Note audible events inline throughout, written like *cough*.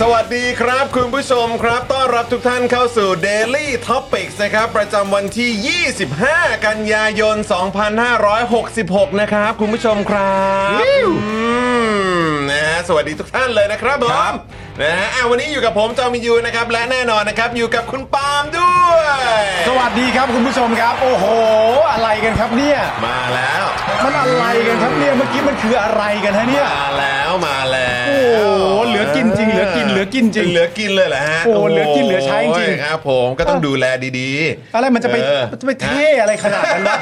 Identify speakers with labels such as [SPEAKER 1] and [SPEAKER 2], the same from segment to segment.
[SPEAKER 1] สวัสดีครับคุณผู้ชมครับ ต้อนรับทุกท่านเข้าสู่ Daily Topics นะครับ ประจำวันที่ 25 กันยายน 2566 นะครับ คุณผู้ชมครับอืมนะฮะสวัสดีทุกท่านเลยนะครับผมนะฮะอ่ะวันนี้อยู่กับผมจอมินยูนะครับ และแน่นอนนะครับ อยู่กับคุณปาล์มด้วย
[SPEAKER 2] สวัสดีครับคุณผู้ชมครับ โอ้โห อะไรกันครับเนี่ย
[SPEAKER 1] มาแล้ว
[SPEAKER 2] มันอะไรกันครับเนี่ยเมื่อกี้มันคืออะไรกันฮะเนี่ย
[SPEAKER 1] มาแล้วมาแล้ว
[SPEAKER 2] โอ้โหเหลือกินจริงเหลือกินเหลือกินจริง
[SPEAKER 1] เหลือกินเลยเหรอฮะ
[SPEAKER 2] โอ้เหลือกินเหลือใช้จริง
[SPEAKER 1] โอ้ยครับผมก็ต้องดูแลดีๆ
[SPEAKER 2] อะไรมันจะไป
[SPEAKER 1] เออ
[SPEAKER 2] จะไปเท่อะไรขนาดนั้นวะ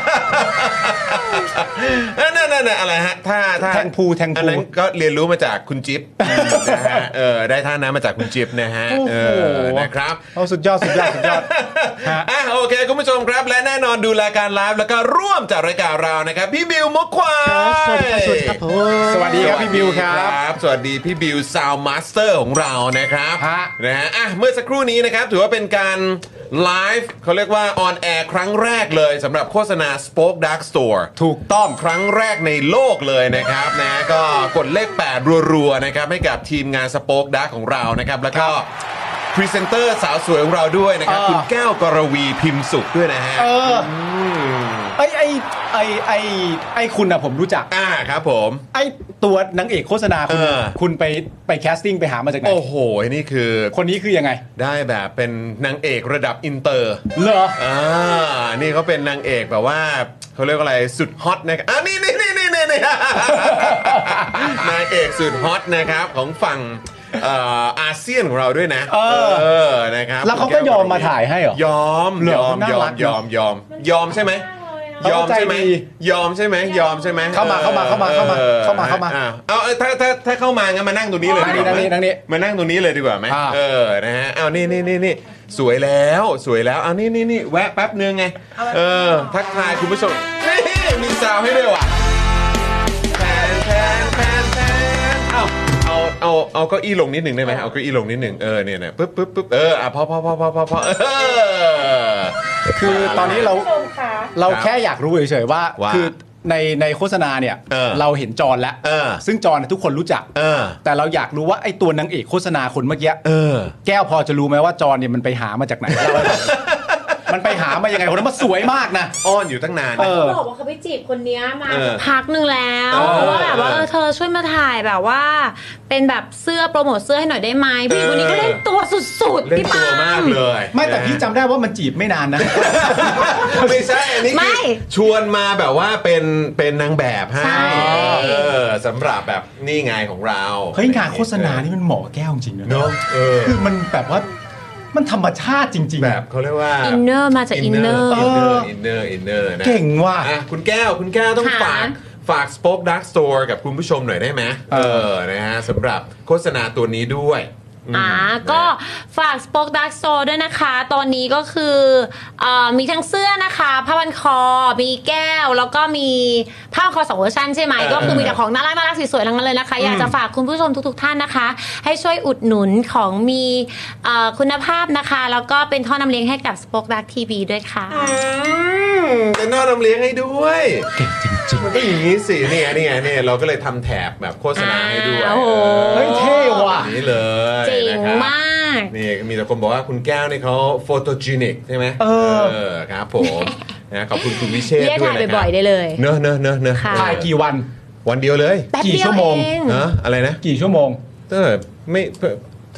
[SPEAKER 1] *laughs* นั่นนั่นนั่นอะไรฮะท่าท่า
[SPEAKER 2] แทงพูแทงพู
[SPEAKER 1] อันนั้นก็เรียนรู้มาจากคุณจิ๊บนะฮะเออได้ท่าน้ำมาจากคุณจิ๊บนะฮะ
[SPEAKER 2] โอ้
[SPEAKER 1] เ
[SPEAKER 2] โห
[SPEAKER 1] ออนะครับ
[SPEAKER 2] เอาสุดยอดสุดยอดสุดยอด ฮะ
[SPEAKER 1] อ่ะโอเคคุณผู้ชมครับ และแน่นอนดูรายการไลฟ์แล้วก็ร่วมจัดรายการเรานะครับ พี่บิวมุกควาย
[SPEAKER 2] สวัสดีครับพี่บิวครับ
[SPEAKER 1] สวัสดีพี่บิวซาวมาสเตอร์ของเรานะครับ
[SPEAKER 2] ฮะ
[SPEAKER 1] นะฮะอ่ะเมื่อสักครู่นี้นะครับถือว่าเป็นการไลฟ์เขาเรียกว่าออนแอร์ครั้งแรกเลยสำหรับโฆษณา Spoke Dark Store
[SPEAKER 2] ถูกต้อง
[SPEAKER 1] ครั้งแรกในโลกเลยนะครับนะก็กดเลข 8 รัวๆนะครับให้กับทีมงานสป็อคดาของเรานะครับ แล้วก็พรีเซนเตอร์สาวสวยของเราด้วยนะครับ
[SPEAKER 2] เออ
[SPEAKER 1] คุณแก้วกรวีพิมพ์สุขด้วยนะฮะ
[SPEAKER 2] เออไอไอไอไอไอคุณนะผมรู้จัก
[SPEAKER 1] อ่าครับผม
[SPEAKER 2] ไอตัวนางเอกโฆษณาคุณ
[SPEAKER 1] เออ
[SPEAKER 2] คุณไปไปแคสติ้งไปหามาจากไหน
[SPEAKER 1] โอ้โห นี่คือ
[SPEAKER 2] คนนี้คือยังไง
[SPEAKER 1] ได้แบบเป็นนางเอกระดับอินเตอร์
[SPEAKER 2] เหรอ
[SPEAKER 1] อ่านี่เขาเป็นนางเอกแบบว่าเขาเรียกว่าอะไรสุดฮอตนะครับอ่านี่นี่นี่นี่นี่นี่ *laughs* นางเอกสุดฮอตนะครับของฝั่งเอ่ออาเซียนของเราด้วยนะ
[SPEAKER 2] เอ
[SPEAKER 1] อ
[SPEAKER 2] อ
[SPEAKER 1] นะครับ
[SPEAKER 2] แล้วเขาก็ยอมมาถ่ายให้เหรอ
[SPEAKER 1] ยอม
[SPEAKER 2] เหร
[SPEAKER 1] ย
[SPEAKER 2] อ
[SPEAKER 1] อม
[SPEAKER 2] น่าย
[SPEAKER 1] อ
[SPEAKER 2] รั
[SPEAKER 1] ม
[SPEAKER 2] ก
[SPEAKER 1] ยอมยอมยอมใช่ไหมยอมใช่ไหมยอมใช่ไหมยอมใช่ไหม
[SPEAKER 2] เข้ามาเข้ามาเข้ามาเข้ามา
[SPEAKER 1] ออ
[SPEAKER 2] เข้ามาเข้ามา
[SPEAKER 1] อ่ะเอาเอาถ้าถ้าถ้าเข้ามางั้นมานั่งตรงนี้เลย
[SPEAKER 2] นั่งนี่
[SPEAKER 1] ดีกว่าไหม
[SPEAKER 2] นั่งนี่นั่งนี่
[SPEAKER 1] มานั่งตรงนี้เลยดีกว่าไหม
[SPEAKER 2] อ่า
[SPEAKER 1] เออนะฮะเอานี่นี่นี่นี่สวยแล้วสวยแล้วเอานี่นี่นี่แวะแป๊บนึงไงเออทักทายคุณผู้ชมนี่มีซาวให้ด้วยว่ะแทนแทนแทนแทนเอาเอาเอาเอาเก้าอี้ลงนิดหนึ่งได้ไหมเอาเก้าอี้ลงนิดหนึ่งเออเนี่ยเนี่ยปึ๊บปึ๊บปึ๊บเอออ่ะพอพอพอพอพอพอเออ
[SPEAKER 2] คือตอนนี้เรา
[SPEAKER 3] ชมค่ะ
[SPEAKER 2] เรา
[SPEAKER 1] ครับ
[SPEAKER 2] แค่อยากรู้เฉยๆว่า
[SPEAKER 1] ว่า
[SPEAKER 2] คือในในโฆษณาเนี่ย
[SPEAKER 1] เออ
[SPEAKER 2] เห็นจรแล้ว
[SPEAKER 1] เออ
[SPEAKER 2] ซึ่งจรเนี่ยทุกคนรู้จัก
[SPEAKER 1] เออ
[SPEAKER 2] แต่เราอยากรู้ว่าไอ้ตัวนางเอกโฆษณาคนเมื่อกี้
[SPEAKER 1] เออ
[SPEAKER 2] แก้วพอจะรู้ไหมว่าจรเนี่ยมันไปหามาจากไหนเล่าให้ฟังมันไปหามายังไงคนนั้นมันสวยมากนะ
[SPEAKER 1] อ้อนอยู่ตั้งนานนะ
[SPEAKER 2] เออ
[SPEAKER 3] เขาบอกว่าเขาไปจีบคนเนี้ยมา
[SPEAKER 1] เออ
[SPEAKER 3] พักหนึ่งแล้ว
[SPEAKER 1] เออ
[SPEAKER 3] เพราะว่าแบบว่า
[SPEAKER 1] เอ
[SPEAKER 3] เอ
[SPEAKER 1] อ
[SPEAKER 3] อเธอช่วยมาถ่ายแบบว่า เป็นแบบเสื้อโปรโมทเสื้อให้หน่อยได้ไหมพี่
[SPEAKER 1] เออ
[SPEAKER 3] คนนี้ก็เล่นตัวสุดๆ
[SPEAKER 1] เล่น
[SPEAKER 3] พี่
[SPEAKER 1] ตั
[SPEAKER 3] ปาว
[SPEAKER 1] มาก
[SPEAKER 3] ม
[SPEAKER 1] เลย
[SPEAKER 2] ไม่แต่พี่จำได้ว่ามันจีบไม่นาน *laughs* นะ
[SPEAKER 1] ไม่ใช่อันนี้
[SPEAKER 3] ไม่
[SPEAKER 1] คือชวนมาแบบว่าเป็นเป็นนางแบบให้
[SPEAKER 3] ใช่
[SPEAKER 1] เออสำหรับแบบนี่ไงของเรา
[SPEAKER 2] เฮ้ยงานโฆษณานี่มันเหมาะแก้วจริงๆนะ
[SPEAKER 1] เนอะเออ
[SPEAKER 2] คือมันแบบว่ามันธรรมชาติจริงๆ
[SPEAKER 1] แบบเขาเรียกว่า
[SPEAKER 3] อินเนอร์มาจากอินเนอร์
[SPEAKER 1] อินเนอร์
[SPEAKER 2] เออ
[SPEAKER 1] อินเนอร์ อินเนอร์นะ
[SPEAKER 2] เก่งว่ะ
[SPEAKER 1] อ่คุณแก้ว คุณแก้วต้อง
[SPEAKER 3] ค่ะ
[SPEAKER 1] ฝาก ฝาก Spoke Dark Store กับคุณผู้ชมหน่อยได้ไหม เอ
[SPEAKER 2] เออ
[SPEAKER 1] อ นะฮะสำหรับโฆษณาตัวนี้ด้วย
[SPEAKER 3] อ่าก็ฝาก Spoke Dark Soul ด้วยนะคะ ตอนนี้ก็คือเอ่อมีทั้งเสื้อนะคะผ้าพันคอ มีแก้ว แล้วก็มีผ้าพันคอสองเวอร์ชันใช่ไหม
[SPEAKER 1] เออ
[SPEAKER 3] ก็คือมีแต่ของน่ารักน่ารักสวยๆทั้งนั้นเลยนะคะ อยากจะฝากคุณผู้ชมทุกๆท่านนะคะ ให้ช่วยอุดหนุนของมีเอ่อคุณภาพนะคะ แล้วก็เป็นท่อนำเลี้ยงให้กับ Spoke Dark TV ด้วยค่ะ
[SPEAKER 1] เป็นหน้าลำเลี้ยงให้ด้วยเก่งจริงมันก็อย่างนี้สินี่ไงนี่ไงนี่เราก็เลยทำแถบแบบโฆษณาให้ด้วย
[SPEAKER 3] อ่าโอ้โห
[SPEAKER 1] เฮ้ยเท่
[SPEAKER 2] ว่ะ
[SPEAKER 1] แบบนี้เลย
[SPEAKER 3] เจ๋ง
[SPEAKER 1] นะครับ
[SPEAKER 3] มาก
[SPEAKER 1] นี่มีแต่คนบอกว่าคุณแก้วนี่เขาโฟโตจีนิกใช่ไหม
[SPEAKER 2] เออ
[SPEAKER 1] ครับผมนะขอบคุณคุณวิเชษฐ์
[SPEAKER 3] เรียก
[SPEAKER 1] ด้วย
[SPEAKER 3] ถ่าย
[SPEAKER 1] นะครับ
[SPEAKER 3] บ่อยๆได้เลย
[SPEAKER 1] เนอะเนอะเนอะเนอะ
[SPEAKER 3] ค่ะ
[SPEAKER 2] ถ่ายกี่วัน
[SPEAKER 1] วันเดียวเลย
[SPEAKER 3] แป๊บ
[SPEAKER 2] กี่
[SPEAKER 3] เดีย
[SPEAKER 2] ชั่
[SPEAKER 3] ว
[SPEAKER 2] วโมง
[SPEAKER 3] เอง
[SPEAKER 1] เนอะอะไรนะ
[SPEAKER 2] กี่ชั่วโมง
[SPEAKER 1] เออไม่เอ่อ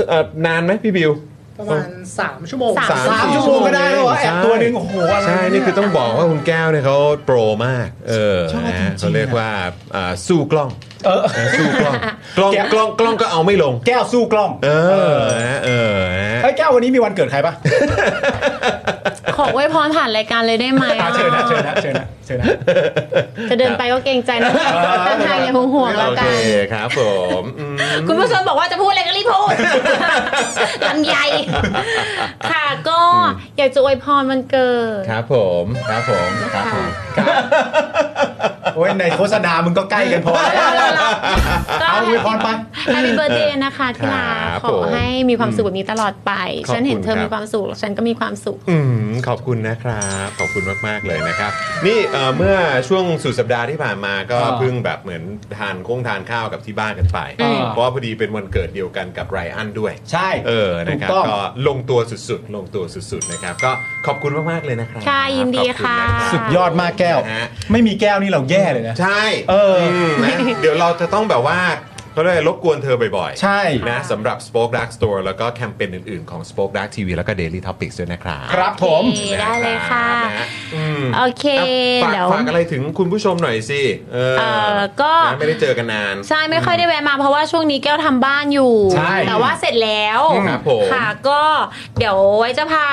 [SPEAKER 1] เอ่อนานไหมพี่บิว
[SPEAKER 4] ประมาณ 3 ชั่วโมง
[SPEAKER 3] สาม
[SPEAKER 1] สาม
[SPEAKER 2] ชั่วโมงก็ได้แล้วเหรอแอบตัวหนึ่งโอ้โหอะไร
[SPEAKER 1] ใช่ นี่คือต้องบอกว่าคุณแก้วเนี่ยเขาโปรมาก เออ
[SPEAKER 2] ชอบ
[SPEAKER 1] นะ
[SPEAKER 2] จริงๆ
[SPEAKER 1] เขาเรียกว่าอ่าสู้กล้อง
[SPEAKER 2] เออ
[SPEAKER 1] นะสู้กล้องกล้อง
[SPEAKER 2] แก้ว
[SPEAKER 1] กล้องกล้องก็เอาไม่ลง
[SPEAKER 2] แก้วสู้กล้อง
[SPEAKER 1] เออนะเออนะ
[SPEAKER 2] ไอ้ยแก้ววันนี้มีวันเกิดใครปะ
[SPEAKER 3] ขอไว้พรผ่านรายการเลยได้ไหม
[SPEAKER 2] อ่ะ
[SPEAKER 3] อ่ะ
[SPEAKER 2] เชิญนะเชิญนะเชิญนะเชิญนะ
[SPEAKER 3] จะเดินไปก็เกรงใจนะต้นทางอย่าห่วงๆแล้ว
[SPEAKER 1] โอ
[SPEAKER 3] กั
[SPEAKER 1] เคน ครับผมอืม
[SPEAKER 3] คุณผู้ชมบอกว่าจะพูดอะไรก็รีบ
[SPEAKER 1] *laughs*
[SPEAKER 3] พูด ลำใหญ่ ค่ะก็อยากจะอวยพรวันเกิด
[SPEAKER 1] ครับผมครับผมครับผม
[SPEAKER 2] โอ้ยในโฆษณามึงก็ใกล้กันพอแล้ว
[SPEAKER 3] ก็
[SPEAKER 2] เอาอวยพรไป
[SPEAKER 3] แฮปปี้เบิร์ดเดย์นะคะที่ลา
[SPEAKER 1] ครับ
[SPEAKER 3] ขอให้มีความสุขแบบนี้ตลอดไป
[SPEAKER 1] ขอบคุณ
[SPEAKER 3] ฉันเห็นเธอ
[SPEAKER 1] ครับ
[SPEAKER 3] มีความสุข ฉันก็มีความสุข
[SPEAKER 1] อืมขอบคุณนะครับ ขอบคุณมาก ๆ เลยนะครับ นี่เอ่อเมื่อช่วงสุดสัปดาห์ที่ผ่านมาก็
[SPEAKER 2] อ่า
[SPEAKER 1] เพิ่งแบบเหมือนทานคงทานข้าวกับที่บ้านกันไป
[SPEAKER 2] อ่า
[SPEAKER 1] เพราะว่าพอดีเป็นวันเกิดเดียวกันกับไรอันด้วย
[SPEAKER 2] ใช่
[SPEAKER 1] เออนะครับ
[SPEAKER 2] ถูกต้อง
[SPEAKER 1] ก็ลงตัวสุด ๆ ลงตัวสุด ๆ นะครับ ก็ขอบคุณมาก ๆ เลยนะครับ
[SPEAKER 3] ค่ะยินดี
[SPEAKER 1] ขอบณนรับ
[SPEAKER 3] ค่ะ
[SPEAKER 2] สุดยอดมากแก้ว
[SPEAKER 1] นะฮะ
[SPEAKER 2] ไม่มีแก้วนี่เราแย่เลยนะ
[SPEAKER 1] ใช่
[SPEAKER 2] เอออื
[SPEAKER 1] มนะเดี๋ยวเราจะต้องแบบว่าเขาเรียกอะไรรบกวนเธอบ่อยๆ
[SPEAKER 2] ใช่
[SPEAKER 1] นะสำหรับ Spoke Dark Store แล้วก็แคมเปญอื่น ๆ ของ Spoke Dark TV แล้วก็ Daily Topics ด้วยนะครับ
[SPEAKER 2] ครับผม
[SPEAKER 3] โอเคได้เลยค่ะ
[SPEAKER 1] นฮอืม
[SPEAKER 3] โอเค
[SPEAKER 1] ฝาก
[SPEAKER 3] เดี๋ยว
[SPEAKER 1] ฝากอะไรถึงคุณผู้ชมหน่อยสิ เออ
[SPEAKER 3] เอ่อก็
[SPEAKER 1] นะไม่ได้เจอกันนาน
[SPEAKER 3] ใช่ ไม่ค่อยได้แวะมาเพราะว่าช่วงนี้แก้วทำบ้านอยู่
[SPEAKER 2] ใช่
[SPEAKER 3] แต่ว่าเสร็จแล้ว
[SPEAKER 1] ครับผม
[SPEAKER 3] ค่ะก็เดี๋ยวไว้จะพา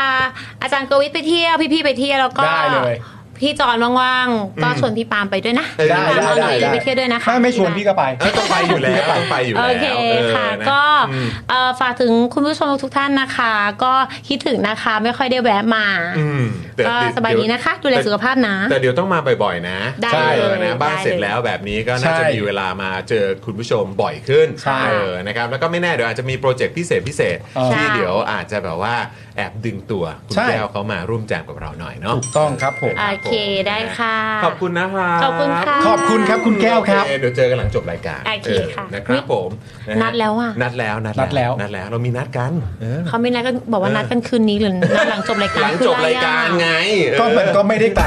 [SPEAKER 3] อาจารย์โกวิทไปเที่ยวพี่ๆไปเที่ยวแล้วก็
[SPEAKER 2] ได้เลย
[SPEAKER 3] พี่จอนว่างๆก็ชวนพี่ปาล์มไปด้วยนะ
[SPEAKER 1] ได้ได้
[SPEAKER 3] พี่ปาล์มเอาหนุ่ย
[SPEAKER 2] ได้ได้
[SPEAKER 3] ไปเที่ยวด้วยนะคะ
[SPEAKER 2] ถ้าไม่ชวนพี่ก็ไป
[SPEAKER 1] เออต้องไปอยู่แล้วต้องไปอยู่
[SPEAKER 3] โอ
[SPEAKER 1] แล้ว
[SPEAKER 3] เคค่ะ
[SPEAKER 1] เออนะ
[SPEAKER 3] ก็
[SPEAKER 1] อืม
[SPEAKER 3] เอ่อฝากถึงคุณผู้ชมทุกท่านนะคะ ก็คิดถึงนะคะไม่ค่อยได้แวะมา
[SPEAKER 1] อืมแต่
[SPEAKER 3] ก็สบายดีนะคะ ดูแลสุขภาพนะ
[SPEAKER 1] แต่เดี๋ยวต้องมาบ่อย ๆ นะ
[SPEAKER 3] ได้
[SPEAKER 1] เออ
[SPEAKER 3] เลย
[SPEAKER 1] นะบ้าน
[SPEAKER 3] ได้เลย
[SPEAKER 1] เสร็จแล้วแบบนี้ก็น่าจะ
[SPEAKER 2] ใช่
[SPEAKER 1] มีเวลามาเจอคุณผู้ชมบ่อยขึ้น
[SPEAKER 2] ใช่
[SPEAKER 1] เออนะครับแล้วก็ไม่แน่เดี๋ยวอาจจะมีโปรเจกต์พิเศษพิเศษ
[SPEAKER 2] เออ
[SPEAKER 1] ที่เดี๋ยวอาจจะแบบว่าแอบดึงตัวคุณ
[SPEAKER 2] ใช่
[SPEAKER 1] แก้วเขามาร่วมแจมกับเราหน่อยเนาะ
[SPEAKER 2] ถูกต้องครับผม
[SPEAKER 3] โอเคได้ค่ะ
[SPEAKER 1] ขอบคุณนะคะ
[SPEAKER 3] ขอบคุณค่ะ
[SPEAKER 2] ขอบคุณครับคุณแก้วครับ
[SPEAKER 1] โอเเดี๋ยวเจอกันหลังจบรายการ
[SPEAKER 3] โอเคค่ะ
[SPEAKER 1] ออนะครับผมะฮะ
[SPEAKER 3] นัดแล้วอะ
[SPEAKER 1] นัดแล้วนัด
[SPEAKER 2] นัดแล้ว
[SPEAKER 1] นัดแล้วเรามีนัดกันเออ
[SPEAKER 3] เขาไม่นัดกันบอกว่านัดกันคืนนี้หรือนัดหลังจบรายการ
[SPEAKER 1] หลังจบรายการ
[SPEAKER 3] คืออะไอะ
[SPEAKER 1] ไงเออ
[SPEAKER 2] ก็มันก็ไม่ได้ไกล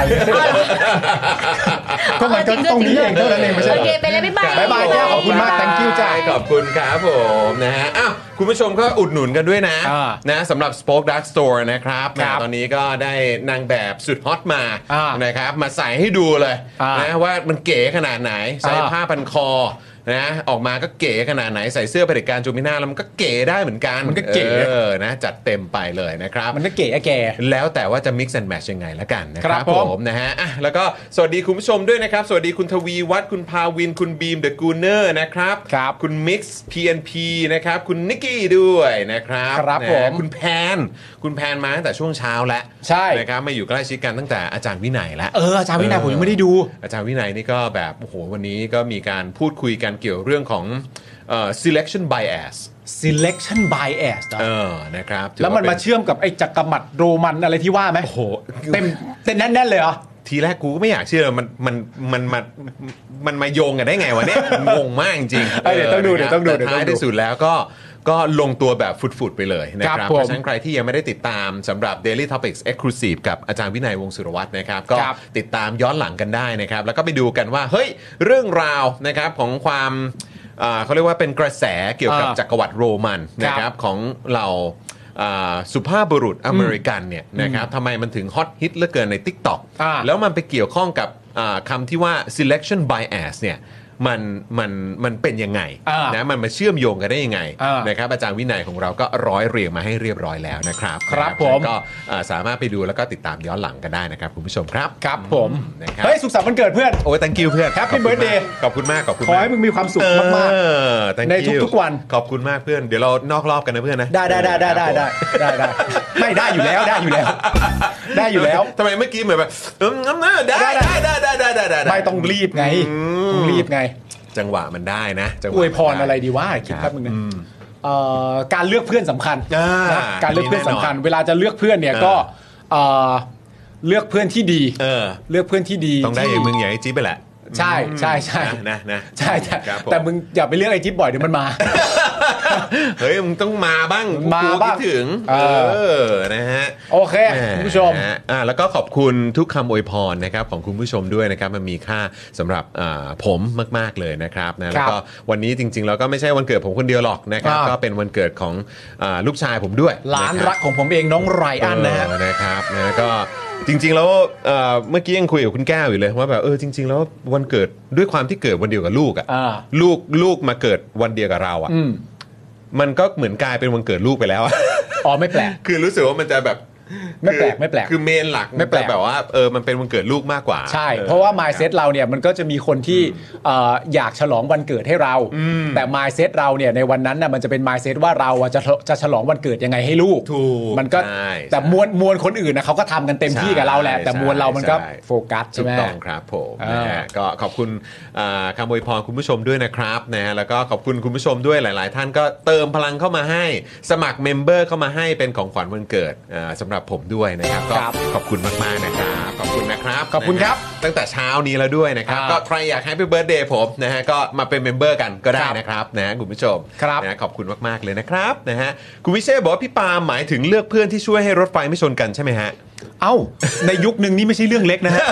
[SPEAKER 2] ก็มันก็ตรงนี้เองเท่านั้นเองไม่ใช่เหรอ
[SPEAKER 3] โอเค ไปแล้ว บ๊ายบาย
[SPEAKER 2] บ๊ายบายแก้วขอบคุณมาก thank you จ้ะ
[SPEAKER 1] ขอบคุณครับผมนะฮะอ้าวคุณผู้ชมก็อุดหนุนกันด้วยนะ
[SPEAKER 2] อ่า
[SPEAKER 1] นะสำหรับ Spoke Dark Store นะครับแหม
[SPEAKER 2] ครับ
[SPEAKER 1] ตอนนี้ก็ได้นางแบบสุดฮอตมา
[SPEAKER 2] อ่า
[SPEAKER 1] นะครับ มาใส่ให้ดูเลย
[SPEAKER 2] อ่าน
[SPEAKER 1] นะว่ามันเก๋ขนาดไหน ใส่
[SPEAKER 2] อ่า
[SPEAKER 1] ผ้าพันคอนะออกมาก็เก๋ขนาดไหนใส่เสื้อเผด็จการจูมิน่าแล้วมันก็เก๋ได้เหมือนกัน
[SPEAKER 2] มันก็เก๋
[SPEAKER 1] เออนะจัดเต็มไปเลยนะครับ
[SPEAKER 2] มันก็เก๋อะแก
[SPEAKER 1] แล้วแต่ว่าจะ mix and match ยังไงละกันนะค
[SPEAKER 2] ครั
[SPEAKER 1] รับบ ผ
[SPEAKER 2] ผม
[SPEAKER 1] มนะฮะอ่ะแล้วก็สวัสดีคุณผู้ชมด้วยนะครับ สวัสดีคุณทวีวัฒน์คุณพาวิน คุณบีมเดอะกูเนอร์นะครับ
[SPEAKER 2] ครับ
[SPEAKER 1] คุณ Mix PNP นะครับ คุณนิกกี้ด้วยนะครับ
[SPEAKER 2] ครับ
[SPEAKER 1] นะฮะ
[SPEAKER 2] ผม
[SPEAKER 1] คุณแพน คุณแพนมาตั้งแต่ช่วงเช้าแล้ว
[SPEAKER 2] ใช่
[SPEAKER 1] นะครับมาอยู่ใกล้ชิดกันตั้งแต่อาจารย์วินัยแล้ว
[SPEAKER 2] เอออาจารย์วินัยผมยังไม่ได้ดู
[SPEAKER 1] อาจารย์วินัยนี่ก็แบบโอ้โหวันนี้ก็มีการพูดคุยกันเกี่ยวเรื่องของเอ่อ selection bias
[SPEAKER 2] selection bias เหรอ
[SPEAKER 1] เออนะครับถือ
[SPEAKER 2] แล้วมันมา
[SPEAKER 1] เป็
[SPEAKER 2] เชื่อมกับไอ้จักรมัดโรมันอะไรที่ว่าไหม
[SPEAKER 1] โอ้โห
[SPEAKER 2] เต็มเต็มแน่นๆเลยเหรอ
[SPEAKER 1] ทีแรกกูก็ไม่อยากเชื่อ มัน มัน มัน มัน มันมาโยงกันได้ไงวะเนี่ย งงมากจริงๆ
[SPEAKER 2] เอ้ยเดี๋ยวต้องดู
[SPEAKER 1] นะครับ
[SPEAKER 2] เดี๋ยวต้องดู
[SPEAKER 1] แท้าย
[SPEAKER 2] เดี๋ยวต้องดู
[SPEAKER 1] ที่สุดแล้วก็ ก็ลงตัวแบบฟุดๆไปเลยนะค
[SPEAKER 2] ครั
[SPEAKER 1] รับบ เพ
[SPEAKER 2] ผม
[SPEAKER 1] ราะฉะนั้นใครที่ยังไม่ได้ติดตามสำหรับ Daily Topics Exclusive กับอาจารย์วินัยวงศ์สุรวัตรนะครับ ก็
[SPEAKER 2] ครับ
[SPEAKER 1] ติดตามย้อนหลังกันได้นะครับ แล้วก็ไปดูกันว่า เฮ้ย เรื่องราวนะครับของความเอ่อเขาเรียกว่าเป็นกระแสเกี่ยวกับ
[SPEAKER 2] อ่า
[SPEAKER 1] จักรวรรดิโรมันนะค
[SPEAKER 2] ครั
[SPEAKER 1] รับบ ของเหล่าเอ่อสุภาพบุรุษอเมริกันเนี่ยนะครับทำไมมันถึงฮอตฮิตเหลือเกินใน TikTok
[SPEAKER 2] อ่า
[SPEAKER 1] แล้วมันไปเกี่ยวข้องกับอ่าคำที่ว่า selection bias เนี่ย มันมันมันเป็นยังไง
[SPEAKER 5] อ่าน
[SPEAKER 1] นะมันมาเชื่อมโยงกันได้ยังไง
[SPEAKER 5] อ่าน
[SPEAKER 1] นะครับอาจารย์วินัยของเราก็ร้อยเรียงมาให้เรียบร้อยแล้วนะครับ
[SPEAKER 5] ครับ
[SPEAKER 1] นะ
[SPEAKER 5] ผม
[SPEAKER 1] ก็เอ่อสามารถไปดูแล้วก็ติดตามย้อนหลังกันได้นะครับคุณผู้ชมครับ
[SPEAKER 5] ครับผม
[SPEAKER 1] นะครับ
[SPEAKER 5] เฮ้ยสุขสันต์วันเกิดเพื่อน
[SPEAKER 1] โอ้ย thank you เพื่อน
[SPEAKER 5] Happy
[SPEAKER 1] ขอบคุณมาก
[SPEAKER 5] birthday
[SPEAKER 1] ขอบคุณมากขอบคุณ
[SPEAKER 5] ขอให้มึงมีความสุขมาก
[SPEAKER 1] เออ thank
[SPEAKER 5] ใน
[SPEAKER 1] you
[SPEAKER 5] ทุกๆวัน
[SPEAKER 1] ขอบคุณมากเพื่อนเดี๋ยวเรานอกรอบกันนะเพื่อนนะ
[SPEAKER 5] ๆได้ได้ได้ได้ได้ได้ได้ได้ไม่ได้อยู่แล้วได้อยู่แล้ว ได้อยู่แล้ว
[SPEAKER 1] ทำไมเมื่อกี้เหมือนแบบเอมอมเออได้ได้ได้ได้ได้ได้ได้ด้
[SPEAKER 5] ไม่ต้องรีบไงต้องรีบไง
[SPEAKER 1] จังหวะมันได้นะจังหวะ
[SPEAKER 5] อวยพร
[SPEAKER 1] มันด้
[SPEAKER 5] อะไรดีว่าคิด
[SPEAKER 1] ครั
[SPEAKER 5] แป๊
[SPEAKER 1] บบ
[SPEAKER 5] นึงนะเอ่อการเลือกเพื่อนสำคัญ
[SPEAKER 1] อ่าน
[SPEAKER 5] นะการเลือกเพื่อนสำคัญ
[SPEAKER 1] อันนี้แน่นอน
[SPEAKER 5] เวลาจะเลือกเพื่อนเนี่ย
[SPEAKER 1] เออ
[SPEAKER 5] ก็เอ่อเลือกเพื่อนที่ดี
[SPEAKER 1] เออ
[SPEAKER 5] เลือกเพื่อนที่ดี
[SPEAKER 1] ต้องได้อ
[SPEAKER 5] ที่
[SPEAKER 1] ย่างมึงอย่างไอ้จิ๊บไปแหละ
[SPEAKER 5] ใช่ใช่ใช่
[SPEAKER 1] นะนะนะ
[SPEAKER 5] ใช่ใช่
[SPEAKER 1] ครับผ
[SPEAKER 5] แต่มึงอย่าไปเลือกไอ้จิ๊บบ่อยเดี๋ยวมันมา
[SPEAKER 1] เฮ้ยมึงต้องมาบ้าง
[SPEAKER 5] มา
[SPEAKER 1] กู
[SPEAKER 5] บ้าง
[SPEAKER 1] คิดถึง
[SPEAKER 5] เอ
[SPEAKER 1] เอ
[SPEAKER 5] อ
[SPEAKER 1] อนะฮะ
[SPEAKER 5] โอเค
[SPEAKER 1] แห
[SPEAKER 5] คุณผู้ชม
[SPEAKER 1] นะฮะอ่าแล้วก็ขอบคุณทุกคำอวยพรนะครับของคุณผู้ชมด้วยนะครับมันมีค่าสำหรับอ่าผมมาก ๆ เลยนะครับนะแล้วก็วันนี้จริง ๆ แล้วก็ไม่ใช่วันเกิดผมคนเดียวหรอกนะครับ
[SPEAKER 5] ครับ
[SPEAKER 1] ก็เป็นวันเกิดของอ่าลูกชายผมด้วย
[SPEAKER 5] หลานะ
[SPEAKER 1] คบ
[SPEAKER 5] รักของผมเองน้องไรอันนะฮะ
[SPEAKER 1] เออนะครับนะก็จริง ๆ แล้วเอ่อเมื่อกี้ยังคุยกับคุณแก้วอยู่เลยว่าแบบเออจริง ๆ แล้ววันเกิดด้วยความที่เกิดวันเดียวกับลูก
[SPEAKER 5] อ่า
[SPEAKER 1] อะ่ะลูกลูกมาเกิดวันเดียวกับเราอะ่ะ
[SPEAKER 5] อืม
[SPEAKER 1] มันก็เหมือนกลายเป็นวันเกิดลูกไปแล้วอะ
[SPEAKER 5] *laughs* อ๋อไม่แปลก
[SPEAKER 1] คือรู้สึกว่ามันจะแบบ
[SPEAKER 5] ไม่แปลก
[SPEAKER 1] คือ
[SPEAKER 5] ไม่แปลก
[SPEAKER 1] คือเมนหลัก
[SPEAKER 5] ไม่แปลก
[SPEAKER 1] นจะแบบว่าเออมันเป็นวันเกิดลูกมากกว่า
[SPEAKER 5] ใช่
[SPEAKER 1] ออ
[SPEAKER 5] เพราะว่า mindset เราเนี่ยมันก็จะมีคนที่เอ่ออยากฉลองวันเกิดให้เรา แต่ mindset เราเนี่ยในวันนั้นน่ะมันจะเป็น mindset ว่าเราอ่ะจะจะฉลองวันเกิดยังไงให้ลูก
[SPEAKER 1] ถูก
[SPEAKER 5] มันก็
[SPEAKER 1] ใช่
[SPEAKER 5] แต่มวลมวลคนอื่นนะเขาก็ทำกันเต็มที่กับเราแหละ
[SPEAKER 1] ใช่
[SPEAKER 5] แต่มวลเรามันก็
[SPEAKER 1] ใช่
[SPEAKER 5] โฟกัสใช่
[SPEAKER 1] ถู
[SPEAKER 5] ไหม
[SPEAKER 1] กต้องครับผม
[SPEAKER 5] อ่าน
[SPEAKER 1] นะฮะก็ขอบคุณอ่าคำอวยพรคุณผู้ชมด้วยนะครับนะฮะแล้วก็ขอบคุณคุณผู้ชมด้วยหลาย ๆ ท่านก็เติมพลังเข้ามาให้ สมัครเมมเบอร์เข้ามาให้เป็นของขวัญวันเกิดอ่าสำหรับผมด้วยนะครับก็
[SPEAKER 5] ครับ
[SPEAKER 1] ขอบคุณมาก ๆ นะครับขอบคุณนะครับ
[SPEAKER 5] ขอบคุณครับ
[SPEAKER 1] นะฮะตั้งแต่เช้านี้แล้วด้วยนะครับ
[SPEAKER 5] ครับ
[SPEAKER 1] ก็ใครอยากให้ไปเบิร์ดเดย์ผมนะฮะก็มาเป็นเมมเบอร์กันก็ได้
[SPEAKER 5] ครับ
[SPEAKER 1] นะครับนะฮะคุณผู้ชม
[SPEAKER 5] ครับ
[SPEAKER 1] นะฮะขอบคุณมาก ๆ เลยนะครับนะฮะคุณวิเชษบอกว่าพี่ปาล์มหมายถึงเลือกเพื่อนที่ช่วยให้รถไฟไม่ชนกันใช่ไหมฮะ
[SPEAKER 5] เอ้า ในยุคหนึ่งนี่ไม่ใช่เรื่องเล็ก
[SPEAKER 1] *laughs*
[SPEAKER 5] นะฮะ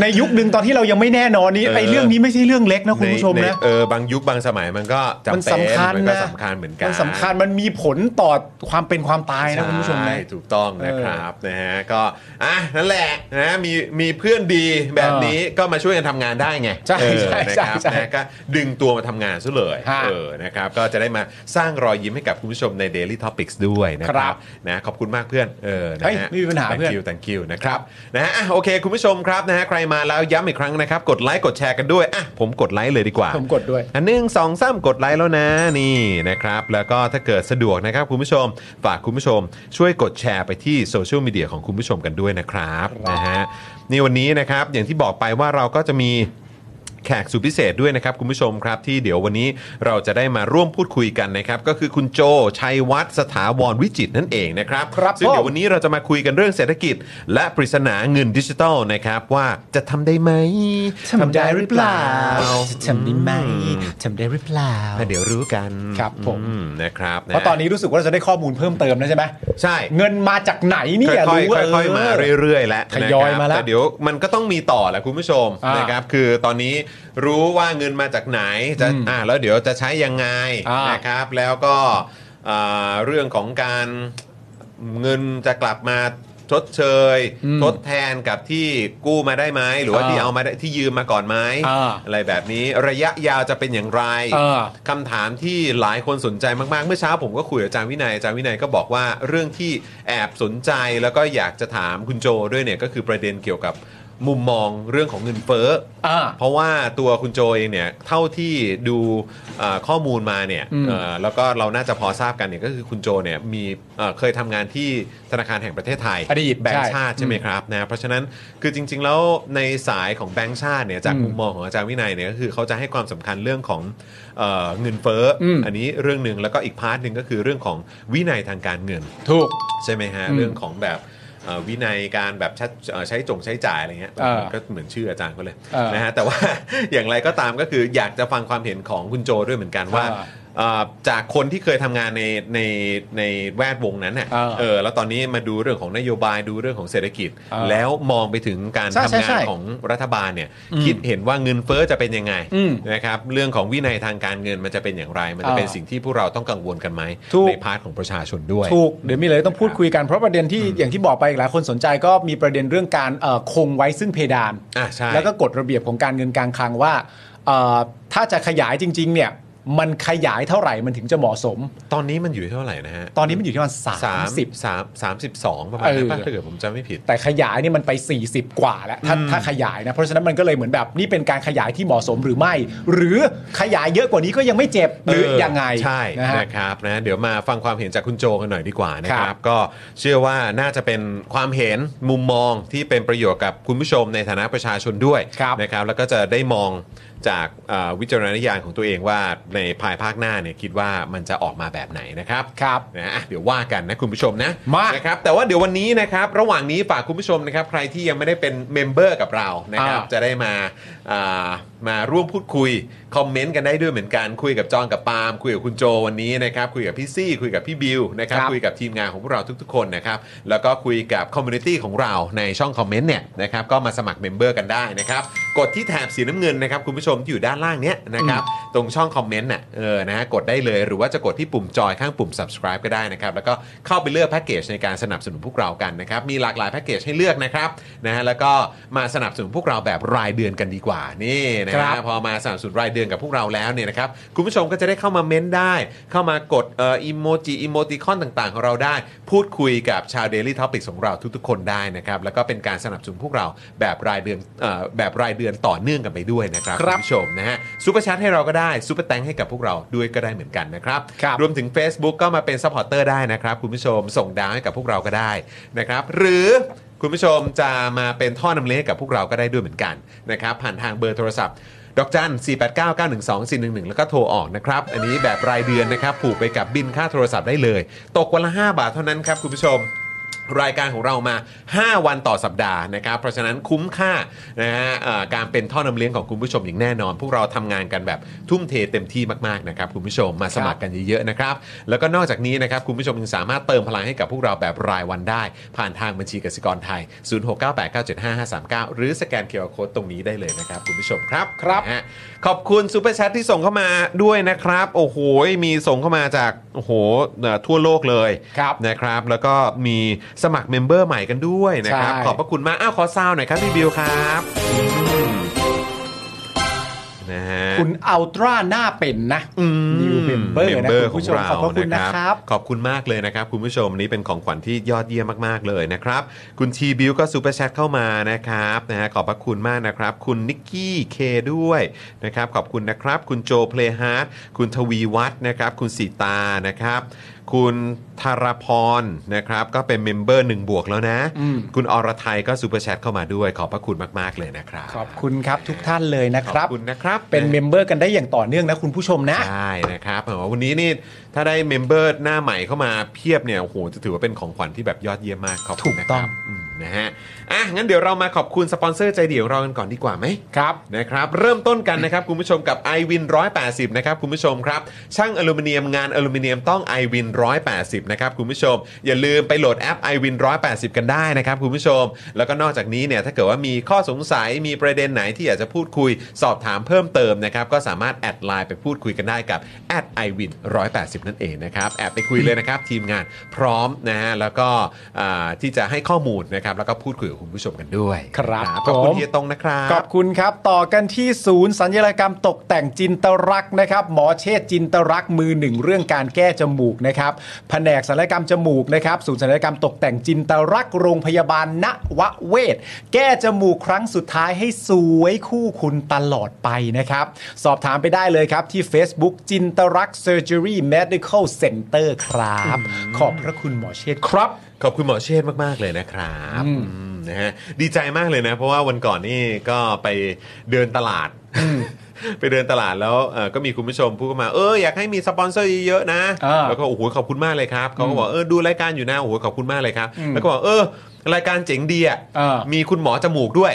[SPEAKER 5] ในยุคหนึ่งตอนที่เรายังไม่แน่นอนนี่
[SPEAKER 1] เออ
[SPEAKER 5] ไอ้เรื่องนี้ไม่ใช่เรื่องเล็กนะคุณผู้ชม
[SPEAKER 1] ใน
[SPEAKER 5] นะ
[SPEAKER 1] ในเออบางยุคบางสมัยมันก็จำ
[SPEAKER 5] มัน
[SPEAKER 1] เป็น
[SPEAKER 5] สำคัญ
[SPEAKER 1] มัก็
[SPEAKER 5] นะ
[SPEAKER 1] สำคัญเหมือนกัน
[SPEAKER 5] มันสำคัญมันมีผลต่อความเป็นความตายนะคุณผู้ชม
[SPEAKER 1] ใช่
[SPEAKER 5] นะ
[SPEAKER 1] ถูกต้องนะครับนะฮะก็อ่ะนั่นแหละนะมีมีเพื่อนดีแบบนี้ก็มาช่วยกันทำงานได้ไง
[SPEAKER 5] ใช่
[SPEAKER 1] เออ
[SPEAKER 5] ใช่
[SPEAKER 1] นะครับ
[SPEAKER 5] ใช่ใช่
[SPEAKER 1] นะก็ดึงตัวมาทำงานซะเลย
[SPEAKER 5] ฮะ
[SPEAKER 1] เออนะครับก็จะได้มาสร้างรอยยิ้มให้กับคุณผู้ชมใน Daily Topics ด้วยนะค
[SPEAKER 5] ครั
[SPEAKER 1] รับบ นะขอบคุณมากเพื่อนเออนะ
[SPEAKER 5] เฮ้ย
[SPEAKER 1] ฮะ
[SPEAKER 5] ไม่มีปัญหา
[SPEAKER 1] Thank
[SPEAKER 5] เพื่อน
[SPEAKER 1] you คิว thank you นะครับนะฮะอ่ะโอเค คุณผู้ชมครับนะฮะใครมาแล้วย้ำอีกครั้งนะครับ กดไลค์กดแชร์กันด้วยอ่ะผมกดไลค์เลยดีกว่า
[SPEAKER 5] ผมกดด้วย
[SPEAKER 1] อันหนึ่งสองสามกดไลค์แล้วนะนี่นะครับ แล้วก็ถ้าเกิดสะดวกนะครับ คุณผู้ชมฝากคุณผู้ชม ช่วยกดแชร์ไปที่โซเชียลมีเดียของคุณผู้ชมกันด้วยนะครับนะฮะนี่วันนี้นะครับอย่างที่บอกไปว่าเราก็จะมี แขกสุดพิเศษด้วยนะครับคุณผู้ชมครับที่เดี๋ยววันนี้เราจะได้มาร่วมพูดคุยกันนะครับก็คือคุณโจชัยวัฒน์สถาวรวิจิตรนั่นเองนะครับ
[SPEAKER 5] ครับ
[SPEAKER 1] ซึ่งเดี๋ยว
[SPEAKER 5] ผม
[SPEAKER 1] วันนี้เราจะมาคุยกันเรื่องเศรษฐกิจ และปริศนาเงินดิจิทัลนะครับว่าจะทำได้ไหม
[SPEAKER 5] จะทำได้ไหมทำได้หรือเปล่า
[SPEAKER 1] ถ้าเดี๋ยวรู้กัน
[SPEAKER 5] ครับผม
[SPEAKER 1] อืนะครับ
[SPEAKER 5] เพราะตอนนี้รู้สึกว่าเราจะได้ข้อมูลเพิ่มเติมแล้วใช่ไหม
[SPEAKER 1] ใช่
[SPEAKER 5] เงินมาจากไหนเนี่ย
[SPEAKER 1] ค่อย
[SPEAKER 5] รู้เ
[SPEAKER 1] ๆค่อยๆมาเรื่อยๆแล้ว
[SPEAKER 5] ทยอย
[SPEAKER 1] นะครับ
[SPEAKER 5] มาแล้ว
[SPEAKER 1] ต่เดี๋ยวมันก็ต้องมีต่อแหละคุณผู้ชม
[SPEAKER 5] อ่าน
[SPEAKER 1] นะครับคือตอนนี้รู้ว่าเงินมาจากไหนจะอ่าแล้วเดี๋ยวจะใช้ยังไง
[SPEAKER 5] อ่าน
[SPEAKER 1] นะครับ แล้วก็อ่าเรื่องของการเงินจะกลับมาชดเชย
[SPEAKER 5] อืม
[SPEAKER 1] ทดแทนกับที่กู้มาได้ไหมหรือว่า
[SPEAKER 5] อ่า
[SPEAKER 1] ที่เอามาได้ที่ยืมมาก่อนไหม
[SPEAKER 5] อ่า
[SPEAKER 1] อะไรแบบนี้ระยะยาวจะเป็นอย่างไร
[SPEAKER 5] อ่า
[SPEAKER 1] คำถามที่หลายคนสนใจมากๆเมื่อเช้าผมก็คุยกับอาจารย์วินัยอาจารย์วินัยก็บอกว่าเรื่องที่แอบสนใจแล้วก็อยากจะถามคุณโจด้วยเนี่ยก็คือประเด็นเกี่ยวกับมุมมองเรื่องของเงินเฟ้อ
[SPEAKER 5] อ่า
[SPEAKER 1] เพราะว่าตัวคุณโจเองเนี่ยเท่าที่ดูเอ่อข้อมูลมาเนี่ย
[SPEAKER 5] อืม
[SPEAKER 1] เอ่อแล้วก็เราน่าจะพอทราบกันเนี่ยก็คือคุณโจเนี่ยมีเอ่อเคยทำงานที่ธนาคารแห่งประเทศไทย
[SPEAKER 5] อดีต
[SPEAKER 1] แบงก์
[SPEAKER 5] ใช่
[SPEAKER 1] ชาติใช่ไหมครับนะเพราะฉะนั้นคือจริง ๆ แล้วในสายของแบงก์ชาติเนี่ยจาก
[SPEAKER 5] อืม
[SPEAKER 1] มุมมองของอาจารย์วินัยเนี่ยก็คือเขาจะให้ความสำคัญเรื่องของเอ่อเงินเฟ้ออ
[SPEAKER 5] ม
[SPEAKER 1] อันนี้เรื่องหนึ่งแล้วก็อีกพาร์ทหนึ่งก็คือเรื่องของวินัยทางการเงิน
[SPEAKER 5] ถูก
[SPEAKER 1] ใช่ไหมฮะ
[SPEAKER 5] อืม
[SPEAKER 1] เรื่องของแบบเอ่อวินัยการแบบชัดเอ่อใช้จงใช้จ่ายอะไรเงี้ย
[SPEAKER 5] เออ
[SPEAKER 1] มันก็เหมือนชื่ออาจารย์เขาเลย *laughs*
[SPEAKER 5] เออ
[SPEAKER 1] นะฮะแต่ว่า อย่างไรก็ตามก็คืออยากจะฟังความเห็นของคุณโจด้วยเหมือนกันว่า
[SPEAKER 5] เออ
[SPEAKER 1] เอ่อจากคนที่เคยทำงานในในในแวดวงนั้นน่ะ
[SPEAKER 2] เออ
[SPEAKER 1] เออแล้วตอนนี้มาดูเรื่องของนโยบายดูเรื่องของเศรษฐกิจ
[SPEAKER 2] เออ
[SPEAKER 1] แล้วมองไปถึงการ
[SPEAKER 2] ใช่
[SPEAKER 1] ทำ
[SPEAKER 2] ใช่
[SPEAKER 1] งา
[SPEAKER 2] ใช่
[SPEAKER 1] นของรัฐบาลเนี่ย
[SPEAKER 2] อืม
[SPEAKER 1] คิดเห็นว่าเงินเฟ้อจะเป็นยังไง
[SPEAKER 2] อืม
[SPEAKER 1] นะครับเรื่องของวินัยทางการเงินมันจะเป็นอย่างไร มันจะ
[SPEAKER 2] เออ
[SPEAKER 1] เป็นสิ่งที่พวกเราต้องกังวลกันไหม
[SPEAKER 2] ถูก
[SPEAKER 1] ในพาร์ทของประชาชนด้วย
[SPEAKER 2] ถูกเดี๋ยวมีเลยต้องพูดคุยกันเพราะประเด็นที่อย่างที่บอกไปหลายคนสนใจก็มีประเด็นเรื่องการเอ่อคงไว้ซึ่งเพดาน
[SPEAKER 1] อ่ะใช่
[SPEAKER 2] แล้วก็กฎระเบียบของการเงินการคลังว่าเอ่อถ้าจะขยายจริง ๆ เนี่ย มันขยายเท่าไหร่มันถึงจะเหมาะสม
[SPEAKER 1] ตอนนี้มันอยู่เท่าไหร่นะฮะ
[SPEAKER 2] ตอนนี้มันอยู่ที่ประมาณ
[SPEAKER 1] สามสิบ
[SPEAKER 2] 30
[SPEAKER 1] สามสามสิบสองประมาณนั้นปะ
[SPEAKER 2] เออ
[SPEAKER 1] ถ้าเกิดผมจำไม่ผิด
[SPEAKER 2] แต่ขยายเนี่ยมันไป 40 กว่าแล้วถ้าถ้าขยายนะ เพราะฉะนั้นมันก็เลยเหมือนแบบนี่เป็นการขยายที่เหมาะสมหรือไม่ หรือขยายเยอะกว่านี้ก็ยังไม่เจ็บหรือยังไง
[SPEAKER 1] ใช่
[SPEAKER 2] นะฮะ
[SPEAKER 1] นะครับนะเดี๋ยวมาฟังความเห็นจากคุณโจกันหน่อยดีกว่านะค
[SPEAKER 2] ค
[SPEAKER 1] รั
[SPEAKER 2] รั
[SPEAKER 1] บบ ก็เชื่อว่าน่าจะเป็นความเห็นมุมมองที่เป็นประโยชน์กับคุณผู้ชมในฐานะประชาชนด้วยนะครับแล้วก็จะได้มองจากเอ่อวิจารณญาณของตัวเองว่าในภายภาคหน้าเนี่ยคิดว่ามันจะออกมาแบบไหนนะครับ
[SPEAKER 2] ครับ
[SPEAKER 1] นะอ่ะเดี๋ยวว่ากันนะคุณผู้ชมนะ
[SPEAKER 2] มาน
[SPEAKER 1] ครับแต่ว่าเดี๋ยววันนี้นะครับระหว่างนี้ฝากคุณผู้ชมนะครับใครที่ยังไม่ได้เป็นเมมเบอร์กับเรานะครับ
[SPEAKER 2] อ่า
[SPEAKER 1] จะได้มาอ่ามาร่วมพูดคุยคอมเมนต์กันได้ด้วยเหมือนกันคุยกับจองกับปาล์มคุยกับคุณโจวันนี้นะครับคุยกับพี่ซี่คุยกับพี่บิวนะครับ
[SPEAKER 2] ครับ
[SPEAKER 1] คุยกับทีมงานของพวกเราทุกๆคนนะครับแล้วก็คุยกับคอมมูนิตี้ของเราในช่องคอมเมนต์เนี่ยนะครับก็มาสมัครเมมเบอร์กันได้นะครับกดที่แถบสีน้ำเงินนะครับคุณผู้ชมที่อยู่ด้านล่างเนี้ยนะครับ ตรงช่องคอมเมนต์น่ะเออนะฮะกดได้เลยหรือว่าจะกดที่ปุ่มจอยข้างปุ่ม subscribe ก็ได้นะครับ แล้วก็เข้าไปเลือกแพ็กเกจในการสนับสนุนพวกเรากันนะครับ มีหลากหลายแพ็กเกจให้เลือกนะครับนะฮะแล้วก็มาสนับสนุนพวกเราแบบรายเดือนกันดีกว่านี่นะ
[SPEAKER 2] ครั
[SPEAKER 1] ฮะ
[SPEAKER 2] บ
[SPEAKER 1] พอมาสนับสนุนรายเดือนกับพวกเราแล้วเนี่ยนะครับคุณผู้ชมก็จะได้เข้ามาเม้นได้ เข้ามากดเอ่ออิโมจิอิโมติคอนต่างๆของเราได้ พูดคุยกับชาว Daily Topics ของเราทุกๆ คนได้นะครับแล้วก็เป็นการสนับสนุนพวกเราแบบรายเดือนเอ่อแบบรายเดือนต่อเนื่องกันไปด้วยนะครับ ค
[SPEAKER 2] ครั
[SPEAKER 1] รับบ คุณผู้ชมนะฮะซูเปอร์แชทให้เราก็ได้ซูเปอร์แตงให้กับพวกเราด้วยก็ได้เหมือนกันนะครับ
[SPEAKER 2] ครับ
[SPEAKER 1] วมถึง Facebook ก็มาเป็นซัพพอร์ตเตอร์ได้นะครับ คุณผู้ชมส่งดาวให้กับพวกเราก็ได้นะครับหรือคุณผู้ชมจะมาเป็นท่อนำเลี้ยงให้กับพวกเราก็ได้ด้วยเหมือนกันนะครับผ่านทางเบอร์โทรศัพท์ ดอกจัน 4 8 9 9 1 2 4 1 1 แล้วก็โทรออกนะครับ อันนี้แบบรายเดือนนะครับผูกไปกับบินค่าโทรศัพท์ได้เลย ตกวันละ 5 บาทเท่านั้นครับคุณผู้ชม รายการของเรามา 5 วันต่อสัปดาห์นะครับ เพราะฉะนั้นคุ้มค่านะฮะเอ่อการเป็นท่อนำเลี้ยงของคุณผู้ชมอย่างแน่นอน พวกเราทำงานกันแบบทุ่มเทเต็มที่มากๆนะครับคุณผู้ชมมาสมัครกันเยอะๆนะครับ แล้วก็นอกจากนี้นะครับคุณผู้ชมยังสามารถเติมพลังให้กับพวกเราแบบรายวันได้ ผ่านทางบัญชีกสิกรไทย 0698975539 หรือสแกนเคอร์โคตรงนี้ได้เลยนะครับคุณผู้ชมครับ
[SPEAKER 2] ครับ
[SPEAKER 1] นะฮะขอบคุณซูเปอร์แชทที่ส่งเข้ามาด้วยนะครับ โอ้โหมีส่งเข้ามาจากโอ้โหเอ่อทั่วโลกเลย
[SPEAKER 2] ครับ
[SPEAKER 1] นะครับแล้วก็มีสมัครเมมเบอร์ใหม่กันด้วยนะครับ
[SPEAKER 2] ใช่
[SPEAKER 1] ขอบพระคุณมาก อ้าวขอซาวหน่อยครับพี่บิวครับอืมนะฮะ
[SPEAKER 2] คุณอัลตร้าหน้าเป็นนะ
[SPEAKER 1] อืม
[SPEAKER 2] นิวเมมเบอร์นะ
[SPEAKER 1] member
[SPEAKER 2] คุณผู้ชมขอบพระคุณนะครับ
[SPEAKER 1] ขอบคุณมากเลยนะครับ คุณผู้ชมนี่เป็นของขวัญที่ยอดเยี่ยมมากๆเลยนะครับ คุณทีบิวก็ซูเปอร์แชทเข้ามานะครับนะฮะขอบพระคุณมากนะครับ คุณนิกกี้เคด้วยนะครับ ขอบคุณนะครับ คุณโจเพลฮาร์ดคุณทวีวัฒน์นะครับ คุณสีตานะครับ คุณธารพรนะครับ ก็เป็นเมมเบอร์หนึ่งบวกแล้วนะ คุณอรไทยก็ซูเปอร์แชทเข้ามาด้วย ขอบพระคุณมากๆเลยนะครับ
[SPEAKER 2] ขอบคุณครับทุกท่านเลยนะครั
[SPEAKER 1] ข
[SPEAKER 2] บ
[SPEAKER 1] อบคุณนะครับ
[SPEAKER 2] เป็นเมมเบอร์กันได้อย่างต่อเนื่องนะคุณผู้ชมนะ
[SPEAKER 1] ใช่นะครับโอ้โหวันนี้นี่ถ้าได้เมมเบอร์หน้าใหม่เข้ามาเพียบเนี่ยโอ้โหจะถือว่าเป็นของขวัญที่แบบยอดเยี่ยมมากขอบคุณนะ
[SPEAKER 2] ถูก
[SPEAKER 1] ค
[SPEAKER 2] ต้
[SPEAKER 1] รั
[SPEAKER 2] อง
[SPEAKER 1] บมนะฮะอ่ะงั้นเดี๋ยวเรามาขอบคุณสปอนเซอร์ใจเดียวเรากันก่อนดีกว่าไหม
[SPEAKER 2] ครับ
[SPEAKER 1] นะครับเริ่มต้นกันนะครับ คุณผู้ชมกับ i w วิน180 นะครับ คุณผู้ชมครับ ช่างอลูมิเนียมงานอลูมิเนียมต้อง i w วิน180 นะครับ คุณผู้ชม อย่าลืมไปโหลดแอป i w วิน180 กันได้นะครับ คุณผู้ชม แล้วก็นอกจากนี้เนี่ยถ้าเกิดว่ามีข้อสงสัยมีประเด็นไหนที่อยากจะพูดคุยสอบถามเพิ่มเติมนะครับ ก็สามารถแอดไลน์ไปพูดคุยกันได้กับแอด i w วิน180 นั่นเองนะครับแอดไปคุยเลยนะครับทีมงานพร้อมนะฮะแล้วก็อ่าที่จะให้ข้อมูลนะครับแล้วก็พูดคุยกับคุณผู้ชมกันด้วย
[SPEAKER 2] ครับ
[SPEAKER 1] ขอบคุ
[SPEAKER 2] ผ
[SPEAKER 1] ณ
[SPEAKER 2] ม
[SPEAKER 1] เฮียตงนะครับ
[SPEAKER 2] ขอบคุณครับ ต่อกันที่ศูนย์สัญญกรรมตกแต่งจินตรักษณ์นะครับ หมอเชษจินตรักษณ์มือหนึ่งเรื่องการแก้จมูกนะครับแผนกศัลยกรรมจมูกนะครับ ศูนย์ศัลยกรรมตกแต่งจินตรักษณ์โรงพยาบาลณวเวศแก้จมูกครั้งสุดท้ายให้สวยคู่คุณตลอดไปนะครับ สอบถามไปได้เลยครับที่ Facebook จินตรักเซอร์เจอรี่เมดิคอลเซ็นเตอร์ครับ ขอบพระคุณหมอเชษครับ
[SPEAKER 1] ขอบคุณหมอเชษฐ์มาก ๆ เลยนะครับอืมนะฮะดีใจมากเลยนะ เพราะว่าวันก่อนนี่ก็ไปเดินตลาด *laughs* ไปเดินตลาดแล้วเอ่อก็มีคุณผู้ชมพูดเข้ามาเอออยากให้มีสปอนเซอร์เยอะๆนะ
[SPEAKER 2] อ่า
[SPEAKER 1] แล้วก็โอ้โหขอบคุณมากเลยครับเขาก็บอกเออดูรายการอยู่นะโอ้โหขอบคุณมากเลยครับ แล้วก็บอกเออ รายการเจ๋งดีอ่ะ
[SPEAKER 2] อ่ามี *laughs*
[SPEAKER 1] มีคุณหมอจมูกด้วย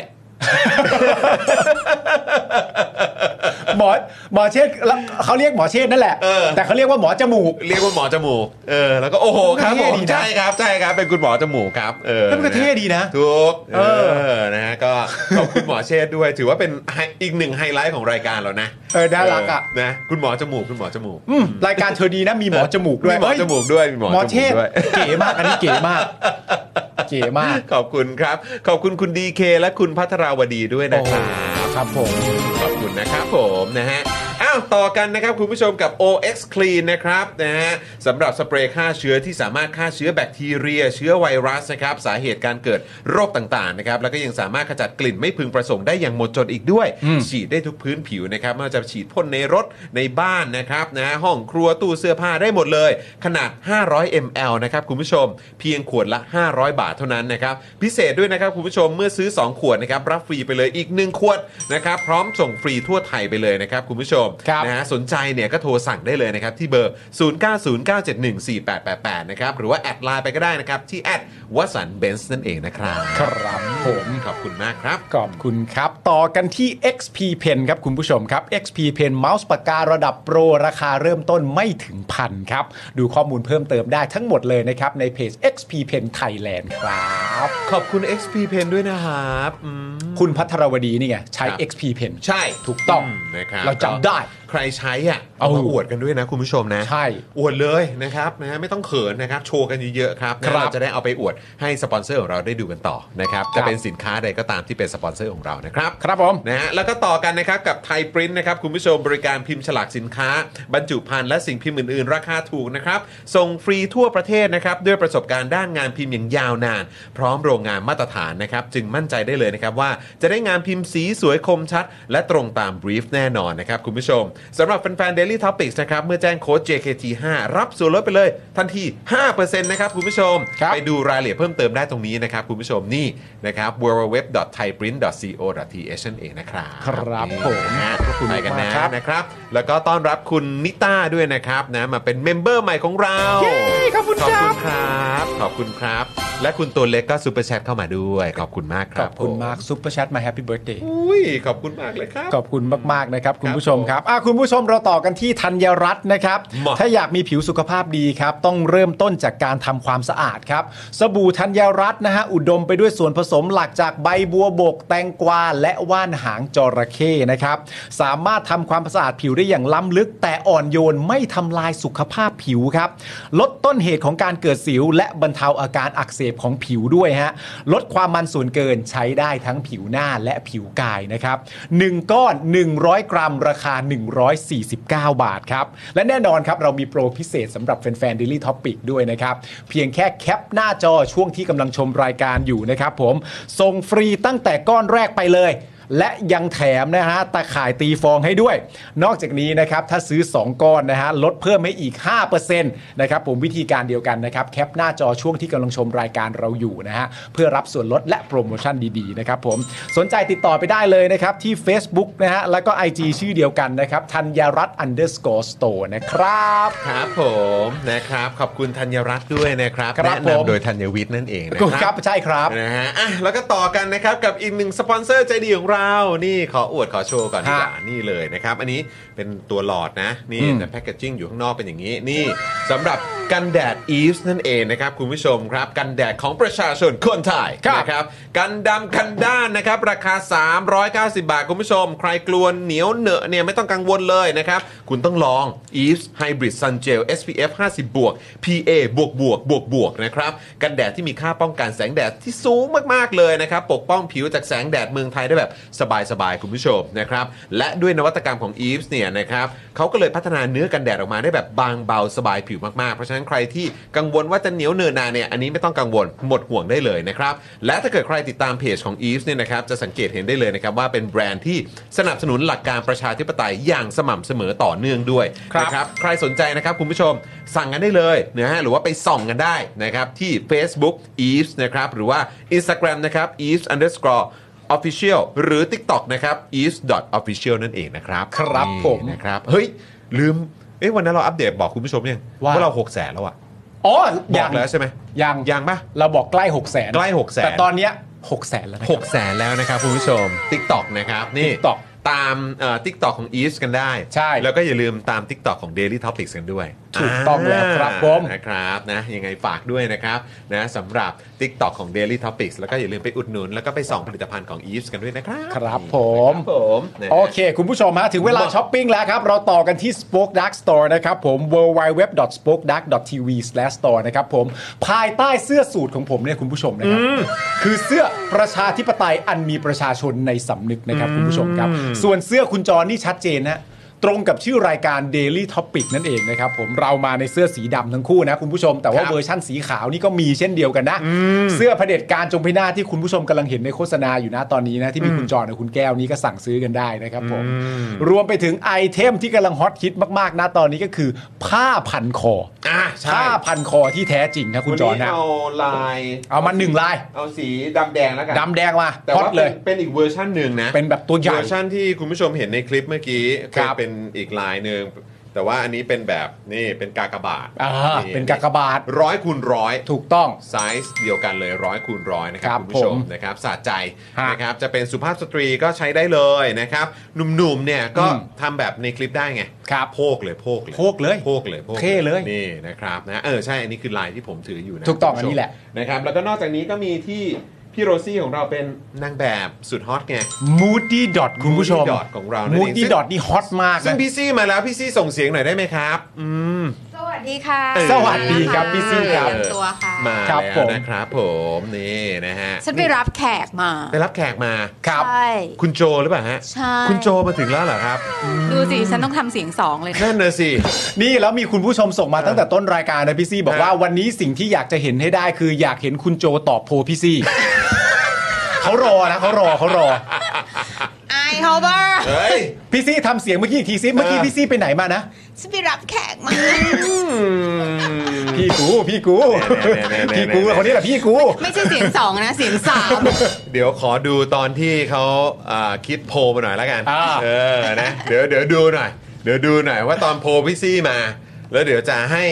[SPEAKER 2] หมอหมอเชษฐ์แล้วเขาเรียกหมอเชษฐ์นั่นแหละ
[SPEAKER 1] เออ
[SPEAKER 2] แต่เขาเรียกว่าหมอจมูก
[SPEAKER 1] เรียกว่าหมอจมูก เออ แล้วก็โอ้โหครับผม
[SPEAKER 2] เท่ดีนะ
[SPEAKER 1] ใช่ครับใช่ครับ เป็นคุณหมอจมูกครับ เออ
[SPEAKER 2] เฮ้ยมันก็เท่ดีนะ
[SPEAKER 1] ถูก เอ
[SPEAKER 2] เออ
[SPEAKER 1] อ นะฮะ ก็ขอบคุณหมอเชษฐ์ด้วย ถือว่าเป็นไฮอีกหนึ่งไฮไลท์ของรายการเรานะ
[SPEAKER 2] เออน่ารักอ่ะ
[SPEAKER 1] เนะ คุณหมอจมูก คุณหมอจมูก
[SPEAKER 2] อืมรายการเธอดีนะมีหมอจมูกด้วย
[SPEAKER 1] มีหมอจมูกด้วย มีหมอย
[SPEAKER 2] เฮ้หมอ
[SPEAKER 1] จ
[SPEAKER 2] เช
[SPEAKER 1] มูก
[SPEAKER 2] ษฐ์
[SPEAKER 1] ด้วย
[SPEAKER 2] เก๋มากอันนี้เก๋
[SPEAKER 1] *laughs*
[SPEAKER 2] มาก เก๋มาก
[SPEAKER 1] ขอบคุณครับ ขอบคุณคุณดีเคและคุณพัทราวดีด้วยนะครับ
[SPEAKER 2] ครับผม
[SPEAKER 1] ขอบคุณนะครับผมนะฮะ อ้าวต่อกันนะครับคุณผู้ชมกับ OX Clean นะครับนะฮะสำหรับสเปรย์ฆ่าเชื้อที่สามารถฆ่าเชื้อแบคทีเรีย เชื้อไวรัสนะครับสาเหตุการเกิดโรคต่างๆนะครับแล้วก็ยังสามารถขจัดกลิ่นไม่พึงประสงค์ได้อย่างหมดจดอีกด้วย ฉีดได้ทุกพื้นผิวนะครับไม่ว่าจะฉีดพ่นในรถในบ้านนะครับนะฮะห้องครัวตู้เสื้อผ้าได้หมดเลย ขนาด 500 ml นะครับคุณผู้ชม เพียงขวดละ 500 บาทเท่านั้นนะครับพิเศษด้วยนะครับคุณผู้ชมเมื่อซื้อ 2 ขวดนะครับรับฟรีไปเลยอีก 1 ขวดนะครับพร้อมส่งฟรีทั่วไทยไปเลยนะครับคุณผู้ชม
[SPEAKER 2] ครับ
[SPEAKER 1] นะฮะสนใจเนี่ยก็โทรสั่งได้เลยนะครับที่เบอร์ 0909714888 นะครับหรือว่าแอดไลน์ไปก็ได้นะครับที่แอดวัสันเบนซ์นั่นเองนะครับ
[SPEAKER 2] ครับผม
[SPEAKER 1] ขอบคุณมากครับ
[SPEAKER 2] ขอบคุณครับ ต่อกันที่ XP Pen ครับคุณผู้ชมครับ XP Pen เมาส์ปากการะดับโปร ราคาเริ่มต้นไม่ถึงพันครับ ดูข้อมูลเพิ่มเติมได้ทั้งหมดเลยนะครับ ในเพจ XP Pen Thailand ครับ
[SPEAKER 1] ขอบคุณ XP Pen ด้วยนะครับอืม
[SPEAKER 2] คุณพัทรวดีนี่ไง ใช้
[SPEAKER 1] ครับ
[SPEAKER 2] XP Pen
[SPEAKER 1] ใช่
[SPEAKER 2] ถูกต้อง
[SPEAKER 1] มนะครับ
[SPEAKER 2] เราจำได้
[SPEAKER 1] ก็ใครใช้อ่ะเอามาอวดกันด้วยนะคุณผู้ชมนะ
[SPEAKER 2] ใช่
[SPEAKER 1] อวดเลยนะครับนะฮะไม่ต้องเขินนะครับ โชว์กันเยอะๆครับ
[SPEAKER 2] ครับ
[SPEAKER 1] เราจะได้เอาไปอวดให้สปอนเซอร์ของเราได้ดูกันต่อนะครับ
[SPEAKER 2] ครั
[SPEAKER 1] จะ
[SPEAKER 2] บ
[SPEAKER 1] เป็นสินค้าใดก็ตามที่เป็นสปอนเซอร์ของเรานะครับ
[SPEAKER 2] ครับผม
[SPEAKER 1] นะฮะแล้วก็ต่อกันนะครับกับไทยปริ้นนะครับคุณผู้ชมบริการพิมพ์ฉลากสินค้า บรรจุภัณฑ์และสิ่งพิมพ์อื่นๆ ราคาถูกนะครับส่งฟรีทั่วประเทศนะครับด้วยประสบการณ์ด้านงานพิมพ์อย่างยาวนาน พร้อมโรงงานมาตรฐานนะครับจึงมั่นใจได้เลยนะครับว่าจะได้งานพิมพ์สีสวยคมชัด และตรงตามบรีฟแน่นอนนะครับคุณผู้ชมสำหรับแฟนๆ Daily Topics นะครับเมื่อแจ้งโค้ด JKT5 รับส่วนลดไปเลย ทันที 5%นะครับคุณผู้ชม
[SPEAKER 2] ครับ
[SPEAKER 1] ไปดูรายละเอียดเพิ่มเติมได้ตรงนี้นะครับคุณผู้ชมนี่นะครับ www.thaiprint.co.th นั่นเองนะครับ
[SPEAKER 2] ครับ
[SPEAKER 1] นี่
[SPEAKER 2] ผม
[SPEAKER 1] นะ
[SPEAKER 2] ขอบคุณ
[SPEAKER 1] ไปกันนะ
[SPEAKER 2] มากครับ
[SPEAKER 1] นะครับ แล้วก็ต้อนรับคุณนิต้าด้วยนะครับนะมาเป็นเมมเบอร์ใหม่ของเรา ขอบคุณครับ ขอบคุณครับ และคุณตัวเล็กก็ซูเปอร์แชทเข้ามาด้วย ขอบคุณมากค
[SPEAKER 2] ข
[SPEAKER 1] รั
[SPEAKER 2] อ
[SPEAKER 1] บบ
[SPEAKER 2] คุณ
[SPEAKER 1] ผม
[SPEAKER 2] ากซุปเปอร์แชทมาแฮปปี้เบิร์ดเดย์
[SPEAKER 1] อุ้ยขอบคุณมากเลยครับ
[SPEAKER 2] ขอบคุณมาก ๆ นะครับ คุณผู้ชม
[SPEAKER 1] ผม
[SPEAKER 2] ครับอ่ะคุณผู้ชมเราต่อกันที่ธัญรัตน์นะครับ
[SPEAKER 1] มา
[SPEAKER 2] ถ้าอยากมีผิวสุขภาพดีครับ ต้องเริ่มต้นจากการทำความสะอาดครับ สบู่ธัญรัตน์นะฮะ อุดมไปด้วยส่วนผสมหลักจากใบบัวบก แตงกวา และว่านหางจระเข้นะครับ สามารถทำความสะอาดผิวได้อย่างล้ำลึก แต่อ่อนโยนไม่ทำลายสุขภาพผิวครับ ลดต้นเหตุของการเกิดสิว และบรรเทาอาการอักเสบของผิวด้วยฮะ ลดความมันส่วนเกินใช้ได้ทั้งผิวหน้าและผิวกายนะครับ 1 ก้อน 100 กรัม ราคา 149 บาทครับ และแน่นอนครับ เรามีโปรพิเศษสำหรับแฟนๆ Daily Topic ด้วยนะครับ เพียงแค่แคปหน้าจอช่วงที่กำลังชมรายการอยู่นะครับผม ส่งฟรีตั้งแต่ก้อนแรกไปเลย และยังแถมนะฮะตะข่ายตีฟองให้ด้วย นอกจากนี้นะครับ ถ้าซื้อ 2 ก้อนนะฮะลดเพิ่มให้อีก 5%นะครับผมวิธีการเดียวกันนะครับ แคปหน้าจอช่วงที่กำลังชมรายการเราอยู่นะฮะเพื่อรับส่วนลดและโปรโมชั่นดีๆนะครับผมสนใจติดต่อไปได้เลยนะครับ ที่ Facebook นะฮะแล้วก็ IG ชื่อเดียวกันนะครับธัญรัตน์ underscore store นะครับ
[SPEAKER 1] ครับผมนะครับขอบคุณธัญรัตน์ด้วยนะครับ
[SPEAKER 2] ครับ
[SPEAKER 1] แนะ
[SPEAKER 2] ผม
[SPEAKER 1] นำโดยธัญวิทย์นั่นเองนะ
[SPEAKER 2] ขอบคุณ
[SPEAKER 1] ค
[SPEAKER 2] ค
[SPEAKER 1] รั
[SPEAKER 2] รับ บใช่ครับ
[SPEAKER 1] นะฮะอ่ะแล้วก็ต่อกันนะครับกับอีกหนึ่งสปอนเซอร์ใจดีของเรา นี่ขออวดขอโชว์ก่อนดีกว่านี่เลยนะครับ อันนี้เป็นตัวหลอดนะ นี่
[SPEAKER 2] อืม
[SPEAKER 1] แต่แพคเกจจิ้งอยู่ข้างนอกเป็นอย่างนี้ นี่สำหรับกันแดดอีฟนั่นเองนะครับ คุณผู้ชมครับ กันแดดของประชาชนคนไทยนะครับ กันดำกันด้านนะครับ ราคา 390 บาท คุณผู้ชม ใครกลัวเหนียวเหนอะเนี่ยไม่ต้องกังวลเลยนะครับ คุณต้องลอง e v e s Hybrid Sun Gel SPF 50บวก PA บวกบวกบวกบวกนะครับ กันแดดที่มีค่าป้องกันแสงแดดที่สูงมาก ๆ เลยนะครับ ปกป้องผิวจากแสงแดดเมืองไทยได้แบบสบาย ๆ คุณผู้ชมนะครับ และด้วยนวัตกรรมของ e v e s เนี่ยนะครับเขาก็เลยพัฒนาเนื้อกันแดดออกมาได้แบบบางเบาสบายผิวมาก ๆ เพราะฉะนั้นใครที่กังวลว่าจะเหนียวเนินหนาเนี่ยอันนี้ไม่ต้องกังวลหมดห่วงได้เลยนะครับ และถ้าเกิดใครติดตามเพจของ e v e s เนี่ยนะครับจะสังเกตเห็นได้เลยนะครับว่าเป็นแบรนด์ที่สนับสนุนหลักการประชาธิปไตยอย่างสม่ำเสมอต่อเนื่องด้วย
[SPEAKER 2] ครับ
[SPEAKER 1] นะครับ ใครสนใจนะครับคุณผู้ชมสั่งกันได้เลยนะฮะหรือว่าไปส่องกันได้นะครับ ที่ Facebook e v e s นะครับหรือว่า Instagram นะครับ e v e s underscore official หรือ TikTok นะครับ e v e s official นั่นเองนะครับ
[SPEAKER 2] ครับ
[SPEAKER 1] นี่
[SPEAKER 2] ผม
[SPEAKER 1] นะครับเฮ้ย ลืมเอ้วันนั้นเราอัปเดตบอกคุณผู้ชมยัง
[SPEAKER 2] ว่า
[SPEAKER 1] เรา6 0แสนแล้วอะ
[SPEAKER 2] อ๋อบ ยั
[SPEAKER 1] อก
[SPEAKER 2] ง
[SPEAKER 1] แล้วใช่ไหม
[SPEAKER 2] ยัง
[SPEAKER 1] ยังปะ
[SPEAKER 2] เราบอกใกล้6 0 0 0 0
[SPEAKER 1] ใกล้600,000
[SPEAKER 2] แต่ตอนเนี้ย6 0 0 0 0 0แล้ว
[SPEAKER 1] ห
[SPEAKER 2] นะครับ
[SPEAKER 1] กแสนแล้วนะครับคุณผู้ชม TikTok นะครับนี่
[SPEAKER 2] TikTok
[SPEAKER 1] ตามทิกตอกของอีฟกันได้
[SPEAKER 2] ใช่
[SPEAKER 1] แล้วก็อย่าลืมตาม Tik t o อกของ Daily Topics กันด้วย
[SPEAKER 2] ถูกต้องแล้วครับผม
[SPEAKER 1] นะครับนะยังไงฝากด้วยนะครับนะสำหรับ Tik t o อกของ Daily Topics แล้วก็อย่าลืมไปอุดหนุน แล้วก็ไปส่องผลิตภัณฑ์ของอีฟกันด้วยนะครับ
[SPEAKER 2] ครับผม
[SPEAKER 1] ครับผมนะฮะ
[SPEAKER 2] โอเค คุณผู้ชมฮะถึงเวลาช้อปปิ้งแล้วครับ เราต่อกันที่ Spoke Dark Store นะครับผม www.spokedark.tv/store นะครับผม ภายใต้เสื้อสูตรของผมเนี่ยคุณผู้ชมนะครับ คือเสื้อประชาธิปไตยอันมีประชาชนในสำนึกนะครับคุณผู้ชมครับ ส่วนเสื้อคุณจรนี่ชัดเจนนะ ตรงกับชื่อรายการ Daily Topic นั่นเองนะครับผมเรามาในเสื้อสีดำทั้งคู่นะคุณผู้ชม แต่ว่า
[SPEAKER 1] ครับ
[SPEAKER 2] เวอร์ชั่นสีขาวนี่ก็มีเช่นเดียวกันนะ เสื้อเผด็จการจงพินาศที่คุณผู้ชมกำลังเห็นในโฆษณาอยู่นะตอนนี้นะที่มีคุณจอกับคุณแก้วนี้ก็สั่งซื้อกันได้นะครับผม รวมไปถึงไอเทมที่กำลังฮอตฮิตมากๆนะตอนนี้ก็คือผ้าพันคอ
[SPEAKER 1] อ่ะใช่
[SPEAKER 2] ผ้าพันคอที่แท้จริงนะคุณจอนะ
[SPEAKER 1] ลาย
[SPEAKER 2] เอามาหนึ่งลาย
[SPEAKER 1] เอาสีดำแดงแล้วกัน
[SPEAKER 2] ดำแดงมา
[SPEAKER 1] แต่
[SPEAKER 2] ฮอต
[SPEAKER 1] ว่า
[SPEAKER 2] เล
[SPEAKER 1] เป็นเป็
[SPEAKER 2] ย
[SPEAKER 1] นอีกเวอร์ชันหนึ่งนะ
[SPEAKER 2] เป็นแบบตัวใหญ่
[SPEAKER 1] เวอร์ชันที่คุณผู้ชมเห็นในคลิปเมื่อกี้
[SPEAKER 2] ครับ
[SPEAKER 1] เป็นอีกลายหนึ่งแต่ว่าอันนี้เป็นแบบนี่เป็นกากบาท
[SPEAKER 2] อ่าเป็นกากบาท
[SPEAKER 1] ร้อยคูณร้อย
[SPEAKER 2] ถูกต้อง
[SPEAKER 1] ไซส์เดียวกันเลยร้อยคูณร้อยนะค
[SPEAKER 2] ครั
[SPEAKER 1] รับบ คุณผู้ชม
[SPEAKER 2] ผม
[SPEAKER 1] นะครับสะใจ
[SPEAKER 2] ฮะ
[SPEAKER 1] นะครับจะเป็นสุภาพสตรีก็ใช้ได้เลยนะครับหนุ่มๆเนี่ยก็
[SPEAKER 2] อืม
[SPEAKER 1] ทำแบบในคลิปได้ไง
[SPEAKER 2] ครับ
[SPEAKER 1] โพกเลยโพกเลย
[SPEAKER 2] โพกเลย
[SPEAKER 1] โพกเลยโพก
[SPEAKER 2] เท่เลย
[SPEAKER 1] นี่นะครับนะเออใช่อันนี้คือลายที่ผมถืออยู่นะ
[SPEAKER 2] ถูกต้อง
[SPEAKER 1] คุณ
[SPEAKER 2] อั
[SPEAKER 1] ผู้ชม
[SPEAKER 2] นนี้แหละ
[SPEAKER 1] นะครับแล้วก็นอกจากนี้ก็มีที่พี่โรซี่ของเราเป็นนางแบบสุดฮอตไง
[SPEAKER 2] Moody Dot คุณผู้ชม
[SPEAKER 1] Moody Dot ของเรานั่นเอง
[SPEAKER 2] Moody Dot นี่ฮอตมาก
[SPEAKER 1] ซึ่ง
[SPEAKER 2] นะ
[SPEAKER 1] พี่ซี่มาแล้วพี่ซี่ส่งเสียงหน่อยได้ไหมครับ อืม
[SPEAKER 6] สวัสดีค่ะ
[SPEAKER 1] สวั
[SPEAKER 2] สดีครับพี่ซี่ครับ
[SPEAKER 6] เตยมตัวค่ะ
[SPEAKER 1] มา
[SPEAKER 2] ครับ
[SPEAKER 1] แล้ว
[SPEAKER 2] ผม
[SPEAKER 1] นะครับผมนี่นะฮะ
[SPEAKER 6] ฉันไปรับแขกมา
[SPEAKER 1] ไปรับแขกมา
[SPEAKER 2] ครับ
[SPEAKER 6] ใช่
[SPEAKER 1] คุณโจหรือเปล่าฮะ
[SPEAKER 6] ใช่
[SPEAKER 1] คุณโจมาถึงแล้วเหรอครับ
[SPEAKER 6] ดูสิ ฉันต้องทำเสียงสองเลยนะ
[SPEAKER 1] นั่นน่ะสิ
[SPEAKER 2] นี่แล้วมีคุณผู้ชมส่งมาตั้งแต่ต้นรายการนะพี่ซี่บอกว่า
[SPEAKER 1] ฮะ
[SPEAKER 2] วันนี้สิ่งที่อยากจะเห็นให้ได้คืออยากเห็นคุณโจตอบโพลพี่ซี่ *laughs* เขารอนะเขารอเขารอ
[SPEAKER 6] ไอเขาบ้า
[SPEAKER 1] เฮ้ย
[SPEAKER 2] พี่ซี่ทำเสียงเมื่อกี้อีกทีซิเมื่อกี้
[SPEAKER 1] เออ
[SPEAKER 2] พี่ซี่ไปไหนมานะ
[SPEAKER 6] ฉันไปรับแขกมา
[SPEAKER 2] พี่กูพี่กู
[SPEAKER 1] แน่ๆๆๆ
[SPEAKER 2] พี่กูคนนี้แหละพี่กู
[SPEAKER 6] ไม่ใช่เสียงสองนะ เสียงสาม
[SPEAKER 1] เดี๋ยวขอดูตอนที่เขาอ่าคิดโพลมาหน่อยละกัน
[SPEAKER 2] อ่า
[SPEAKER 1] เออนะเดี๋ยวเดี๋ยวดูหน่อย เดี๋ยวดูหน่อยว่าตอนโพลพี่ซี่มา แล้วเดี๋ยวจะให้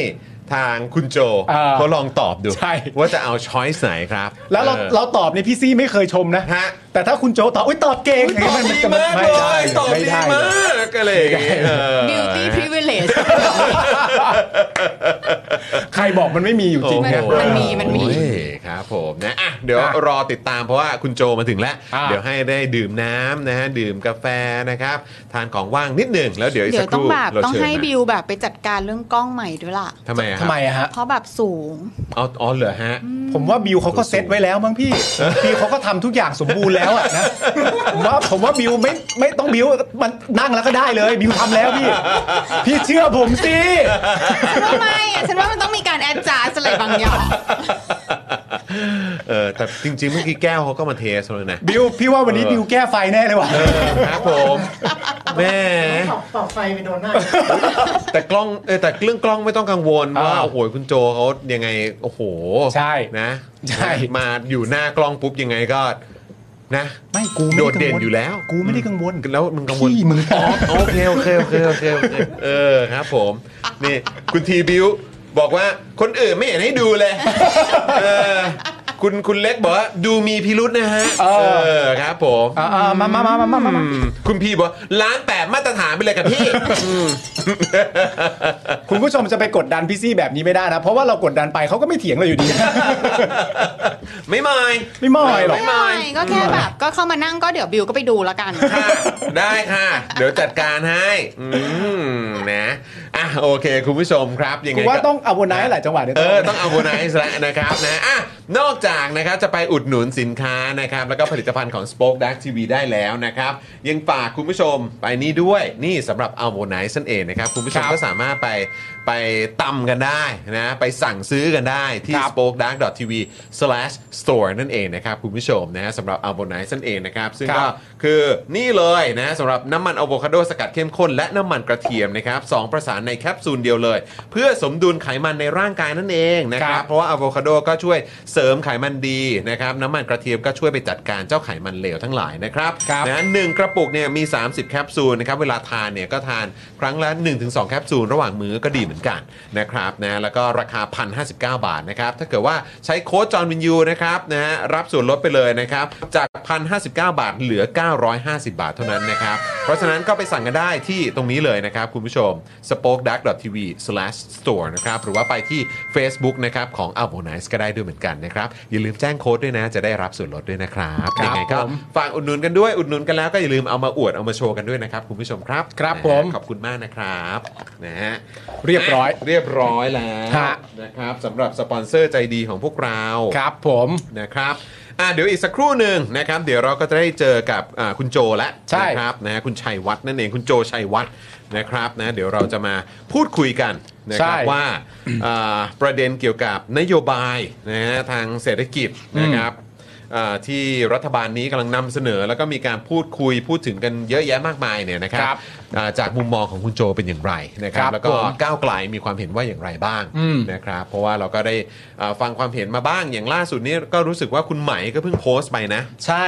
[SPEAKER 1] ทางคุณโจ
[SPEAKER 2] อ่า
[SPEAKER 1] เขาลองตอบดู
[SPEAKER 2] ใช่
[SPEAKER 1] ว่าจะเอาช้อยส์ไหนครับ
[SPEAKER 2] แล้วเรา
[SPEAKER 1] ออ
[SPEAKER 2] เราตอบเนี่ยพี่ซี่ไม่เคยชมนะ
[SPEAKER 1] ฮะ
[SPEAKER 2] แต่ถ้าคุณโจตอบอุ้ยตอบเก่ง
[SPEAKER 1] ตอบดีมาก
[SPEAKER 2] ไม่
[SPEAKER 1] เล
[SPEAKER 2] ได้
[SPEAKER 1] ยตอบ
[SPEAKER 2] ไม่
[SPEAKER 1] ดี
[SPEAKER 2] ได้
[SPEAKER 1] มากก็เลยางงี้เออ
[SPEAKER 6] beauty privilege
[SPEAKER 2] ใครบอกมันไม่มีอยู่จริงนะ
[SPEAKER 1] โอ้โห
[SPEAKER 6] มันมีมันมี
[SPEAKER 1] โอ้ยครับผมนะอ่ะเดี๋ยว
[SPEAKER 2] อ่ะ
[SPEAKER 1] รอติดตามเพราะว่าคุณโจมาถึงแล้ว
[SPEAKER 2] อ่ะ
[SPEAKER 1] เดี๋ยวให้ได้ดื่มน้ำนะฮะดื่มกาแฟนะครับ ทานของว่างนิดหนึ่งแล้วเดี๋ยวอีก
[SPEAKER 6] เดี๋
[SPEAKER 1] สัก
[SPEAKER 6] ย
[SPEAKER 1] ค
[SPEAKER 6] วต้อง
[SPEAKER 1] รู่
[SPEAKER 6] แบบ
[SPEAKER 1] เรา
[SPEAKER 6] ต้อง
[SPEAKER 1] เชิญ
[SPEAKER 6] ให้
[SPEAKER 1] มา
[SPEAKER 6] บิวแบบไปจัดการเรื่องกล้องใหม่ด้วยล่ะ
[SPEAKER 1] ทำไมอะค
[SPEAKER 2] ทำ
[SPEAKER 1] รับ
[SPEAKER 2] ไมอะฮะ
[SPEAKER 6] เพราะแบบสูง
[SPEAKER 1] เอาอ๋อเหรอฮะ
[SPEAKER 2] ผมว่าบิวเขาก็เซ็ตไว้แล้วมั้งพี่ บิวเขาก็ทำทุกอย่างสมบูรณ์แล้วอะนะผมว่าผมว่าบิวไม่ไม่ต้องบิวมันนั่งแล้วก็ได้เลย บิวทำแล้วพี่ พี่เชื่อผมสิ
[SPEAKER 6] ฉันว่าไม่อะฉันว่ามันต้องมีการแอดจาสอะไรบางอย่าง
[SPEAKER 1] เออแต่จริงๆเมื่อกี้แก้วเขาก็มาเทสแล้วนะ
[SPEAKER 2] บิวพี่ว่าวันนี้บิวแก้ไฟแน่เลยว่ะ
[SPEAKER 1] เออครับผมแหม่
[SPEAKER 4] ตอบตอบไฟไปโดนหน้า
[SPEAKER 1] แต่กล้องเออแต่เรื่องกล้องไม่ต้องกังวล
[SPEAKER 2] อ่า
[SPEAKER 1] ว่าโอ้โหคุณโจเขายังไงโอ้โห
[SPEAKER 2] ใช่
[SPEAKER 1] นะ
[SPEAKER 2] ใช่
[SPEAKER 1] มาอยู่หน้ากล้องปุ๊บยังไงก็นะ
[SPEAKER 2] ไม่กูไม่
[SPEAKER 1] โด
[SPEAKER 2] ไกังวล
[SPEAKER 1] ดเด่นอยู่แล้ว
[SPEAKER 2] กูไม่ได้กังวล
[SPEAKER 1] แล้วมึงกังวล
[SPEAKER 2] พี่มึง
[SPEAKER 1] อ๋อโอเคโอเคโอเคโอเคโอเคเออครับผม นี่คุณทีบิวบอกว่าคนอื่นไม่เห็นให้ดูเลยเออคุณคุณเล็กบอกว่าดูมีพิรุษนะฮะ เออครับผม
[SPEAKER 2] อ่าๆมามามามามามา
[SPEAKER 1] อืมคุณพี่บอกว่าล้านแปดมาตรฐานไปเลยกับพี่
[SPEAKER 2] คุณผู้ชมจะไปกดดันพี่ซี่แบบนี้ไม่ได้นะ เพราะว่าเรากดดันไปเขาก็ไม่เถียงเราอยู่ดี
[SPEAKER 1] *laughs* ไม่มาย
[SPEAKER 2] ไม่มอยหรอก
[SPEAKER 1] ไม่มอ
[SPEAKER 6] ไม่
[SPEAKER 1] ย
[SPEAKER 6] ก็แค่แบบก็เข้ามานั่งก็เดี๋ยวบิวก็ไปดูแล้วกัน
[SPEAKER 1] ค่ะได้ค่ะ เดี๋ยวจัดการให้อืมนะอ่ะโอเคคุณผู้ชมครับยังไง
[SPEAKER 2] กูว่าต้องเอาโบนัสหลายจังหวะเดี๋ยว
[SPEAKER 1] เอ
[SPEAKER 2] ต้อง
[SPEAKER 1] อ
[SPEAKER 2] เอาโบนัส
[SPEAKER 1] ต้องเอาโบนัสแล้วนะครับนะอ่ะนอกจากนะครับจะไปอุดหนุนสินค้านะครับแล้วก็ผลิตภัณฑ์ของ Spoke Dark TV ได้แล้วนะครับ ยังฝากคุณผู้ชมไปนี่ด้วยนี่สำหรับเอาโบนัสนั่นเองนะครับ คุณผู้ชมก็สามารถไปไปตำกันได้นะไปสั่งซื้อกันได้ที่
[SPEAKER 2] ครับ
[SPEAKER 1] spoke dark tv store นั่นเองนะครับคุณผู้ชมนะฮะสำหรับอัลโบไนซ์นั่นเองนะครับ ซึ่ง
[SPEAKER 2] ค
[SPEAKER 1] ก็
[SPEAKER 2] รับ
[SPEAKER 1] คือนี่เลยนะสำหรับน้ำมันอะโวคาโดสกัดเข้มข้นและน้ำมันกระเทียมนะครับสองประสานในแคปซูลเดียวเลย เพื่อสมดุลไขมันในร่างกายนั่นเองนะค
[SPEAKER 2] ค
[SPEAKER 1] รั
[SPEAKER 2] รับ บ
[SPEAKER 1] เพราะว่าอะโวคาโดก็ช่วย เสริมไขมันดีนะครับน้ำมันกระเทียมก็ช่วยไปจัดการเจ้าไขมันเหลวทั้งหลายนะครับ
[SPEAKER 2] ครับ
[SPEAKER 1] นะหนึ่งกระปุกเนี่ยมี 30 แคปซูลนะครับเวลาทานเนี่ยก็ทานครั้งละ 1-2 แคปซูลระหว่างมื้อก็ดีเหมือนกันนะครับนะแล้วก็ราคา 1,059 บาทนะครับถ้าเกิดว่าใช้โค้ดจอห์นวินยูนะครับนะฮะรับส่วนลดไปเลยนะครับจาก 1,059 บาทเหลือ 950 บาทเท่านั้นนะครับเพราะฉะนั้นก็ไปสั่งกันได้ที่ตรงนี้เลยนะครับคุณผู้ชม spokedark.tv/store นะครับหรือว่าไปที่ Facebook นะครับของ a l b o n i c e ก็ได้ด้วยเหมือนกันนะครับอย่าลืมแจ้งโค้ดด้วยนะจะได้รับส่วนลดด้วยนะครับ
[SPEAKER 2] ครับ
[SPEAKER 1] ยัไงก็
[SPEAKER 2] ผม
[SPEAKER 1] ฝากอุดหนุนกันด้วยอุดหนุนกันแล้วก็อย่าลืมเอามาอวดเอามาโชว์กันด้วยนะครับคุณผู้ชมครับ
[SPEAKER 2] ครับ
[SPEAKER 1] นะฮะ
[SPEAKER 2] ผม
[SPEAKER 1] ขอบคุณมากนะครับนะฮะ
[SPEAKER 2] เรียบร้อย
[SPEAKER 1] เรียบร้อยแล้ว
[SPEAKER 2] ฮะ
[SPEAKER 1] นะครับสำหรับสปอนเซอร์ใจดีของพวกเรา
[SPEAKER 2] ครับผม
[SPEAKER 1] นะครับอ่ะเดี๋ยวอีกสักครู่หนึ่งนะครับ เดี๋ยวเราก็จะได้เจอกับอ่าคุณโจและ
[SPEAKER 2] ใช่
[SPEAKER 1] นะครับนะฮะคุณชัยวัฒน์นั่นเองคุณโจชัยวัฒน์นะครับนะเดี๋ยวเราจะมาพูดคุยกันนะครับ
[SPEAKER 2] ใช่
[SPEAKER 1] ว่าอ่าประเด็นเกี่ยวกับนโยบายนะฮะทางเศรษฐกิจนะครับอ่าที่รัฐบาลนี้กำลังนำเสนอ แล้วก็มีการพูดคุยพูดถึงกันเยอะแยะมากมายเนี่ยนะค
[SPEAKER 2] ค
[SPEAKER 1] รั
[SPEAKER 2] รั
[SPEAKER 1] บบ อ่าจากมุมมองของคุณโจเป็นอย่างไรนะครั
[SPEAKER 2] ครับ บ
[SPEAKER 1] แล้วก็
[SPEAKER 2] ผม
[SPEAKER 1] ก้าวไกลมีความเห็นว่าอย่างไรบ้าง
[SPEAKER 2] อืม
[SPEAKER 1] นะครับเพราะว่าเราก็ได้เอ่อฟังความเห็นมาบ้างอย่างล่าสุดนี้ก็รู้สึกว่าคุณไหมก็เพิ่งโพสต์ไปนะ
[SPEAKER 2] ใช่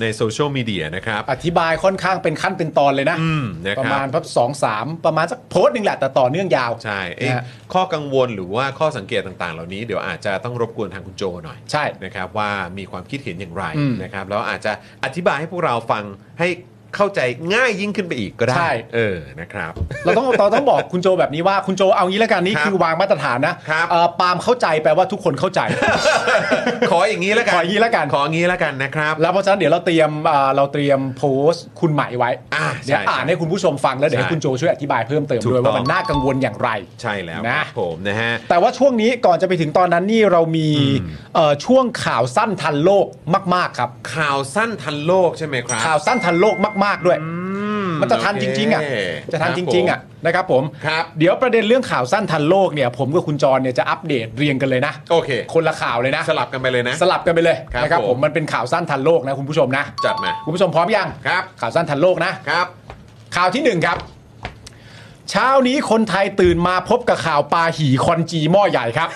[SPEAKER 1] ในโซเชียลมีเดียนะครับ
[SPEAKER 2] อธิบายค่อนข้างเป็นขั้นเป็นตอนเลยนะ
[SPEAKER 1] อืมนะ
[SPEAKER 2] ป
[SPEAKER 1] ค
[SPEAKER 2] ระ
[SPEAKER 1] รับ
[SPEAKER 2] มาณพับสองสามประมาณสักโพสต์หนึ่งแหละแต่ต่อเนื่องยาว
[SPEAKER 1] ใช่เอ้ย
[SPEAKER 2] นะฮะ
[SPEAKER 1] ข้อกังวลหรือว่าข้อสังเกตต่างๆ เหล่านี้เดี๋ยวอาจจะต้องรบกวนทางคุณโจหน่อย
[SPEAKER 2] ใช่
[SPEAKER 1] นะครับว่ามีความคิดเห็นอย่างไร
[SPEAKER 2] อืม
[SPEAKER 1] นะครับแล้วอาจจะอธิบายให้พวกเราฟังให้เข้าใจง่ายยิ่งขึ้นไปอีกก็ได้
[SPEAKER 2] ใช่
[SPEAKER 1] เออนะครับ
[SPEAKER 2] เราต้องเราต้องบอกคุณโจแบบนี้ว่าคุณโจเอางี้แล้วกันนี่
[SPEAKER 1] ครับ
[SPEAKER 2] คือวางมาตรฐานนะครับ เอ่อปาล์มเข้าใจแปลว่าทุกคนเข้า
[SPEAKER 1] *laughs*
[SPEAKER 2] ใจ
[SPEAKER 1] ขออย่างนี้แล้วกัน
[SPEAKER 2] ขออย่างนี้แล้วกัน
[SPEAKER 1] ขออย่างนี้แล้วกันนะครับ
[SPEAKER 2] แล้วเพราะฉะนั้นเดี๋ยวเราเตรียมเอ่อเราเตรียมโพสต์คุณใหม่ไว้
[SPEAKER 1] อ่า
[SPEAKER 2] เดี๋ยว
[SPEAKER 1] ใช่
[SPEAKER 2] อ่านให้คุณผู้ชมฟังแล้วเดี๋ยวให้
[SPEAKER 1] ใช่
[SPEAKER 2] คุณโจช่วยอธิบายเพิ่มเติม
[SPEAKER 1] ถูก
[SPEAKER 2] ด้วย
[SPEAKER 1] ต้อ
[SPEAKER 2] ว่าง มันน่ากังวลอย่างไร
[SPEAKER 1] ใช่แล้ว
[SPEAKER 2] นะ
[SPEAKER 1] ครับผมนะฮะ
[SPEAKER 2] แต่ว่าช่วงนี้ก่อนจะไปถึงตอนนั้นนี่เรามีเอ่อช่วงข่าวสั้นทันโลกมาก ๆ ครับ
[SPEAKER 1] ข่าวสั้นทันโลกใช่ไหมครับ
[SPEAKER 2] ข่าวสั้นทันโลกมาก ๆ ด้วย มันจะทันจริง ๆ อ่ะ
[SPEAKER 1] โอเค
[SPEAKER 2] จะทันจริง ๆ อ่ะนะครับผม
[SPEAKER 1] ครับ
[SPEAKER 2] เดี๋ยวประเด็นเรื่องข่าวสั้นทันโลกเนี่ยผมกับคุณจรเนี่ยจะอัปเดตเรียงกันเลยนะ
[SPEAKER 1] โอเค
[SPEAKER 2] คนละข่าวเลยนะ
[SPEAKER 1] สลับกันไปเลยนะ
[SPEAKER 2] สลับกันไปเลย
[SPEAKER 1] ครับ
[SPEAKER 2] นะครับ
[SPEAKER 1] ผ
[SPEAKER 2] ผม มมันเป็นข่าวสั้นทันโลกนะคุณผู้ชมนะ
[SPEAKER 1] จัดมา
[SPEAKER 2] คุณผู้ชมพร้อมยัง
[SPEAKER 1] ครับ
[SPEAKER 2] ข่าวสั้นทันโลกนะ
[SPEAKER 1] ครับ
[SPEAKER 2] ข่าวที่หนึ่งครับ เช้านี้คนไทยตื่นมาพบกับข่าวปลาหีคอนจีหม้อใหญ่ *laughs* ครับ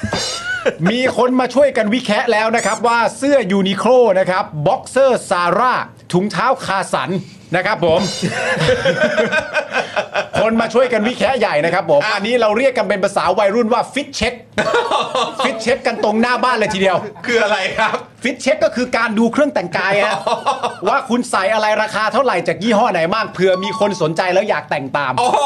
[SPEAKER 2] มีคนมาช่วยกันวิเคราะห์แล้วนะครับ ว่าเสื้อยูนิโคลนะครับบ็อกเซอร์ซาร่าถุงเท้าคาสันนะครับผม *laughs* คนมาช่วยกันวิเคราะห์ใหญ่นะครับผมอันนี้เราเรียกกันเป็นภาษาวัยรุ่นว่าฟิตเช็ค *laughs* ฟิตเช็คกันตรงหน้าบ้านเลยทีเดียว
[SPEAKER 1] คืออะไรครับ
[SPEAKER 2] ฟิตเช็คก็คือการดูเครื่องแต่งกาย
[SPEAKER 1] *laughs*
[SPEAKER 2] ฮะ ว่าคุณใส่อะไรราคาเท่าไหร่จากยี่ห้อไหนบ้างเผื่อมีคนสนใจแล้วอยากแต่งตาม
[SPEAKER 1] โอ้โห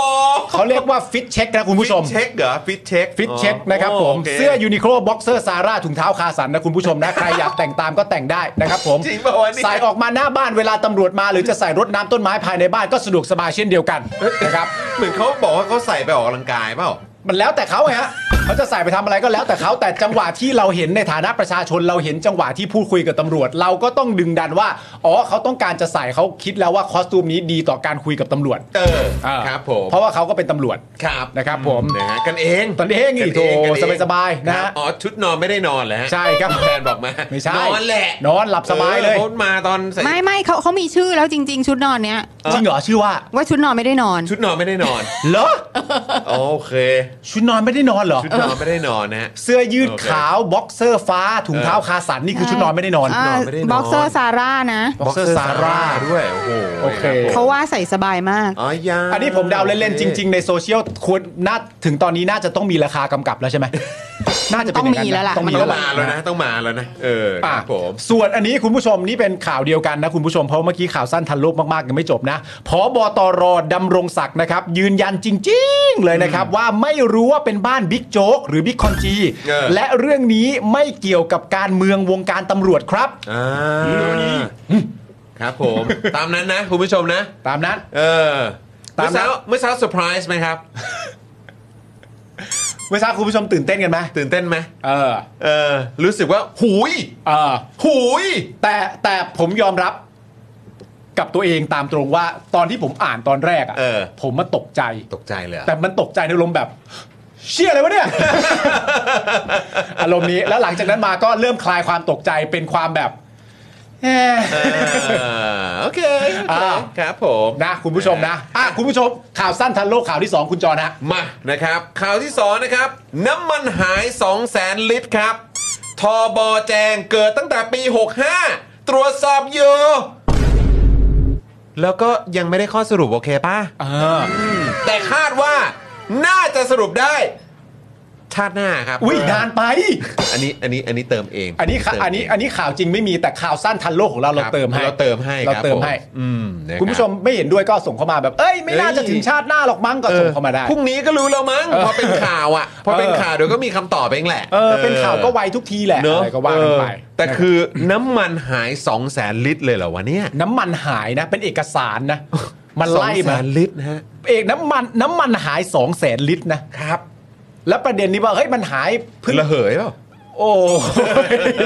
[SPEAKER 2] เขาเรียกว่าฟิตเช็คนะคุณผู้ชม
[SPEAKER 1] ฟิตเช็คเหรอ ฟิตเช็ค
[SPEAKER 2] ฟิตเช็คนะครับผม
[SPEAKER 1] โค
[SPEAKER 2] เสื้อยูนิโคลบ็อกเซอร์ซาร่าถุงเท้าคาสันนะคุณผู้ชมนะ ใครอยากแต่งตามก็แต่งได้นะครับผม
[SPEAKER 1] *laughs* จริงป่าวะเนี่ย
[SPEAKER 2] ใส่ออกมาหน้าบ้านเวลาตำรวจมา หรือจะใส่รถน้ำต้นไม้ภายในบ้านก็สะดวกสบายเช่นเดียวกันนะครับ
[SPEAKER 1] เหมือนเขาบอกว่าเขาใส่ไปออกกำลังกายเปล่า
[SPEAKER 2] มันแล้วแต่เขาไงฮะ เขาจะใส่ไปทำอะไรก็แล้วแต่เขาแต่จังหวะที่เราเห็นในฐานะประชาชนเราเห็นจังหวะที่พูดคุยกับตำรวจ เราก็ต้องดึงดันว่า อ๋อเขาต้องการจะใส่เขาคิดแล้วว่าคอสตูมนี้ดีต่อการคุยกับตำรวจ
[SPEAKER 1] เออ
[SPEAKER 2] อ่า
[SPEAKER 1] ครับผม
[SPEAKER 2] เพราะว่าเขาก็เป็นตำรวจ
[SPEAKER 1] ครับ
[SPEAKER 2] นะครับผม
[SPEAKER 1] นะฮะกันเอง
[SPEAKER 2] ตอนนี้เองนี่โถ
[SPEAKER 1] กันเอง
[SPEAKER 2] สบายๆนะ
[SPEAKER 1] ครั
[SPEAKER 2] ฮะ
[SPEAKER 1] บอ๋อ ชุดนอนไม่ได้นอนแล้ว
[SPEAKER 2] ใช่ครับ
[SPEAKER 1] แฟนบอกมา
[SPEAKER 2] ไม่ใช่
[SPEAKER 1] นอนแหละ
[SPEAKER 2] นอนหลับสบายเลย
[SPEAKER 1] ออเขามาตอนใส่
[SPEAKER 6] ไม่ไม่เขาเขามีชื่อแล้วจริง ๆ ชุดนอนเนี้ย
[SPEAKER 2] จริงเหรอชื่อว่า
[SPEAKER 6] ว่าชุดนอนไม่ได้นอน
[SPEAKER 1] ชุดนอนไม่ได้นอน
[SPEAKER 2] เหรอ
[SPEAKER 1] โอเค
[SPEAKER 2] ชุดนอนไม่ได้นอนเหรอ
[SPEAKER 1] ชุดนอนไม่ได้นอนนะฮะ
[SPEAKER 2] เสื้อยืด
[SPEAKER 1] โอเค
[SPEAKER 2] ขาวบ็อกเซอร์ฟ้าถุงเท้าคาสันนี่คือชุดนอนไม่ได้นอน
[SPEAKER 6] อ่า
[SPEAKER 1] ไม่ได้นอน
[SPEAKER 6] บ็อกเซอร์ซาร่านะ
[SPEAKER 2] บ็อกเซอร์ซาร่า
[SPEAKER 1] ด้วย โอ้โห
[SPEAKER 2] โอเค
[SPEAKER 1] รับผม
[SPEAKER 6] เขาว่าใส่สบายมาก
[SPEAKER 1] อ๋อยา
[SPEAKER 2] อันนี้ผมเดาเล่นๆจริง ๆ ในโซเชียลควรน่าถึงตอนนี้น่าจะต้องมีราคากำกับแล้วใช่ไหม *laughs* น่าจะเป็น
[SPEAKER 6] ต้อ
[SPEAKER 2] ย่านั้น
[SPEAKER 6] งมีแล้วล่ะ
[SPEAKER 2] ต้องมี
[SPEAKER 1] ๆ
[SPEAKER 2] แล้
[SPEAKER 1] ต้อง
[SPEAKER 2] ว
[SPEAKER 1] มาแล้วนะ ต้องมาแล้วนะ เออค
[SPEAKER 2] อ่ะ
[SPEAKER 1] รับผม
[SPEAKER 2] ส่วนอันนี้คุณผู้ชมนี่เป็นข่าวเดียวกันนะคุณผู้ชมเพราะเมื่อกี้ข่าวสั้นทันโลกมากๆยังไม่จบนะพอบตรดำรงศักดิ์นะครับ ยืนยันจริง ๆ เลยนะครับ ว่าไม่รู้ว่าเป็นบ้านบิ๊กโจ๊กหรือบิ๊กคอนจี
[SPEAKER 1] เออ
[SPEAKER 2] และเรื่องนี้ไม่เกี่ยวกับการเมืองวงการตำรวจครับ
[SPEAKER 1] อ่าครับผม
[SPEAKER 2] *laughs*
[SPEAKER 1] ตามนั้นนะ คุณผู้ชมนะ
[SPEAKER 2] ตามนั้น
[SPEAKER 1] เออ
[SPEAKER 2] ตา
[SPEAKER 1] เมื่อ
[SPEAKER 2] มนะ
[SPEAKER 1] เช้าเมื่อเช้าเซอร์ไพรส์ไหมครับ
[SPEAKER 2] เมื่อเช้าคุณผู้ชมตื่นเต้นกันไหม
[SPEAKER 1] ตื่นเต้นไหม
[SPEAKER 2] เออ
[SPEAKER 1] เออ รู้สึกว่า หูย
[SPEAKER 2] เออ
[SPEAKER 1] หูย
[SPEAKER 2] แต่แต่ผมยอมรับกับตัวเองตามตรงว่าตอนที่ผมอ่านตอนแรก
[SPEAKER 1] เออ
[SPEAKER 2] อะ่ะผมมาตกใจ
[SPEAKER 1] ตกใจเลยอะ
[SPEAKER 2] แต่มันตกใจในอารมณ์แบบ เชี่ยอะไรวะเนี่ย อารมณ์นี้แล้วหลังจากนั้นมาก็เริ่มคลายความตกใจเป็นความแบบเอ๊ะ
[SPEAKER 1] เออโอเคโอเค
[SPEAKER 2] อ่า
[SPEAKER 1] ครับผม
[SPEAKER 2] นะคุณผู้ชมนะอ่ะคุณผู้ชม ข่าวสั้นทันโลกข่าวที่ 2 คุณจอนะ
[SPEAKER 1] มานะครับ ข่าวที่ 2 นะครับ น้ำมันหาย 2 0 0 0 0 0 ลิตรครับ ทอบอแจงเกิดตั้งแต่ปี 65 ตรวจสอบอยู่ แล้วก็ยังไม่ได้ข้อสรุปโอเคป่ะ แต่คาดว่าน่าจะสรุปได้ ชาติหน้าครับ
[SPEAKER 2] อุ้ยนานไป
[SPEAKER 1] อันนี้อันนี้อันนี้เติมเอง
[SPEAKER 2] อันนี้ข่า
[SPEAKER 1] เติม
[SPEAKER 2] อันนี้
[SPEAKER 1] เง
[SPEAKER 2] อันนี้ข่าวจริงไม่มีแต่ข่าวสั้นทันโลกของเราเรา
[SPEAKER 1] ครับ
[SPEAKER 2] เติมให้
[SPEAKER 1] เราเติมให้
[SPEAKER 2] เรา
[SPEAKER 1] บ
[SPEAKER 2] เติม
[SPEAKER 1] ผ
[SPEAKER 2] ให้
[SPEAKER 1] อืมนะรับ
[SPEAKER 2] คุณผู้ชมไม่เห็นด้วยก็ส่งเข้ามาแบบ เอ้ยไม่น่าจะถึงชาติหน้าหรอกมั้งก็ส่งเข้ามาได้
[SPEAKER 1] พรุ่งนี้ก็รู้แล้วมั้ง พอเป็นข่าวอ่ะ พอเป็น
[SPEAKER 2] เออ
[SPEAKER 1] ข่าวเดี๋ยวก็มีคำตอบเองแหละ
[SPEAKER 2] เออเป็นข่าวก็ไวทุกทีแหละ
[SPEAKER 1] เนอะ
[SPEAKER 2] อะไรก็ว่ากันไป
[SPEAKER 1] เออแต่คือน้ำมันหาย 2 0 0แสนลิตรเลยเหรอวะเนี่ย
[SPEAKER 2] น้ำมันหายนะ เป็นเอกสารนะ มันไล่
[SPEAKER 1] 200,000
[SPEAKER 2] มา
[SPEAKER 1] ลิตรนะฮะ
[SPEAKER 2] เอกน้ำมันน้ำมันหาย2 0 0แสนลิตรนะครับ แล้วประเด็นนี้ว่าเฮ้ยมันหายพึ่ง
[SPEAKER 1] ระเหยเปล่า
[SPEAKER 2] โอ้ *laughs* ย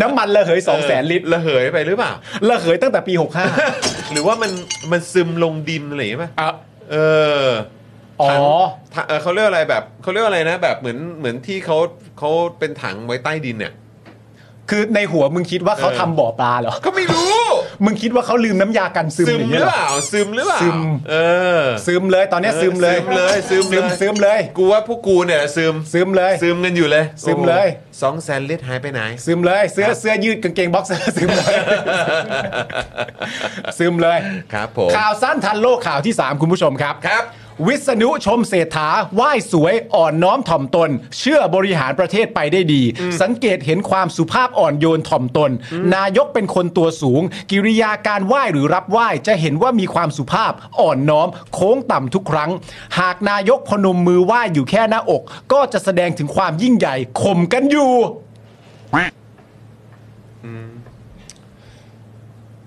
[SPEAKER 2] น้ำมันระเหย2 0 0แสนลิตร
[SPEAKER 1] ระเหยไปหรือเปล่า
[SPEAKER 2] ระเหยตั้งแต่ปี 65
[SPEAKER 1] หรือว่ามันมันซึมลงดินอะไรอย่างเงี้ยปะ
[SPEAKER 2] อ่ะ
[SPEAKER 1] เออ
[SPEAKER 2] อ๋อ
[SPEAKER 1] ถังถังเออเขาเรียกอะไรแบบเขาเรียกอะไรนะ แบบเหมือนเหมือนที่เขาเขาเป็นถังไว้ใต้ดินเนี่ย
[SPEAKER 2] คือในหัวมึงคิดว่าเขา
[SPEAKER 1] เออ
[SPEAKER 2] ทำบ่อปลาเหร
[SPEAKER 1] *laughs*
[SPEAKER 2] อ
[SPEAKER 1] ก็ไม่รู้
[SPEAKER 2] มึงคิดว่าเขาลืมน้ำยากันซึม
[SPEAKER 1] ซึม
[SPEAKER 2] อย่าง
[SPEAKER 1] ห
[SPEAKER 2] เงี้
[SPEAKER 1] รื
[SPEAKER 2] ย
[SPEAKER 1] อ
[SPEAKER 2] เหร
[SPEAKER 1] เป
[SPEAKER 2] อ
[SPEAKER 1] ล่าซึมหรือเปล่า
[SPEAKER 2] ซึม
[SPEAKER 1] เออ
[SPEAKER 2] ซึมเลยตอนเนี้ย
[SPEAKER 1] เออ
[SPEAKER 2] ซึมเลย
[SPEAKER 1] ซึมเลยซึมเลย
[SPEAKER 2] ซึมเลย
[SPEAKER 1] กูว่าพวกกูเนี่ยซึม
[SPEAKER 2] ซึมเลย
[SPEAKER 1] ซึมกันอยู่เลย
[SPEAKER 2] ซึมเลย
[SPEAKER 1] สองแสนลิตรหายไปไหน
[SPEAKER 2] ซึมเลยเสื้อเสื้อยืดกางเกงบ็อกเซอร์ซึม *laughs* เลยซึมเลย
[SPEAKER 1] ครับผม
[SPEAKER 2] ข่าวสั้นทันโลกข่าวที่ 3 คุณผู้ชมครับ
[SPEAKER 1] ครับ
[SPEAKER 2] วิษณุชมเศรษฐาไหว้สวยอ่อนน้อมถ่อมตน เชื่อบริหารประเทศไปได้ดี สังเกตเห็นความสุภาพอ่อนโยนถ่อมตน นายกเป็นคนตัวสูง กิริยาการไหว้หรือรับไหว้จะเห็นว่ามีความสุภาพอ่อนน้อม โค้งต่ำทุกครั้ง หากนายกพนมมือไหว้อยู่แค่หน้าอก ก็จะแสดงถึงความยิ่งใหญ่ข่มกันอยู่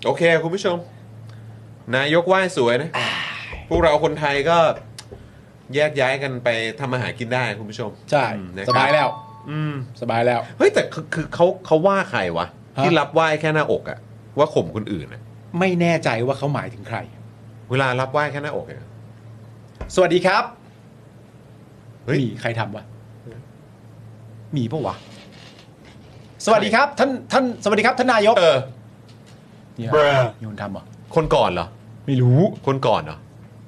[SPEAKER 1] โอเค คุณผู้ชม นายกไหว้สวยนะ พวกเราคนไทยก็แยกย้ายกันไปทำอาหารกินได้คุณผู้ชม
[SPEAKER 2] ใช่
[SPEAKER 1] อืมนะครับ
[SPEAKER 2] สบายแล้ว
[SPEAKER 1] อืม
[SPEAKER 2] สบายแล้ว
[SPEAKER 1] เฮ้ย แต่คือคือเขาเขาว่าใครวะ
[SPEAKER 2] ฮะ
[SPEAKER 1] ที่รับไหว้แค่หน้าอกอะว่าข่มคนอื่นอะ
[SPEAKER 2] ไม่แน่ใจว่าเขาหมายถึงใคร
[SPEAKER 1] เวลารับไหว้แค่หน้าอกเนี่ย
[SPEAKER 2] สวัสดีครับ
[SPEAKER 1] เฮ้ย
[SPEAKER 2] มีใครทำวะมีปะวะ สวัสดีครับ ท่านท่านสวัสดีครับท่านนายก
[SPEAKER 1] เออ
[SPEAKER 2] เนี่ย
[SPEAKER 1] เบรอ
[SPEAKER 2] มีคนทำเหรอ
[SPEAKER 1] คนก่อนเหรอ
[SPEAKER 2] ไม่รู้
[SPEAKER 1] คนก่อนเหรอ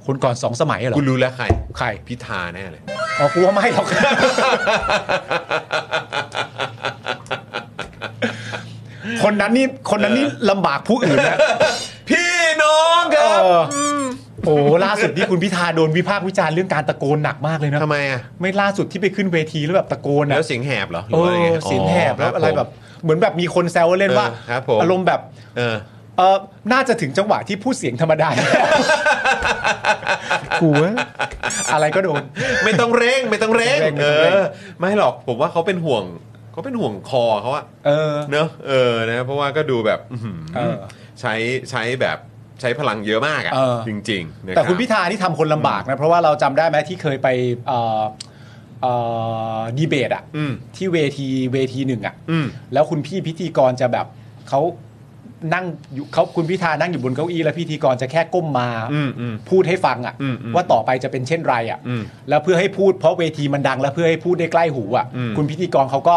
[SPEAKER 2] คนก่อนสองสมัยเหรอ
[SPEAKER 1] กูรู้แล้วใคร
[SPEAKER 2] ใคร
[SPEAKER 1] พิธาแน่เลย
[SPEAKER 2] อ๋อกูว่าไม่หรอก คนนั้นนี่คนนั้นนี่ลำบากผู้อื่นนะ
[SPEAKER 1] พี่น้องค
[SPEAKER 2] เอ
[SPEAKER 1] รับ
[SPEAKER 2] ออโอ้ล่าสุดที่คุณพิธาโดนวิพากษ์วิจารณ์เรื่องการตะโกนหนักมากเลยนะ
[SPEAKER 1] ทำไมอะ
[SPEAKER 2] ไม่ล่าสุดที่ไปขึ้นเวทีแล้วแบบตะโกนอะ
[SPEAKER 1] แล้วเสียงแหบเหรอหรื
[SPEAKER 2] เอ
[SPEAKER 1] อว่าอะไร
[SPEAKER 2] อ
[SPEAKER 1] ไง
[SPEAKER 2] เสียงแหบแล้วอะไร
[SPEAKER 1] ค
[SPEAKER 2] แบ
[SPEAKER 1] ผม
[SPEAKER 2] บ เหมือนแบบมีคนแซวเล่นว่า
[SPEAKER 1] เออครับผม
[SPEAKER 2] อารมณ์แบบ
[SPEAKER 1] เออ
[SPEAKER 2] เออน่าจะถึงจังหวะที่พูดเสียงธรรมดา
[SPEAKER 1] *laughs*
[SPEAKER 2] กูเว้ยอะไรก็โดน
[SPEAKER 1] ไม่ต้องเร่งไม่ต้องเร่ง
[SPEAKER 2] ไม่ต้องเ
[SPEAKER 1] เอ
[SPEAKER 2] ร่งไม่ต้องเร่
[SPEAKER 1] อ
[SPEAKER 2] ง
[SPEAKER 1] ไม่หรอกผมว่าเขาเป็นห่วงเขาเป็นห่วงคอเขาอะ
[SPEAKER 2] เออ
[SPEAKER 1] เนอะเออนะเพราะว่าก็ดูแบบอื้อหือ
[SPEAKER 2] เออ
[SPEAKER 1] ใช้ใช้แบบใช้พลังเยอะมากอะ
[SPEAKER 2] เออ
[SPEAKER 1] จริงๆนะ
[SPEAKER 2] แต่คุณ
[SPEAKER 1] รับ
[SPEAKER 2] พิธานี่ทำคนลำบากนะ เพราะว่าเราจำได้ไหมที่เคยไปเอ่อเอ่อดีเบตอะ
[SPEAKER 1] อืม
[SPEAKER 2] ที่เวทีเวทีหนึ่งอะ
[SPEAKER 1] อืม
[SPEAKER 2] แล้วคุณพี่พิธีกรจะแบบเขานั่งอยู่เขาคุณพิธานั่งอยู่บนเก้าอี้แล้วพิธีกรจะแค่ก้มมา
[SPEAKER 1] อืมอืม
[SPEAKER 2] พูดให้ฟังอะ
[SPEAKER 1] อืมอืม
[SPEAKER 2] ว่าต่อไปจะเป็นเช่นไรอะ
[SPEAKER 1] อืม
[SPEAKER 2] แล้วเพื่อให้พูดเพราะเวทีมันดัง แล้วเพื่อให้พูดได้ใกล้หูอะ
[SPEAKER 1] อืม
[SPEAKER 2] คุณพิธีกรเขาก็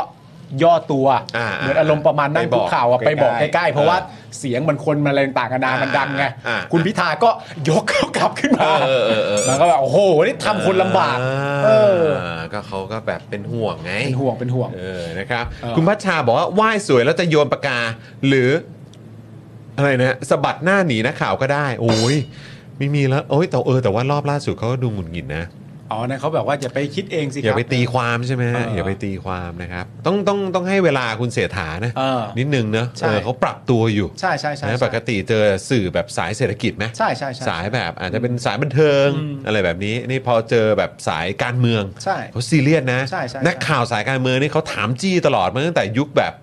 [SPEAKER 2] ย่อตัว
[SPEAKER 1] อ่า
[SPEAKER 2] เหมือนอารมณ์ประมาณนั่ง
[SPEAKER 1] ไปบ
[SPEAKER 2] คุ
[SPEAKER 1] อก
[SPEAKER 2] กเข่าอะ
[SPEAKER 1] ใก
[SPEAKER 2] ไป
[SPEAKER 1] ล้ๆ
[SPEAKER 2] บอกใกล้ๆเพราะ
[SPEAKER 1] เออ
[SPEAKER 2] ว่าเสียงมันคนมันอะไรต่างกันานา
[SPEAKER 1] อ่า
[SPEAKER 2] มันดังไง
[SPEAKER 1] อ่า
[SPEAKER 2] คุณพิธาก็ยกเขากลับขึ้นมา
[SPEAKER 1] เออเออเออ
[SPEAKER 2] แล้วก็แบบโอ้โหนี่ทำคนลำบากเออ
[SPEAKER 1] ก็เขาก็แบบเป็นห่วงไง
[SPEAKER 2] เป็นห่วงเป็นห่วง
[SPEAKER 1] เออนะครับ
[SPEAKER 2] เออ
[SPEAKER 1] คุณพัชชาบอกว่าไหว้สวยแล้วจะโยนปากกา หรืออะไรนะสะบัดหน้าหนีนักข่าวก็ได้ โอ้ยไม่มีแล้วโอ้ยแต่เออแต่ว่ารอบล่าสุดเขาก็ดูหงุดหงิดนะ
[SPEAKER 2] อ๋อนะเขาแบบว่าอย่าไปคิดเองสิค
[SPEAKER 1] อ
[SPEAKER 2] รั
[SPEAKER 1] ย่าไปตีความใช่ไหมฮะ
[SPEAKER 2] เอออย่
[SPEAKER 1] อาไปตีความนะครับ ต้องต้องต้องให้เวลาคุณเสถานะ
[SPEAKER 2] เออ
[SPEAKER 1] นิดนึงเนอะ
[SPEAKER 2] ใช่
[SPEAKER 1] เออเขาปรับตัวอยู่
[SPEAKER 2] ใช่ใช่ใช่
[SPEAKER 1] นะ
[SPEAKER 2] ใช่
[SPEAKER 1] ปกติเจอสื่อแบบสายเศรษฐกิจไหม
[SPEAKER 2] ใช่ใช่ใช่
[SPEAKER 1] สายแบบอาจจะเป็นสายบันเทิงอะไรแบบนี้นี่พอเจอแบบสายการเมือง
[SPEAKER 2] ใช่
[SPEAKER 1] เขาซีเรียสนะ
[SPEAKER 2] ใช่ใช่
[SPEAKER 1] นักข่าวสายการเมืองนี่เขาถามจี้ตลอดมาตั้งแต่ยุคแบบ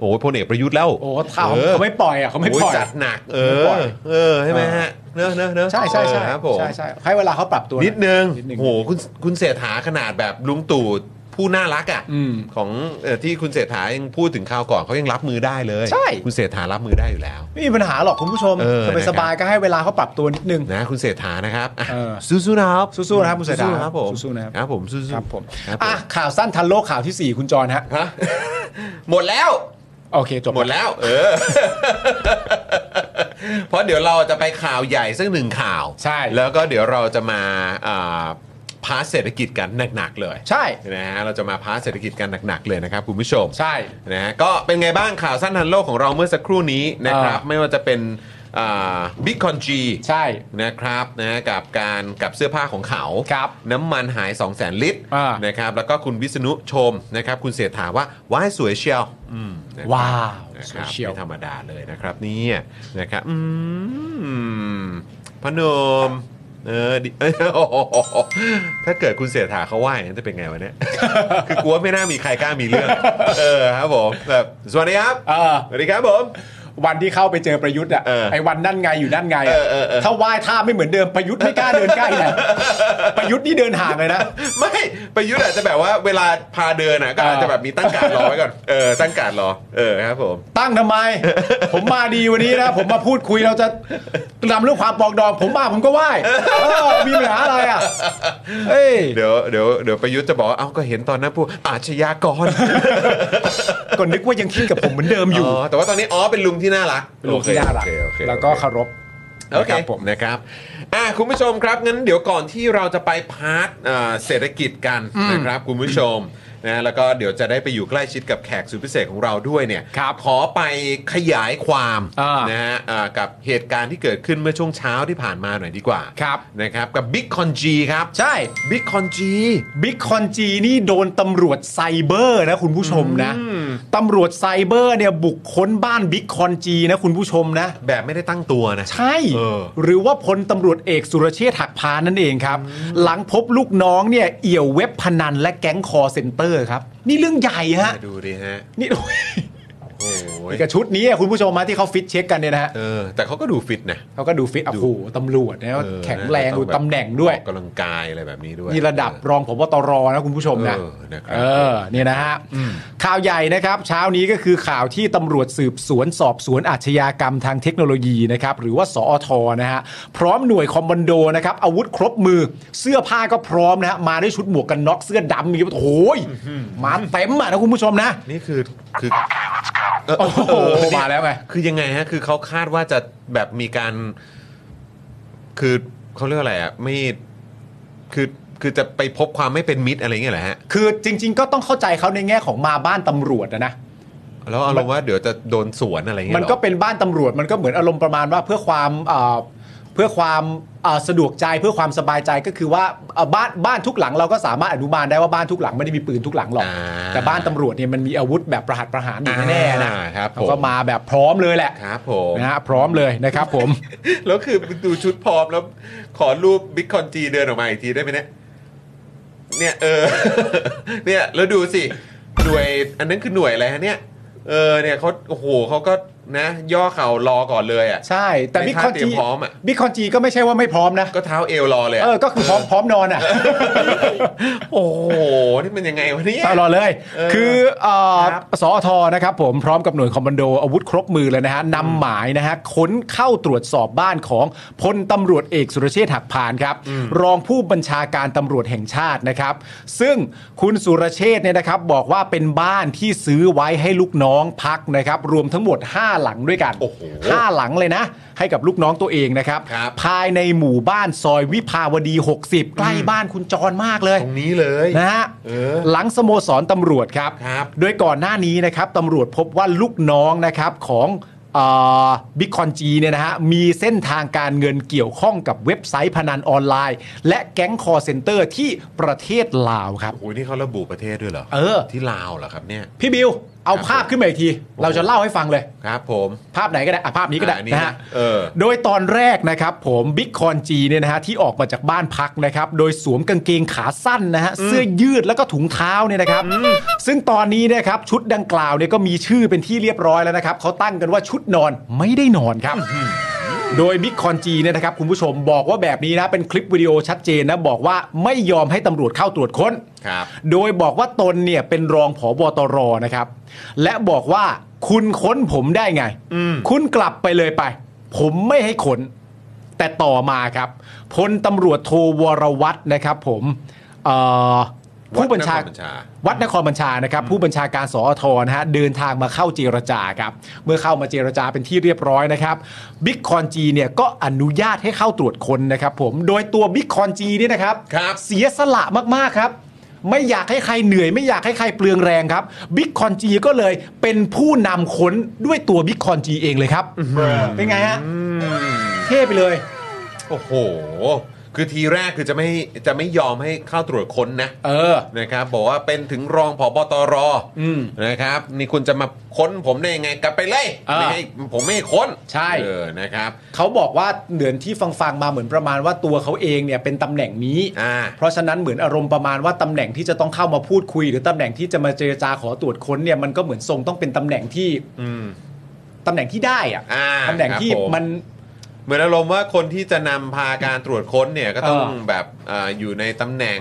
[SPEAKER 1] โอ้ยพลเอกประยุทธ์แล้ว
[SPEAKER 2] โอ้ถามเขาไม่ปล่อยอะเขาไม่ปล่อย
[SPEAKER 1] โจัดหนักเอ
[SPEAKER 2] ไม่
[SPEAKER 1] อ
[SPEAKER 2] ปล่อย
[SPEAKER 1] เออใช่ไหมฮะเนอะเนอะเนอะ
[SPEAKER 2] ใช่ใช่ใช่
[SPEAKER 1] เออครับผม
[SPEAKER 2] ใช่ใช่ให้เวลาเขาปรับตัวหอย
[SPEAKER 1] นิดนึง
[SPEAKER 2] นิดนึง
[SPEAKER 1] โหคุณคุณเสถาขนาดแบบลุงตู่ผู้น่ารักอะ่ะ
[SPEAKER 2] อืม
[SPEAKER 1] ของเออที่คุณเสถายังพูดถึงข่าวก่อนเขายังรับมือได้เลย
[SPEAKER 2] ใช่
[SPEAKER 1] คุณเสถารับมือได้อยู่แล้ว
[SPEAKER 2] ไม่มีปัญหาหรอกคุณผู้ชม
[SPEAKER 1] เออ
[SPEAKER 2] สบาย
[SPEAKER 1] นะครับ
[SPEAKER 2] สบายๆก็ให้เวลาเขาปรับตัวนิดนึง
[SPEAKER 1] นะคุณเสถานะครับอ่ะ
[SPEAKER 2] เออ
[SPEAKER 1] สู้ๆนะครับ
[SPEAKER 2] สู้ๆนะครับคุณเศรษฐา
[SPEAKER 1] สู้ๆครับผม
[SPEAKER 2] สู้ๆนะครับ
[SPEAKER 1] ครับผมสู้ๆ
[SPEAKER 2] ครับผม
[SPEAKER 1] ครับ
[SPEAKER 2] อ่ะข่าวสั้นทันโลกข่าวที่ 4 คุณจรฮะ
[SPEAKER 1] ฮะ *laughs* หมดแล้ว
[SPEAKER 2] โอเค จบ
[SPEAKER 1] หมดแล้ว เออ *laughs* เพราะเดี๋ยวเราจะไปข่าวใหญ่สักหนึ่งข่าว
[SPEAKER 2] ใช่
[SPEAKER 1] แล้วก็เดี๋ยวเราจะมาอ่า พาร์ทเศรษฐกิจกันหนักๆเลย
[SPEAKER 2] ใช่
[SPEAKER 1] นะฮะเราจะมาพาร์ทเศรษฐกิจกันหนักๆเลยนะครับคุณผู้ชม
[SPEAKER 2] ใช่
[SPEAKER 1] นะฮะก็เป็นไงบ้างข่าวสั้นทันโลกของเราเมื่อสักครู่นี้นะครับ
[SPEAKER 2] อ่า
[SPEAKER 1] ไม่ว่าจะเป็นบิ๊กคอนจี
[SPEAKER 2] ใช่
[SPEAKER 1] นะครับนะฮะกับการกับเสื้อผ้าของเขา
[SPEAKER 2] ครับ
[SPEAKER 1] น้ำมันหาย 2 0 0 0 0 ลิตร
[SPEAKER 2] อ่าน
[SPEAKER 1] นะครับแล้วก็คุณวิษณุชมนะครับ คุณเสถาว่าว้ายสวยเชียวอืมนะครับ
[SPEAKER 2] ว้าว
[SPEAKER 1] นะ
[SPEAKER 2] โซ
[SPEAKER 1] ครับ
[SPEAKER 2] เชียล
[SPEAKER 1] ไม่ธรรมดาเลยนะครับเนี่ยนะครับอืมพอหนมเออดิเอ้ย *laughs* โอ้โหถ้าเกิดคุณเสียถาเขาไหว้เนี่ยจะเป็นไงวะเนี่ย *laughs* คือกลัวไม่น่ามีใครกล้ามีเรื่อง เออครับผมแบบสวัสดีครับ
[SPEAKER 2] เออ
[SPEAKER 1] สวัสดีครับผม
[SPEAKER 2] วันที่เข้าไปเจอประยุทธ์อ่ะ
[SPEAKER 1] เออ
[SPEAKER 2] ไอ้วันนั่นไงอยู่นั่นไงอะ
[SPEAKER 1] เออเออเออ
[SPEAKER 2] ถ้าไหว้ท่าไม่เหมือนเดิมประยุทธ์ไม่กล้าเดินใกล้
[SPEAKER 1] *laughs*
[SPEAKER 2] นะประยุทธ์นี่เดินห่างเลยนะ
[SPEAKER 1] ไม่ประยุทธ์อาจจะแบบว่าเวลาพาเดินอ่ะก็อาจจะแบบมีตั้งการดรอไว้ก่
[SPEAKER 2] *laughs*
[SPEAKER 1] อนเออตั้งการดรอเออครับผม
[SPEAKER 2] ตั้งทำไม ผมมาดีวันนี้นะ ผมมาพูดคุยเราจะนำเรื่องความปลองดอง ผมมาผมก็ไหว้เออมีปัญหาอะไรอ่ะเอ้ย
[SPEAKER 1] เดี๋ยวเดี๋ยวเดี๋ยวประยุทธ์จะบอกว่าเอ้าก็เห็นตอนนั้นผู้อาชญากร
[SPEAKER 2] ก็นึกว่ายังคิดกับผมเหมือนเดิมอยู่
[SPEAKER 1] แต่ว่าตอนนี้อ๋อเป็นลุงที่น่ารัก
[SPEAKER 2] เป็นลุงที่น่ารัก
[SPEAKER 1] โอเคโอเค
[SPEAKER 2] แล้วก็เคารพ
[SPEAKER 1] โอเค
[SPEAKER 2] นะครับผม
[SPEAKER 1] นะครับอ่ะคุณผู้ชมครับงั้นเดี๋ยวก่อนที่เราจะไปพาร์ทเอ่อเศรษฐกิจกันนะครับคุณผู้ชมนะแล้วก็เดี๋ยวจะได้ไปอยู่ใกล้ชิดกับแขกสุดพิเศษของเราด้วยเนี่ย
[SPEAKER 2] ครับ
[SPEAKER 1] ขอไปขยายความ
[SPEAKER 2] อ่าน
[SPEAKER 1] นะฮะอ่ากับเหตุการณ์ที่เกิดขึ้นเมื่อช่วงเช้าที่ผ่านมาหน่อยดีกว่า
[SPEAKER 2] ครับ
[SPEAKER 1] นะครับกับบิ๊กคอนจีครับ
[SPEAKER 2] ใช่
[SPEAKER 1] บิ๊กคอนจี
[SPEAKER 2] บิ๊กคอนจีนี่โดนตำรวจไซเบอร์นะคุณผู้ชมนะตำรวจไซเบอร์เนี่ยบุกค้นบ้านบิ๊กคอนจีนะคุณผู้ชมนะ
[SPEAKER 1] แบบไม่ได้ตั้งตัวนะ
[SPEAKER 2] ใช่
[SPEAKER 1] เออ
[SPEAKER 2] หรือว่าพลตำรวจเอกสุรเชษฐ์หักพานนั่นเองครับ หลังพบลูกน้องเนี่ยเอี่ยวเว็บพนันและแก๊งคอร์เซ็นเตอร์ครับ นี่เรื่องใหญ่ฮะ
[SPEAKER 1] ดูดิฮะ
[SPEAKER 2] นี่
[SPEAKER 1] โอ้ย
[SPEAKER 2] นี่กับชุดนี้อะคุณผู้ชมมาที่เขาฟิตเช็คกันเนี่ยนะฮะ
[SPEAKER 1] เออแต่เขาก็ดูฟิตนะ
[SPEAKER 2] เขาก็ดูฟิตอ่ะโอ้โหตำรวจนะ
[SPEAKER 1] เออ
[SPEAKER 2] แข็งแรง
[SPEAKER 1] นะ
[SPEAKER 2] ดู
[SPEAKER 1] บบ
[SPEAKER 2] ตำแหน่งด้วย
[SPEAKER 1] ออกกำลังกายอะไรแบบนี้ด้วย
[SPEAKER 2] นี่ระดับรองผบตรนะคุณผู้ชมนะ
[SPEAKER 1] เออนะครับ
[SPEAKER 2] เออเนี่ยนะฮะข่าวใหญ่นะครับ เช้านี้ก็คือข่าวที่ตำรวจสืบสวนสอบสวนอาชญากรรมทางเทคโนโลยีนะครับหรือว่าสอทนะฮะพร้อมหน่วยคอมบันโดนะครับอาวุธครบมือเสื้อผ้าก็พร้อมนะฮะมาด้วยชุดหมวกกันน็อกเสื้อดำมีโอ้โหยมาเต็มอ่ะนะคุณผู้ชมนะ
[SPEAKER 1] นี่คือคือเ
[SPEAKER 2] โอ้โหมาแล้วไง
[SPEAKER 1] คือยังไงฮะคือเขาคาดว่าจะแบบมีการ คือเขาเรียกว่าอะไรอ่ะไม่คือคือจะไปพบความไม่เป็นมิตรอะไรเงี้ยเหรอฮะ
[SPEAKER 2] คือจริง ๆ ก็ต้องเข้าใจเขาในแง่ของมาบ้านตำรวจนะนะ
[SPEAKER 1] แล้วอารมณ์ว่าเดี๋ยวจะโดนสวนอะไรเงี้ย
[SPEAKER 2] มันก็เป็นบ้านตำรวจมันก็เหมือนอารมณ์ประมาณว่าเพื่อความเอ่อเพื่อความเอ่อสะดวกใจเพื่อความสบายใจก็คือว่าเอ่อบ้านบ้านทุกหลังเราก็สามารถอนุมานได้ว่าบ้านทุกหลังไม่ได้มีปืนทุกหลังหรอก
[SPEAKER 1] า
[SPEAKER 2] แต่บ้านตำรวจเนี่ยมันมีอาวุธแบบประหัตประหารอยู่แน่ๆนะ
[SPEAKER 1] อ่าครับผ
[SPEAKER 2] เขา
[SPEAKER 1] ม
[SPEAKER 2] ก็มาแบบพร้อมเลยแหละ
[SPEAKER 1] ครับผม
[SPEAKER 2] นะฮะพร้อมเลยนะครับผม
[SPEAKER 1] แล้วคือดูชุดพร้อมแล้วขอรูปบิ๊กคอนจีเดินออกมาอีกทีได้ไหมเนี่ย เนี่ยเอ *laughs* อ เนี่ยแล้วดูสิหน่วยอันนั้นคือหน่วยอะไรฮะเนี่ย เออเนี่ยเขาโอ้โหเขาก็นะ ย่อเข่ารอก่อนเลยอ่ะ
[SPEAKER 2] ใช่แต่บิ๊กคอน
[SPEAKER 1] ในท่าเตรี
[SPEAKER 2] จี
[SPEAKER 1] ยมพร้อมอะ
[SPEAKER 2] บิ๊กคอนจีก็ไม่ใช่ว่าไม่พร้อมนะ
[SPEAKER 1] ก็เท้าเอวรอเลยอะ
[SPEAKER 2] เออก็คือพร้อมพร้อมนอนอ่ะ
[SPEAKER 1] โอ้โหนี่มันยังไงวะเนี่ย
[SPEAKER 2] ตลอดเลย
[SPEAKER 1] เออ
[SPEAKER 2] คือเอ่อ
[SPEAKER 1] ครับ
[SPEAKER 2] สอทนะครับผมพร้อมกับหน่วยคอมมานโดอาวุธครบมือเลยนะฮะนำหมายนะฮะค้นเข้าตรวจสอบบ้านของพลตำรวจเอกสุรเชษฐ์หักพานครับ รองผู้บัญชาการตำรวจแห่งชาตินะครับ ซึ่งคุณสุรเชษฐ์เนี่ยนะครับบอกว่าเป็นบ้านที่ซื้อไว้ให้ลูกน้องพักนะครับ รวมทั้งหมด 5 หลังด้วยกัน
[SPEAKER 1] โอ้โห
[SPEAKER 2] ห้าหลังเลยนะ ให้กับลูกน้องตัวเองนะครับ
[SPEAKER 1] ครับ
[SPEAKER 2] ภายในหมู่บ้านซอยวิภาวดี 60 ใกล้บ้านคุณจรมากเลย
[SPEAKER 1] ตรงนี้เลย
[SPEAKER 2] นะฮะ
[SPEAKER 1] เออ
[SPEAKER 2] หลังสโมสรตำรวจครับ
[SPEAKER 1] ครับ
[SPEAKER 2] โดยก่อนหน้านี้นะครับตำรวจพบว่าลูกน้องนะครับของบิ๊กคอนจีเนี่ยนะฮะมีเส้นทางการเงินเกี่ยวข้องกับเว็บไซต์พนันออนไลน์ และแก๊งคอร์เซ็นเตอร์ที่ประเทศลาวครับ
[SPEAKER 1] โอ้โหนี่เขาระบุประเทศด้วยเหรอ
[SPEAKER 2] เออ
[SPEAKER 1] ที่ลาวเหรอครับเนี่ย
[SPEAKER 2] พี่บิว เอา
[SPEAKER 1] ครับ
[SPEAKER 2] ภาพขึ้นมาอีกที เราจะเล่าให้ฟังเลย
[SPEAKER 1] ครับผม
[SPEAKER 2] ภาพไหนก็ได้อ่ะภาพนี้ก็ได้
[SPEAKER 1] อ่ะอันนี้
[SPEAKER 2] นะฮะ
[SPEAKER 1] เออ
[SPEAKER 2] โดยตอนแรกนะครับผมบิ๊กคอนจีเนี่ยนะฮะที่ออกมาจากบ้านพักนะครับ โดยสวมกางเกงขาสั้นนะฮะ เสื้อยืดแล้วก็ถุงเท้าเนี่ยนะครับ ซึ่งตอนนี้เนะครับ ชุดดังกล่าวเนี่ยก็มีชื่อเป็นที่เรียบร้อยแล้วนะครับเขาตั้งกันว่าชุดนอนไม่ได้นอนครับ โดยบิ๊กคอนจีเนี่ยนะครับคุณผู้ชมบอกว่าแบบนี้นะเป็นคลิปวิดีโอชัดเจนนะบอกว่าไม่ยอมให้ตำรวจเข้าตรวจค้น
[SPEAKER 1] ครับ
[SPEAKER 2] โดยบอกว่าตนเนี่ยเป็นรองผอบอตรนะครับ และบอกว่าคุณค้นผมได้ไง คุณกลับไปเลยไป ผมไม่ให้ขน แต่ต่อมาครับพลตำรวจโทวรวัตรนะครับผมเอ่อ
[SPEAKER 1] วัด
[SPEAKER 2] ผู้บัญชา
[SPEAKER 1] นครบัญชา
[SPEAKER 2] วัดนครบัญชานะครับผู้บัญชาการสอทนะฮะเดินทางมาเข้าเจรจาครับเมื่อเข้ามาเจรจาเป็นที่เรียบร้อยนะครับบิ๊กคอนจีเนี่ยก็อนุญาตให้เข้าตรวจคนนะครับผมโดยตัวบิ๊กคอนจีเนี่ยนะครับ
[SPEAKER 1] ครับ
[SPEAKER 2] เสียสละมากๆครับ ไม่อยากให้ใครเหนื่อยไม่อยากให้ใครเปลืองแรงครับบิ๊กคอนจีก็เลยเป็นผู้นำค้นด้วยตัวบิ๊กคอนจีเองเลยครับเป็นไงฮะเท่ไปเลย
[SPEAKER 1] โอ้โห คือทีแรกคือจะไม่จะไม่ยอมให้เข้าตรวจค้นนะ
[SPEAKER 2] เออ
[SPEAKER 1] นะครับบอกว่าเป็นถึงรองผบตรนะครับนี่คุณจะมาค้นผมได้ยังไงกลับไปเลย
[SPEAKER 2] เออ
[SPEAKER 1] ไม่ให้ผมไม่ให้ค้น
[SPEAKER 2] ใช่
[SPEAKER 1] เออนะครับ
[SPEAKER 2] เขาบอกว่าเหมือนที่ฟังๆมาเหมือนประมาณว่าตัวเขาเองเนี่ยเป็นตำแหน่งนี้
[SPEAKER 1] อ่า
[SPEAKER 2] เพราะฉะนั้นเหมือนอารมณ์ประมาณว่าตำแหน่งที่จะต้องเข้ามาพูดคุย หรือตำแหน่งที่จะมาเจรจาขอตรวจค้นเนี่ยมันก็เหมือนทรงต้องเป็นตำแหน่งที่
[SPEAKER 1] อืม
[SPEAKER 2] ตำแหน่งที่ได้อะ
[SPEAKER 1] อ่า
[SPEAKER 2] ตำแหน่งที่
[SPEAKER 1] ครับผม
[SPEAKER 2] มัน
[SPEAKER 1] เหมือนอารมณ์ว่าคนที่จะนำพาการตรวจค้นเนี่ยก็ต้อง
[SPEAKER 2] เออ
[SPEAKER 1] แบบเอ่ออยู่ในตำแหน่ง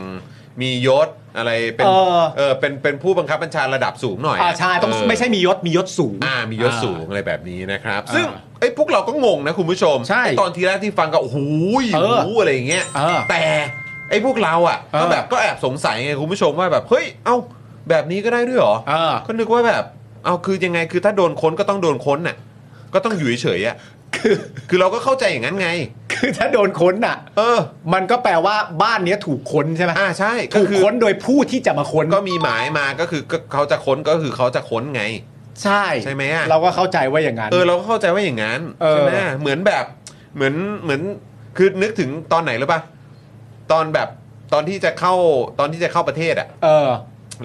[SPEAKER 1] มียศอะไรเป็น
[SPEAKER 2] เออ
[SPEAKER 1] เออเป็นเป็นผู้บังคับบัญชาระดับสูงหน่อย
[SPEAKER 2] อ่าใช่ต้อง
[SPEAKER 1] เ
[SPEAKER 2] ไม่ใช่มียศมียศสูง
[SPEAKER 1] อ่ามียศสูงอะไรแบบนี้นะครับ
[SPEAKER 2] อ่า
[SPEAKER 1] ซึ่งไอ้พวกเราก็งงนะคุณผู้ชม
[SPEAKER 2] ใช่
[SPEAKER 1] ไอ้ตอนทีแรกที่ฟังก็โอ้โห
[SPEAKER 2] เออ
[SPEAKER 1] โอ้โหอะไรอย่างเงี้ย
[SPEAKER 2] เออ
[SPEAKER 1] แต่ไอ้พวกเราอ่ะ
[SPEAKER 2] เออ
[SPEAKER 1] ก็แบบก็แอบสงสัยไงคุณผู้ชมว่าแบบเฮ้ยเอ้าแบบนี้ก็ได้ด้วยเหรอ
[SPEAKER 2] เออ
[SPEAKER 1] ก็นึกว่าแบบเอาคือยังไงคือถ้าโดนค้นก็ต้องโดนค้นน่ะก็ต้องอยู่เฉยๆอ่ะคือคือเราก็เข้าใจอย่างนั้นไง
[SPEAKER 2] คือถ้าโดนค้นอ่ะ
[SPEAKER 1] เออ
[SPEAKER 2] มันก็แปลว่าบ้านเนี้ยถูกค้นใช่ไหม
[SPEAKER 1] อ่าใช่ก็
[SPEAKER 2] ถูก
[SPEAKER 1] คือ
[SPEAKER 2] ค้นโดยผู้ที่จะมาค้น
[SPEAKER 1] ก็มีหมายมาก็คือก็เขาจะค้นก็คือเขาจะค้นไง
[SPEAKER 2] ใช่
[SPEAKER 1] ใช่ไหมอะ
[SPEAKER 2] เราก็เข้าใจว่าอย่างนั้น
[SPEAKER 1] เออเราก็เข้าใจว่าอย่างนั้น
[SPEAKER 2] เออ
[SPEAKER 1] ใช่ไหมเหมือนแบบเหมือนเหมือนคือนึกถึงตอนไหนหรือปะตอนแบบตอนที่จะเข้าตอนที่จะเข้าประเทศอะ
[SPEAKER 2] เออ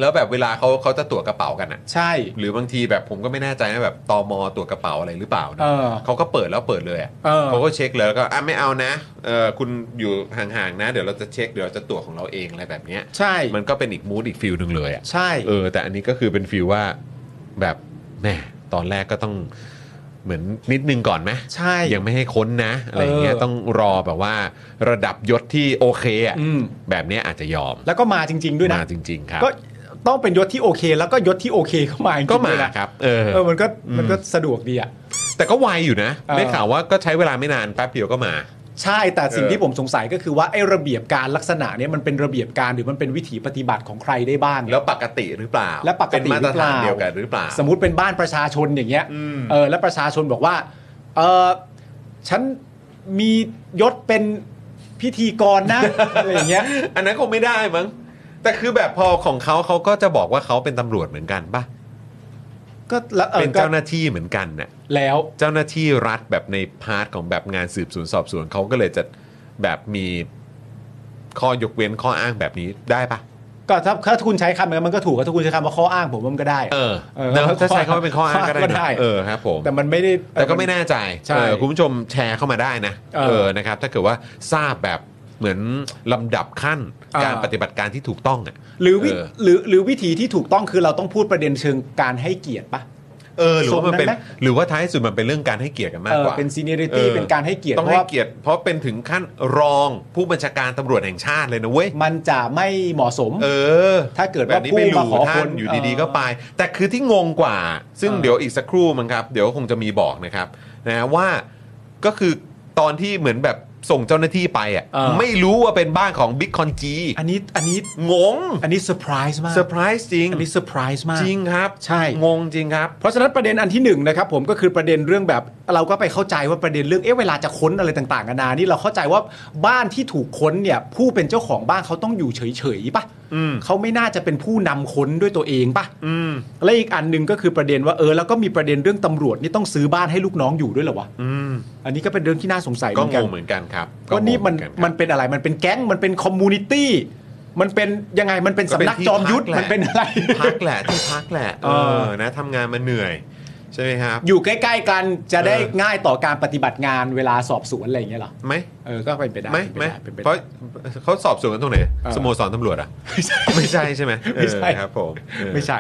[SPEAKER 1] แล้วแบบเวลาเขาเขาจะตรวจกระเป๋ากันอะ
[SPEAKER 2] ใช่
[SPEAKER 1] หรือบางทีแบบผมก็ไม่แน่ใจนะแบบตมตรวจกระเป๋าอะไรหรือเปล่านะ
[SPEAKER 2] เออ
[SPEAKER 1] เขาก็เปิดแล้วเปิดเลยอะ
[SPEAKER 2] เออ
[SPEAKER 1] เขาก็เช็คเลยแล้วก็อ่ะไม่เอานะเออคุณอยู่ห่างๆนะ เดี๋ยวเราจะเช็คเดี๋ยวเราจะตรวจของเราเองอะไรแบบเนี้ย
[SPEAKER 2] ใช่
[SPEAKER 1] มันก็เป็นอีกมูดอีกฟิลหนึ่งเลยอะ
[SPEAKER 2] ใช่
[SPEAKER 1] เออแต่อันนี้ก็คือเป็นฟิลว่าแบบแหม่ตอนแรกก็ต้องเหมือนนิดนึงก่อนไหม
[SPEAKER 2] ใช่
[SPEAKER 1] ยังไม่ให้ค้นนะอะไรอย่างเงี้ย
[SPEAKER 2] เออ
[SPEAKER 1] ต้องรอแบบว่า ระดับยศที่โอเคอะ
[SPEAKER 2] อืม
[SPEAKER 1] แบบเนี้ยอาจจะยอม
[SPEAKER 2] แล้วก็มาจริง ๆด้วยนะ
[SPEAKER 1] มาจริง ๆ ครับ
[SPEAKER 2] ก็ต้องเป็นยศที่โอเค แล้วก็ยศที่โอเคเข้ามาจริงๆ
[SPEAKER 1] ก็มา
[SPEAKER 2] ด้วยนะ
[SPEAKER 1] ครับ เออ
[SPEAKER 2] เออ มันก็ มันก็สะดวกดีอ่ะ
[SPEAKER 1] แต่ก็ไวอยู่นะ
[SPEAKER 2] เออ
[SPEAKER 1] ได้ข่าวว่าก็ใช้เวลาไม่นานแป๊บเดียวก็มา
[SPEAKER 2] ใช่ แต่สิ่ง
[SPEAKER 1] เออ
[SPEAKER 2] ที่ผมสงสัยก็คือว่าไอ้ระเบียบการลักษณะเนี้ยมันเป็นระเบียบการหรือมันเป็นวิถีปฏิบัติของใครได้บ้าง
[SPEAKER 1] แล้วปกติหรือเปล่า
[SPEAKER 2] และปก
[SPEAKER 1] เป็น
[SPEAKER 2] ติ
[SPEAKER 1] มา
[SPEAKER 2] ห
[SPEAKER 1] ตร
[SPEAKER 2] รือ
[SPEAKER 1] ฐา
[SPEAKER 2] เปล่าน
[SPEAKER 1] เดียวกันหรือเปล่า
[SPEAKER 2] สมมติเป็นบ้านประชาชนอย่างเงี้ย
[SPEAKER 1] อืม
[SPEAKER 2] เออ แล้วประชาชนบอกว่า เออฉันมียศเป็นพิธีกร
[SPEAKER 1] *laughs*
[SPEAKER 2] นะ อะไรอย่างเงี้ย
[SPEAKER 1] อันนั้นคงไม่ได้มั้งแต่คือแบบพอของเขาเขาก็จะบอกว่าเขาเป็นตำรวจเหมือนกันป่ะ
[SPEAKER 2] ก็แล้วเอ
[SPEAKER 1] เป็
[SPEAKER 2] อน ก็
[SPEAKER 1] เจ้าหน้าที่เหมือนกันน่ะ
[SPEAKER 2] แล้ว
[SPEAKER 1] เจ้าหน้าที่รัฐแบบในพาร์ทของแบบงานสืบสวนสอบสวนเขาก็เลยจะแบบมีข้อยกเว้นข้ออ้างแบบนี้ได้ปะ
[SPEAKER 2] ก็ถ้าถ้าคุณใช้คำนั้นมันก็ถูกถ้าคุณใช้คำว่าข้ออ้างผมว่ามันก็ได้อะ
[SPEAKER 1] เออ
[SPEAKER 2] เออ
[SPEAKER 1] นะถ้าใช้คำว่าเป็นข้ออ้างก็ได้
[SPEAKER 2] ก็
[SPEAKER 1] นะ
[SPEAKER 2] ได้
[SPEAKER 1] เออครับผม
[SPEAKER 2] แต่มันไม่ได้
[SPEAKER 1] แต่ก็ไม่แน่ใจ
[SPEAKER 2] ใช่
[SPEAKER 1] เออคุณผู้ชมแชร์เข้ามาได้นะ
[SPEAKER 2] เออ
[SPEAKER 1] นะครับ ถ้าเกิดว่าทราบแบบเหมือนลำดับขั้น
[SPEAKER 2] เออ
[SPEAKER 1] การปฏิบัติการที่ถูกต้องอ่ะ
[SPEAKER 2] หรือวิ
[SPEAKER 1] เออ
[SPEAKER 2] หรือหรือวิธีที่ถูกต้องคือเราต้องพูดประเด็นเชิงการให้เกียรติปะ
[SPEAKER 1] เออหรือว่ามันเป็น
[SPEAKER 2] ส่วนนั้นไหม
[SPEAKER 1] หรือว่าท้ายสุดมันเป็นเรื่องการให้เกียรติกันมากกว่า
[SPEAKER 2] เออเป็นซีเนียริตี้
[SPEAKER 1] ออ
[SPEAKER 2] เป็นการให้เกียรติ
[SPEAKER 1] ต้อง
[SPEAKER 2] เพราะ
[SPEAKER 1] ให้
[SPEAKER 2] ว่า
[SPEAKER 1] เกียรติเพราะเป็นถึงขั้นรองผู้บัญชาการตำรวจแห่งชาติเลยนะเว้ย
[SPEAKER 2] มันจะไม่เหมาะสม
[SPEAKER 1] เออ
[SPEAKER 2] ถ้าเกิด
[SPEAKER 1] แบ
[SPEAKER 2] ว่า
[SPEAKER 1] บนี้
[SPEAKER 2] ผู้
[SPEAKER 1] ไม่
[SPEAKER 2] มา
[SPEAKER 1] รู้
[SPEAKER 2] ขอ
[SPEAKER 1] ท่า
[SPEAKER 2] คน น
[SPEAKER 1] อยู่
[SPEAKER 2] เออ
[SPEAKER 1] ดีๆก็ไป แต่คือที่งงกว่า ซึ่ง
[SPEAKER 2] เออ
[SPEAKER 1] เดี๋ยวอีกสักครู่มั้งครับ เดี๋ยวคงจะมีบอกนะครับนะว่าก็คือตอนที่เหมือนแบบส่งเจ้าหน้าที่ไปอ่ะ
[SPEAKER 2] เออ
[SPEAKER 1] ไม่รู้ว่าเป็นบ้านของบิ๊กคอนจี
[SPEAKER 2] อันนี้อันนี้
[SPEAKER 1] งง
[SPEAKER 2] อันนี้เซอร์ไพรส์มาก
[SPEAKER 1] เซอร์ไพรส์จริง
[SPEAKER 2] อันนี้เซอร์ไพรส์มาก
[SPEAKER 1] จริงครับ
[SPEAKER 2] ใช่
[SPEAKER 1] งงจริงครับ
[SPEAKER 2] เพราะฉะนั้นประเด็นอันที่หนึ่งนะครับผมก็คือประเด็นเรื่องแบบเราก็ไปเข้าใจว่าประเด็นเรื่องเอ๊ะเวลาจะค้นอะไรต่างๆกันานานี่เราเข้าใจว่าบ้านที่ถูกค้นเนี่ยผู้เป็นเจ้าของบ้านเขาต้องอยู่เฉยๆปะ
[SPEAKER 1] อืม
[SPEAKER 2] เขาไม่น่าจะเป็นผู้นำค้นด้วยตัวเองปะ
[SPEAKER 1] อืม
[SPEAKER 2] และอีกอันหนึ่งก็คือประเด็นว่าเออแล้วก็มีประเด็นเรื่องตำรวจนี่ต้องซื้อบ้านให้ลูกน้องอยู่ด้วยเหรอวะ
[SPEAKER 1] อืม
[SPEAKER 2] อันนี้ก็เป็นเรื่องที่น่าสงสัยเห
[SPEAKER 1] ก็
[SPEAKER 2] มื
[SPEAKER 1] ง
[SPEAKER 2] อนกัน
[SPEAKER 1] งเหมือนกันครับ
[SPEAKER 2] ก็นี่มัน
[SPEAKER 1] ก็งงเหอกัครับ
[SPEAKER 2] มันเป็นอะไรมันเป็นแก๊งมันเป็นคอมมูนิตี้มันเป็นยังไงมันเป็น
[SPEAKER 1] ก็เป็
[SPEAKER 2] สำ
[SPEAKER 1] น
[SPEAKER 2] นัก
[SPEAKER 1] ที่
[SPEAKER 2] จอมยุทธ
[SPEAKER 1] พักแหละ
[SPEAKER 2] มันเป็นอะไร
[SPEAKER 1] พักแหละที่พักแหละเอ
[SPEAKER 2] เออ
[SPEAKER 1] อนะทำงานมาเหนื่อยใช่ไหมครับ
[SPEAKER 2] อยู่ใกล้ๆกันจะได้
[SPEAKER 1] เออ
[SPEAKER 2] ง่ายต่อการปฏิบัติงานเวลาสอบสวนอะไรอย่างเงี้ยเหรอ
[SPEAKER 1] ไหม
[SPEAKER 2] เออก็เป็นไปได้
[SPEAKER 1] ไหม
[SPEAKER 2] เป็น
[SPEAKER 1] ไหม
[SPEAKER 2] ปด้เป็นไป
[SPEAKER 1] เพ
[SPEAKER 2] ได้
[SPEAKER 1] ราะเขาสอบสวนกันตรงไหน
[SPEAKER 2] เออ
[SPEAKER 1] สโมสรตำรวจอ่ะ ไม่ใช่ใช่ไหม
[SPEAKER 2] ไม่ใช่
[SPEAKER 1] เออครับผมเออ
[SPEAKER 2] ไม่ใช่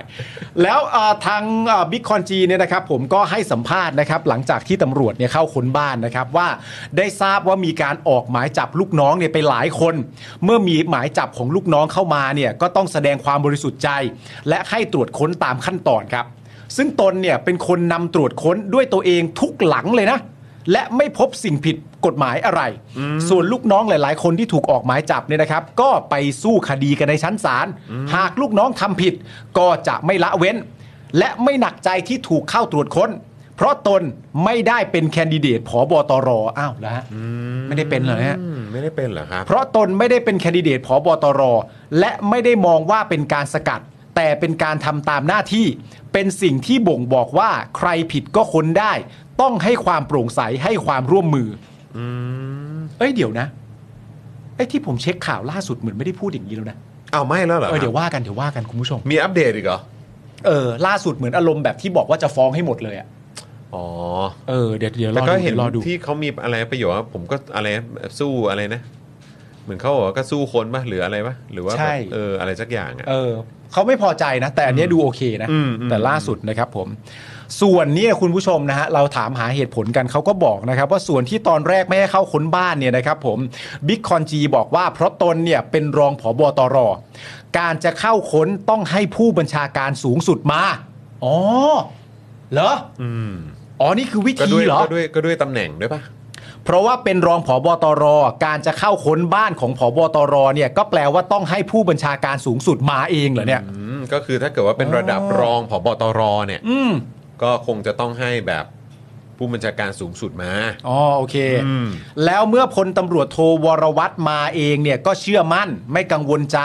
[SPEAKER 2] แล้วเอ่อทางบิ๊กคอนจีเนี่ยนะครับผมก็ให้สัมภาษณ์นะครับ หลังจากที่ตำรวจเนี่ยเข้าค้นบ้านนะครับ ว่าได้ทราบว่ามีการออกหมายจับลูกน้องเนี่ยไปหลายคน เมื่อมีหมายจับของลูกน้องเข้ามาเนี่ยก็ต้องแสดงความบริสุทธิ์ใจ และให้ตรวจค้นตามขั้นตอนครับ ซึ่งตนเนี่ยเป็นคนนำตรวจค้นด้วยตัวเองทุกหลังเลยนะ และไม่พบสิ่งผิด กฎหมายอะไร ส่วนลูกน้องหลาย ๆ คนที่ถูกออกหมายจับเนี่ยนะครับ ก็ไปสู้คดีกันในชั้นศาลหากลูกน้องทำผิด ก็จะไม่ละเว้น และไม่หนักใจที่ถูกเข้าตรวจค้น เพราะตนไม่ได้เป็นแคนดิเดตผอบตรอ้าวแล้วฮะไม่ได้เป็นเหรอฮะ
[SPEAKER 1] อืมไม่ได้เป็นเหรอครับ
[SPEAKER 2] เพราะตนไม่ได้เป็นแคนดิเดตผอบตร และไม่ได้มองว่าเป็นการสกัด แต่เป็นการทำตามหน้าที่ เป็นสิ่งที่บ่งบอกว่าใครผิดก็ค้นได้ ต้องให้ความโปร่งใสให้ความร่วมมืออเอ้ยเดี๋ยวนะไอ้ที่ผมเช็คข่าวล่าสุดเหมือนไม่ได้พูดอย่างนี้แล้วนะ
[SPEAKER 1] เอาไม่แล้วเหรอค
[SPEAKER 2] เอ
[SPEAKER 1] รั
[SPEAKER 2] อบ เดี๋ยวว่ากันเดี๋ยวว่ากันคุณผู้ชม
[SPEAKER 1] มีอัปเดตอีกเหรอ
[SPEAKER 2] เออล่าสุดเหมือนอารมณ์แบบที่บอกว่าจะฟ้องให้หมดเลยอะ
[SPEAKER 1] อ๋อ
[SPEAKER 2] เออเดี๋ยวเดี๋ยวร
[SPEAKER 1] แต่
[SPEAKER 2] อ
[SPEAKER 1] ก็
[SPEAKER 2] ดู
[SPEAKER 1] เห็น
[SPEAKER 2] เดี๋ยวรอดู
[SPEAKER 1] ที่เขามีอะไรประโยชน์ว่าผมก็อะไรสู้อะไรนะ เหมือนเขาบอกว่าก็สู้คนปะหรืออะไรปะหรือว่าแบบ
[SPEAKER 2] ใช่
[SPEAKER 1] เอออะไรสักอย่างอ่ะ
[SPEAKER 2] เออเขาไม่พอใจนะ แต่อันเนี้ยดูโอเคนะ
[SPEAKER 1] อืมอืม
[SPEAKER 2] แต่ล่าสุดนะครับผม ส่วนเนี้คุณผู้ชมนะฮะเราถามหาเหตุผลกันเขาก็บอกนะครับ ว่าส่วนที่ตอนแรกไม่ให้เข้าค้นบ้านเนี่ยนะครับผมบิ๊กคอนจีบอกว่าเพราะตนเนี่ยเป็นรองผอบอตร การจะเข้าค้นต้องให้ผู้บัญชาการสูงสุดมา อ๋อ เหรอ
[SPEAKER 1] อืม
[SPEAKER 2] อ๋อนี่คือวิ
[SPEAKER 1] ก็
[SPEAKER 2] ธี
[SPEAKER 1] ด้วย
[SPEAKER 2] เหรอ
[SPEAKER 1] ก็ด้วยก็ด้วยตำแหน่งด้วยปะ
[SPEAKER 2] เพราะว่าเป็นรองผอบตร การจะเข้าค้นบ้านของผอบตรเนี่ยก็แปลว่าต้องให้ผู้บัญชาการสูงสุดมาเองเหรอเนี่ย
[SPEAKER 1] อืมก็คือถ้าเกิดว่าเป็นระดับรองผบตรเนี่ย
[SPEAKER 2] อืม
[SPEAKER 1] ก็คงจะต้องให้แบบผู้บัญชาการสูงสุดมา
[SPEAKER 2] อ๋อโอเค
[SPEAKER 1] อืม
[SPEAKER 2] แล้วเมื่อพลตำรวจโทวรวัตรมาเองเนี่ยก็เชื่อมั่นไม่กังวลใจ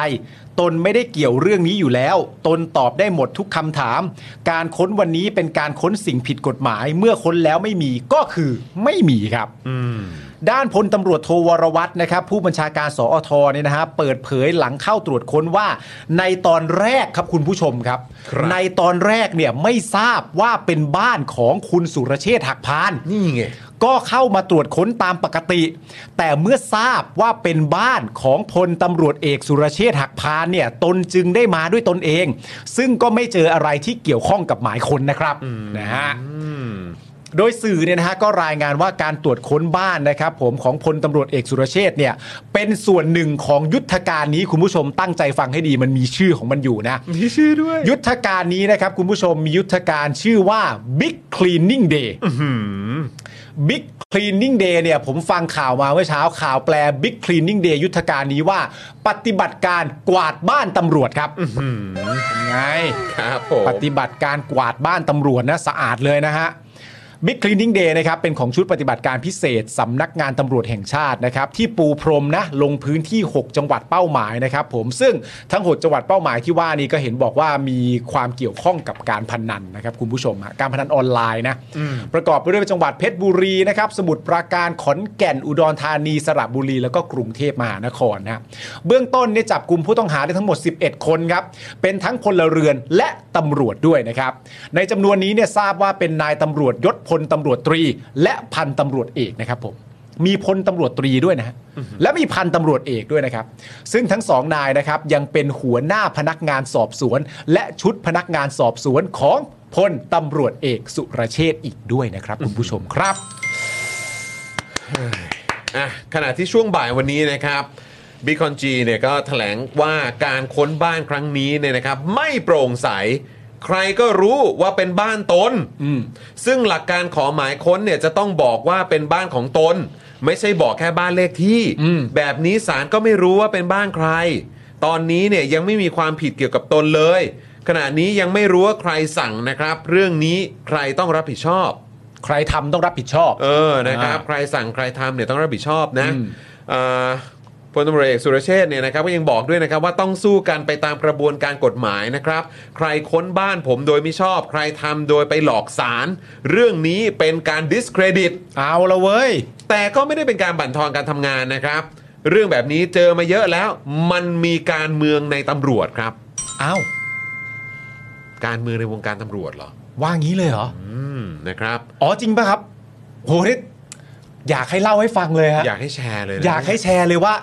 [SPEAKER 2] ตนไม่ได้เกี่ยวเรื่องนี้อยู่แล้ว ตนตอบได้หมดทุกคำถาม การค้นวันนี้เป็นการค้นสิ่งผิดกฎหมาย เมื่อค้นแล้วไม่มีก็คือไม่มีครับ ด้านพลตำรวจโทวรวัตรนะครับ ผู้บัญชาการสอทเนี่ยนะฮะเปิดเผยหลังเข้าตรวจค้นว่า ในตอนแรกครับคุณผู้ชมครับ
[SPEAKER 1] ครับ
[SPEAKER 2] ในตอนแรกเนี่ยไม่ทราบว่าเป็นบ้านของคุณสุรเชษฐ์หักพาน
[SPEAKER 1] นี่ไง
[SPEAKER 2] ก็เข้ามาตรวจค้นตามปกติ แต่เมื่อทราบว่าเป็นบ้านของพลตำรวจเอกสุรเชษฐ์หักพานเนี่ยตนจึงได้มาด้วยตนเอง ซึ่งก็ไม่เจออะไรที่เกี่ยวข้องกับหมายค้นนะครับนะฮะ
[SPEAKER 1] อืม
[SPEAKER 2] โดยสื่อเนี่ยนะฮะก็รายงานว่าการตรวจค้นบ้านนะครับ ผมของพลตำรวจเอกสุรเชษฐ์เนี่ยเป็นส่วนหนึ่งของยุทธการนี้คุณผู้ชมตั้งใจฟังให้ดีมันมีชื่อของมันอยู่นะ
[SPEAKER 1] มีชื่อด้วย
[SPEAKER 2] ยุทธการนี้นะครับ คุณผู้ชมมียุทธการชื่อว่า Big Cleaning Day บิ๊กคลีนนิ่งเดย์เนี่ยผมฟังข่าวมาเมื่อเช้าข่าวแปลบิ๊กคลีนนิ่งเดย์ยุทธการนี้ว่า ปฏิบัติการกวาดบ้านตำรวจครับไง
[SPEAKER 1] ครับผม
[SPEAKER 2] ปฏิบัติการกวาดบ้านตำรวจนะสะอาดเลยนะฮะบิ๊กคลีนนิ่งเดย์นะครับเป็นของชุดปฏิบัติการพิเศษสำนักงานตำรวจแห่งชาตินะครับที่ปูพรมนะลงพื้นที่ 6 จังหวัดเป้าหมายนะครับผมซึ่งทั้ง 6 จังหวัดเป้าหมายที่ว่านี้ก็เห็นบอกว่ามีความเกี่ยวข้องกับการพนันนะครับคุณผู้ชมฮะการพนันออนไลน์นะประกอบไปด้วยจังหวัดเพชรบุรีนะครับสมุทรปราการขอนแก่นอุดรธานีสระบุรี แล้วก็กรุงเทพมหานครนะฮะเบื้องต้นเนี่ยจับกลุ่มผู้ต้องหาได้ทั้งหมด 11 คนครับเป็นทั้งพลเรือนและตำรวจด้วยนะครับ ในจำนวนนี้เนี่ยทราบว่าเป็นนายตำรวจยศพลตำรวจตรี และพันตำรวจเอกนะครับผมมีพลตำรวจตรีด้วยนะฮะและมีพันตำรวจเอกด้วยนะครับ ซึ่งทั้งสองนายนะครับยังเป็นหัวหน้าพนักงานสอบสวน และชุดพนักงานสอบสวนของพลตำรวจเอกสุรเชษฐ์อีกด้วยนะครับคุณผู้ชมครับ
[SPEAKER 1] อ่ะขณะที่ช่วงบ่ายวันนี้นะครับบิคอนจีเนี่ยก็แถลงว่าการค้นบ้านครั้งนี้เนี่ยนะครับ ไม่โปร่งใส ใครก็รู้ว่าเป็นบ้านตน ซึ่งหลักการขอหมายค้นเนี่ยจะต้องบอกว่าเป็นบ้านของตน ไม่ใช่บอกแค่บ้านเลขที่ แบบนี้ศาลก็ไม่รู้ว่าเป็นบ้านใคร ตอนนี้เนี่ยยังไม่มีความผิดเกี่ยวกับตนเลย ขณะนี้ยังไม่รู้ว่าใครสั่งนะครับ เรื่องนี้ใครต้องรับผิดชอบ
[SPEAKER 2] ใครทำต้องรับผิดชอบ
[SPEAKER 1] เออ นะครับ
[SPEAKER 2] อ่า
[SPEAKER 1] ใครสั่งใครทำเนี่ยต้องรับผิดชอบนะ
[SPEAKER 2] อืม
[SPEAKER 1] เอ่อพลตำรวจเอกสุรเชษฐ์เนี่ยนะครับก็ยังบอกด้วยนะครับว่าต้องสู้กันไปตามกระบวนการกฎหมายนะครับ ใครค้นบ้านผมโดยไม่ชอบ ใครทำโดยไปหลอกศาลเรื่องนี้เป็นการดิสเครดิต
[SPEAKER 2] เอาละเว้ย
[SPEAKER 1] แต่ก็ไม่ได้เป็นการบั่นทอนการทำงานนะครับ เรื่องแบบนี้เจอมาเยอะแล้ว มันมีการเมืองในตำรวจครับ
[SPEAKER 2] เอา
[SPEAKER 1] การเมืองในวงการตำรวจเหรอ
[SPEAKER 2] ว่างี้เลยเหรอ
[SPEAKER 1] อืมนะครับ
[SPEAKER 2] อ๋อจริงป่ะครับโหนี่อยากให้เล่าให้ฟังเลยฮะ
[SPEAKER 1] อยากให้แชร์เลยนะ
[SPEAKER 2] อยากให้แชร์เลยว่า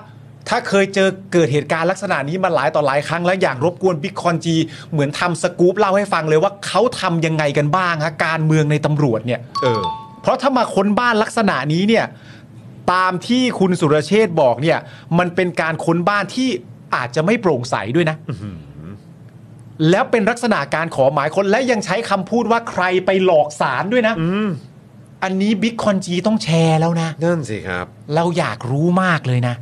[SPEAKER 2] ถ้าเคยเจอเกิดเหตุการณ์ลักษณะนี้มาหลายต่อหลายครั้งแล้วอยากรบกวนบิ๊กคอนจีเหมือนทำสกู๊ปเล่าให้ฟังเลยว่าเขาทำยังไงกันบ้างฮะการเมืองในตำรวจเนี่ย
[SPEAKER 1] เออ
[SPEAKER 2] เพราะถ้ามาค้นบ้านลักษณะนี้เนี่ยตามที่คุณสุรเชษฐ์บอกเนี่ย มันเป็นการค้นบ้านที่อาจจะไม่โปร่งใสด้วยนะ แล้วเป็นลักษณะการขอหมายค้นและยังใช้คำพูดว่าใครไปหลอกศาลด้วยนะ อันนี้บิ๊กคอนจีต้องแชร์แล้วนะ
[SPEAKER 1] นั่นสิครับ
[SPEAKER 2] เราอยากรู้มากเลยนะ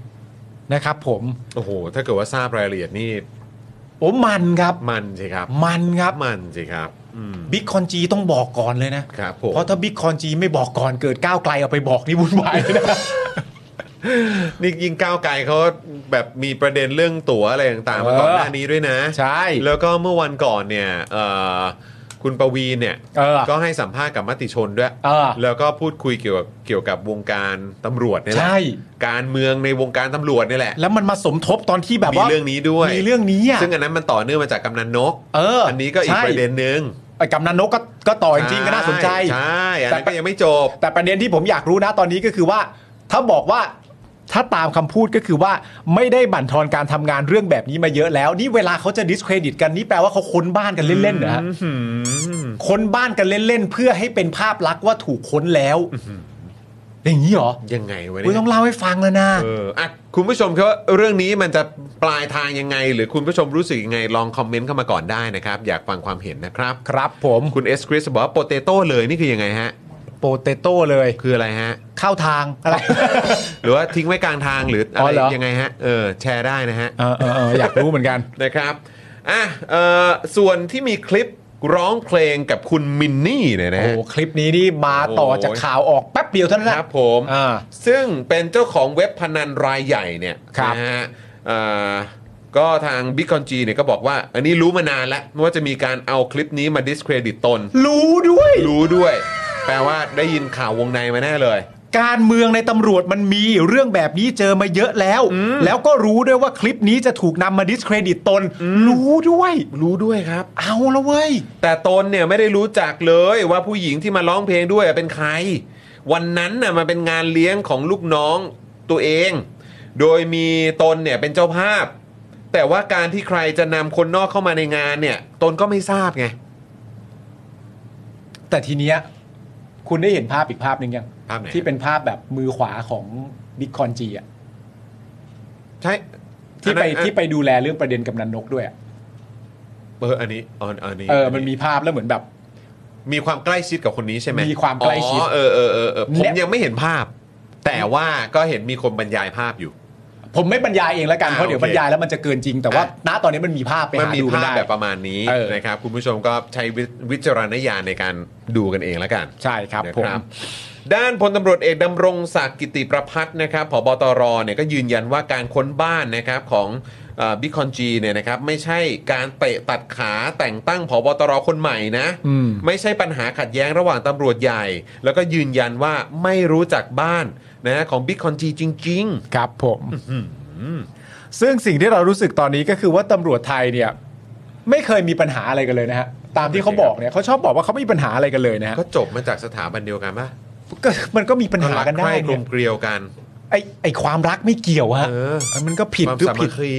[SPEAKER 2] นะครับผม
[SPEAKER 1] โอ้โห ถ้าเกิดว่าทราบรายละเอียดนี่
[SPEAKER 2] โอ้มันครับ
[SPEAKER 1] มันสิครับ
[SPEAKER 2] มันครับ
[SPEAKER 1] มันสิครับ อืม
[SPEAKER 2] บิ๊กคอนจีต้องบอกก่อนเลยนะ
[SPEAKER 1] ครับผม
[SPEAKER 2] เพราะถ้าบิ๊กคอนจีไม่บอกก่อนเกิดก้าวไกลเอาไปบอกนี่วุ่นวายเลยนะ *laughs*
[SPEAKER 1] นี่ยิงก้าวไกลเขาแบบมีประเด็นเรื่องตั๋วอะไรต่างๆมาก่อน
[SPEAKER 2] เออ
[SPEAKER 1] หน้านี้ด้วยนะ
[SPEAKER 2] ใช่
[SPEAKER 1] แล้วก็เมื่อวันก่อนเนี่ยเอ่อคุณประวีณเนี่ย
[SPEAKER 2] เออ
[SPEAKER 1] ก็ให้สัมภาษณ์กับมติชนด้วย
[SPEAKER 2] เออ
[SPEAKER 1] แล้วก็พูดคุยเกี่ยวกับเกี่ยวกับวงการตำรวจเนี่ยแหละ
[SPEAKER 2] ใช่
[SPEAKER 1] การเมืองในวงการตำรวจเนี่ยแหละ
[SPEAKER 2] แล้วมันมาสมทบตอนที่แบบ
[SPEAKER 1] มี
[SPEAKER 2] ว่า
[SPEAKER 1] เรื่องนี้ด้วย
[SPEAKER 2] มีเรื่องนี้อ่ะ
[SPEAKER 1] ซึ่งอันนั้นมันต่อเนื่องมาจากกำนันนก
[SPEAKER 2] เอออั
[SPEAKER 1] อันนี้ก็อีกประเด็นหนึ่ง
[SPEAKER 2] ไอ้กำนันนกก็ก็ต่อจริงๆก็น่าสนใจ
[SPEAKER 1] ใช่อันนั้น
[SPEAKER 2] แต่
[SPEAKER 1] ก็ยังไม่จบ
[SPEAKER 2] แต่ประเด็นที่ผมอยากรู้นะตอนนี้ก็คือว่า ถ้าบอกว่าถ้าตามคำพูดก็คือว่าไม่ได้บั่นทอนการทำงานเรื่องแบบนี้มาเยอะแล้ว นี่เวลาเขาจะดิสเครดิตกันนี่แปลว่าเขาค้นบ้านกันเล่นๆนะฮะค้นบ้านกันเล่นๆเพื่อให้เป็นภาพลักษณ์ว่าถูกค้นแล้วอย่างนี้เหรอ
[SPEAKER 1] ยังไงวะ
[SPEAKER 2] คุ
[SPEAKER 1] เนี่
[SPEAKER 2] ณ
[SPEAKER 1] ย
[SPEAKER 2] ต้องเล่าให้ฟังแล้วนะ
[SPEAKER 1] เอออ่ะคุณผู้ชมครับว่าเรื่องนี้มันจะปลายทางยังไง หรือคุณผู้ชมรู้สึกยังไงลองคอมเมนต์เข้ามาก่อนได้นะครับ อยากฟังความเห็นนะครับ
[SPEAKER 2] ครับผม
[SPEAKER 1] คุณเอสคริสบอกว่าโปเตโต้เลยนี่คือยังไงฮะ
[SPEAKER 2] โปเตโต้เลย
[SPEAKER 1] คืออะไรฮะ
[SPEAKER 2] เข้าทางอะไร
[SPEAKER 1] หรือว่าทิ้งไว้กลางทางหรืออะ
[SPEAKER 2] อ๋
[SPEAKER 1] ไร
[SPEAKER 2] อเหรอ
[SPEAKER 1] ยังไงฮะเออแชร์ได้นะฮะ
[SPEAKER 2] *laughs* เออเออเอออยากรู้เหมือนกัน
[SPEAKER 1] นะครับอ่ะเอ่อส่วนที่มีคลิปร้องเพลงกับคุณมินนี่เนี่ยนะ
[SPEAKER 2] โอ้
[SPEAKER 1] ฮะ
[SPEAKER 2] โหคลิปนี้นี่มาต่อจากข่าวออกแป๊บเดียวเท่านั้น
[SPEAKER 1] ค
[SPEAKER 2] นะ
[SPEAKER 1] รับผม
[SPEAKER 2] อ่า
[SPEAKER 1] ซึ่งเป็นเจ้าของเว็บพนันรายใหญ่เนี่ย
[SPEAKER 2] ครับ
[SPEAKER 1] นะฮะเอ่อก็ทาง b i g c o n G เนี่ยก็บอกว่า อันนี้รู้มานานแล้วว่าจะมีการเอาคลิปนี้มา discredit ตน
[SPEAKER 2] รู้ด้วย
[SPEAKER 1] รู้ด้วย แปลว่าได้ยินข่าววงในมาแน่เลย
[SPEAKER 2] การเมืองในตำรวจมันมีเรื่องแบบนี้เจอมาเยอะแล้ว แล้วก็รู้ด้วยว่าคลิปนี้จะถูกนำมาดิสเครดิตตน รู้ด้วย
[SPEAKER 1] รู้ด้วยครับ
[SPEAKER 2] เอาละเว้ย
[SPEAKER 1] แต่ตนเนี่ยไม่ได้รู้จักเลยว่าผู้หญิงที่มาร้องเพลงด้วยเป็นใคร วันนั้นน่ะมันเป็นงานเลี้ยงของลูกน้องตัวเอง โดยมีตนเนี่ยเป็นเจ้าภาพ แต่ว่าการที่ใครจะนำคนนอกเข้ามาในงานเนี่ย ตนก็ไม่ทราบไง
[SPEAKER 2] แต่ทีเนี้ยคุณได้เห็นภาพอีกภาพหนึ่งยัง
[SPEAKER 1] ภาพไหน
[SPEAKER 2] ที่เป็นภาพแบบมือขวาของบิ๊กคอนจีอ่ะ
[SPEAKER 1] ใช่
[SPEAKER 2] ที่ไป
[SPEAKER 1] อันนั้น
[SPEAKER 2] ที่ไปดูแลเรื่องประเด็นกำนันนกด้วยอะ
[SPEAKER 1] เอออันนี้อ๋ออันนี้
[SPEAKER 2] เออมันมีภาพแล้วเหมือนแบบ
[SPEAKER 1] มีความใกล้ชิดกับคนนี้ใช่ไหม
[SPEAKER 2] มีความใกล้ชิด
[SPEAKER 1] อ๋อเออเออเออเออผม
[SPEAKER 2] และ
[SPEAKER 1] ยังไม่เห็นภาพ แต่ว่าก็เห็นมีคนบรรยายภาพอยู่
[SPEAKER 2] ผมไม่บรรยายเองละกัน
[SPEAKER 1] อ่า
[SPEAKER 2] เพราะเดี๋ยว
[SPEAKER 1] โอบ เค
[SPEAKER 2] รรยายแล้วมันจะเกินจริงแต่ว่า
[SPEAKER 1] อ่ะ
[SPEAKER 2] ณตอนนี้มันมีภาพไป
[SPEAKER 1] มัน
[SPEAKER 2] หา
[SPEAKER 1] มี
[SPEAKER 2] ดูกัน
[SPEAKER 1] ภาพ
[SPEAKER 2] ได้
[SPEAKER 1] แบบประมาณนี้
[SPEAKER 2] เออ
[SPEAKER 1] นะครับ คุณผู้ชมก็ใช้วิวิจารณญาณในการดูกันเองแล้วกัน
[SPEAKER 2] ใช่ครับ
[SPEAKER 1] นะ
[SPEAKER 2] ผม
[SPEAKER 1] ด้านพลตำรวจเอกดำรงศักดิ์กิติประพัฒนะครับผบตรเนี่ยก็ยืนยันว่าการค้นบ้านนะครับของบิคอนจีเนี่ยนะครับไม่ใช่การเตะตัดขาแต่งตั้งผบตรคนใหม่นะ
[SPEAKER 2] อืม
[SPEAKER 1] ไม่ใช่ปัญหาขัดแย้งระหว่างตำรวจใหญ่ แล้วก็ยืนยันว่าไม่รู้จักบ้านนะของบิคอนจีจริง
[SPEAKER 2] ครับผม ซึ่งสิ่งที่เรารู้สึกตอนนี้ก็คือว่าตำรวจไทยเนี่ย ไม่เคยมีปัญหาอะไรกันเลยนะฮะ ตามที่เขาบอกเนี่ยเขาชอบบอกว่าเขาไม่มีปัญหาอะไรกันเลยนะฮะ
[SPEAKER 1] ๆ ก็จบมาจากสถาบันเดียวกันปะ
[SPEAKER 2] ก็มันก็มีปัญหากัน
[SPEAKER 1] ใค
[SPEAKER 2] ได้
[SPEAKER 1] ร่กล
[SPEAKER 2] เนี่ย
[SPEAKER 1] มเกลียวกัน
[SPEAKER 2] ไอไอความรักไม่เกี่ยวฮะ
[SPEAKER 1] เออ
[SPEAKER 2] มันก็ผิด
[SPEAKER 1] ความ
[SPEAKER 2] ทุก
[SPEAKER 1] สามั
[SPEAKER 2] ผิด
[SPEAKER 1] คคี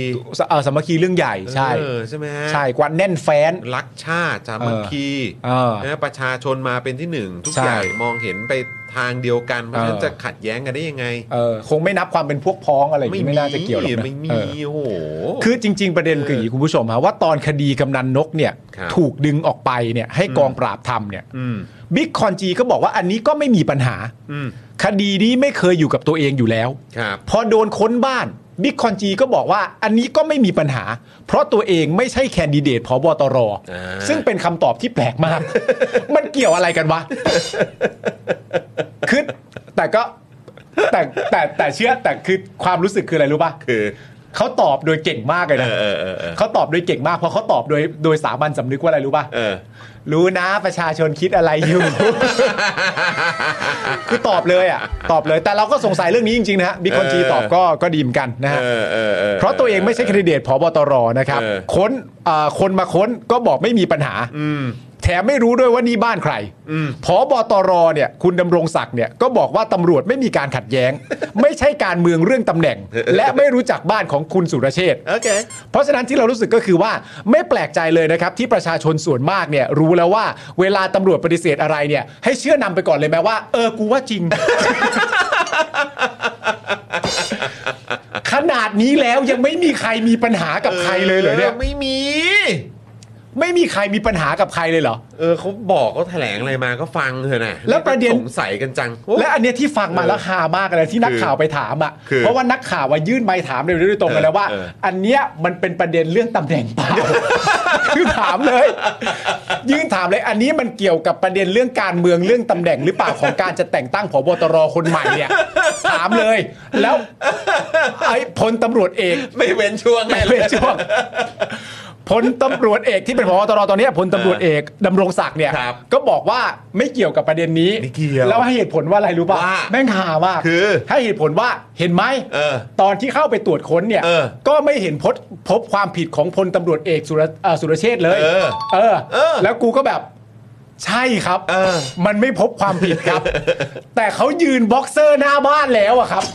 [SPEAKER 2] เออสามัคคีเรื่องใหญ่ใช่
[SPEAKER 1] เออใช่ไหมฮะ
[SPEAKER 2] ใช่กวนแน่นแฟน
[SPEAKER 1] รักชาติสามัคคี
[SPEAKER 2] เออเออ
[SPEAKER 1] นะประชาชนมาเป็นที่หนึ่ง ทุก
[SPEAKER 2] ใช่
[SPEAKER 1] อย่างมองเห็นไปทางเดียวกัน เพราะฉะนั้น
[SPEAKER 2] เออ
[SPEAKER 1] จะขัดแย้งกันได้ยังไง
[SPEAKER 2] เออคงไม่นับความเป็นพวกพ้องอะไรอย่างงี้ไม่น่าจะเกี่ยวหรอกนะ
[SPEAKER 1] ไม่
[SPEAKER 2] เอ
[SPEAKER 1] มี
[SPEAKER 2] อ
[SPEAKER 1] โอ้โห
[SPEAKER 2] คือจริง ๆ ประเด็นคืออย่างนี้คุณผู้ชมฮะว่าตอนคดีกำนันนกเนี่ย
[SPEAKER 1] ครับ
[SPEAKER 2] ถูกดึงออกไปเนี่ย ให้กองปราบทำเนี่ย
[SPEAKER 1] ม
[SPEAKER 2] บิ๊กคอนจีก็บอกว่าอันนี้ก็ไม่มีปัญหา
[SPEAKER 1] อืม
[SPEAKER 2] คดีนี้ไม่เคยอยู่กับตัวเองอยู่แล้ว
[SPEAKER 1] ครับ
[SPEAKER 2] พอโดนค้นบ้านบิ๊กคอนจีก็บอกว่าอันนี้ก็ไม่มีปัญหา เพราะตัวเองไม่ใช่แคนดิเดตพบตร
[SPEAKER 1] อ่า
[SPEAKER 2] ซึ่งเป็นคำตอบที่แปลกมาก มันเกี่ยวอะไรกันวะ *laughs* คือแต่ก็แต่แต่แต่เชื่อแต่คือความรู้สึกคืออะไรรู้ป่ะ
[SPEAKER 1] คือ
[SPEAKER 2] เขาตอบโดยเก่งมากเลย
[SPEAKER 1] เอ
[SPEAKER 2] นะ
[SPEAKER 1] อเออเออเออ
[SPEAKER 2] เขาตอบโดยเก่งมากเพราะเขาตอบโดยโดยสามัญสำนึกว่าอะไรรู้ป่ะ
[SPEAKER 1] เออ
[SPEAKER 2] รู้นะประชาชนคิดอะไรอยู่
[SPEAKER 1] *laughs*
[SPEAKER 2] คือตอบเลยอ่ะ ตอบเลย แต่เราก็สงสัยเรื่องนี้จริงๆนะฮะบิ๊กคอนจี
[SPEAKER 1] เออ
[SPEAKER 2] ตอบก็ก็ดีเหมอนกันนะฮะ
[SPEAKER 1] เออเออเออ
[SPEAKER 2] เพราะตัวเองไม่ใช่แคนดิเดตผบตรนะครับ
[SPEAKER 1] เออ
[SPEAKER 2] ค้นอ่าคนมาค้นก็บอกไม่มีปัญหา
[SPEAKER 1] อืม
[SPEAKER 2] แถมไม่รู้ด้วยว่านี่บ้านใคร
[SPEAKER 1] อืม
[SPEAKER 2] ผบตรเนี่ย คุณดำรงศักดิ์เนี่ยก็บอกว่าตำรวจไม่มีการขัดแย้ง ไม่ใช่การเมืองเรื่องตำแหน่ง และไม่รู้จักบ้านของคุณสุรเชษฐ์
[SPEAKER 1] โอเค
[SPEAKER 2] เพราะฉะนั้นที่เรารู้สึกก็คือว่าไม่แปลกใจเลยนะครับ ที่ประชาชนส่วนมากเนี่ย รู้แล้วว่าเวลาตำรวจปฏิเสธอะไรเนี่ย ให้เชื่อนำไปก่อนเลยไหมว่า เออ กูว่าจริง *laughs* ขนาดนี้แล้วยังไม่มีใครมีปัญหากับใครเลยเหรอเนี่ย
[SPEAKER 1] ไม่มี
[SPEAKER 2] ไม่มีใครมีปัญหากับใครเลยเหรอ
[SPEAKER 1] เออเขาบอกเขาแถลงอะไรมาก็ฟังเถอะนะ
[SPEAKER 2] แล้วประเด็น
[SPEAKER 1] สงสัยกันจัง
[SPEAKER 2] และอันเนี้ยที่ฟังมาแล้วฮามากเลยที่นักข่าวไปถามอ่ะ
[SPEAKER 1] คือ
[SPEAKER 2] เพราะว่านักข่าวว่ายื่นไมค์ถามเลยโดยตรงกันแล้วว่า
[SPEAKER 1] เออ
[SPEAKER 2] อันเนี้ยมันเป็นประเด็นเรื่องตำแหน่งเปล่า คือถามเลย ยื่นถามเลยอันนี้มันเกี่ยวกับประเด็นเรื่องการเมืองเรื่องตำแหน่งหรือเปล่าของการจะแต่งตั้งผบตรคนใหม่เนี่ย ถามเลย แล้วไอ้พลตำรวจเอก
[SPEAKER 1] ไม่เว้นช่วง
[SPEAKER 2] ไม่
[SPEAKER 1] ให้เล
[SPEAKER 2] เป็
[SPEAKER 1] ย
[SPEAKER 2] นช่วงพลตำรวจเอกที่เป็นพบตรตอนเนี้ยพลตำรวจเอกดำรงศักดิ์เนี่ย
[SPEAKER 1] ครับ
[SPEAKER 2] ก็บอกว่าไม่เกี่ยวกับประเด็นนี้
[SPEAKER 1] ไม่เกี่ยว
[SPEAKER 2] แล้วให้เหตุผลว่าอะไรรู้ป่ะ
[SPEAKER 1] ว่า
[SPEAKER 2] แม่งหามาก
[SPEAKER 1] คือ
[SPEAKER 2] ให้เหตุผลว่าเห็นไหม
[SPEAKER 1] เออ
[SPEAKER 2] ตอนที่เข้าไปตรวจค้นเนี่ย
[SPEAKER 1] เออ
[SPEAKER 2] ก็ไม่เห็นพบพบความผิดของพลตำรวจเอกสุรเอ่อสุรเชษฐ์เลย
[SPEAKER 1] เออ
[SPEAKER 2] เออ
[SPEAKER 1] เออ
[SPEAKER 2] แล้วกูก็แบบใช่ครับ
[SPEAKER 1] เออ
[SPEAKER 2] มันไม่พบความผิด
[SPEAKER 1] *laughs*
[SPEAKER 2] ครับ แต่เขายืนบ็อกเซอร์หน้าบ้านแล้วอะครับ
[SPEAKER 1] *laughs*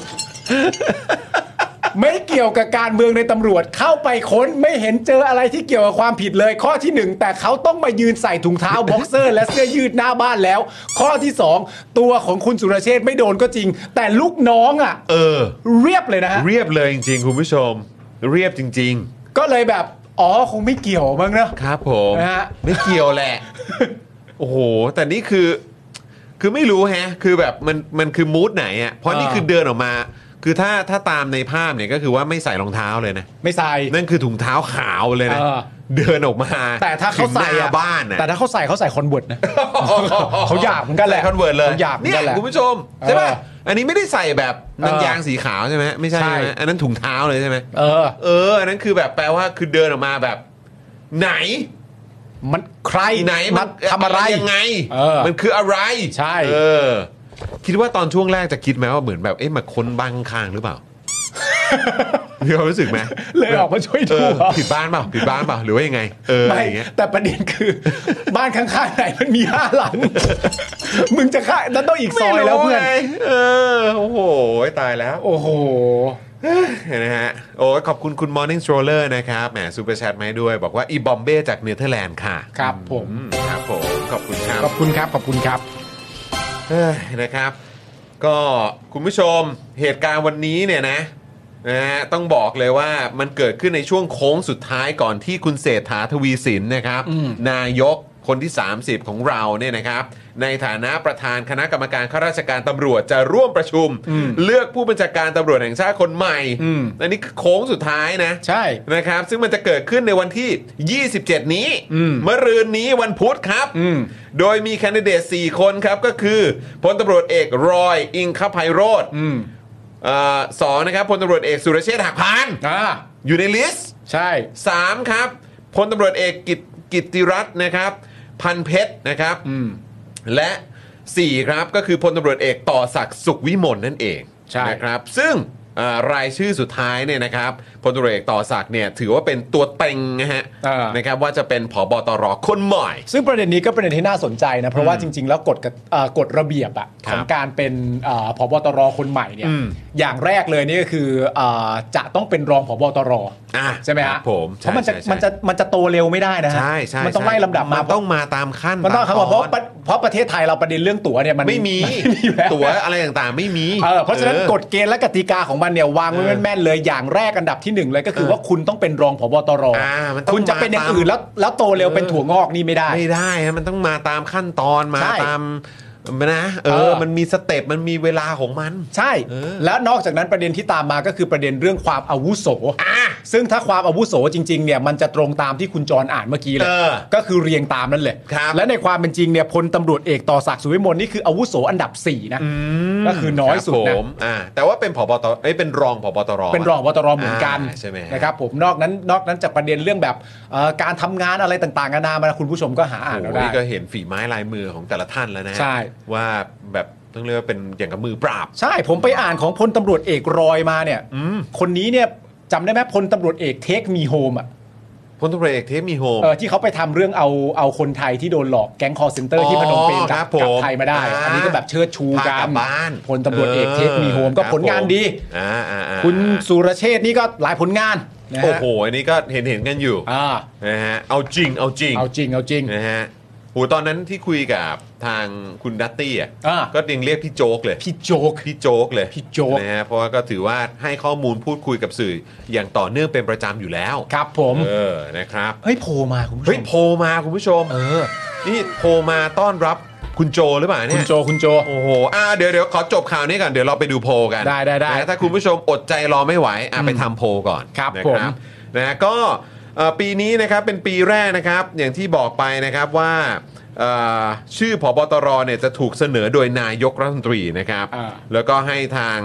[SPEAKER 2] ไม่เกี่ยวกับการเมืองในตำรวจเข้าไปค้นไม่เห็นเจออะไรที่เกี่ยวกับความผิดเลย ข้อที่หนึ่งแต่เขาต้องมายืนใส่ถุงเท้า บ็อกเซอร์ และเสื้อยืดหน้าบ้านแล้ว ข้อที่สองตัวของคุณสุรเชษฐ์ไม่โดนก็จริง แต่ลูกน้องอ่ะ
[SPEAKER 1] เออ
[SPEAKER 2] เรียบเลยนะฮะ
[SPEAKER 1] เรียบเลยจริงๆ คุณผู้ชม เรียบจริง
[SPEAKER 2] ก็เลยแบบ อ๋อคงไม่เกี่ยวมั้งเนอะ
[SPEAKER 1] ๆ ครับผม
[SPEAKER 2] นะฮะ
[SPEAKER 1] ไม่เกี่ยว
[SPEAKER 2] *laughs*
[SPEAKER 1] แหละ โอ้โห แต่นี่คือ คือไม่รู้แฮะ คือแบบมันมันคือมูดไหนอ่ะเพราะนี่คือเดินออกมา คือถ้าถ้าตามในภาพเนี่ยก็คือว่าไม่ใส่รองเท้าเลย
[SPEAKER 2] *laughs*
[SPEAKER 1] นะ
[SPEAKER 2] ไม่ใส่
[SPEAKER 1] นั่นคือถุงเท้าขาวเลยนะ
[SPEAKER 2] เออ
[SPEAKER 1] เดินออกมา
[SPEAKER 2] แต่ถ้าเขาใส่
[SPEAKER 1] ถึงหน้
[SPEAKER 2] อะ
[SPEAKER 1] บ้านอะ
[SPEAKER 2] แต่ถ้า *laughs* เขาใส่เขาใส่คอนเวิร์ตนะ เขาอยากเหมือนกันแหละ
[SPEAKER 1] คอนเวิร์ตเลย
[SPEAKER 2] เขาอยากเหมือน
[SPEAKER 1] เนี่
[SPEAKER 2] กั
[SPEAKER 1] ย
[SPEAKER 2] นแหละ
[SPEAKER 1] คุณผู้ชม ใช่ป่ะ
[SPEAKER 2] เอ
[SPEAKER 1] อันนี้ไม่ได้ใส่แบบนั
[SPEAKER 2] เออย
[SPEAKER 1] งางสีขาวใช่ไหมไม่ใช่
[SPEAKER 2] ใช่
[SPEAKER 1] ใช่ไหมอันนั้นถุงเท้าเลยใช่ไหม
[SPEAKER 2] เออ
[SPEAKER 1] เอออันนั้นคือแบบแปลว่าคือเดินออกมาแบบ ไหน
[SPEAKER 2] มันใคร
[SPEAKER 1] ไหน
[SPEAKER 2] มาทำอะไร
[SPEAKER 1] ยังไง
[SPEAKER 2] เออ
[SPEAKER 1] มันคืออะไร
[SPEAKER 2] ใช่
[SPEAKER 1] เออ คิดว่าตอนช่วงแรกจะคิดไหมว่าเหมือนแบบเอ๊ะมาค้นบ้านข้างหรือเปล่า
[SPEAKER 2] *laughs*
[SPEAKER 1] มีความรู้สึกไหม
[SPEAKER 2] เลยออกมาช่วย
[SPEAKER 1] เอ
[SPEAKER 2] ดู
[SPEAKER 1] อ
[SPEAKER 2] เหรอ
[SPEAKER 1] ผิดบ้านเปล่าผิดบ้านเปล่าหรือว่ายังไง เอออะไร
[SPEAKER 2] ไม่
[SPEAKER 1] อย่างเงี้ย
[SPEAKER 2] แต่ประเด็นคือ *laughs* บ้านข้างๆไหนมันมีห้าหลัง *laughs* มึงจะข้าแล้วต้องอีกซอยแล้วเพื่อน
[SPEAKER 1] ไม่รู้ไงเออ โอ้โห ตายแล้ว
[SPEAKER 2] โอ้โห
[SPEAKER 1] เห็นนะฮะ โอ้ยขอบคุณคุณ Morning Stroller นะครับ แหมซูเปอร์แชทมาให้ด้วย บอกว่า อีบอมเบ้จากเนเธอร์แลนด์ค่ะ
[SPEAKER 2] ครับผม
[SPEAKER 1] อืมครับผม ขอบคุณครับ
[SPEAKER 2] ขอบคุณครับ ขอบคุณครับ
[SPEAKER 1] เอ้ยนะครับ ก็คุณผู้ชมเหตุการณ์วันนี้เนี่ยนะนะฮะต้องบอกเลยว่ามันเกิดขึ้นในช่วงโค้งสุดท้ายก่อนที่คุณเศรษฐาทวีสินนะครับ นายกคนที่ 30 ของเราเนี่ยนะครับ ในฐานะประธานคณะกรรมการข้าราชการตำรวจจะร่วมประชุม เลือกผู้บัญชาการตำรวจแห่งชาติคนใหม่
[SPEAKER 2] อืม
[SPEAKER 1] อันนี้คือโค้งสุดท้ายนะ
[SPEAKER 2] ใช่
[SPEAKER 1] นะครับซึ่งมันจะเกิดขึ้นในวันที่ 27 นี้
[SPEAKER 2] อืม
[SPEAKER 1] มะรืนนี้วันพุธครับ
[SPEAKER 2] อืม
[SPEAKER 1] โดยมีแคนดิเดต 4 คนครับ ก็คือพลตำรวจเอกรอย อิงคภัยโรธ
[SPEAKER 2] อืม
[SPEAKER 1] เอ่อสองนะครับพลตำรวจเอกสุรเชษฐ์หักพาน
[SPEAKER 2] อ่า
[SPEAKER 1] อยู่ในลิสต์
[SPEAKER 2] ใช่
[SPEAKER 1] สามครับพลตำรวจเอกกิตกิตติรัตน์นะครับ พันเพชรนะครับ
[SPEAKER 2] อืม
[SPEAKER 1] และ 4 ครับก็คือพลตำรวจเอกต่อศักดิ์สุขวิมลนั่นเอง
[SPEAKER 2] ใช่
[SPEAKER 1] นะครับซึ่งเอ่อรายชื่อสุดท้ายเนี่ยนะครับพลตำรวจเอกต่อศักดิ์เนี่ยถือว่าเป็นตัวเต็งนะฮะ
[SPEAKER 2] อ่าน
[SPEAKER 1] นะครับว่าจะเป็นผอบตรคนใหม่
[SPEAKER 2] ซึ่งประเด็นนี้ก็เป็นประเด็นที่น่าสนใจนะ เพราะว่าจริง ๆ แล้วกฎกะเอ่อกฎระเบียบอะ
[SPEAKER 1] ครับ
[SPEAKER 2] ของการเป็นเอ่อผบตรคนใหม่เนี่ย
[SPEAKER 1] อืม
[SPEAKER 2] อย่างแรกเลยนี่ก็คือเอ่อจะต้องเป็นรองผบตร
[SPEAKER 1] อ่า
[SPEAKER 2] ใช่ไหม
[SPEAKER 1] ครั
[SPEAKER 2] ฮะ
[SPEAKER 1] บผมใช่
[SPEAKER 2] เพราะมันจะ
[SPEAKER 1] ใช่ใช่
[SPEAKER 2] มันจะมันจะโตเร็วไม่ได้นะฮะ
[SPEAKER 1] ใช่ใช่
[SPEAKER 2] มันต้องไล่ลำดับมา
[SPEAKER 1] มันต้องมาตามขั้น
[SPEAKER 2] มันต้องครับ
[SPEAKER 1] ต
[SPEAKER 2] เพราะ
[SPEAKER 1] ตอน
[SPEAKER 2] เพราะประเทศไทยเราประเด็นเรื่องตั๋วเนี่ยมัน
[SPEAKER 1] ไม่มี
[SPEAKER 2] นอยู่แล้ว
[SPEAKER 1] ตั๋วอะไรต่างๆ ไม่มี
[SPEAKER 2] เออเพราะฉะนั้น
[SPEAKER 1] ออ
[SPEAKER 2] กฎเกณฑ์และกติกาของมันเนี่ยวางไว้
[SPEAKER 1] เออ
[SPEAKER 2] แม่นๆเลยอย่างแรกอันดับที่หนึ่งเลยก็คือ
[SPEAKER 1] เออ
[SPEAKER 2] ว่าคุณต้องเป็นรองผบตร
[SPEAKER 1] อ่ามันต้อง
[SPEAKER 2] คุณจะเป็นอย่างอื่น
[SPEAKER 1] มาตาม
[SPEAKER 2] แล้วแล้วโตเร็ว
[SPEAKER 1] เออ
[SPEAKER 2] เป็นถั่วงอกนี่ไม่ได้
[SPEAKER 1] ไม่ได้ฮะมันต้องมาตามขั้นตอนมา
[SPEAKER 2] ใช่
[SPEAKER 1] ตามนะเอ
[SPEAKER 2] เอ
[SPEAKER 1] อ
[SPEAKER 2] อ
[SPEAKER 1] มันมีสเต็ปมันมีเวลาของมัน
[SPEAKER 2] ใช่
[SPEAKER 1] เออ
[SPEAKER 2] แล้วนอกจากนั้นประเด็นที่ตามมาก็คือประเด็นเรื่องความอาวุโส
[SPEAKER 1] อ่ะ
[SPEAKER 2] ซึ่งถ้าความอาวุโสจริงๆเนี่ยมันจะตรงตามที่คุณจรอ่านเมื่อกี้เลย
[SPEAKER 1] เออ
[SPEAKER 2] ก็คือเรียงตามนั้นเลย
[SPEAKER 1] ครับ
[SPEAKER 2] และในความเป็นจริงเนี่ยพลตำรวจเอกต่อศักดิ์สุวิมลนี่คืออาวุโสอันดับ4นะ
[SPEAKER 1] ม
[SPEAKER 2] ก็คือน้อยสุด
[SPEAKER 1] ค
[SPEAKER 2] นะ
[SPEAKER 1] รับผมอ่าแต่ว่าเป็นผบตรเอ้ยเป็นรองผบตร
[SPEAKER 2] เป็นรองพบตรเหมือนกัน
[SPEAKER 1] อ่าใช่ไหมฮ
[SPEAKER 2] นะครับผมนอกนั้นนอกนั้นจากประเด็นเรื่องแบบเอ่อการทำงานอะไรต่างๆนานามาคุณผู้ชมก็หาอ่านเอา
[SPEAKER 1] โโห
[SPEAKER 2] ได้
[SPEAKER 1] นี่ก็เห็นฝีไม้ลายมือของแต่ละท่านแล้วนะ
[SPEAKER 2] ใช่
[SPEAKER 1] ว่าแบบต้องเรียกว่าเป็นอย่างกับมือปราบ
[SPEAKER 2] ใช่ผมไปอ่านของพลตำรวจเอกรอยมาเนี่ย
[SPEAKER 1] อืม
[SPEAKER 2] คนนี้เนี่ยจำได้ไหมพลตำรวจเอกเทคมีโฮมอ่ะ
[SPEAKER 1] พลตำรวจเอกเทพมีโฮม
[SPEAKER 2] เออที่เขาไปทำเรื่องเอาเอาคนไทยที่โดนหลอกแก๊งคอร์เซ็นเตอร์ที่พนมเปญ
[SPEAKER 1] อ๋อก ค
[SPEAKER 2] ลั
[SPEAKER 1] รั
[SPEAKER 2] บบ
[SPEAKER 1] ผ
[SPEAKER 2] กลับ
[SPEAKER 1] ม
[SPEAKER 2] ไทยมาได้ อันนี้ก็แบบเชิดชู
[SPEAKER 1] พา
[SPEAKER 2] กั
[SPEAKER 1] ลั
[SPEAKER 2] น
[SPEAKER 1] บบ้าน
[SPEAKER 2] พลตำรวจเอกเทคมีโฮมก็
[SPEAKER 1] ครับ
[SPEAKER 2] ผลงานดี
[SPEAKER 1] อ่าอ่าอ่า
[SPEAKER 2] คุณสุรเชษฐ์นี่ก็หลายผลงานนะฮะ
[SPEAKER 1] โอ้โหอันนี้ก็เห็นเห็นกันอยู่
[SPEAKER 2] อ่า
[SPEAKER 1] นะฮะเอาจริงเอาจริง
[SPEAKER 2] เอาจริงเอาจริง
[SPEAKER 1] นะฮะโห หูตอนนั้นที่คุยกับทางคุณดัตตี้อ่ะ
[SPEAKER 2] อ่า
[SPEAKER 1] ก็ยังเรียกพี่โจ๊กเลย
[SPEAKER 2] พี่โจ๊ก
[SPEAKER 1] พี่โจ๊กเลย
[SPEAKER 2] พี่โจ๊ก
[SPEAKER 1] นะฮะเพราะว่าก็ถือว่าให้ข้อมูลพูดคุยกับสื่ออย่างต่อเนื่องเป็นประจำอยู่แล้ว
[SPEAKER 2] ครับผม
[SPEAKER 1] เออนะครับ
[SPEAKER 2] เฮ้ยโผล่มาคุณผู้ช
[SPEAKER 1] เฮ้ย
[SPEAKER 2] ม
[SPEAKER 1] โพลมาคุณผู้ชม
[SPEAKER 2] เออ
[SPEAKER 1] นี่โพลมาต้อนรับคุณโจหรือเปล่า
[SPEAKER 2] คุ
[SPEAKER 1] เนี่
[SPEAKER 2] ณ
[SPEAKER 1] ย
[SPEAKER 2] โจคุณโจ
[SPEAKER 1] โอ้โหอ่าเดี๋ยวเดี๋ยวขอจบข่าวนี้ก่อนเดี๋ยวเราไปดูโพลกัน
[SPEAKER 2] ได้ได้ได้
[SPEAKER 1] นะถ้าคุณผู้ชมอดใจรอไม่ไหวอ่ะไปทำโพลก่อน
[SPEAKER 2] ครับ
[SPEAKER 1] นะ
[SPEAKER 2] ผม
[SPEAKER 1] นะฮะก็เอ่อปีนี้นะครับเป็นปีแรกนะครับ อย่างที่บอกไปนะครับว่าเอ่อชื่อผบตรเนี่ยจะถูกเสนอโดยนายกรัฐมนตรีนะครับ
[SPEAKER 2] อ่า
[SPEAKER 1] แล้วก็ให้ทาง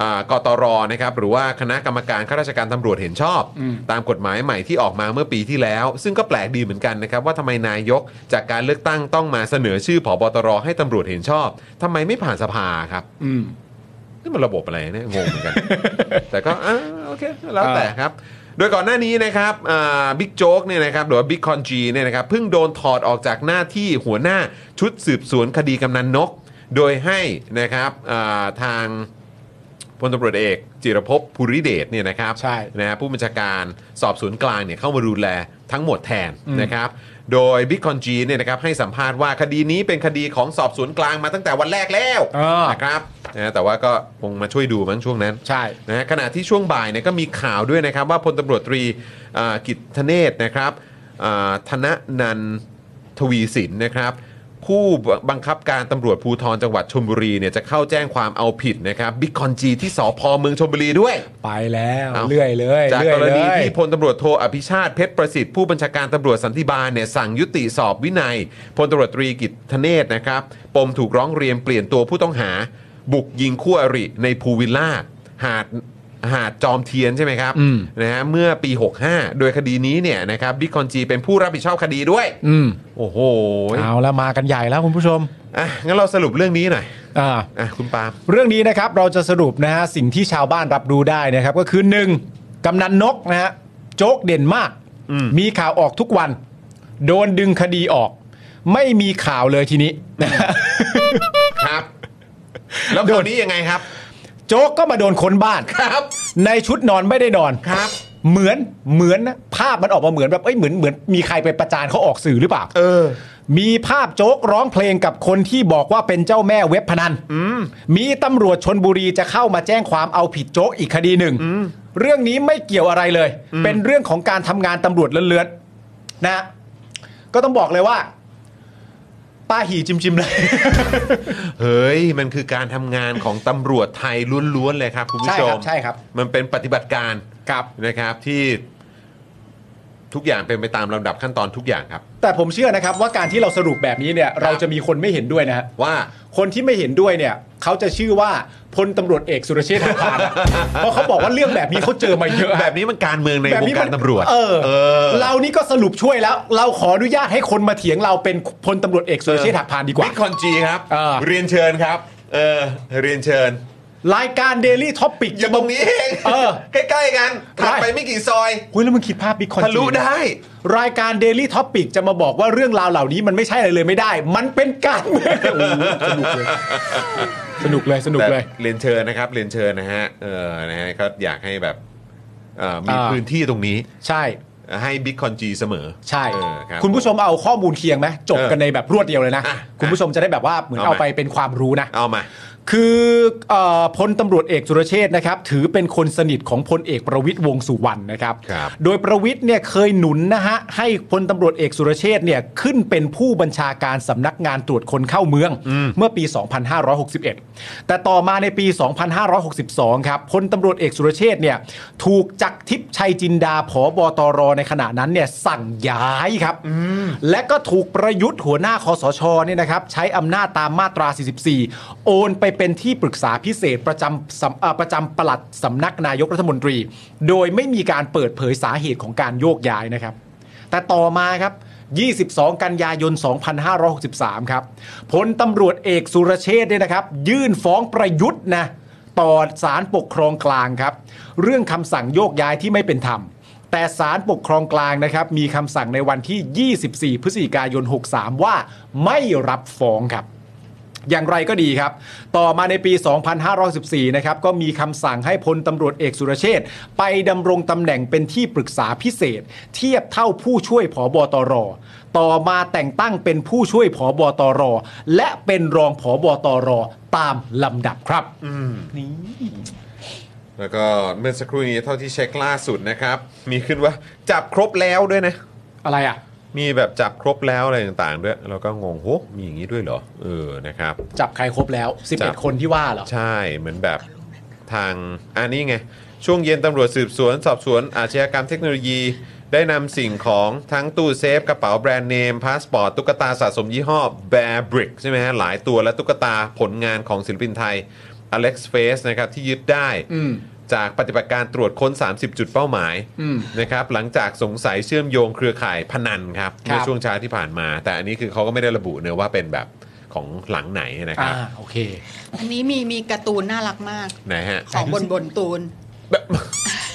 [SPEAKER 1] อ่ากตรนะครับหรือว่าคณะกรรมการข้าราชการตำรวจเห็นชอบ ตามกฎหมายใหม่ที่ออกมาเมื่อปีที่แล้ว ซึ่งก็แปลกดีเหมือนกันนะครับ ว่าทำไมนายกจากการเลือกตั้งต้องมาเสนอชื่อผบตรให้ตำรวจเห็นชอบทำไมไม่ผ่านสภาครับ
[SPEAKER 2] อืม
[SPEAKER 1] นี่มันระบบอะไรเนี่ยงงเหมือนกัน แต่ก็อ่าโอเคแล้วแต่ครับ โดยก่อนหน้านี้นะครับอ่าบิ๊กโจ๊กเนี่ยนะครับหรือว่าบิ๊กคอนจีเนี่ยนะครับเพิ่งโดนถอดออกจากหน้าที่หัวหน้าชุดสืบสวนคดีกำนันนก โดยให้นะครับอ่าทาง พลตำรวจเอกจิรภพภูริเดชเนี่ยนะครับ
[SPEAKER 2] ใช่
[SPEAKER 1] นะฮะผู้บัญชาการสอบสวนกลางเนี่ยเข้ามาดูแลทั้งหมดแทนนะครับ โดยบิ๊กคอนจีเนี่ยนะครับให้สัมภาษณ์ว่าคดีนี้เป็นคดีของสอบสวนกลางมาตั้งแต่วันแรกแล้ว
[SPEAKER 2] เออ
[SPEAKER 1] นะครับนะฮะแต่ว่าก็คงมาช่วยดูมั้งช่วงนั้น
[SPEAKER 2] ใช่
[SPEAKER 1] นะฮะขณะที่ช่วงบ่ายเนี่ยก็มีข่าวด้วยนะครับว่าพลตำรวจตรีอ่ากิตธเนศนะครับอ่าธนนันทวีสินนะครับ ผู้บังคับการตำรวจภูธรจังหวัดชลบุรีเนี่ยจะเข้าแจ้งความเอาผิดนะครับบิ๊กคอนจีที่สพเมืองชลบุรีด้วย
[SPEAKER 2] ไปแล้ว
[SPEAKER 1] เอา
[SPEAKER 2] เรื่อยเลย
[SPEAKER 1] จาก
[SPEAKER 2] เรื่อย
[SPEAKER 1] กร
[SPEAKER 2] เล
[SPEAKER 1] ณี
[SPEAKER 2] ย
[SPEAKER 1] ที่พลตำรวจโทอภิชาติเพชรประสิทธิ์ผู้บัญชาการตำรวจสันติบาลเนี่ยสั่งยุติสอบวินัยพลตำรวจตรีกิตธเนศนะครับ ปมถูกร้องเรียนเปลี่ยนตัวผู้ต้องหา บุกยิงคู่อริในภูวิลล่าหาดหาดจอมเทียนใช่ไหมครับ
[SPEAKER 2] อืม
[SPEAKER 1] นะฮะเมื่อปี 65 โดยคดีนี้เนี่ยนะครับบิ๊กคอนจีเป็นผู้รับผิดชอบคดีด้วย
[SPEAKER 2] อืม
[SPEAKER 1] โอ้โห
[SPEAKER 2] เอาละมากันใหญ่แล้วคุณผู้ชม
[SPEAKER 1] อ่ะงั้นเราสรุปเรื่องนี้หน่อย
[SPEAKER 2] อ่า
[SPEAKER 1] อ่ะคุณปาล์ม
[SPEAKER 2] เรื่องนี้นะครับเราจะสรุปนะฮะสิ่งที่ชาวบ้านรับรู้ได้นะครับก็คือ 1. กำนันนกนะฮะโจ๊กเด่นมาก
[SPEAKER 1] อืม
[SPEAKER 2] มีข่าวออกทุกวัน โดนดึงคดีออก ไม่มีข่าวเลยทีนี้ *laughs*
[SPEAKER 1] ครับ แล้วคนนี้ยังไงครับ
[SPEAKER 2] โจ๊กก็มาโดนค้นบ้าน
[SPEAKER 1] ครับ
[SPEAKER 2] ในชุดนอนไม่ได้นอน
[SPEAKER 1] ครับ
[SPEAKER 2] เหมือนเหมือนนะภาพมันออกมาเหมือนแบบเอ้ยเหมือนเหมือนมีใครไปประจานเขาออกสื่อหรือเปล่า
[SPEAKER 1] เออ
[SPEAKER 2] มีภาพโจ๊กร้องเพลงกับคนที่บอกว่าเป็นเจ้าแม่เว็บพนันมีตำรวจชนบุรีจะเข้ามาแจ้งความเอาผิดโจ๊กอีกคดีหนึ่งเรื่องนี้ไม่เกี่ยวอะไรเลย เป็นเรื่องของการทำงานตำรวจเลือนๆนะ ก็ต้องบอกเลยว่า ป้าหีจิมจิมๆเลย
[SPEAKER 1] เฮ้ย มันคือการทำงานของตำรวจไทยล้วน ๆ เลยครับ คุณผู้ชม
[SPEAKER 2] ใช่ครับ
[SPEAKER 1] มันเป็นปฏิบัติการ
[SPEAKER 2] ครับ
[SPEAKER 1] นะครับที่ทุกอย่างเป็นไปตามลำดับขั้นตอนทุกอย่างครับ
[SPEAKER 2] แต่ผมเชื่อนะครับ ว่าการที่เราสรุปแบบนี้เนี่ย เราจะมีคนไม่เห็นด้วยนะฮะ
[SPEAKER 1] ว่า
[SPEAKER 2] คนที่ไม่เห็นด้วยเนี่ยเขาจะชื่อว่าพลตำรวจเอกสุรเชษฐ์หักพาน เพราะเขาบอกว่าเรื่องแบบนี้เขาเจอมาเยอะ
[SPEAKER 1] แบบนี้มันการเมืองในวงการตำรวจ
[SPEAKER 2] เออ
[SPEAKER 1] เออ
[SPEAKER 2] เรานี่ก็สรุปช่วยแล้ว เราขออนุญาตให้คนมาเถียงเราเป็นพลตำรวจเอกสุรเชษฐ์หักพานดีกว่า
[SPEAKER 1] บิ๊กคอนจีครับ
[SPEAKER 2] เออ
[SPEAKER 1] เรียนเชิญครับ เออ เรียนเชิญ
[SPEAKER 2] รายการ Daily To อปิก
[SPEAKER 1] อยู่ตรงนี้เอง
[SPEAKER 2] เออ
[SPEAKER 1] ใกล้ ๆ กันถัดไปไม่กี่ซอย
[SPEAKER 2] เฮ้ยแล้วมึงคิดภาพบิ๊กคอน
[SPEAKER 1] ทะลุได้
[SPEAKER 2] รายการ Daily Topic จะมาบอกว่าเรื่องราวเหล่านี้มันไม่ใช่อะไรเลยไม่ได้ มันเป็นการเมืองโอ้โหสนุกเลยสนุกเลยสนุกเลย
[SPEAKER 1] แต่เรียนเชิญนะครับ เรียนเชิญนะฮะเออนะฮะก็อยากให้แบบเอ่อมี
[SPEAKER 2] อ่า
[SPEAKER 1] พื้นที่ตรงนี้
[SPEAKER 2] ใช่
[SPEAKER 1] ให้บิ๊กคอนจีเสมอ
[SPEAKER 2] ใช่
[SPEAKER 1] เออรับ
[SPEAKER 2] คุณผู้ชมเอาข้อมูลเคียงไหมจบ
[SPEAKER 1] เออ
[SPEAKER 2] กันในแบบรวดเดียวเลยนะ
[SPEAKER 1] อ่ะ
[SPEAKER 2] คุณผู้ชมจะได้แบบว่าเหมือน
[SPEAKER 1] เอา
[SPEAKER 2] เอา
[SPEAKER 1] มา
[SPEAKER 2] ไปเป็นความรู้นะ
[SPEAKER 1] เอามา
[SPEAKER 2] คือเออพลตำรวจเอกสุรเชษฐ์นะครับถือเป็นคนสนิทของพลเอกประวิตยวงษ์สุวรรณนะครับ
[SPEAKER 1] ครับ
[SPEAKER 2] โดยประวิตยเนี่ยเคยหนุนนะฮะให้พลตำรวจเอกสุรเชษฐ์เนี่ยขึ้นเป็นผู้บัญชาการสำนักงานตรวจคนเข้าเมืองเมื่อปี 2561 แต่ต่อมาในปี 2562 ครับพลตำรวจเอกสุรเชษฐ์เนี่ยถูกจักรทิพย์ชัยจินดาผอบตรในขณะนั้นเนี่ยสั่งย้ายครับและก็ถูกประยุทธ์หัวหน้าคอสชเนี่ยนะครับใช้อำนาจตามมาตรา 44 โอนไปเป็นที่ปรึกษาพิเศษประจำสำเอ่อประจำปลัดสำนักนายกรัฐมนตรี โดยไม่มีการเปิดเผยสาเหตุของการโยกย้ายนะครับ แต่ต่อมาครับ 22 กันยายน 2563 ครับพลตำรวจเอกสุรเชษฐ์เนี่ยนะครับ ยื่นฟ้องประยุทธ์นะต่อศาลปกครองกลางครับ เรื่องคำสั่งโยกย้ายที่ไม่เป็นธรรม แต่ศาลปกครองกลางนะครับ มีคำสั่งในวันที่ 24 พฤศจิกายน 63 ว่าไม่รับฟ้องครับ อย่างไรก็ดีครับ ต่อมาในปี 2514 นะครับ ก็มีคำสั่งให้พลตำรวจเอกสุรเชษฐ์ไปดำรงตำแหน่งเป็นที่ปรึกษาพิเศษ เทียบเท่าผู้ช่วยผอบอตร ต่อมาแต่งตั้งเป็นผู้ช่วยผอบอตร และเป็นรองผอบอตร ตามลำดับครับ
[SPEAKER 1] แล้วก็เมื่อสักครู่นี้เท่าที่เช็คล่าสุดนะครับ มีขึ้นว่าจับครบแล้วด้วยนะ
[SPEAKER 2] อะไรอ่ะ
[SPEAKER 1] มีแบบจับครบแล้วอะไรต่างๆด้วยเราก็งงโหมีอย่างนี้ด้วยเหรอ เออนะครับ
[SPEAKER 2] จับใครครบแล้ว
[SPEAKER 1] จับ
[SPEAKER 2] 11 คนที่ว่าเหรอ
[SPEAKER 1] ใช่เหมือนแบบทางอันนี้ไง ช่วงเย็นตำรวจสืบสวน สอบสวนอาชญากรรมเทคโนโลยี ได้นำสิ่งของทั้งตู้เซฟ กระเป๋าแบรนด์เนม พาสปอร์ต ตุ๊กตาสะสมยี่ห้อ Bear Brick ใช่ไหมฮะ หลายตัวและตุ๊กตาผลงานของศิลปินไทย Alex Face นะครับ ที่ยึดได้
[SPEAKER 2] อืม
[SPEAKER 1] จากปฏิบัติการตรวจค้น 30 จุดเป้าหมาย
[SPEAKER 2] อืม
[SPEAKER 1] นะครับ หลังจากสงสัยเชื่อมโยงเครือข่ายพนันครับ
[SPEAKER 2] ครั
[SPEAKER 1] เมื่อบ ช่วงเช้าที่ผ่านมา แต่อันนี้คือเขาก็ไม่ได้ระบุเนะว่าเป็นแบบของหลังไหนนะครับ
[SPEAKER 2] อ่าโอเค
[SPEAKER 6] อันนี้มีมีการ์ตูนน่ารักมาก
[SPEAKER 1] ไหนฮะ
[SPEAKER 6] ของบนบนตูน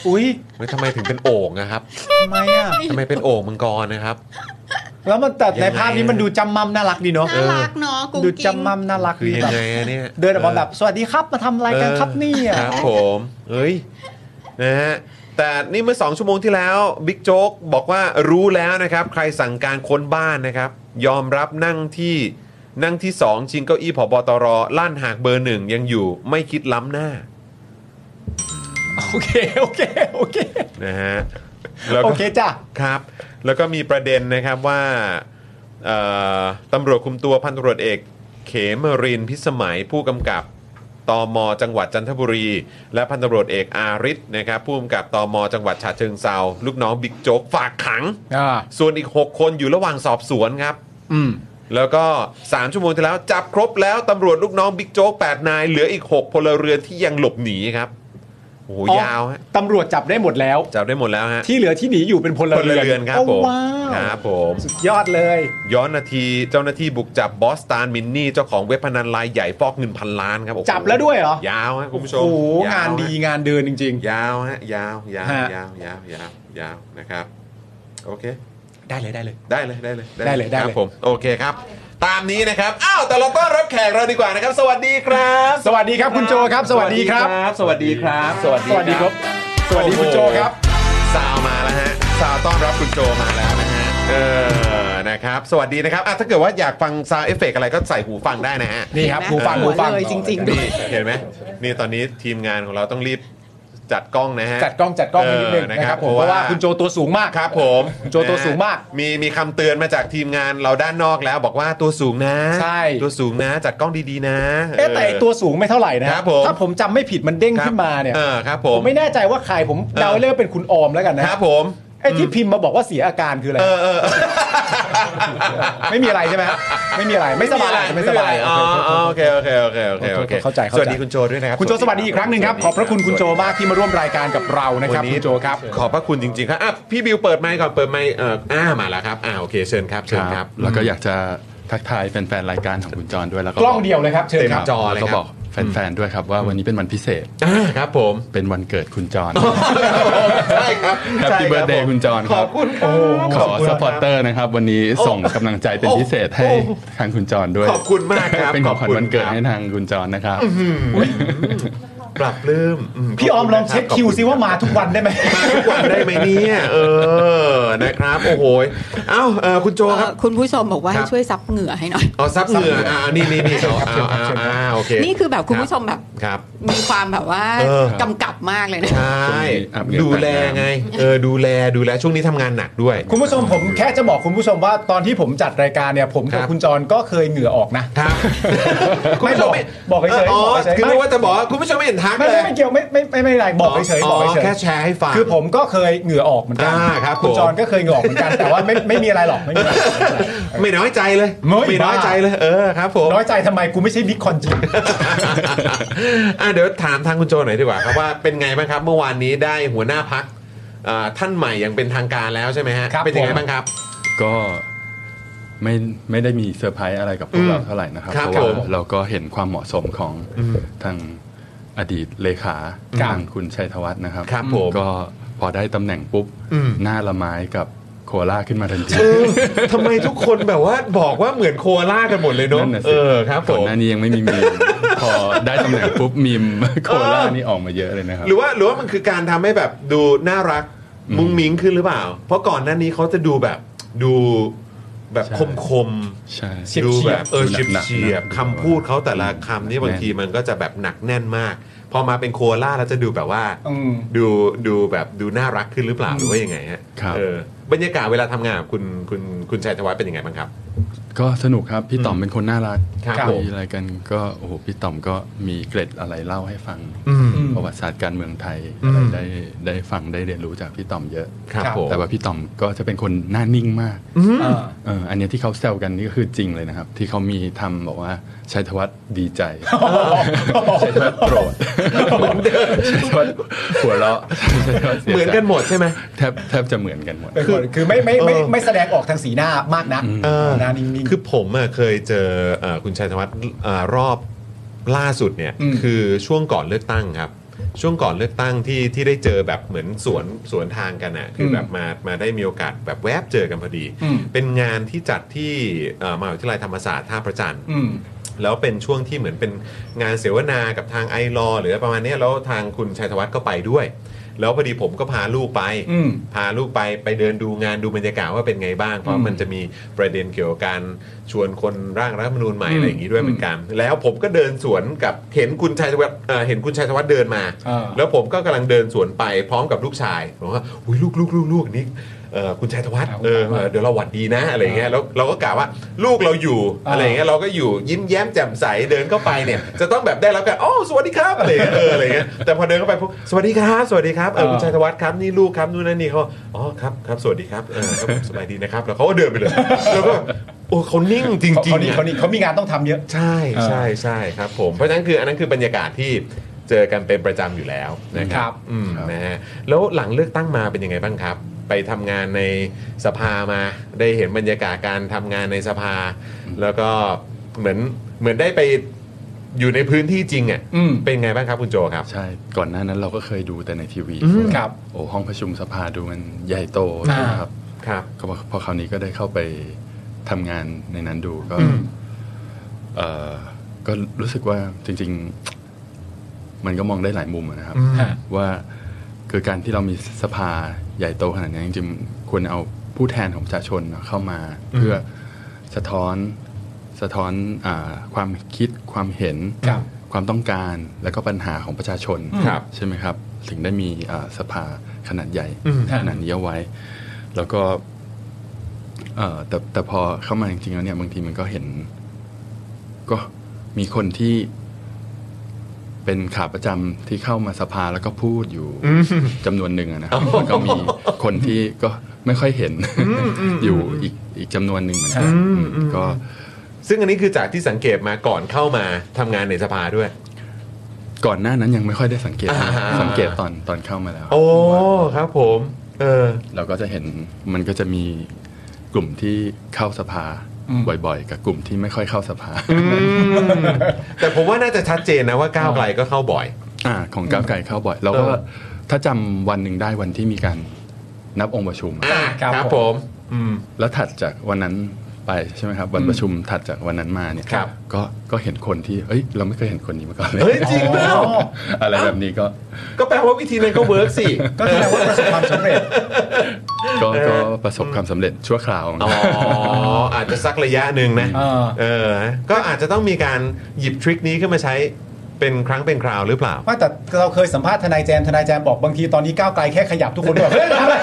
[SPEAKER 2] อุ้ย
[SPEAKER 1] ไม่ทำไมถึงเป็นโอ่งนะครับ
[SPEAKER 2] ทำไมอ่ะ
[SPEAKER 1] ทำไมเป็นโอ่งมังกรนะครับ
[SPEAKER 2] แล้วมันแต่
[SPEAKER 1] ยังไง
[SPEAKER 2] ในภาพนี้
[SPEAKER 1] อะ
[SPEAKER 2] มันดูจำมั่มน่ารักดีเนาะ
[SPEAKER 6] น่ารักเนาะกุ้ง
[SPEAKER 2] ดู
[SPEAKER 6] กิ้ง
[SPEAKER 2] จำมั่มน่ารัก
[SPEAKER 1] คือ
[SPEAKER 2] ดี
[SPEAKER 1] ยัง
[SPEAKER 2] แบบ
[SPEAKER 1] ไงอะเนี่ย
[SPEAKER 2] เดินออกมาแบบสวัสดีครับมาทำอะไรกันครับเนี่
[SPEAKER 1] เอยอครับผมเอ้ยนะฮะแต่นี่เมื่อ 2 ชั่วโมงที่แล้วบิ๊กโจ๊กบอกว่ารู้แล้วนะครับ ใครสั่งการค้นบ้านนะครับ ยอมรับนั่งที่นั่งที่ 2 ชิงเก้าอี้ผบตรลั่นหากเบอร์หนึ่งยังอยู่ไม่คิดล้ำหน้า
[SPEAKER 2] โอเคโอเคโอเค
[SPEAKER 1] นะฮะแล้ว
[SPEAKER 2] โอ
[SPEAKER 1] ก็
[SPEAKER 2] เคจ้ะ
[SPEAKER 1] ครับ แล้วก็มีประเด็นนะครับว่าเอ่อตำรวจคุมตัวพันตำรวจเอก เขมรินทร์พิสมัยผู้กำกับตมจังหวัดจันทบุรี และพันตำรวจเอกอาริศนะครับผู้กำกับตมจังหวัดฉะเชิงเซาลูกน้องบิ๊กโจ๊กฝากขัง
[SPEAKER 2] อ่า
[SPEAKER 1] ส่วนอีก 6 คนอยู่ระหว่างสอบสวนครับ
[SPEAKER 2] อืม
[SPEAKER 1] แล้วก็ 3 ชั่วโมงที่แล้ว จับครบแล้วตำรวจลูกน้องบิ๊กโจ๊ก8นายเหลืออีก 6 พลเรือนที่ยังหลบหนีครับโอ้โห
[SPEAKER 2] อ๋อ
[SPEAKER 1] ยาวฮะ
[SPEAKER 2] ตำรวจจับได้หมดแล้ว
[SPEAKER 1] จับได้หมดแล้วฮะ
[SPEAKER 2] ที่เหลือที่หนีอยู่เป็นพล
[SPEAKER 1] พล
[SPEAKER 2] เรือน
[SPEAKER 1] เรือนครับผม
[SPEAKER 2] โว้าว
[SPEAKER 1] ครับผม
[SPEAKER 2] สุดยอดเลย
[SPEAKER 1] ย้อนนาทีเจ้าหน้าที่บุกจับบอสตานมินนี่ เจ้าของเว็บพนันรายใหญ่ฟอกเงินพันล้านครับโอ้โห
[SPEAKER 2] จับแล้วด้วยเหรอ
[SPEAKER 1] ยาวฮะคุณผู้ชม
[SPEAKER 2] โอ้โห
[SPEAKER 1] ย
[SPEAKER 2] งา
[SPEAKER 1] วนฮะ
[SPEAKER 2] ดีงานเดินจริง
[SPEAKER 1] ยาวฮะยาวยาว
[SPEAKER 2] ฮะ
[SPEAKER 1] ยาวยาวยาวยาวนะครับ โอเค
[SPEAKER 2] ๆ ได้เลยได้เลย
[SPEAKER 1] ได้เลยได้เลย
[SPEAKER 2] ได้เลยได้
[SPEAKER 1] ค
[SPEAKER 2] เลย
[SPEAKER 1] รับผมโอเคครับ ตามนี้นะครับอ้าวแต่เราต้อนรับแขกเราดีกว่านะครับ สวัสดีครับ
[SPEAKER 2] สวัสดีครับคุณโจครับ สวัสดีครับ
[SPEAKER 1] สวัสดีครับ สวัสดี
[SPEAKER 2] สวัสดีครับสวัสดีคุณโจครับ
[SPEAKER 1] สาวมาแล้วฮะสาวต้อนรับคุณโจมาแล้วนะฮะ เออ นะครับ สวัสดีนะครับอ่ะถ้าเกิดว่าอยากฟังซาวเอฟเฟกอะไรก็ใส่หูฟังได้นะฮะ
[SPEAKER 2] นี่ครับหูฟัง
[SPEAKER 1] เออ
[SPEAKER 2] หูฟัง
[SPEAKER 6] เลยจริง ๆ
[SPEAKER 1] นี่เห็นไหมนี่ตอนนี้ทีมงานของเราต้องรีบจัดกล้องนะฮะ
[SPEAKER 2] จัดกล้องจัดกล้องให้นิดนึง
[SPEAKER 1] เออนะค
[SPEAKER 2] นะค
[SPEAKER 1] รั
[SPEAKER 2] รั
[SPEAKER 1] บบ
[SPEAKER 2] ผมเพ
[SPEAKER 1] เพราะ
[SPEAKER 2] ราะ
[SPEAKER 1] ว่า
[SPEAKER 2] ว่าคุณโจตัวสูงมาก
[SPEAKER 1] ครับผม
[SPEAKER 2] โจตัวสูงมาก
[SPEAKER 1] นะฮะมีมีคำเตือนมาจากทีมงานเราด้านนอกแล้วบอกว่าตัวสูงนะ
[SPEAKER 2] ใช่
[SPEAKER 1] ตัวสูงนะ จัดกล้องดีๆนะ
[SPEAKER 2] เอ๊ะแต่ไอ้ตัวสูงไม่เท่าไหร่นะฮะ
[SPEAKER 1] ครับผม
[SPEAKER 2] ถ้าผมจำไม่ผิดมันเด้งขึ้นมาเนี่ย
[SPEAKER 1] ออครับผ
[SPEAKER 2] ผม มไม่แน่ใจว่าใครผมเดา
[SPEAKER 1] เออ
[SPEAKER 2] เรียกว่าเป็นคุณออมแล้วกันนะครับ
[SPEAKER 1] ผม
[SPEAKER 2] ไอ้ที่พิมพ์มาบอกว่าเสียอาการคืออะไร
[SPEAKER 1] เออเออ
[SPEAKER 2] ไม่มีอะไรใช่ไหมฮะไม่มีอะไรไม่สบายไม่สบาย
[SPEAKER 1] อ๋ออ๋อโอเคโอเคโอเคโอเคโอเค
[SPEAKER 2] เข้าใจ
[SPEAKER 1] ส
[SPEAKER 2] เข้าใจ
[SPEAKER 1] วัสดีคุณโจด้วยนะครับ
[SPEAKER 2] คุณโจสวัสดีอีกครั้งหนึ่งครับขอบพระคุณคุณโจมากที่มาร่วมรายการกับเรานะครับ
[SPEAKER 1] วัน
[SPEAKER 2] คุ
[SPEAKER 1] นี้
[SPEAKER 2] ณโจครับ
[SPEAKER 1] ขอบพระคุณจริงๆครับอ่ะพี่บิวเปิดไมค์ก่อนเปิดไมค์เอ่ออ้ามาแล้วครับอ่าโอเคเชิญครับเชิญครับ
[SPEAKER 7] แล้วก็อยากจะทักทายแฟนๆ รายการของคุณจรด้วยแล้วก็
[SPEAKER 2] กล้องเดียวเลยครับเชิญ
[SPEAKER 1] เต็ม
[SPEAKER 2] ครับ
[SPEAKER 1] จอเลย
[SPEAKER 7] แล้ว
[SPEAKER 1] ค
[SPEAKER 7] ก็
[SPEAKER 1] รับ
[SPEAKER 7] บอกแฟนๆ ด้วยครับว่าวันนี้เป็นวันพิเศษ
[SPEAKER 1] อ่าครับผม
[SPEAKER 7] เป็นวันเกิดคุณจร
[SPEAKER 1] ใช่ครับ
[SPEAKER 7] Happy Birthday คุณจร
[SPEAKER 1] ข
[SPEAKER 7] ครั
[SPEAKER 1] อ
[SPEAKER 7] บบ
[SPEAKER 1] คุณครับ
[SPEAKER 7] ขอสปอร์เตอร์นะครับ วันนี้ส่งกำลังใจเป็นพิเศษให้ทางคุณจรด้วย
[SPEAKER 1] ขอบคุณมากครับ
[SPEAKER 7] เป็นของขวัญวันเกิดให้
[SPEAKER 1] นะ
[SPEAKER 7] ทางคุณจรนะครับ
[SPEAKER 1] ปรับลืมม
[SPEAKER 2] พี่ออมลองเช็คคิวซิว่ามาทุกวัน *laughs* ได้ไหม
[SPEAKER 1] มาทุกวันได้ไหมเนี่ยเออนะครับ โอ้โหยเอ้าเอ่อคุณโจ
[SPEAKER 6] เอ่
[SPEAKER 1] ครับ
[SPEAKER 6] อคุณผู้ชมบอกว่า
[SPEAKER 1] ครั
[SPEAKER 6] ให้
[SPEAKER 1] บ
[SPEAKER 6] ช่วยซับเหงื่อให้หน่อย
[SPEAKER 1] เอาซับเหงื่ออ่านี่นี่นี่เอาเอาเอาเอาโอเค
[SPEAKER 6] นี่คือแบบคุณผู้ชมแบบ
[SPEAKER 1] ครับ
[SPEAKER 6] มีความแบบว่า
[SPEAKER 1] เออ
[SPEAKER 6] กำกับมากเลยนะ
[SPEAKER 1] ใช่
[SPEAKER 7] ช่วงนี้อาบเหงื่อ
[SPEAKER 1] ดูแลไงเออดูแลดูแลช่วงนี้ทำงานหนักด้วย
[SPEAKER 2] คุณผู้ชมผมแค่จะบอกคุณผู้ชมว่าตอนที่ผมจัดรายการเนี่ยผมกับ
[SPEAKER 1] ครับ
[SPEAKER 2] คุณจรก็เคยเหงื่อออกนะ
[SPEAKER 1] ครับ
[SPEAKER 2] ไม่บอกบอกเฉยๆ
[SPEAKER 1] อ๋อ
[SPEAKER 2] บอกเฉยๆ
[SPEAKER 1] คือนึกว่าจะบอกว่าคุณผู้ชมไม่เห็นทัก
[SPEAKER 2] ไม่
[SPEAKER 1] เลย
[SPEAKER 2] ไม่ไม่เกี่ยวไม่ไม่ไม่ไม่เป็นไรบอกเฉยๆบอกเฉย
[SPEAKER 1] แค่
[SPEAKER 2] ๆ
[SPEAKER 1] แชร์ให้ฟัง
[SPEAKER 2] คือผมก็เคยเหงื่อออกเหมือนกั
[SPEAKER 1] อ่าครับ
[SPEAKER 2] คุณ
[SPEAKER 1] ผม
[SPEAKER 2] จรก็เคยเหงื่อออกเหมือนกัน แต่ว่าไม่ไม่มีอะไรหรอกไม่มีอะไร
[SPEAKER 1] ไม่น้อยใจเลย
[SPEAKER 2] เฮ้ย
[SPEAKER 1] ไม่น้อย
[SPEAKER 2] บ้า
[SPEAKER 1] ใจเลยเออครับผม
[SPEAKER 2] น้อยใจทำไมกูไม่ใช่บิ๊กคอนจริง
[SPEAKER 1] อ่ะเดี๋ยวถามทางคุณโจหน่อยดีกว่าครับว่าเป็นไงบ้างครับเมื่อวานนี้ได้หัวหน้าพักท่านใหม่อย่างเป็นทางการแล้วใช่ไหมฮะ
[SPEAKER 2] ครับ
[SPEAKER 1] เป็นยังไงบ้างครับ
[SPEAKER 7] ก็ไม่ไม่ได้มีเซอร์ไพรส์อะไรกับพวกเราเท่าไหร่นะครับ
[SPEAKER 1] ครับ
[SPEAKER 7] เพราะ
[SPEAKER 1] ผม
[SPEAKER 7] ว่าเราก็เห็นความเหมาะสมของทางอดีตเลขา
[SPEAKER 1] ครับ
[SPEAKER 7] ทางคุณชัยธวัฒน์นะครับ
[SPEAKER 1] ครับผม
[SPEAKER 7] ก็พอได้ตำแหน่งปุ๊บ
[SPEAKER 1] อืม
[SPEAKER 7] หน้าละไม้กับ โคอาล่าขึ้นมาทันที
[SPEAKER 1] เออทำไมทุกคนแบบว่าบอกว่าเหมือนโคอาล่ากันหมดเลยเนาะ
[SPEAKER 7] นั่นน่ะสิ
[SPEAKER 1] เออครับผ
[SPEAKER 7] ก่อน
[SPEAKER 1] ม
[SPEAKER 7] หน้านี้ยังไม่มี
[SPEAKER 1] *laughs*
[SPEAKER 7] มีม พอได้ตำแหน่งปุ๊บมีมโคอาล่านี่ออกมาเยอะเลยนะครับ
[SPEAKER 1] หรือว่าหรือว่ามันคือการทำให้แบบดูน่ารักมุ้งมิ้งขึ้นหรือเปล่า เพราะก่อนหน้านี้เขาจะดูแบบดูแบบ
[SPEAKER 7] ใช่
[SPEAKER 1] คมคมๆ
[SPEAKER 7] ใช่
[SPEAKER 1] ดูแบบเออเฉียบ
[SPEAKER 7] หนักๆ
[SPEAKER 1] เฉียบ
[SPEAKER 7] นะ
[SPEAKER 1] คำพูดเขาแต่ละคำนี่บางทีมันก็จะแบบหนักแน่นมาก พอมาเป็นโคอาล่าแล้วจะดูแบบว่า
[SPEAKER 2] อืม
[SPEAKER 1] ดูดูแบบดูน่ารักขึ้นหรือเปล่าหรือว่ายังไงฮะ
[SPEAKER 7] ครับ
[SPEAKER 1] เออบรรยากาศเวลาทำงานกับคุณคุณคุณชัยธวัฒน์เป็นยังไงบ้างครับ
[SPEAKER 7] ก็สนุกครับ พี่ต่อมเป็นคนน่ารัก
[SPEAKER 1] ครับผม
[SPEAKER 7] มีอะไรกันก็โอ้โหพี่ต่อมก็มีเกร็ดอะไรเล่าให้ฟัง
[SPEAKER 1] อืม
[SPEAKER 7] ประวัติศาสตร์การเมืองไทย
[SPEAKER 1] อืม
[SPEAKER 7] อะไรได้ได้ฟังได้เรียนรู้จากพี่ต่อมเยอะ
[SPEAKER 1] ครับผม
[SPEAKER 7] แต่ว่าพี่ต่อมก็จะเป็นคนหน้านิ่งมาก
[SPEAKER 2] เออ
[SPEAKER 7] เอออันเนี้ยที่เขาแซวกันนี่ก็คือจริงเลยนะครับ ที่เขามีทำบอกว่าชัยธวัฒน์ดีใจชัยธวัฒน์โกรธเหมือนเดิมชัยธวัฒน์หัวเราะชัยธวัฒน์เสีย
[SPEAKER 1] เห
[SPEAKER 7] ใจ
[SPEAKER 1] มือนกันหมดใช่ไหม
[SPEAKER 7] แทบแทบจะเหมือนกันหมด
[SPEAKER 2] เป็นคนคือไม่ไม่ไม่
[SPEAKER 1] เออ
[SPEAKER 2] ไม่แสดงออกทางสีหน้ามากนัก
[SPEAKER 1] เออ
[SPEAKER 2] หน้านิ่งๆ
[SPEAKER 1] คือผมอะเคยเจอเอ่อคุณชัยธวัฒน์เอ่อรอบล่าสุดเนี่ย
[SPEAKER 2] อืม
[SPEAKER 1] คือช่วงก่อนเลือกตั้งครับ ช่วงก่อนเลือกตั้งที่ที่ได้เจอแบบเหมือนสวนสวนทางกันอะคือแบบมามาได้มีโอกาสแบบแวบเจอกันพอดี
[SPEAKER 2] อืม
[SPEAKER 1] เป็นงานที่จัดที่เอ่อมหาวิทยาลัยธรรมศาสตร์ท่าประจันทร์
[SPEAKER 2] อืม
[SPEAKER 1] แล้วเป็นช่วงที่เหมือนเป็นงานเสวนากับทางไอรอหรือประมาณเนี้ยแล้วทางคุณชัยธวัฒน์ก็ไปด้วย แล้วพอดีผมก็พาลูกไป
[SPEAKER 2] อืม
[SPEAKER 1] พาลูกไปไปเดินดูงานดูบรรยากาศว่าเป็นไงบ้าง เพราะ
[SPEAKER 2] อืม
[SPEAKER 1] มันจะมีประเด็นเกี่ยวกับการชวนคนร่างรัฐธรรมนูญใหม่
[SPEAKER 2] อืม
[SPEAKER 1] อะไรอย่างนี้ด้วยเหมือนกัน แล้วผมก็เดินสวนกับเห็นคุณชัยธวัฒน์เอ่อเห็นคุณชัยธวัฒน์เดินมา
[SPEAKER 2] เออ
[SPEAKER 1] แล้วผมก็กำลังเดินสวนไปพร้อมกับลูกชายบอกว่าอุ้ยลูกลูกลูกลูกนี่เอ่อคุณชัยธวัฒน์เออเออเดี๋ยวเราหวัดดีนะอะไรอย่างเงี้ยแล้วเราก็กะว่าลูกเราอยู่อะไรอย่างเงี้ยเราก็อยู่ยิ้มแย้มแจ่มใสเดินเข้าไปเนี่ยจะต้องแบบได้รับการอ๋อสวัสดีครับอะไรอย่างเงี้ยเอออะไรอย่างเงี้ยแต่พอเดินเข้าไปพวกสวัสดีครับสวัสดีครับเออคุณชัยธวัฒน์ครับนี่ลูกครับนู่นนั่นนี่เขาอ๋อครับครับสวัสดีครับเออครับผมสบายดีนะครับแล้วเขาก็เดินไปเลยแล้วก็โอ้เขานิ่งจริงๆ
[SPEAKER 2] เขาเขานี่
[SPEAKER 1] อะ
[SPEAKER 2] เขานี่เขามีงานต้องทำเยอะ
[SPEAKER 1] ใช่ใช่ใช่ครับผมเพราะฉะนั้นคืออันนั้นคือบรรยากาศที่เจอกันเป็นประจำอยู่แล้วนะค
[SPEAKER 2] ครั
[SPEAKER 1] รับบ อืมนะฮะแล้วหลังเลือกตั้งมาเป็นยังไงบ้างครับ ไปทำงานในสภามาได้เห็นบรรยากาศการทำงานในสภา แล้วก็เหมือนเหมือนได้ไปอยู่ในพื้นที่จริงอ่ะ
[SPEAKER 2] อืม
[SPEAKER 1] เป็นไงบ้างครับคุณโจครับ
[SPEAKER 7] ใช่ก่อนหน้านั้นเราก็เคยดูแต่ในทีวี
[SPEAKER 2] ครับ
[SPEAKER 7] โอ้ห้องประชุมสภาดูมันใหญ่โต
[SPEAKER 2] อ่า
[SPEAKER 7] นะครับ
[SPEAKER 1] ครับ
[SPEAKER 7] ก็พอพอคราวนี้ก็ได้เข้าไปทำงานในนั้นดูก็เอ่อก็รู้สึกว่าจริง ๆ มันก็มองได้หลายมุมอะนะครับ
[SPEAKER 1] อืม
[SPEAKER 2] ฮะ
[SPEAKER 7] ว่าคือการที่เรามีสภาใหญ่โตขนาดนี้จริงๆควรเอาผู้แทนของประชาชนเข้ามา เพื่อสะท้อนสะท้อนอาความคิดความเห็น
[SPEAKER 2] ครับ
[SPEAKER 7] ความต้องการและก็ปัญหาของประชาชน
[SPEAKER 1] ครับ
[SPEAKER 7] ใช่ไหมครับ ถึงได้มีอ่าสภาขนาดใหญ่ *laughs*
[SPEAKER 1] อืม
[SPEAKER 7] ขนาดนี้เอาไว้ แล้วก็เอ่อแต่แต่พอเข้ามาจริงๆแล้วเนี่ยบางทีมันก็เห็น ก็มีคนที่เป็นขาประจำที่เข้ามาสภาแล้วก็พูด *laughs* อยู่จำนวนหนึ่งอะ *laughs* นะครับแล้วก็มีคนที่ก็ไม่ค่อย *laughs* เห็นอยู่อีกอีกจำนวนหนึ่งเหมือนกันอืมก็
[SPEAKER 1] ซึ่งอันนี้คือจากที่สังเกตมาก่อนเข้ามาทำงานในสภาด้วย
[SPEAKER 7] ก่อนหน้านั้นยังไม่ค่อยได้สังเกตนะ
[SPEAKER 1] อ่า
[SPEAKER 7] สังเกตตอนตอนเข้ามาแล้ว
[SPEAKER 1] โอ้
[SPEAKER 7] ว่า
[SPEAKER 1] ครับผม เออ
[SPEAKER 7] เราก็จะเห็นมันก็จะมีกลุ่มที่เข้าสภาบ่อยๆ กับกลุ่มที่ไม่ค่อยเข้าสภา
[SPEAKER 1] แต่ผมว่าน่าจะชัดเจนนะว่าก้าวไกลก็เข้าบ่อย
[SPEAKER 7] อ่าของก้าวไกลเข้าบ่อย เราก็
[SPEAKER 1] เออ
[SPEAKER 7] ถ้าจำวันหนึ่งได้วันที่มีการนับองค์ประชุม
[SPEAKER 1] อ่า
[SPEAKER 2] ครับ
[SPEAKER 1] ครับ
[SPEAKER 2] ผ
[SPEAKER 1] ผม ม อืม
[SPEAKER 7] แล้วถัดจากวันนั้นไปใช่ไหมครับ วันประชุมถัดจากวันนั้นมาเนี่ย
[SPEAKER 1] ครับ
[SPEAKER 7] ก็ก็เห็นคนที่เอ้ยเราไม่เคยเห็นคนนี้มาก่อนเลย
[SPEAKER 1] เฮ้ยจริงเปล่า
[SPEAKER 7] อะไรแบบนี้ก็
[SPEAKER 1] ก็แปลว่าวิธีนั้นก็เวิร์กสิ
[SPEAKER 2] ก็แสดงว่าประสบความสำเร็จ
[SPEAKER 7] ก็ก็ประสบความสำเร็จชั่วคราวนะ
[SPEAKER 1] อ๋อ อาจจะสักระยะหนึ่งนะ
[SPEAKER 2] เออ
[SPEAKER 1] เออ ก็อาจจะต้องมีการหยิบทริคนี้ขึ้นมาใช้เป็นครั้งเป็นคราวหรือเปล่า
[SPEAKER 2] ว่าแต่เราเคยสัมภาษณ์ทนายแจมทนายแจมบอกบางทีตอนนี้ก้าวไกลแค่ขยับทุกคนก็แบบเฮ้ย
[SPEAKER 1] *laughs*
[SPEAKER 2] อะไร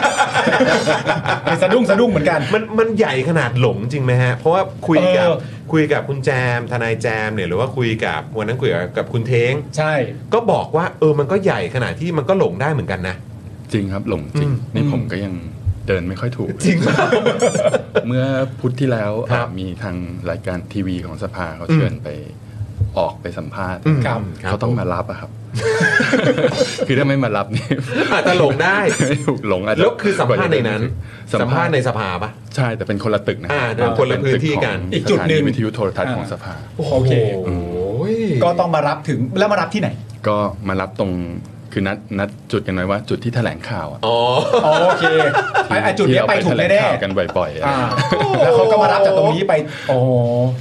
[SPEAKER 2] ไปสะดุ้งสะดุ้งเหมือนกัน
[SPEAKER 1] มันมันใหญ่ขนาดหลงจริงไหมฮะ เพราะว่าคุยกับ
[SPEAKER 2] เออ
[SPEAKER 1] คุยกับคุณแจม ทนายแจมเนี่ยหรือว่าคุยกับวันนั้นคุยกับคุณเทง
[SPEAKER 2] ใช่
[SPEAKER 1] ก็บอกว่าเออมันก็ใหญ่ขนาดที่มันก็หลงได้เหมือนกันนะ
[SPEAKER 7] จริงครับหลงจริง
[SPEAKER 1] อืม
[SPEAKER 7] นี่ผมก็ยังเดินไม่ค่อยถูก
[SPEAKER 1] จริง
[SPEAKER 7] เมื่อพุธที่แล้ว
[SPEAKER 1] ครับ
[SPEAKER 7] อ่ะมีทางรายการทีวีของสภาเขาเชิญไปออกไปสัมภาษณ์
[SPEAKER 2] ครับ
[SPEAKER 7] เขาต้องมารับอะครับ *laughs* คือถ้าไม่มารับนี่
[SPEAKER 1] อาจจะหลงได้
[SPEAKER 7] ไม่ถูกหลงอาจจะ
[SPEAKER 1] แล้วคือสัมภาษณ์ในนั้น
[SPEAKER 7] สั
[SPEAKER 1] สั
[SPEAKER 7] ม
[SPEAKER 1] ม
[SPEAKER 7] ภา
[SPEAKER 1] ภา
[SPEAKER 7] ษ
[SPEAKER 1] ษ
[SPEAKER 7] ณ์
[SPEAKER 1] ณ์
[SPEAKER 7] ใน
[SPEAKER 1] ในสภาปะ
[SPEAKER 7] ใช่แต่เป็นคนละตึกนะ
[SPEAKER 1] อ่าเป็นคนละพื้นที่กัน
[SPEAKER 7] เป็
[SPEAKER 2] อีกจุดหนึ่ง
[SPEAKER 7] สถาวิทยุโทรทัศน์ของ
[SPEAKER 2] อ่า
[SPEAKER 7] สภา
[SPEAKER 2] โอเค
[SPEAKER 1] โอ้ย
[SPEAKER 2] ก็ต้องมารับถึงแล้วมารับที่ไหน
[SPEAKER 7] ก็มารับตรง คือนัดนัดจุดกันไว้ว่าจุดที่แถลงข่าวอะ
[SPEAKER 1] อ๋อ *laughs*
[SPEAKER 2] อ๋อโอเคไอ้ไอ้จุดเนี้ย
[SPEAKER 7] ที่เรา
[SPEAKER 2] ไปถูก
[SPEAKER 7] แถลง
[SPEAKER 2] แน่
[SPEAKER 7] ข่าวกันบ่อยๆอะ
[SPEAKER 2] ๆอ่าแล้วเขาก็มารับจากตรงนี้ไป โอ้โห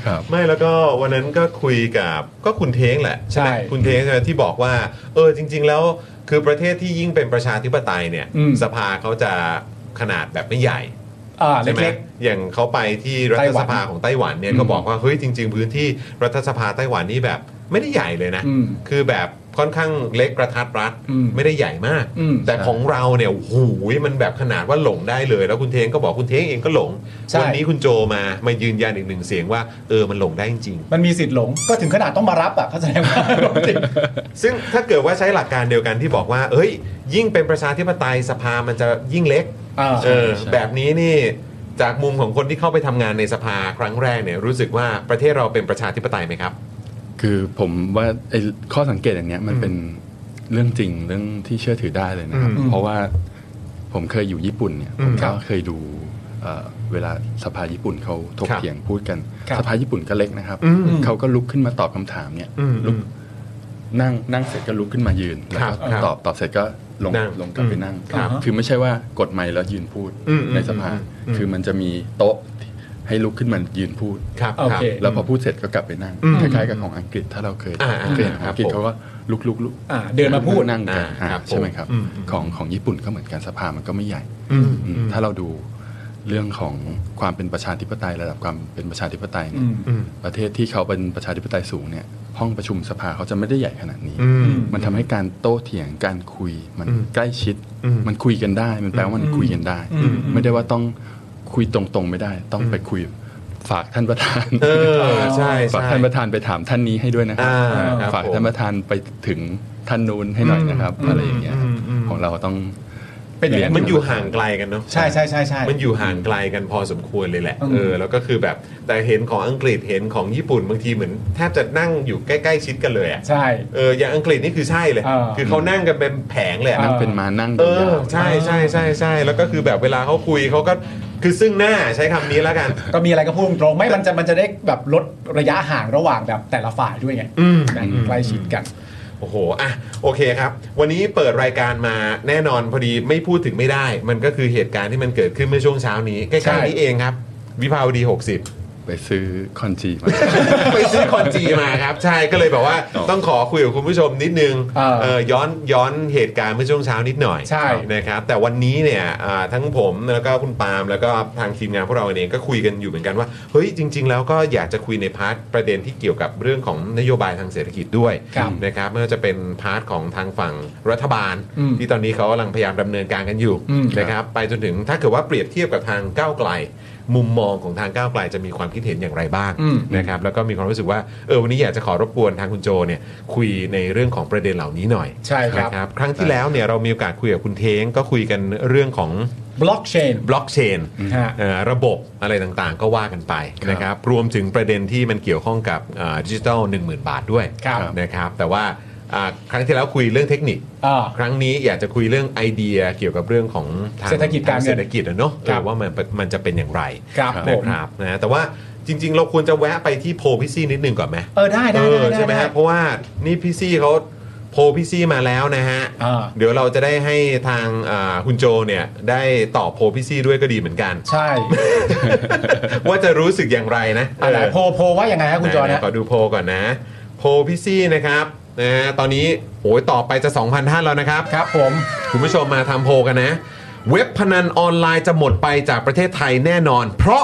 [SPEAKER 7] ครับ
[SPEAKER 1] ไม่แล้วก็วันนั้นก็คุยกับก็คุณเท้งแหละ
[SPEAKER 2] ใช่
[SPEAKER 1] ไหมคุณเท้งใช่ไหมที่บอกว่า เออจริง ๆ แล้วคือประเทศที่ยิ่งเป็นประชาธิปไตยเนี่ย
[SPEAKER 2] อืม
[SPEAKER 1] สภาเขาจะขนาดแบบไม่ใหญ่
[SPEAKER 2] อ่า
[SPEAKER 1] ใช่ไหม
[SPEAKER 2] เล็ก
[SPEAKER 1] อย่างเขาไปที่รัฐสภาของไต้หวันเนี่ย
[SPEAKER 7] อืม
[SPEAKER 1] ก็บอกว่าเฮ้ยจริง ๆ พื้นที่รัฐสภาไต้หวันนี่แบบไม่ได้ใหญ่เลยนะ
[SPEAKER 2] อืม
[SPEAKER 1] คือแบบค่อนข้างเล็กกระทัดรัด
[SPEAKER 2] อืม
[SPEAKER 1] ไม่ได้ใหญ่มาก
[SPEAKER 2] อืม
[SPEAKER 1] แต่ของเราเนี่ยโอ้โหูยมันแบบขนาดว่าหลงได้เลย แล้วคุณเท้งก็บอกคุณเท้งเองก็หลง
[SPEAKER 2] ใช่
[SPEAKER 1] วันี้คุณโจมามายืนยันอีกหนึ่งเสียงว่าเออมันหลงได้จริง
[SPEAKER 2] ๆ มันมีสิทธิ์หลงก็ถึงขนาดต้องมารับอ่ะเขาแสดงว่าหลงจริง
[SPEAKER 1] ซึ่งถ้าเกิดว่าใช้หลักการเดียวกันที่บอกว่า เอ้ย ยิ่งเป็นประชาธิปไตยสภามันจะยิ่งเล็ก
[SPEAKER 2] อ่า
[SPEAKER 1] เออ
[SPEAKER 7] ใช่
[SPEAKER 1] แบบนี้นี่จากมุมของคนที่เข้าไปทำงานในสภาครั้งแรกเนี่ยรู้สึกว่าประเทศเราเป็นประชาธิปไตยไหมครับ
[SPEAKER 7] คือผมว่าไอ้ข้อสังเกตอย่างเนี้ยมันเป็นเรื่องจริงเรื่องที่เชื่อถือได้เลยนะครับ
[SPEAKER 1] อืม
[SPEAKER 7] เพราะว่าผมเคยอยู่ญี่ปุ่นเนี่ย
[SPEAKER 1] อื
[SPEAKER 7] ผม ม
[SPEAKER 1] ครั
[SPEAKER 7] ก็
[SPEAKER 1] บ
[SPEAKER 7] เคยดูเอ่อเวลาสภาญี่ปุ่นเขาถก
[SPEAKER 1] ครับ
[SPEAKER 7] เถียงพูดกัน
[SPEAKER 2] ครับ
[SPEAKER 7] สภาญี่ปุ่นก็เล็กนะครับ
[SPEAKER 1] อืม
[SPEAKER 7] เขาก็ลุกขึ้นมาตอบคำถามเนี่ย
[SPEAKER 1] อืม
[SPEAKER 7] ลุกนั่งนั่งเสร็จก็ลุกขึ้นมายืนแล้ว
[SPEAKER 1] ครับ
[SPEAKER 7] ก็
[SPEAKER 1] ครับ
[SPEAKER 7] ตอบตอบเสร็จก็ลง
[SPEAKER 1] นั่ง
[SPEAKER 7] ลงกลับไปนั่ง
[SPEAKER 2] ครับ
[SPEAKER 7] คือไม่ใช่ว่ากดไมค์แล้วยืนพูด
[SPEAKER 1] อืม
[SPEAKER 7] ในสภา
[SPEAKER 1] อืมอืม
[SPEAKER 7] คือมันจะมีโต๊ะให้ลุกขึ้นมายืนพูด
[SPEAKER 1] ครับ
[SPEAKER 2] โอ
[SPEAKER 1] ครับ
[SPEAKER 2] เค
[SPEAKER 7] แล้วพอพูดเสร็จก็กลับไปนั่ง
[SPEAKER 1] อืม
[SPEAKER 7] คล้ายๆกับของอังกฤษถ้าเราเคย
[SPEAKER 1] อ่าอ่า
[SPEAKER 7] เคยเห็นของ
[SPEAKER 1] ครั
[SPEAKER 7] อั
[SPEAKER 1] บ
[SPEAKER 7] งกฤษ
[SPEAKER 1] ผม
[SPEAKER 7] เขาก็ลุกลุกลุก
[SPEAKER 2] อ่าเดินมาพูด
[SPEAKER 7] นั่งกั
[SPEAKER 1] อ่าน
[SPEAKER 7] อ่า
[SPEAKER 1] ครับผม
[SPEAKER 7] ใช่ไหมครับ
[SPEAKER 1] อืม
[SPEAKER 7] ของของญี่ปุ่นก็เหมือนกันสภามันก็ไม่ใหญ่
[SPEAKER 1] อืม
[SPEAKER 7] อืม
[SPEAKER 1] อืม
[SPEAKER 7] ถ้าเราดูเรื่องของความเป็นประชาธิปไตยระดับความเป็นประชาธิปไตยเนี่ย
[SPEAKER 2] อืม
[SPEAKER 1] อืม
[SPEAKER 7] ประเทศที่เขาเป็นประชาธิปไตยสูงเนี่ยห้องประชุมสภาเขาจะไม่ได้ใหญ่ขนาดนี้
[SPEAKER 1] อืม
[SPEAKER 7] มันทำให้การโต้เถียงการคุยมัน
[SPEAKER 1] อืม
[SPEAKER 7] ใกล้ชิด
[SPEAKER 1] อืม
[SPEAKER 7] มันคุยกันได้ มันแปลว่ามันคุยกันได้
[SPEAKER 2] อืม
[SPEAKER 7] ไม่ได้ว่าต้องคุยตรงๆไม่ได้ ต้อง
[SPEAKER 1] อืม
[SPEAKER 7] ไปคุยฝากท่านประธาน
[SPEAKER 1] เออใช่
[SPEAKER 7] ฝาก
[SPEAKER 1] ใช่
[SPEAKER 7] ท่านประธานไปถามท่านนี้ให้ด้วยนะครับ
[SPEAKER 1] อ่า
[SPEAKER 7] อ่า
[SPEAKER 1] ครับ
[SPEAKER 7] ฝากท่านประธานไปถึงท่านนู้นให้หน่อยนะครับ
[SPEAKER 1] อืม
[SPEAKER 7] อะไรอย่างเงี้ย
[SPEAKER 1] อืมอืม
[SPEAKER 7] ของเราต้อง
[SPEAKER 2] เป็นอย่างนั้น
[SPEAKER 1] มันอยู่ห่างไกลกันเนาะ
[SPEAKER 2] ใช่ใช่ใช่ใช่
[SPEAKER 1] มันอยู่ห่างไกลกันพอสมควรเลยแหละ
[SPEAKER 2] อืม
[SPEAKER 1] เออ แล้วก็คือแบบ แต่เห็นของอังกฤษ เห็นของญี่ปุ่นบางทีเหมือนแทบจะนั่งอยู่ใกล้ ๆ ชิดกันเลยอะ
[SPEAKER 2] ใช่
[SPEAKER 1] เออ อย่างอังกฤษนี่คือใช่เลย
[SPEAKER 2] เออ
[SPEAKER 1] คือเขานั่งกันเป็นแผงเลยอะ
[SPEAKER 7] นั่งเป็นมานั่ง
[SPEAKER 1] เออ
[SPEAKER 7] ยาว
[SPEAKER 1] ใช่ใช่ใช่ใช่ แล้วก็คือแบบเวลาเขาคุยเขาก็ คือซึ่งหน้าใช้คำนี้แล้วกัน
[SPEAKER 2] ก็มีอะไรก็พูดตรงๆไม่มันจะมันจะได้แบบลดระยะห่างระหว่างแบบแต่ละฝ่ายด้วยไง
[SPEAKER 1] อืม
[SPEAKER 2] นะใกล้ชิดกัน
[SPEAKER 1] โอ้โห อ่ะ โอเคครับ วันนี้เปิดรายการมาแน่นอนพอดีไม่พูดถึงไม่ได้ มันก็คือเหตุการณ์ที่มันเกิดขึ้นเมื่อช่วงเช้านี้ ใก
[SPEAKER 2] ใช่
[SPEAKER 1] ล้ๆนี้เองครับ วิภาวดี 60
[SPEAKER 7] ๆไปซื้อคอนจีมา
[SPEAKER 1] ไปซื้อคอนจีมาครับ ใช่ก็เลยแบบว่า
[SPEAKER 7] อ๋อ
[SPEAKER 1] ต้องขอคุยกับคุณผู้ชมนิดนึง
[SPEAKER 2] เออ
[SPEAKER 1] เอ่อย้อนย้อนเหตุการณ์เมื่อช่วงเช้านิดหน่อย
[SPEAKER 2] ใช่
[SPEAKER 1] นะครับ แต่วันนี้เนี่ยอ่าทั้งผมแล้วก็คุณปาล์มแล้วก็ทางทีมงานพวกเราเองก็คุยกันอยู่เหมือนกันว่าเฮ้ยจริง ๆ แล้วก็อยากจะคุยในพาร์ทประเด็นที่เกี่ยวกับเรื่องของนโยบายทางเศรษฐกิจด้วย
[SPEAKER 2] ครับ
[SPEAKER 1] นะครับไม่ว่าจะเป็นพาร์ทของทางฝั่งรัฐบาล
[SPEAKER 2] อืม
[SPEAKER 1] ที่ตอนนี้เขากำลังพยายามดำเนินการกันอยู่
[SPEAKER 2] อืม
[SPEAKER 1] นะครับ ไปจนถึงถ้าเกิดว่าเปรียบเทียบกับทางก้าวไกล มุมมองของทางก้าวไกลจะมีความคิดเห็นอย่างไรบ้าง
[SPEAKER 2] อืม
[SPEAKER 1] นะครับแล้วก็มีความรู้สึกว่าเออวันนี้อยากจะขอรบกวนทางคุณโจเนี่ยคุยในเรื่องของประเด็นเหล่านี้หน่อย
[SPEAKER 2] ใช่ครับ
[SPEAKER 1] นะครับ ครั้งที่แล้วเนี่ยเรามีโอกาสคุยกับคุณเท้งก็คุยกันเรื่องของ
[SPEAKER 2] บล็อกเชน
[SPEAKER 1] บล็อกเชน
[SPEAKER 2] ฮะ
[SPEAKER 1] เอ่อระบบอะไรต่างๆ ก็ว่ากันไปนะครับรวมถึงประเด็นที่มันเกี่ยวข้องกับดิจิทัล1 0,000 บาทด้วย
[SPEAKER 2] ครับ
[SPEAKER 1] นะครับแต่ว่าอ่าครั้งที่แล้วคุยเรื่องเทคนิค
[SPEAKER 2] อ่า
[SPEAKER 1] ครั้งนี้อยากจะคุยเรื่องไอเดียเกี่ยวกับเรื่องของทง
[SPEAKER 2] เศรษฐกิจการเงิน
[SPEAKER 1] เศรษฐกิจอะเนาะ
[SPEAKER 2] ครับ
[SPEAKER 1] เออว่ามันมันจะเป็นอย่างไร
[SPEAKER 2] ครับผ
[SPEAKER 1] นะ
[SPEAKER 2] ม
[SPEAKER 1] ครับนะแต่ว่าจริง ๆ เราควรจะแวะไปที่โพลพี่ซี่นิดหนึ่งก่อนไหม
[SPEAKER 2] เออได้
[SPEAKER 1] เอ
[SPEAKER 2] ได้
[SPEAKER 1] อ
[SPEAKER 2] ได้
[SPEAKER 1] ใช่ไหม
[SPEAKER 2] ด้
[SPEAKER 1] ฮะเพราะว่านี่พี่ซี่เขาโพลพี่ซี่มาแล้วนะฮะ
[SPEAKER 2] อ่า
[SPEAKER 1] เดี๋ยวเราจะได้ให้ทางอ่าคุณโจเนี่ยได้ตอบโพลพี่ซี่ด้วยก็ดีเหมือน
[SPEAKER 2] *laughs*
[SPEAKER 1] กัน
[SPEAKER 2] ใช่
[SPEAKER 1] ว่าจะรู้สึกอย่างไรนะ
[SPEAKER 2] อะไร
[SPEAKER 1] เออ
[SPEAKER 2] โพลโพลว่ายังไงฮะคุณจอ
[SPEAKER 1] ไหน
[SPEAKER 2] นะ
[SPEAKER 1] ๆขอดูโพลก่อนนะ โพลพี่ซี่นะครับนะฮะตอนนี้โอ้ยตอบไปจะ 2,000ท่านแล้วนะครับ
[SPEAKER 2] ครับผม
[SPEAKER 1] คุณผู้ชมมาทำโพลกันนะ เว็บพนันออนไลน์จะหมดไปจากประเทศไทยแน่นอน เพราะ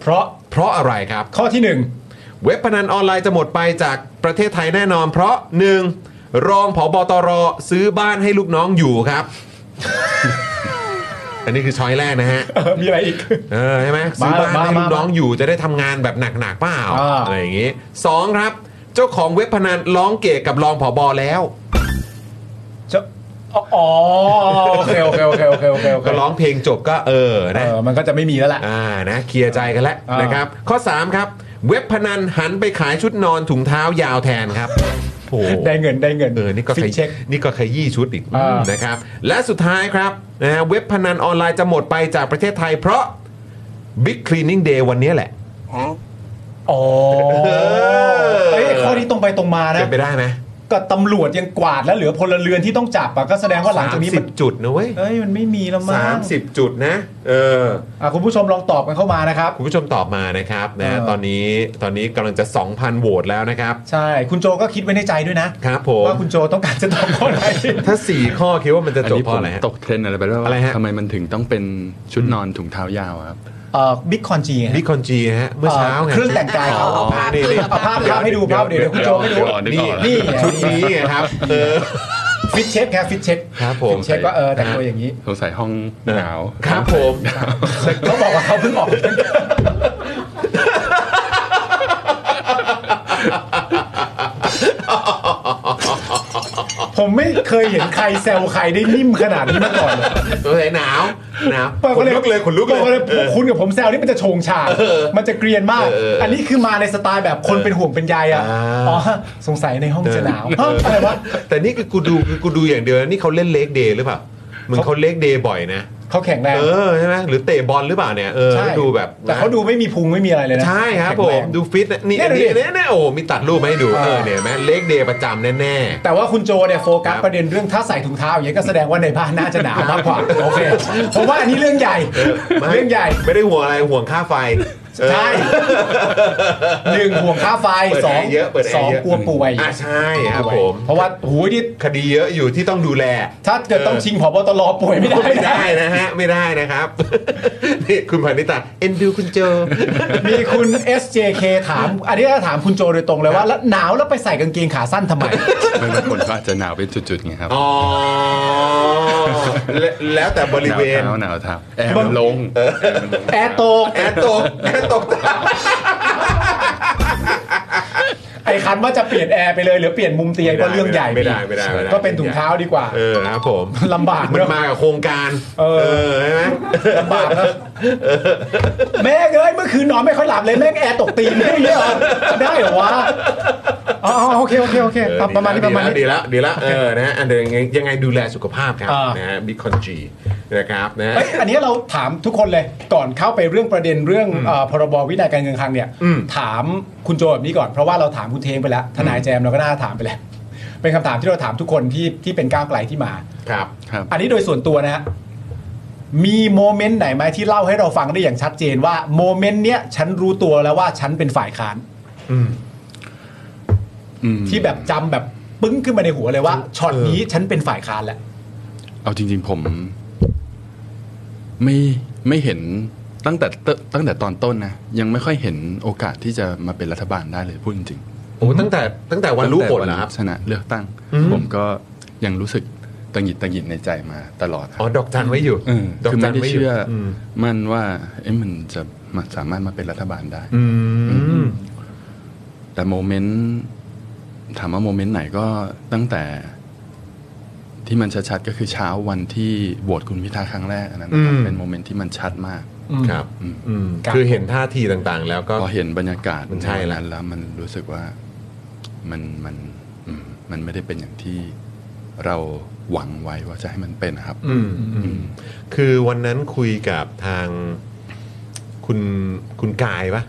[SPEAKER 2] เพราะ
[SPEAKER 1] เพราะอะไรครับ
[SPEAKER 2] ข้อที่หนึ่ง *laughs*
[SPEAKER 1] เว็บพนันออนไลน์จะหมดไปจากประเทศไทยแน่นอน เพราะ 1. รองผอบอตรซื้อบ้านให้ลูกน้องอยู่ครับ *laughs* อันนี้คือช้อยแรกนะฮะ
[SPEAKER 2] เออมีอะไรอีก
[SPEAKER 1] เออใช่ไหมซื้อบ้านให้ลูกน้องอยู่จะได้ทำงานแบบหนักๆเปล่า
[SPEAKER 2] อ่า
[SPEAKER 1] อะไรอย่างงี้สองครับ เจ้าของเว็บพนันร้องเกะกับรองผอบอแล้ว
[SPEAKER 2] จะอ๋อโอเคโอเคโอเคโอเคโอเคโอเค
[SPEAKER 1] ก็ร้องเพลงจบก็เออ
[SPEAKER 2] เอ
[SPEAKER 1] นะ
[SPEAKER 2] อมันก็จะไม่มีแล้วล่ะ
[SPEAKER 1] อ่านะเคลียร์ใจกันแล้ว
[SPEAKER 2] อ่าน
[SPEAKER 1] นะครับ ข้อ 3 ครับ เว็บพนันหันไปขายชุดนอนถุงเท้ายาวแทนครับโอ้
[SPEAKER 2] ได้เงินได้เงิน
[SPEAKER 1] เออ นี่ก็
[SPEAKER 2] ฟิ
[SPEAKER 1] ข
[SPEAKER 2] ก
[SPEAKER 1] ย
[SPEAKER 2] เช็ค
[SPEAKER 1] นี่ก็ขยี้ชุดอีก
[SPEAKER 2] อ่า
[SPEAKER 1] นะครับ และสุดท้ายครับนะฮะเว็บพนันออนไลน์จะหมดไปจากประเทศไทยเพราะ Big Cleaning Day วันนี้แหละ
[SPEAKER 2] อ๋อ
[SPEAKER 1] เออ
[SPEAKER 2] เอ้ยข้อนี้ตรงไปตรงมานะ
[SPEAKER 1] เป็นไปได้ไหม
[SPEAKER 2] ก็ตำรวจยังกวาดแล้วเหลือพลเรือนที่ต้องจับอะก็แสดงว่าหลังจากนี้มัน
[SPEAKER 1] 30 จุดนะเว้ย
[SPEAKER 2] เอ้ยมันไม่มีแล้วมั้ง
[SPEAKER 1] สามสิบจุดนะ เออ
[SPEAKER 2] อ่ะคุณผู้ชมลองตอบกันเข้ามานะครับ
[SPEAKER 1] คุณผู้ชมตอบมานะครับนะ
[SPEAKER 2] เออ
[SPEAKER 1] ตอนนี้ตอนนี้กำลังจะ 2,000 โหวตแล้วนะครับ
[SPEAKER 2] ใช่ คุณโจก็คิดไว้ในใจด้วยนะครับ
[SPEAKER 1] ผม
[SPEAKER 2] ว่าคุณโจต้องการจะตอบข้อ
[SPEAKER 1] *laughs*
[SPEAKER 2] ไหน
[SPEAKER 1] ถ้า 4 ข้อคิดว่ามันจะ
[SPEAKER 7] อัน
[SPEAKER 1] จบ
[SPEAKER 7] นี้
[SPEAKER 1] เพ
[SPEAKER 7] ผ
[SPEAKER 1] ราะ
[SPEAKER 7] ม
[SPEAKER 1] อะไรฮะ
[SPEAKER 7] ตกเทรนด์อะไรไปแล้ว
[SPEAKER 1] อะไรฮะ
[SPEAKER 7] ทำไมมันถึงต้องเป็นชุดนอนถุงเท้ายาวอะครับ
[SPEAKER 2] เอ่อบิ๊กคอนจีไงฮะ
[SPEAKER 1] บิ๊กคอนจีฮะเมื่อเช้าไง
[SPEAKER 2] เครื่องแต่งกายเขา
[SPEAKER 1] อ๋อ
[SPEAKER 2] เอาภาพ
[SPEAKER 1] นี่นี่
[SPEAKER 2] เอาภาพภาพให้ดูภาพเดี๋ยวเดี๋ยวคุณโจไม่รู้
[SPEAKER 7] เดี๋ยวเดี๋ยว
[SPEAKER 2] นี่
[SPEAKER 1] ชุดนี้ไงครับเออ
[SPEAKER 2] ฟิตเช็คครับฟิตเช็ค
[SPEAKER 1] ครับผม
[SPEAKER 2] ฟิตเช็คว่าเออแต่งตัวอย่างนี้
[SPEAKER 7] สงสัยห้องหนาว
[SPEAKER 1] ครับผม
[SPEAKER 2] เขาบอกว่าเขาเพิ่งออก ผมไม่เคยเห็นใครแซวใครได้นิ่มขนาดนี้มาก่อนเลย
[SPEAKER 1] สงสัยหนาวหนาวขนลุกเลยขนลุก
[SPEAKER 2] บอก
[SPEAKER 1] เล
[SPEAKER 2] เลย ยคุณกับผมแซวนี่มันจะโชงชางมันจะเกรียนมาก
[SPEAKER 1] เอออั
[SPEAKER 2] อันนี้คือมาในสไตล์แบบคนเป็นห่วงเป็นใยอ่ะ
[SPEAKER 1] อ่า
[SPEAKER 2] อ๋อ สงสัยในห้องจะหนาวฮะอะไรวะ
[SPEAKER 1] แต่นี่คือกูดูคือกูดูอย่างเดียวนี่เขาเล่นเลกเดย์หรือเปล่าเหมือนเขาเลกเดย์บ่อยนะ
[SPEAKER 2] เขาแข็งแรง
[SPEAKER 1] เออใช่ไหมหรือเตะบอลหรือเปล่าเนี่ยเออ
[SPEAKER 2] ใช่
[SPEAKER 1] ดูแบบ
[SPEAKER 2] แต่เขาดูไม่มีพุงไม่มีอะไรเลยนะ
[SPEAKER 1] ใช่ครับ
[SPEAKER 2] แข็ง
[SPEAKER 1] ผ
[SPEAKER 2] แง
[SPEAKER 1] มดูฟิตนะนี่
[SPEAKER 2] เนี่ยดูดิ
[SPEAKER 1] นี่เนี่ยเนี่ยโอ้มีตัดรูปมาให้ดู
[SPEAKER 2] อ่า
[SPEAKER 1] เออเนี่ยเห็นไหมเลกเดย์ประจำแน่
[SPEAKER 2] แต่ว่าคุณโจเนี่ยโฟกั
[SPEAKER 1] ค
[SPEAKER 2] ส
[SPEAKER 1] รับ
[SPEAKER 2] ประเด็นเรื่องถ้าใส่ถุงเท้าอย่างเงี้ยก็แสดงว่าในบ้านน่าจะหนาวมากกว่า โอ
[SPEAKER 1] *laughs*
[SPEAKER 2] เคผมว่าอันนี้เรื่องใหญ่
[SPEAKER 1] ไม่
[SPEAKER 2] เรื่องใหญ่
[SPEAKER 1] ๆ ไม่ได้ห่วงอะไรห่วงค่าไฟเออ
[SPEAKER 2] ใช่หนึ่งห่วงค่าไฟ
[SPEAKER 1] เปิด
[SPEAKER 2] สอง
[SPEAKER 1] แอร์เยอะเปิดแอร์
[SPEAKER 2] สอง
[SPEAKER 1] เยอะ
[SPEAKER 2] กลัวป่วย
[SPEAKER 1] อ่ะใช่ครับผม
[SPEAKER 2] เพราะว่าโอ้ยนี่
[SPEAKER 1] คดีเยอะอยู่ที่ต้องดูแล
[SPEAKER 2] ถ้าเกิดต้องชิงผบตรป่วยไม่ได้
[SPEAKER 1] ไม่
[SPEAKER 2] นะ
[SPEAKER 1] ได้นะฮะ ไม่ได้นะครับ นี่คุณพานิตาเอ็นดูคุณโจ
[SPEAKER 2] มีคุณ SJK ถาม อันนี้ถามคุณโจโดยตรงเลยว่าแล้วหนาวแล้วไปใส่กางเกงขาสั้น
[SPEAKER 1] *laughs*
[SPEAKER 2] ทำไม
[SPEAKER 7] ไม่บางคนก็อาจจะหนาวเป็นจุดๆไงครับ
[SPEAKER 1] อ๋อและแล้วแต่บริเวณ
[SPEAKER 7] หนาวเท้าหนาวเท้าแอร์มันลงแอร์มันลง
[SPEAKER 2] แอร์โตก
[SPEAKER 1] แอนตกแอนตกตา
[SPEAKER 2] ไอ้คันว่าจะเปลี่ยนแอร์ไปเลยหรือเปลี่ยนมุมเตียงก็เรื่องใหญ่
[SPEAKER 1] ไม่ได้ไม่ได้ไม่ได้
[SPEAKER 2] ก็เป็นถุงเท้าดีกว่า
[SPEAKER 1] เออครับผม
[SPEAKER 2] ลำบาก
[SPEAKER 1] มัน
[SPEAKER 2] เนอะ
[SPEAKER 1] มากับโครงการ
[SPEAKER 2] เออ
[SPEAKER 1] ใช่ไหม
[SPEAKER 2] ลำบากนะแม่งเอ้ยเมื่อคืนนอนไม่ค่อยหลับเลยแม่งแอร์ตกตีนได้เยอะได้เหรอวะอ๋อโอเคโอเคโอเค
[SPEAKER 1] เออ
[SPEAKER 2] ประมาณนี้
[SPEAKER 1] ดี
[SPEAKER 2] ประมาณ
[SPEAKER 1] แล้ว
[SPEAKER 2] นี้
[SPEAKER 1] ดีแล้วดีแล้วเออนะฮะอันเดียวยังไงยังไงดูแลสุขภาพครับ
[SPEAKER 2] อ่าน
[SPEAKER 1] นะฮะบิ๊กคอนจีนะครับนะฮะ
[SPEAKER 2] เอ้ยอันนี้เราถามทุกคนเลยก่อนเข้าไปเรื่องประเด็นเรื่องเอ่อพรบวินัยการเงินคลังเนี่ย
[SPEAKER 1] อืม
[SPEAKER 2] ถามคุณโจแบบนี้ก่อนเพราะว่าเราถามคุณเทงไปแล้วทนายแจมเราก็น่าถามไปแล้ว เป็นคำถามที่เราถามทุกคนที่ที่เป็นก้าวไกลที่มา
[SPEAKER 1] ครับ
[SPEAKER 7] ครับ
[SPEAKER 2] อันนี้โดยส่วนตัวนะฮะ มีโมเมนต์ไหนไหมที่เล่าให้เราฟังได้อย่างชัดเจนว่าโมเมนต์เนี้ยฉันรู้ตัวแล้วว่าฉันเป็นฝ่ายค้าน
[SPEAKER 1] อืม
[SPEAKER 7] อืม
[SPEAKER 2] ที่แบบจำแบบปึ้งขึ้นมาในหัวเลยว่าช็อตนี้ฉันเป็นฝ่ายค้านแหละ
[SPEAKER 7] เอาจริง ๆ ผม ไม่ไม่เห็นตั้งแต่ตตั้งแต่ตอนต้นนะ ยังไม่ค่อยเห็นโอกาสที่จะมาเป็นรัฐบาลได้เลยพูดจริง
[SPEAKER 1] โอ้ตั้งแต่ตั้งแต่
[SPEAKER 7] ๆ
[SPEAKER 1] วันรู้ผล
[SPEAKER 7] ตั้งแต่
[SPEAKER 1] นะค
[SPEAKER 7] วั
[SPEAKER 1] รับ
[SPEAKER 7] ชนะเลือกตั้ง
[SPEAKER 1] อืม
[SPEAKER 7] ผมก็ยังรู้สึกตังหงิดตังหงิดในใจมาตลอดค
[SPEAKER 1] อ๋
[SPEAKER 7] รั
[SPEAKER 1] อบ ดอกจันไว้อยู่
[SPEAKER 7] เออ
[SPEAKER 1] ดอก
[SPEAKER 7] คือ
[SPEAKER 1] จัน
[SPEAKER 7] ไม่ได้
[SPEAKER 1] ไว้อยู่
[SPEAKER 7] เชื่ออ
[SPEAKER 1] ม
[SPEAKER 7] มั่นว่าเอ๊ะมันจะมาสามารถมาเป็นรัฐบาลได้
[SPEAKER 1] อืม
[SPEAKER 7] แต่โมเมนต์ถามว่าโมเมนต์ไหนก็ตั้งแต่ที่มันชัดๆก็คือเช้าวันที่โหวตคุณพิธาครั้งแรกอันนั้นนะครับ
[SPEAKER 1] อืม
[SPEAKER 7] เป็นโมเมนต์ที่มันชัดมาก
[SPEAKER 1] ครับ
[SPEAKER 7] อืม
[SPEAKER 1] อืม
[SPEAKER 2] ครับ
[SPEAKER 1] คือเห็นท่าทีต่างๆ แล้วก็
[SPEAKER 7] พอเห็นบรรยากาศ
[SPEAKER 1] มันใช่ละ
[SPEAKER 7] แล้วแล้วมันรู้สึกว่ามันมันอืมมันไม่ได้เป็นอย่างที่เราหวังไว้ว่าจะให้มันเป็นนะครับ
[SPEAKER 1] อืมอืมคือวันนั้นคุยกับทางคุณคุณกายปะ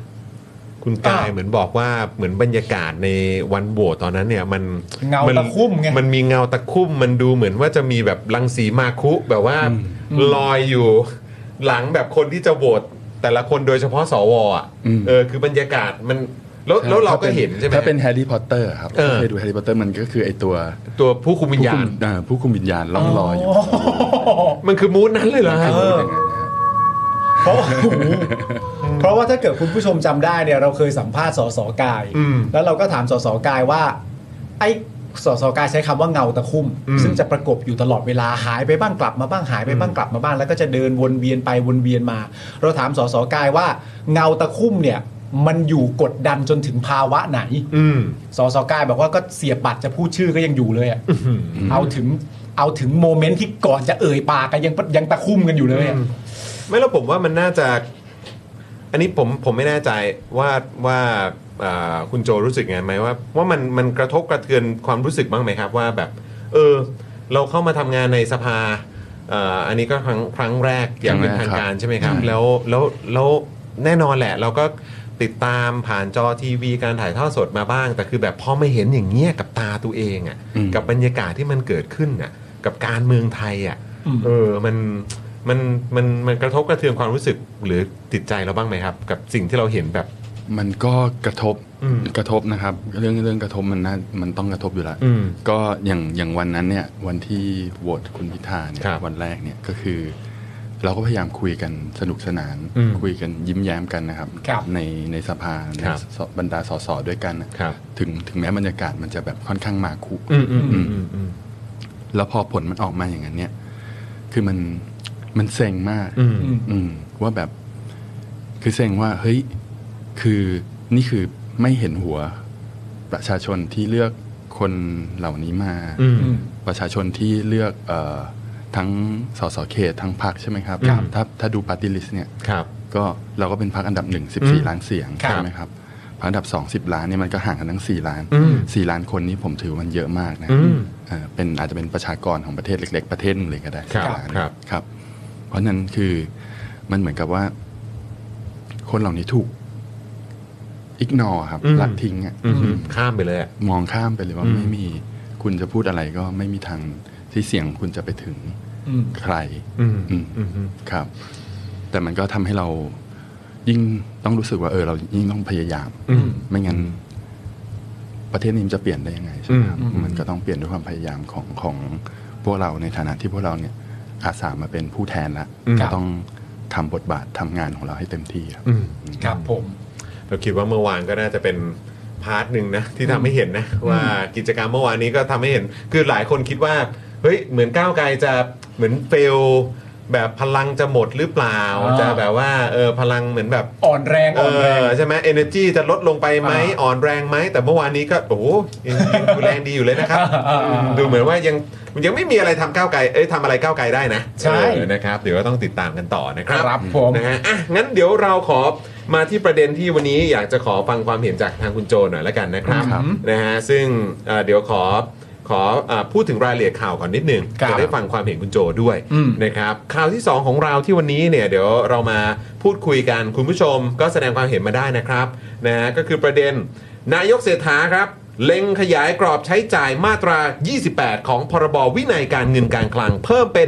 [SPEAKER 1] คุณกาย
[SPEAKER 2] อ่า
[SPEAKER 1] เหมือนบอกว่าเหมือนบรรยากาศในวันโหวตตอนนั้นเนี่ย มัน
[SPEAKER 2] เงาตะคุ่มไง
[SPEAKER 1] มันมีเงาตะคุ่มมันดูเหมือนว่าจะมีแบบรังสีมาคุแบบว่าลอยอยู่ หลังแบบคนที่จะโหวตแต่ละคนโดยเฉพาะสวอ่ะ
[SPEAKER 7] อืม
[SPEAKER 1] เออคือบรรยากาศมันแล้วแล้วเราก็เห็นใช่ไหม
[SPEAKER 7] ถ้าเป็นแฮร์รี่พอตเตอร์ครับ
[SPEAKER 1] เออ
[SPEAKER 7] เคยดูแฮร์รี่พอตเตอร์มันก็คือไอตัว
[SPEAKER 1] ตัวผู้คุมวิญญาณ
[SPEAKER 7] ผู้คุมอ่ผู้คุมวิญญาณล่องลอยอยู่
[SPEAKER 1] มันคือมูดนั้นเลยเหรอฮะ
[SPEAKER 2] เออ
[SPEAKER 7] ย่างนั้นนะครับ
[SPEAKER 2] เพราะว่าโอ้โหเพราะว่าถ้าเกิดคุณผู้ชมจำได้เนี่ยเราเคยสัมภาษณ์สสกาย
[SPEAKER 1] อืม
[SPEAKER 2] แล้วเราก็ถามสสกายว่า ไอ้สสกายใช้คำว่าเงาตะคุ่ม
[SPEAKER 1] อืม
[SPEAKER 2] ซึ่งจะประกบอยู่ตลอดเวลาหายไปบ้างกลับมาบ้างหายไปบ้างกลับมาบ้างแล้วก็จะเดินวนเวียนไปวนเวียนมา เราถามสสกายว่าเงาตะคุ่มเนี่ย มันอยู่กดดันจนถึงภาวะไหน
[SPEAKER 1] อืม
[SPEAKER 2] สสกายบอกว่าก็เสียบบัตรจะพูดชื่อก็ยังอยู่เลยอะเอาถึงเอาถึงโมเมนต์ที่ก่อนจะเอ่ยปากกันยังยังตะคุ่มกันอยู่เลยอะ
[SPEAKER 1] ไม่แล้วผมว่ามันน่าจะ อันนี้ผมผมไม่แน่ใจว่าว่าอ่าคุณโจรู้สึกไงไหมว่า ว่ามันมันกระทบกระเทือนความรู้สึกบ้างไหมครับ ว่าแบบ เออ เราเข้ามาทำงานในสภาอ่าอันนี้ก็ครั้งครั้งแรกอย่างเป็น
[SPEAKER 7] ครั้
[SPEAKER 1] ทาง ง
[SPEAKER 7] แรกครับ
[SPEAKER 1] การใช่ไหมครับ
[SPEAKER 7] ใช่
[SPEAKER 1] แล้วแล้วแล้วแน่นอนแหละ เราก็ ติดตามผ่านจอทีวีการถ่ายทอดสดมาบ้าง แต่คือแบบพอไม่เห็นอย่างเงี้ยกับตาตัวเองอะ่ะ
[SPEAKER 7] อืม
[SPEAKER 1] กับบรรยากาศที่มันเกิดขึ้นอะ่ะกับการเมืองไทยอะ่ะเออมันมันมันมันกระทบกระเทือนความรู้สึกหรือติดใจเราบ้างไหมครับ กับสิ่งที่เราเห็นแบบ
[SPEAKER 7] มันก็กระทบ
[SPEAKER 1] อืม
[SPEAKER 7] กระทบนะครับ เรื่องเรื่องกระทบมันน่ามันต้องกระทบอยู่แล้ว
[SPEAKER 1] อืม
[SPEAKER 7] ก็อย่างอย่างวันนั้นเนี่ยวันที่โหวตคุณพิธาเนี่ย
[SPEAKER 1] ครับ
[SPEAKER 7] วันแรกเนี่ยก็คือ เราก็พยายามคุยกันสนุกสนาน
[SPEAKER 1] อืม
[SPEAKER 7] คุยกันยิ้มแย้มกันนะครับ
[SPEAKER 2] ครับ
[SPEAKER 7] ในในสภาใน
[SPEAKER 1] ครับ
[SPEAKER 7] สบรรดาสสด้วยกันนะครับ ถึงถึงแม้บรรยากาศมันจะแบบค่อนข้างมาคุ
[SPEAKER 1] อืมอืมอืมอืมอืม
[SPEAKER 7] แล้วพอผลมันออกมาอย่างนั้นเนี่ย คือมันมันเซ็งมาก
[SPEAKER 1] อืม
[SPEAKER 7] อืมว่าแบบ คือเซ็งว่า เฮ้ย คือนี่คือไม่เห็นหัวประชาชนที่เลือกคนเหล่านี้มา
[SPEAKER 1] อืม
[SPEAKER 7] ประชาชนที่เลือกเออทั้งสสเขตทั้งพรรคใช่ไหมครับ
[SPEAKER 1] ครับ
[SPEAKER 7] ถ้าถ้าดูปาร์ตี้ลิสต์เนี่ย
[SPEAKER 1] ครับ
[SPEAKER 7] ก็เราก็เป็นพักอันดับหนึ่งสิบ
[SPEAKER 1] อืม
[SPEAKER 7] สี่ล้านเสียง
[SPEAKER 1] ครับ
[SPEAKER 7] ใช่ไหมครับพักอันดับสองสิบล้านเนี่ยมันก็ห่างกันทั้งสี่ล้าน
[SPEAKER 1] อืม
[SPEAKER 7] สี่ล้านคนนี้ผมถือว่ามันเยอะมากนะ
[SPEAKER 1] อืม
[SPEAKER 7] เอ่อเป็นอาจจะเป็นประชากรของประเทศเล็ก ๆ ประเทศหนึงเลยก็ได้
[SPEAKER 1] ครับ
[SPEAKER 7] 4ล้าน
[SPEAKER 1] ครับ
[SPEAKER 7] ครับเพราะฉะนั้นคือมันเหมือนกับว่า คนเหล่านี้ถูกอิกนอครับละทิ้งอะ
[SPEAKER 1] อืม
[SPEAKER 7] อืม
[SPEAKER 1] ข้ามไปเลยอะ
[SPEAKER 7] มองข้ามไปเลยว่า
[SPEAKER 1] อืม
[SPEAKER 7] ไม่มีคุณจะพูดอะไรก็ไม่มีทางที่เสียงของคุณจะไปถึงใคร
[SPEAKER 1] อืม
[SPEAKER 7] อืม
[SPEAKER 1] อืมฮึ
[SPEAKER 7] ครับ แต่มันก็ทำให้เรายิ่งต้องรู้สึกว่าเออเรายิ่งต้องพยายาม
[SPEAKER 1] อืม
[SPEAKER 7] ไม่งั้น ประเทศนี้มันจะเปลี่ยนได้ยังไงใช่ไหมครับ
[SPEAKER 1] อืมอืม
[SPEAKER 7] มันก็ต้องเปลี่ยนด้วยความพยายามของของพวกเราในฐานะที่พวกเราเนี่ยอาสามาเป็นผู้แทนละก็ต้องทำบทบาททำงานของเราให้เต็มที่ครับ
[SPEAKER 1] อืม
[SPEAKER 2] ครับผม
[SPEAKER 1] เราคิดว่าเมื่อวานก็น่าจะเป็นพาร์ทหนึ่งนะ *laughs* ที่ทำให้เห็นนะว่ากิจกรรมเมื่อวานนี้ก็ทำให้เห็น คือหลายคนคิดว่าเฮ้ยเหมือนก้าวไกลจะเหมือนเฟลแบบพลังจะหมดหรือเปล่า
[SPEAKER 2] อ่า
[SPEAKER 1] จะแบบว่าเออพลังเหมือนแบบ
[SPEAKER 2] อ่อนแรง
[SPEAKER 1] เอ
[SPEAKER 2] อ่อนแรง
[SPEAKER 1] อใช่ไหมเอเนจีจะลดลงไปไหม
[SPEAKER 2] อ่า
[SPEAKER 1] อ่อนแรงไหมแต่เมื่อวานนี้ก็โอ้โหยังยังดูแรงดีอยู่เลยนะครับ
[SPEAKER 2] อ่าอ่า
[SPEAKER 1] ดูเหมือนว่ายังยังไม่มีอะไรทำก้าวไกลเอ้ยทำอะไรก้าวไกลได้นะ
[SPEAKER 2] ใช่
[SPEAKER 1] เออนะครับเดี๋ยวก็ต้องติดตามกันต่อนะครับ
[SPEAKER 2] ครับผม
[SPEAKER 1] นะฮะอ่ะงั้นเดี๋ยวเราขอมาที่ประเด็นที่วันนี้อยากจะขอฟังความเห็นจากทางคุณโจหน่อยละกันนะครับ
[SPEAKER 7] ครับ
[SPEAKER 1] นะฮะซึ่งเอ่อเดี๋ยวขอขอเออพูดถึงรายละเอียดข่าวก่อนนิดหนึ่ง
[SPEAKER 2] ครับ
[SPEAKER 1] จะได้ฟังความเห็นคุณโจด้วย
[SPEAKER 2] อืม
[SPEAKER 1] นะครับข่าวที่ 2 ของเราที่วันนี้เนี่ยเดี๋ยวเรามาพูดคุยกันคุณผู้ชมก็แสดงความเห็นมาได้นะครับนะฮะก็คือประเด็น นายกเศรษฐาครับ เล็งขยายกรอบใช้จ่ายมาตรา 28 ของพรบวินัยการเงินการคลัง เพิ่มเป็น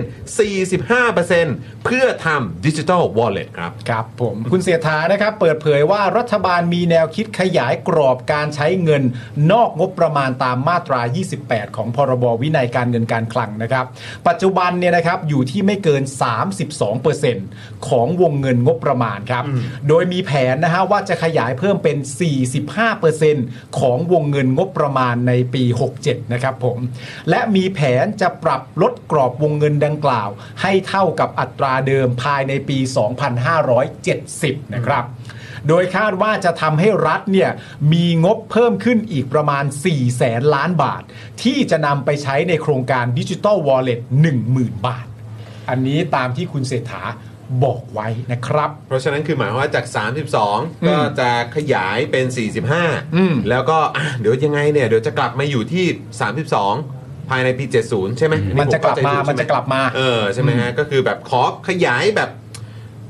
[SPEAKER 1] 45%เพื่อทำดิจิ t a ลวอลเล็ตครับ
[SPEAKER 2] ครับผมคุณเสียฐานะครับ เปิดเผยว่ารัฐบาลมีแนวคิดขยายกรอบการใช้เงิน นอกงบประมาณตามมาตรา 28 ของพรบวินัยการเงินการคลังนะครับ ปัจจุบันเนี่ยนะครับอยู่ที่ไม่เกิน 32%ของวงเงินงบประมาณครับ โดยมีแผนนะฮะว่าจะขยายเพิ่มเป็น 45%ของวงเงินงบประมาณในปี 67 นะครับผม และมีแผนจะปรับลดกรอบวงเงินดังกล่าว ให้เท่ากับอัตราเดิมภายในปี 2570 นะครับ โดยคาดว่าจะทำให้รัฐเนี่ยมีงบเพิ่มขึ้นอีกประมาณ 4 แสนล้านบาท ที่จะนำไปใช้ในโครงการดิจิ t a l w a l l e t 10,000 บาท อันนี้ตามที่คุณเศรษฐาบอกไว้นะครับ
[SPEAKER 1] เพราะฉะนั้นคือหมายความว่าจาก 32 ก็จะขยายเป็น
[SPEAKER 2] อืม
[SPEAKER 1] 45 แล้วก็อ่ะเดี๋ยวยังไงเนี่ย เดี๋ยวจะกลับมาอยู่ที่ 32 ภายในปี 70 ใช่ไหมอั
[SPEAKER 2] มันจะกลับมา
[SPEAKER 1] ผเข้
[SPEAKER 2] มัน
[SPEAKER 1] ใจถูใช่ไห
[SPEAKER 2] จะกลับมา
[SPEAKER 1] เออ ใช่ไหมฮะ ก็คือแบบขอขยายแบบ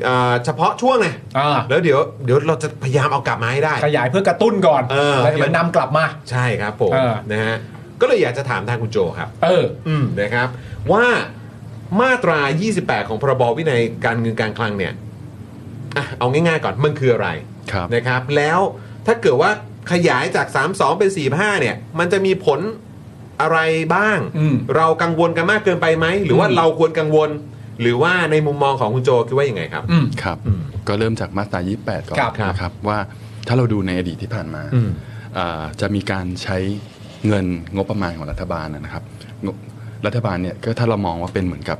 [SPEAKER 1] เอ่อเฉพาะช่วงไง
[SPEAKER 2] อ่า
[SPEAKER 1] แล้วเดี๋ยวเดี๋ยวเราจะพยายามเอากลับมาให้ได้
[SPEAKER 2] ขยายเพื่อกระตุ้นก่อน
[SPEAKER 1] เออ
[SPEAKER 2] แล้วเดี๋ยวนำกลับมา
[SPEAKER 1] ใช่ครับผม
[SPEAKER 2] เออ
[SPEAKER 1] นะฮะก็เลยอยากจะถามทางคุณโจครับ
[SPEAKER 2] เออ
[SPEAKER 1] อืมนะครับว่ามาตรา 28 ของพรบวินัยการเงินการคลังเนี่ยอ่ะเอาง่ายๆก่อนมันคืออะไร
[SPEAKER 7] ครับ
[SPEAKER 1] นะครับ แล้วถ้าเกิดว่าขยายจาก 32 เป็น 45 เนี่ย มันจะมีผลอะไรบ้าง
[SPEAKER 2] อืม
[SPEAKER 1] เรากังวลกันมากเกินไปไหม หรือว่าเราควรกังวล หรือว่าในมุมมองของคุณโจคิดว่ายังไงครับ
[SPEAKER 2] อืม
[SPEAKER 7] ครับ ก็เริ่มจากมาตรา 28 ก่อน
[SPEAKER 2] ครับ
[SPEAKER 7] นะครับ ว่าถ้าเราดูในอดีตที่ผ่านมา
[SPEAKER 1] อืม
[SPEAKER 7] อ่าจะมีการใช้เงินงบประมาณของรัฐบาลนะครับงบรัฐบาลเนี่ยก็ถ้าเรามองว่าเป็นเหมือนกับ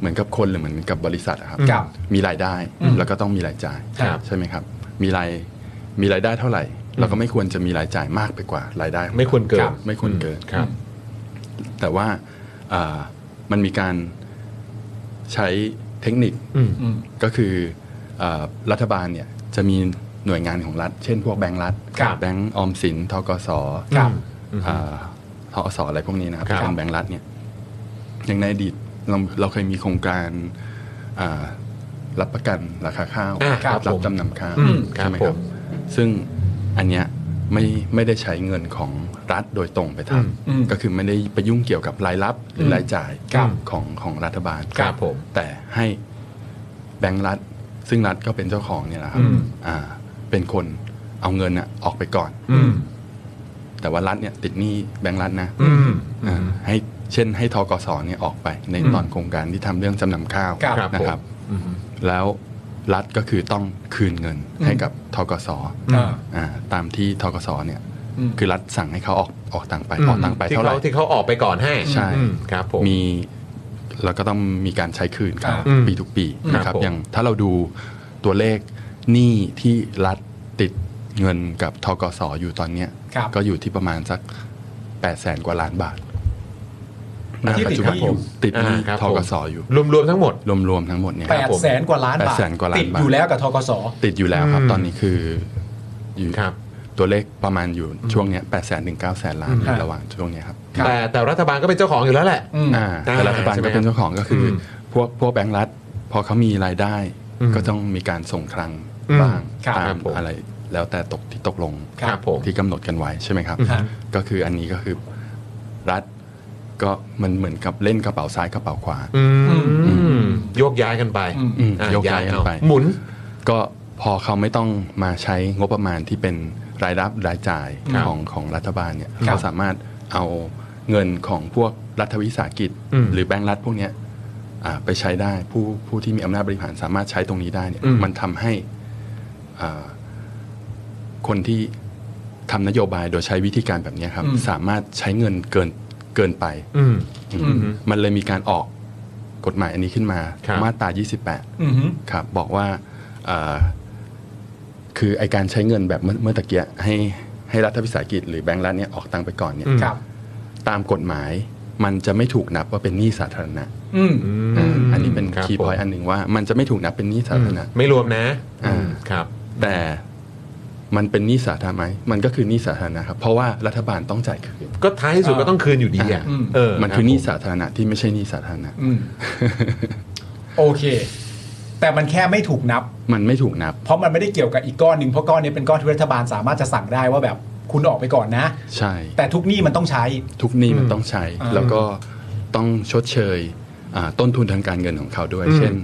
[SPEAKER 7] เหมือนกับคนหรือเหมือนกับบริษัทอะครับ
[SPEAKER 2] ครับ
[SPEAKER 7] มีรายได้แล้วก็ต้องมีรายจ่าย
[SPEAKER 1] ครับ
[SPEAKER 7] ใช่ไหมครับ มีรายมีรายได้เท่าไหร่ เราก็ไม่ควรจะมีรายจ่ายมากไปกว่ารายได้ของ
[SPEAKER 1] ไม่ควรเกิน
[SPEAKER 7] บไม่ควรเกิน
[SPEAKER 1] ครับ
[SPEAKER 7] แต่ว่าอ่ามันมีการใช้เทคนิค
[SPEAKER 1] อืม
[SPEAKER 2] อืม
[SPEAKER 7] ก็คือเออรัฐบาลเนี่ยจะมีหน่วยงานของรัฐ เช่นพวกแบงก์รัฐ
[SPEAKER 2] ครับ
[SPEAKER 7] แบงก์ออมสินทกส
[SPEAKER 2] ครับ
[SPEAKER 7] อ่าทกสอะไรพวกนี้นะครับ
[SPEAKER 1] ครับ
[SPEAKER 7] ที่เป็นแบงก์รัฐเนี่ยอย่างในอดีตเราเราเคยมีโครงการอ่ารับประกันราคาข้าว
[SPEAKER 1] อ่าครับ
[SPEAKER 7] รั
[SPEAKER 1] ผ
[SPEAKER 7] บ
[SPEAKER 1] ม
[SPEAKER 7] จำนำข้าว
[SPEAKER 1] อืม
[SPEAKER 7] ใช่ไหม
[SPEAKER 1] ค
[SPEAKER 7] ค
[SPEAKER 1] รับ
[SPEAKER 7] รั
[SPEAKER 1] บ ผม
[SPEAKER 7] ซึ่งอันเนี้ยไม่ไม่ได้ใช้เงินของรัฐโดยตรงไปท
[SPEAKER 2] อืม
[SPEAKER 7] ำก็คือไม่ได้ไปยุ่งเกี่ยวกับรายรับหรือรายจ่าย
[SPEAKER 2] ครับ
[SPEAKER 7] ของของรัฐบาล
[SPEAKER 2] ครับผม
[SPEAKER 7] แต่ให้แบงก์รัฐ ซึ่งรัฐก็เป็นเจ้าของเนี่ยนะครับ
[SPEAKER 2] อืม
[SPEAKER 7] อ่าเป็นคนเอาเงินน่ะออกไปก่อน
[SPEAKER 2] อืม
[SPEAKER 7] แต่ว่ารัฐเนี่ยติดหนี้แบงก์รัฐนะ
[SPEAKER 2] อืม
[SPEAKER 7] อ่าให้เช่นให้ทกสเนี่ยออกไปใน
[SPEAKER 2] อืม
[SPEAKER 7] ตอนโครงการที่ทำเรื่องจำนำข้าว
[SPEAKER 2] ครับ
[SPEAKER 7] นะครับ แล้วรัฐก็คือต้องคืนเงิน
[SPEAKER 2] อืม
[SPEAKER 7] ให้กับทกส
[SPEAKER 2] อ่า
[SPEAKER 7] อ่าตามที่ทกสเนี่ย
[SPEAKER 2] อืม
[SPEAKER 7] คือรัฐสั่งให้เขาออกออกตังค์ไป
[SPEAKER 1] อืม
[SPEAKER 7] ออกตังค์ไป
[SPEAKER 1] ที่
[SPEAKER 7] เท่าไห
[SPEAKER 1] เขา
[SPEAKER 7] ร่
[SPEAKER 1] ที่เขาออกไปก่อนให้
[SPEAKER 7] ใช่
[SPEAKER 1] อืมครับผม
[SPEAKER 7] มีแล้วก็ต้องมีการใช้คืนครับ
[SPEAKER 1] อืม
[SPEAKER 7] ปีทุกปีนะค
[SPEAKER 1] ครั
[SPEAKER 7] รับบ
[SPEAKER 1] ผม
[SPEAKER 7] อย่างถ้าเราดูตัวเลขหนี้ที่รัฐติดเงินกับทกสอยู่ตอนเนี้ย
[SPEAKER 2] ครับ
[SPEAKER 7] ก็อยู่ที่ประมาณสัก8ปดแสนกว่าล้านบาทณ
[SPEAKER 2] ที่
[SPEAKER 7] ปัจ
[SPEAKER 2] ติด
[SPEAKER 7] จุ
[SPEAKER 2] ห
[SPEAKER 7] บัน
[SPEAKER 2] นี้อยู่
[SPEAKER 7] ติดหนี้
[SPEAKER 1] อ่าครับ
[SPEAKER 7] ทกส
[SPEAKER 1] ผม
[SPEAKER 7] อยู่
[SPEAKER 1] รวมๆทั้งหมด
[SPEAKER 7] รวมๆทั้งหมดเนี่ย
[SPEAKER 2] แปด
[SPEAKER 7] ครับผม
[SPEAKER 2] แสนกว่าล้านบาท
[SPEAKER 7] แปดแสนกว่าล้านบาท
[SPEAKER 2] ติดอยู่แล้วกับทกส
[SPEAKER 7] ติดอยู่แล้วครับ
[SPEAKER 1] อืม
[SPEAKER 7] ตอนนี้คืออยู่
[SPEAKER 1] ครับ
[SPEAKER 7] ตัวเลขประมาณอยู่ช่วงเนี้ยแปดแสนถึงเก้าแสนล้าน
[SPEAKER 2] ครับ
[SPEAKER 7] ระหว่างช่วงเนี้ยครับ
[SPEAKER 1] แต่แต่รัฐบาลก็เป็นเจ้าของอยู่แล้วแหละ
[SPEAKER 2] อืม
[SPEAKER 7] อ่า
[SPEAKER 1] อ่า
[SPEAKER 7] แต่รัฐบาล
[SPEAKER 1] ใช่ไหม
[SPEAKER 7] ก็เป็นเจ้าของก็คืออ
[SPEAKER 1] ม
[SPEAKER 7] พวกพวกแบงก์รัฐ พอเขามีรายได้
[SPEAKER 1] อืม
[SPEAKER 7] ก็ต้องมีการส่งคลัง
[SPEAKER 1] อืม
[SPEAKER 7] บ้าง
[SPEAKER 2] ครับ
[SPEAKER 7] ตา
[SPEAKER 1] ครั
[SPEAKER 7] ม
[SPEAKER 1] บผม
[SPEAKER 7] อะไรแล้วแต่ตกที่ตกลง
[SPEAKER 1] ครับผม
[SPEAKER 7] ที่กำหนดกันไว้ใช่ไหมครับ
[SPEAKER 2] ครับ
[SPEAKER 7] ก็คืออันนี้ก็คือรัฐก็มันเหมือนกับเล่นกระเป๋าซ้ายกระเป๋าขวา
[SPEAKER 1] อืม
[SPEAKER 7] อืม
[SPEAKER 1] โยกย้ายกันไป
[SPEAKER 2] อืม
[SPEAKER 7] อืม
[SPEAKER 1] อ่ะ
[SPEAKER 7] โยกย้ายกันไป
[SPEAKER 1] หมุน
[SPEAKER 7] ก็พอเขาไม่ต้องมาใช้งบประมาณที่เป็นรายรับรายจ่าย
[SPEAKER 1] ครับ
[SPEAKER 7] ของของรัฐบาลเนี่ย
[SPEAKER 2] ครับ
[SPEAKER 7] เขาสามารถเอาเงินของพวกรัฐวิสาหกิจ
[SPEAKER 1] อืม
[SPEAKER 7] หรือแบงก์รัฐพวกเนี้ยอ่าไปใช้ได้ผู้ผู้ที่มีอำนาจบริหารสามารถใช้ตรงนี้ได้เนี่ย
[SPEAKER 1] อืม
[SPEAKER 7] มันทำให้อ่าคนที่ทำนโยบายโดยใช้วิธีการแบบเนี้ยครับ
[SPEAKER 2] อืม
[SPEAKER 7] สามารถใช้เงินเกินเกินไป
[SPEAKER 1] อืม
[SPEAKER 7] อืมมันเลยมีการออกกฎหมายอันนี้ขึ้นมา
[SPEAKER 1] ครับ
[SPEAKER 7] มาตรา 28
[SPEAKER 2] อืม
[SPEAKER 7] ครับบอกว่าเอ่อคือไอการใช้เงินแบบเมื่อเมื่อตะเกียให้ให้รัฐวิสาหกิจหรือแบงก์รัฐเนี่ยออกตังค์ไปก่อนเนี่ย
[SPEAKER 1] อืม
[SPEAKER 2] ครับ
[SPEAKER 7] ตามกฎหมายมันจะไม่ถูกนับว่าเป็นหนี้สาธารณะ
[SPEAKER 2] อืม
[SPEAKER 7] อ่าอันนี้เป็น
[SPEAKER 1] รับ
[SPEAKER 7] คีย์พอยต์อันหนึ่งว่ามันจะไม่ถูกนับเป็นหนี้สา
[SPEAKER 1] อืม
[SPEAKER 7] ธารณะ
[SPEAKER 1] ไม่รวมนะ
[SPEAKER 7] อ่า
[SPEAKER 1] ครับ
[SPEAKER 7] แต่มันเป็นหนี้สาธารณะไหมมันก็คือหนี้สาธารณะครับเพราะว่ารัฐบาลต้องจ่ายคืน
[SPEAKER 1] ก็ท้ายที่สุดก็ต้องคืนอยู่ดีอ่ะ
[SPEAKER 2] อืม
[SPEAKER 1] เออ
[SPEAKER 7] มันคือหนี้
[SPEAKER 1] รับ
[SPEAKER 7] สาธารณะที่ไม่ใช่หนี้สาธารณะ
[SPEAKER 2] อืมโอเค แต่มันแค่ไม่ถูกนับ
[SPEAKER 7] มันไม่ถูกนับ
[SPEAKER 2] เพราะมันไม่ได้เกี่ยวกับอีกก้อนหนึ่งเพราะก้อนนี้เป็นก้อนที่รัฐบาลสามารถจะสั่งได้ว่าแบบคุณออกไปก่อนนะ
[SPEAKER 7] ใช่
[SPEAKER 2] แต่ทุกหนี้มันต้องใช้
[SPEAKER 7] ทุกหนี้มันต้องใช้
[SPEAKER 2] อ่า
[SPEAKER 7] แล้วก็ต้องชดเชยอ่าต้นทุนทางการเงินของเขาด้วย เช่น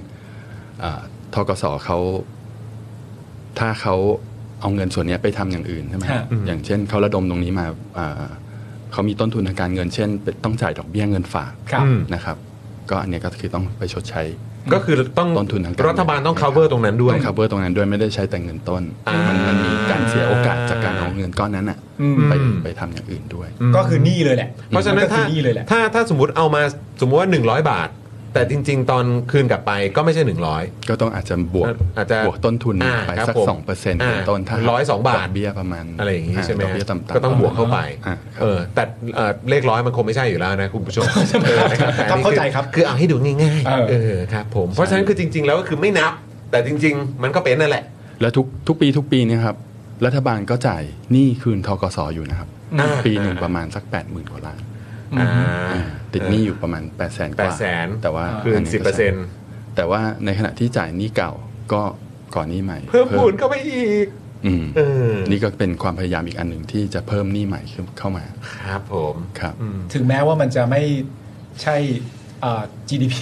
[SPEAKER 7] อ่าทกสเขา ถ้าเขาเอาเงินส่วนเนี้ยไปทำอย่างอื่นใช่ไหม
[SPEAKER 2] ฮะ
[SPEAKER 7] อย่างเช่นเขาระดมตรงนี้มาอ่าเขามีต้นทุนทางการเงิน เช่นเป็นต้องจ่ายดอกเบี้ยเงินฝาก
[SPEAKER 2] ครับ
[SPEAKER 1] อืม
[SPEAKER 7] นะครับ ก็อันเนี้ยก็คือต้องไปชดใช้
[SPEAKER 1] ก็คือต้อง
[SPEAKER 7] ต้นทุนทางการเงิน
[SPEAKER 1] รัฐบาลต้อง cover ตรงนั้นด้วย
[SPEAKER 7] ต้อง cover ตรงนั้นด้วยไม่ได้ใช้แต่เงินต้น
[SPEAKER 1] อ่ามั
[SPEAKER 7] มันมันมีการเสียโอกาสจากการเอาเงินก้อนนั้นอะ
[SPEAKER 2] อืม
[SPEAKER 7] ไปไปทำอย่างอื่นด้วย
[SPEAKER 2] ก็คือหนี้เลยแหละ
[SPEAKER 1] เพราะฉะนั้
[SPEAKER 2] มัน ก็คื
[SPEAKER 1] ถ้า
[SPEAKER 2] อหนี้เลยแหละ
[SPEAKER 1] ถ้าถ้าสมมติเอามาสมมติว่า 100 บาท แต่จริง ๆ ตอนคืนกลับไปก็ไม่ใช่ 100
[SPEAKER 7] ก็ต้องอาจจะบวก
[SPEAKER 1] อาจจะ
[SPEAKER 7] บวกต้นทุน
[SPEAKER 1] อ่า
[SPEAKER 7] ไป
[SPEAKER 1] ครับ
[SPEAKER 7] สัก
[SPEAKER 1] ผม
[SPEAKER 7] สองเปอร์เซ็นต์
[SPEAKER 1] อ่า
[SPEAKER 7] เป็นต้นถ้า
[SPEAKER 1] ร้อยสองบาท
[SPEAKER 7] ดกเบี้ยประมาณ
[SPEAKER 1] อะไรอย่างนี้ใช่ไหม
[SPEAKER 7] ดอกเบี้ยต่ำๆ
[SPEAKER 1] ก็ต้องบวกเข้าไป
[SPEAKER 7] อ่าครับ
[SPEAKER 1] เออแต่เอ่อเลขร้อยมันคงไม่ใช่อยู่แล้วนะคุณผู้ชมเออนะครับแต่อันนี้
[SPEAKER 2] เข้าใจครับ
[SPEAKER 1] คือเอาให้ดูง่าย
[SPEAKER 2] เออ
[SPEAKER 1] ๆเออครับผมเพราะฉะนั้นคือจริง ๆ แล้วก็คือไม่นับ แต่จริง ๆ มันก็เป็นนั่นแหละ
[SPEAKER 7] แล้วทุกทุกปีทุกปีเนี่ยครับ รัฐบาลก็จ่ายหนี้คืนทกสอยู่นะครับ
[SPEAKER 1] อ่า
[SPEAKER 7] ปีหนึ่งประมาณสัก 8 0,000 กว่าล้าน
[SPEAKER 1] อ่า
[SPEAKER 7] อ่าติดหนี้อยู่ประมาณ 8 0 0 0 0นกว่า
[SPEAKER 1] 800,000
[SPEAKER 7] แต่ว่า
[SPEAKER 1] คืน
[SPEAKER 7] ยก็
[SPEAKER 1] สิบเปอร์เซ็นต์
[SPEAKER 7] แต่ว่าในขณะที่จ่ายหนี้เก่าก็ก่อนหนี้ใหม่
[SPEAKER 1] เพิ่มพูนเข้าไปอีก
[SPEAKER 7] อืม
[SPEAKER 1] เออ
[SPEAKER 7] นี่ก็เป็นความพยายามอีกอันหนึ่งที่จะเพิ่มหนี้ใหม่ขึ้นเข้ามา
[SPEAKER 1] ครับผม
[SPEAKER 7] ครับ
[SPEAKER 1] อืม
[SPEAKER 2] ถึงแม้ว่ามันจะไม่ใช่เอ่อ GDP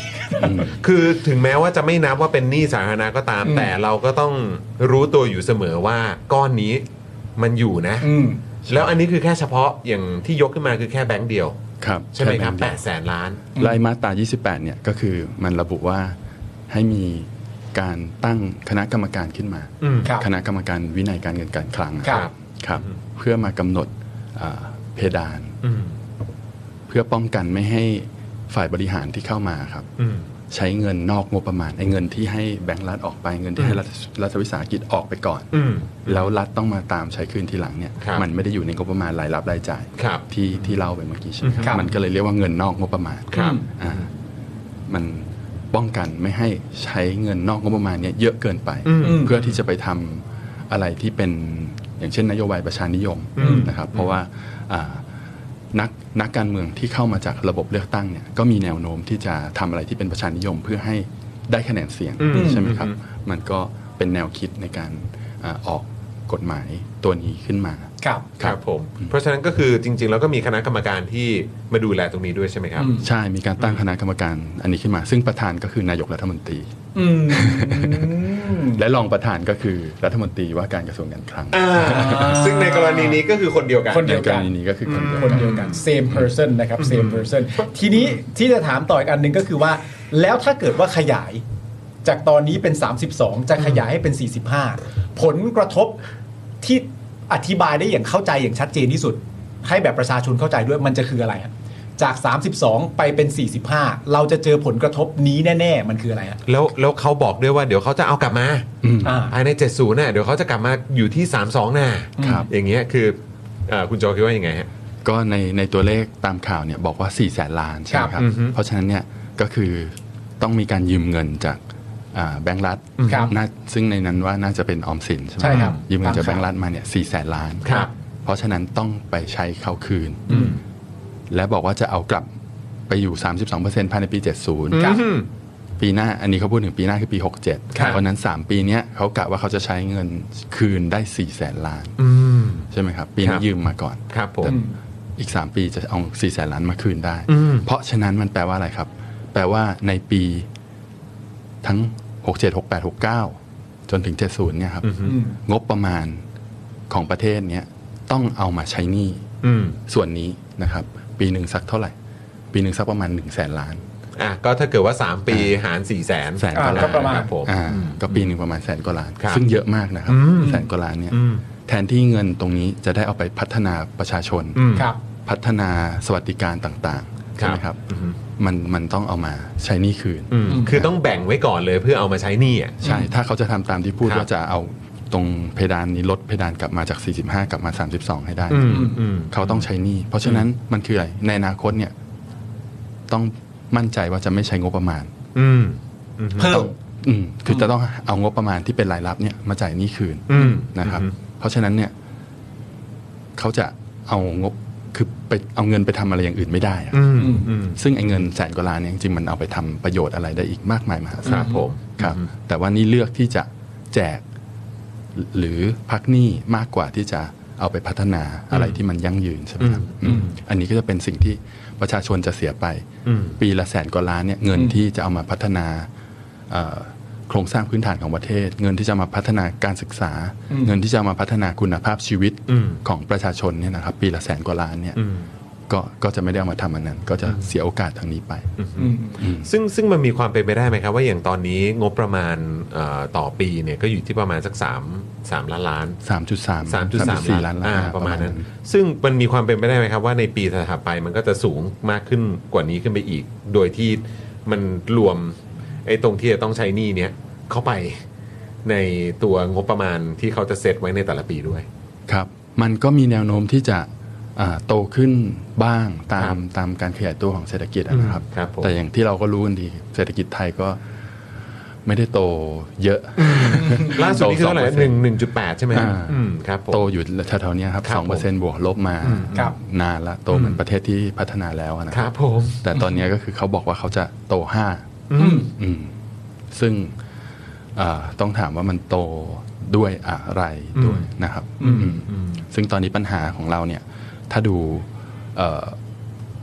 [SPEAKER 7] อืม
[SPEAKER 1] คือถึงแม้ว่าจะไม่นับว่าเป็นหนี้สาธารณะก็ตาม
[SPEAKER 2] อืม
[SPEAKER 1] แต่เราก็ต้องรู้ตัวอยู่เสมอว่าก้อนนี้มันอยู่นะ
[SPEAKER 2] อืม
[SPEAKER 1] แล้วอันนี้คือแค่เฉพาะอย่างที่ยกขึ้นมาคือแค่แบงก์เดียว
[SPEAKER 7] ครับ
[SPEAKER 1] ใช่ไหมครับ
[SPEAKER 7] แงก์
[SPEAKER 1] แป
[SPEAKER 7] เดีย
[SPEAKER 1] ด
[SPEAKER 7] ว
[SPEAKER 1] แสนล้าน
[SPEAKER 2] อืม
[SPEAKER 7] รายมาตรา 28 เนี่ยก็คือมันระบุว่าให้มีการตั้งคณะกรรมการขึ้นมา
[SPEAKER 1] อืม
[SPEAKER 2] ครับ
[SPEAKER 7] คณะกรรมการวินัยการเงินการคลังอะ
[SPEAKER 2] ครับ
[SPEAKER 7] ครับ
[SPEAKER 1] อืม
[SPEAKER 7] เพื่อมากำหนดอ่าเพดาน
[SPEAKER 1] อืม
[SPEAKER 7] เพื่อป้องกันไม่ให้ฝ่ายบริหารที่เข้ามาครับ
[SPEAKER 1] อืม
[SPEAKER 7] ใช้เงินนอกงบประมาณไอ้เงินที่ให้แบงก์รัฐออกไปเงินที่ให้รัฐรัฐวิสาหกิจออกไปก่อน
[SPEAKER 1] อืม
[SPEAKER 7] แล้วรัฐต้องมาตามใช้คืนทีหลังเนี่ย
[SPEAKER 1] ครับ
[SPEAKER 7] มันไม่ได้อยู่ในงบประมาณรายรับรายจ่าย
[SPEAKER 1] ครับ
[SPEAKER 7] ที่ที่เล่าไปเมื่อกี้ใช่ไหมค
[SPEAKER 2] ครั
[SPEAKER 7] รับบ มันก็เลยเรียกว่าเงินนอกงบประมาณ
[SPEAKER 1] ครับ
[SPEAKER 7] อ่ามันป้องกันไม่ให้ใช้เงินนอกงบประมาณเนี่ยเยอะเกินไป
[SPEAKER 1] อืม
[SPEAKER 7] เพื่อที่จะไปทำอะไรที่เป็นอย่างเช่นนโยบายประชานิยม
[SPEAKER 1] อืม
[SPEAKER 7] นะครับ เพราะว่าอ่านักนักการเมืองที่เข้ามาจากระบบเลือกตั้งเนี่ยก็มีแนวโน้มที่จะทำอะไรที่เป็นประชานิยม เพื่อให้ได้คะแนนเสียง
[SPEAKER 1] อืม
[SPEAKER 7] ใช่ไหมครับ มันก็เป็นแนวคิดในการอาออก กฎหมายตัวนี้ขึ้นมา
[SPEAKER 2] ครับ
[SPEAKER 1] ครับผม เพราะฉะนั้นก็คือจริง ๆ แล้วก็มีคณะกรรมการที่มาดูแลตรงนี้ด้วยใช่ไหมครับ
[SPEAKER 7] ใช่มีการตั้งคณะกรรมการอันนี้ขึ้นมา ซึ่งประธานก็คือนายกรัฐมนตรี
[SPEAKER 2] อืม
[SPEAKER 7] และรองประธานก็คือรัฐมนตรีว่าการกระทรวงการคลัง
[SPEAKER 1] อ่าซึ่งในกรณีนี้ก็คือคนเดียวกัน
[SPEAKER 2] คนเดียว
[SPEAKER 7] ในกรณีนี้ก็คือคนเดียว
[SPEAKER 2] คน
[SPEAKER 7] กัน
[SPEAKER 2] เดียวกัน same person นะครับ same person ทีนี้ที่จะถามต่ออีกอันหนึ่งก็คือว่า แล้วถ้าเกิดว่าขยายจากตอนนี้เป็น 32 จะขยายให้เป็น 45 ผลกระทบที่อธิบายได้อย่างเข้าใจอย่างชัดเจนที่สุด ให้แบบประชาชนเข้าใจด้วยมันจะคืออะไรฮะจาก 32 ไปเป็น 45 เราจะเจอผลกระทบนี้แน่ ๆ มันคืออะไรฮะ
[SPEAKER 1] แล้วแล้วเขาบอกด้วยว่าเดี๋ยวเขาจะเอากลับมา
[SPEAKER 7] อืม
[SPEAKER 2] อ่า
[SPEAKER 1] ภายใน 70น่ะเดี๋ยวเขาจะกลับมาอยู่ที่ 32น่ะ
[SPEAKER 7] ครับ
[SPEAKER 1] อย่างเงี้ยคืออ่าคุณโจคิดว่ายังไงฮะ
[SPEAKER 7] ก็ในในตัวเลขตามข่าวเนี่ยบอกว่า 4 แสนล้านใช่ไหมครับ
[SPEAKER 1] อือฮึ
[SPEAKER 7] เพราะฉะนั้นเนี่ยก็คือต้องมีการยืมเงินจากอ่าแบงก์รัฐ
[SPEAKER 2] ครับ
[SPEAKER 7] น่าซึ่งในนั้นว่าน่าจะเป็นออมสินใช่ไหม
[SPEAKER 2] ใช่ครับ
[SPEAKER 7] ยืมเงินจาก
[SPEAKER 2] ตามข่าว
[SPEAKER 7] แบงก์รัฐมาเนี่ย4แสนล้าน
[SPEAKER 1] ครับ
[SPEAKER 7] เพราะฉะนั้นต้องไปใช้เขาคืน และบอกว่าจะเอากลับไปอยู่ 32%ภายในปี 70
[SPEAKER 2] ครับ
[SPEAKER 1] อืม
[SPEAKER 7] ปีหน้าอันนี้เขาพูดถึงปีหน้าคือปี 67
[SPEAKER 1] ครับ
[SPEAKER 7] เพราะฉะนั้น 3 ปีเนี้ยเขากะว่าเขาจะใช้เงินคืนได้4แสนล้าน
[SPEAKER 1] อืม
[SPEAKER 7] ใช่ไหมครับ ปี
[SPEAKER 1] ครั
[SPEAKER 7] นี้
[SPEAKER 1] บ
[SPEAKER 7] ยืมมาก่อน
[SPEAKER 1] ครับผม
[SPEAKER 7] แต่อีก 3 ปีจะเอา4แสนล้านมาคืนได้
[SPEAKER 1] อืม
[SPEAKER 7] เพราะฉะนั้นมันแปลว่าอะไรครับ แปลว่าในปีทั้ง 67 68 69 จนถึง 70 เนี่ยครับ
[SPEAKER 1] อืม
[SPEAKER 2] อืม
[SPEAKER 7] งบประมาณของประเทศเนี้ยต้องเอามาใช้หนี้
[SPEAKER 1] อืม
[SPEAKER 7] ส่วนนี้นะครับ ปีหนึ่งสักเท่าไหร่ ปีหนึ่งสักประมาณ1นึ่งแสนล้าน
[SPEAKER 1] อ่ะก็ถ้าเกิดว่า 3 ปีหาร4ี่แสน
[SPEAKER 7] แสนกว่าล้าน
[SPEAKER 1] ก็ประมาณครับผม
[SPEAKER 7] อ่าก็ปีหนึ่งประมาณแสนกว่าล้าน
[SPEAKER 1] ครับ
[SPEAKER 7] ซึ่งเยอะมากนะครับ
[SPEAKER 1] อืม
[SPEAKER 7] แสนกว่าล้านเนี่ย
[SPEAKER 1] อืม
[SPEAKER 7] แทนที่เงินตรงนี้จะได้เอาไปพัฒนาประชาชน
[SPEAKER 1] อืม
[SPEAKER 2] ครับ
[SPEAKER 7] พัฒนาสวัสดิการต่างๆใช่ไหมครับ
[SPEAKER 1] อืม
[SPEAKER 7] มันมันต้องเอามาใช้หนี่คืน
[SPEAKER 1] อืมคือต้องแบ่งไว้ก่อนเลยเพื่อเอามาใช้หนี้อ่ะ
[SPEAKER 7] ใช่ ถ้าเขาจะทำตามที่พูด
[SPEAKER 1] ครับ
[SPEAKER 7] ว่าจะเอาตรงเพดานนี้ลดเพดานกลับมาจาก 45 กลับมา 32 ให้ได้
[SPEAKER 1] อืมอืม
[SPEAKER 7] เขาต้องใช้หนี่ เพราะฉะนั้นมันคืออะไร ในอนาคตเนี่ยต้องมั่นใจว่าจะไม่ใช้งบประมาณ
[SPEAKER 1] อืมอืม
[SPEAKER 2] เพิ่
[SPEAKER 7] ต้
[SPEAKER 2] ม
[SPEAKER 7] องอืมคือจะต้องเอางบประมาณที่เป็นรายรับเนี่ยมาจ่ายหนี้คืน
[SPEAKER 1] อืม
[SPEAKER 7] นะครับ
[SPEAKER 1] อืม
[SPEAKER 7] เพราะฉะนั้นเนี่ยเขาจะเอางบคือไปเอาเงินไปทำอะไรอย่างอื่นไม่ได้อะ
[SPEAKER 1] อืมอืม
[SPEAKER 7] ซึ่งไอ้เงินแสนกว่าล้านเนี่ยจริงๆมันเอาไปทำประโยชน์อะไรได้อีกมากมายมหา
[SPEAKER 1] ค
[SPEAKER 7] ศา
[SPEAKER 1] รั
[SPEAKER 7] ล
[SPEAKER 1] บผม
[SPEAKER 7] ครับ
[SPEAKER 1] อืม
[SPEAKER 7] แต่ว่านี่เลือกที่จะแจก หรือพักหนี้มากกว่าที่จะเอาไปพัฒนาอะไรที่มันยั่งยืนใช่ไหมครับอืมอันนี้ก็จะเป็นสิ่งที่ประชาชนจะเสียไป
[SPEAKER 1] อืม
[SPEAKER 7] ปีละแสนกว่าล้านเนี่ยเงินที่จะเอามาพัฒนาเอ่อโครงสร้างพื้นฐานของประเทศ เงินที่จะมาพัฒนาการศึกษา
[SPEAKER 2] อืม
[SPEAKER 7] เงินที่จะมาพัฒนาคุณภาพชีวิต
[SPEAKER 1] อืม
[SPEAKER 7] ของประชาชนเนี่ยนะครับ ปีละแสนกว่าล้านเนี่ย
[SPEAKER 1] อืม
[SPEAKER 7] ก็ก็จะไม่ได้เอามาทำอันนั้น ก็จะเสียโอกาสทางนี้ไป
[SPEAKER 2] อืม
[SPEAKER 1] ซึ่งซึ่งมันมีความเป็นไปได้ไหมครับ ว่าอย่างตอนนี้งบประมาณเอ่อต่อปีเนี่ยก็อยู่ที่ประมาณสัก3 3ล้านล้าน
[SPEAKER 7] 3.3
[SPEAKER 1] 3.3
[SPEAKER 7] ล้านล้า
[SPEAKER 1] อ่
[SPEAKER 7] น
[SPEAKER 1] ประมาณนั้น ซึ่งมันมีความเป็นไปได้ไหมครับ ว่าในปีถัดๆไปมันก็จะสูงมากขึ้นกว่านี้ขึ้นไปอีก โดยที่มันรวมไอ้ตรงที่จะต้องใช้หนี้เนี่ยเข้าไปในตัวงบประมาณที่เขาจะเซตไว้ในแต่ละปีด้วย
[SPEAKER 7] ครับ มันก็มีแนวโน้มที่จะอ่าโตขึ้นบ้างตา
[SPEAKER 1] ครั
[SPEAKER 7] ม
[SPEAKER 1] บ
[SPEAKER 7] ตามการขยายตัวของเศรษฐกิจอะนะครับ
[SPEAKER 1] อืมครับผม
[SPEAKER 7] แต่อย่างที่เราก็รู้กันดี เศรษฐกิจไทยก็ไม่ได้โตเยอะ
[SPEAKER 1] ล่าสุดนี่คือเท่าไหร่หนึ่งหนึ่งจุดแปดใช่ไหมครับ
[SPEAKER 7] อ่า
[SPEAKER 1] อืมครับผม
[SPEAKER 7] โตอยู่แถวๆเนี้ยครับ
[SPEAKER 1] ครับ
[SPEAKER 7] สองเปอร์เซ็นต์บวกลบมา
[SPEAKER 1] อืมครับ
[SPEAKER 7] นานละโตเหมือนประเทศที่พัฒนาแล้วอะนะ
[SPEAKER 1] ค
[SPEAKER 7] ค
[SPEAKER 1] รั
[SPEAKER 7] รั
[SPEAKER 1] บบ ผม
[SPEAKER 7] แต่ตอนเนี้ยก็คือเขาบอกว่าเขาจะโตห้า
[SPEAKER 1] อืม
[SPEAKER 7] อืมซึ่งอ่าต้องถามว่ามันโตด้วยอะไรด้วยนะครับอืมซึ่งตอนนี้ปัญหาของเราเนี่ย ถ้าดูเอ่อ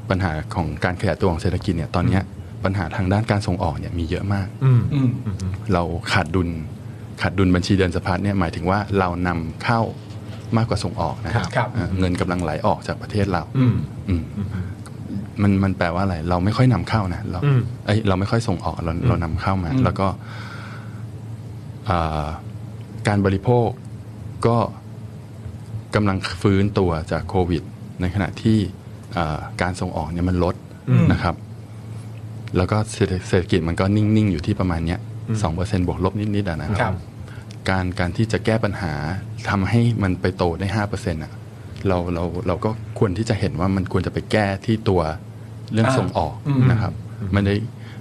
[SPEAKER 7] ปัญหาของการขยายตัวของเศรษฐกิจเนี่ยตอนเนี้ยปัญหาทางด้านการส่งออกเนี่ยมีเยอะมาก
[SPEAKER 1] อืม
[SPEAKER 2] อืม
[SPEAKER 7] เราขาดดุลขาดดุลบัญชีเดินสะพัดเนี่ยหมายถึงว่าเรานำเข้ามากกว่าส่งออกนะครับ
[SPEAKER 2] ครับ
[SPEAKER 7] อ่าเงินกำลังไหลออกจากประเทศเรา
[SPEAKER 1] อืม
[SPEAKER 7] อืมมันมันแปลว่าอะไร เราไม่ค่อยนำเข้านะเรา
[SPEAKER 1] อืม
[SPEAKER 7] เอ้ยเราไม่ค่อยส่งออกเราเรานำเข้ามา แล้วก็อ่าการบริโภคก็กำลังฟื้นตัวจากโควิด ในขณะที่อ่าการส่งออกเนี่ยมันลดนะครับ แล้วก็เศรษฐเศรษฐกิจมันก็นิ่ง ๆ อยู่ที่ประมาณเนี้ยสองเปอร์เซ็นบวกลบนิด ๆอะนะค
[SPEAKER 2] ครั
[SPEAKER 7] รับ การการที่จะแก้ปัญหาทำให้มันไปโตได้ห้าเปอร์เซ็นต์อะเราเราเราก็ควรที่จะเห็นว่ามันควรจะไปแก้ที่ตัวเรื่องส่งออกนะครับไม่ได้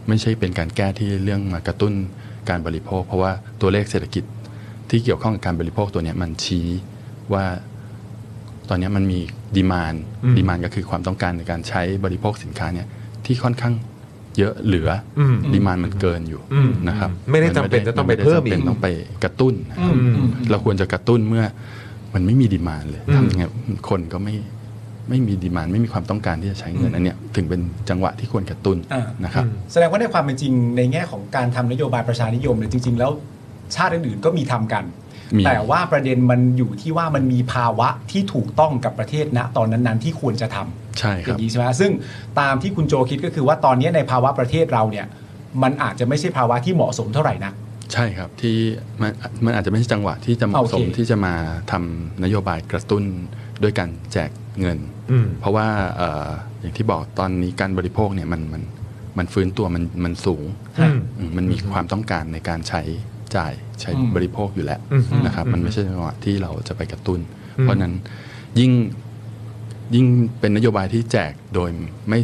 [SPEAKER 7] ไม่ใช่เป็นการแก้ที่เรื่องมากระตุ้นการบริโภค เพราะว่าตัวเลขเศรษฐกิจที่เกี่ยวข้องกับการบริโภคตัวเนี้ยมันชี้ว่า ตอนนี้มันมีดีมาน
[SPEAKER 1] อืม
[SPEAKER 7] ดีมานก็คือความต้องการในการใช้บริโภคสินค้าเนี่ยที่ค่อนข้าง เยอะเหลืออ
[SPEAKER 1] ม
[SPEAKER 7] ดีมานมันเกินอยู่
[SPEAKER 1] อืม
[SPEAKER 7] นะครับ
[SPEAKER 1] ไม่ได้จำเป็นจะต้องไปเพิ่มอีก
[SPEAKER 7] นด้จำเป็นต้องไปกระตุ้น
[SPEAKER 1] อืมอืม
[SPEAKER 7] เราควรจะกระตุ้นเมื่อมันไม่มีดีมานเลย
[SPEAKER 1] อืม
[SPEAKER 7] ทำยังไงคนก็ไม่ไม่มีดีมานไม่มีความต้องการที่จะใช้เงินอันเนี้ยถึงเป็นจังหวะที่ควรกระตุ้น
[SPEAKER 2] อ่า
[SPEAKER 7] นะครับ
[SPEAKER 2] แสดงว่าในความเป็นจริงในแง่ของการทำนโยบายประชานิยมเนี่ยจริง ๆ แล้วชาติอื่นๆก็มีทำกัน
[SPEAKER 7] มี
[SPEAKER 2] แต่ว่าประเด็นมันอยู่ที่ว่ามันมีภาวะที่ถูกต้องกับประเทศณตอนนั้นๆที่ควรจะทำ
[SPEAKER 7] ใช่ค
[SPEAKER 2] อ
[SPEAKER 7] รับ
[SPEAKER 2] ย่างนี้ใช่ไหมซึ่งตามที่คุณโจคิดก็คือว่าตอนนี้ในภาวะประเทศเราเนี่ย มันอาจจะไม่ใช่ภาวะที่เหมาะสมเท่าไหร่นัก
[SPEAKER 7] ใช่ครับที่มันมันอาจจะไม่ใช่จังหวะที่จะเหมาะ
[SPEAKER 2] โอเค
[SPEAKER 7] สมที่จะมาทำนโยบายกระตุ้นด้วยการแจกเงิน
[SPEAKER 1] อืม
[SPEAKER 7] เพราะว่าเอ่ออย่างที่บอกตอนนี้การบริโภคเนี่ยมันมันมันฟื้นตัวมันมันสูง
[SPEAKER 1] อืม
[SPEAKER 7] อืมมันมีความต้องการในการใช้จ่ายใช้
[SPEAKER 2] อืม
[SPEAKER 7] บริโภคอยู่แล้ว
[SPEAKER 1] อืม
[SPEAKER 7] นะครับ
[SPEAKER 1] อืม
[SPEAKER 7] มันไม่ใช่จังหวะที่เราจะไปกระตุ้น
[SPEAKER 1] อืม
[SPEAKER 7] เพราะฉะนั้นยิ่งยิ่งเป็นนโยบายที่แจกโดยไม่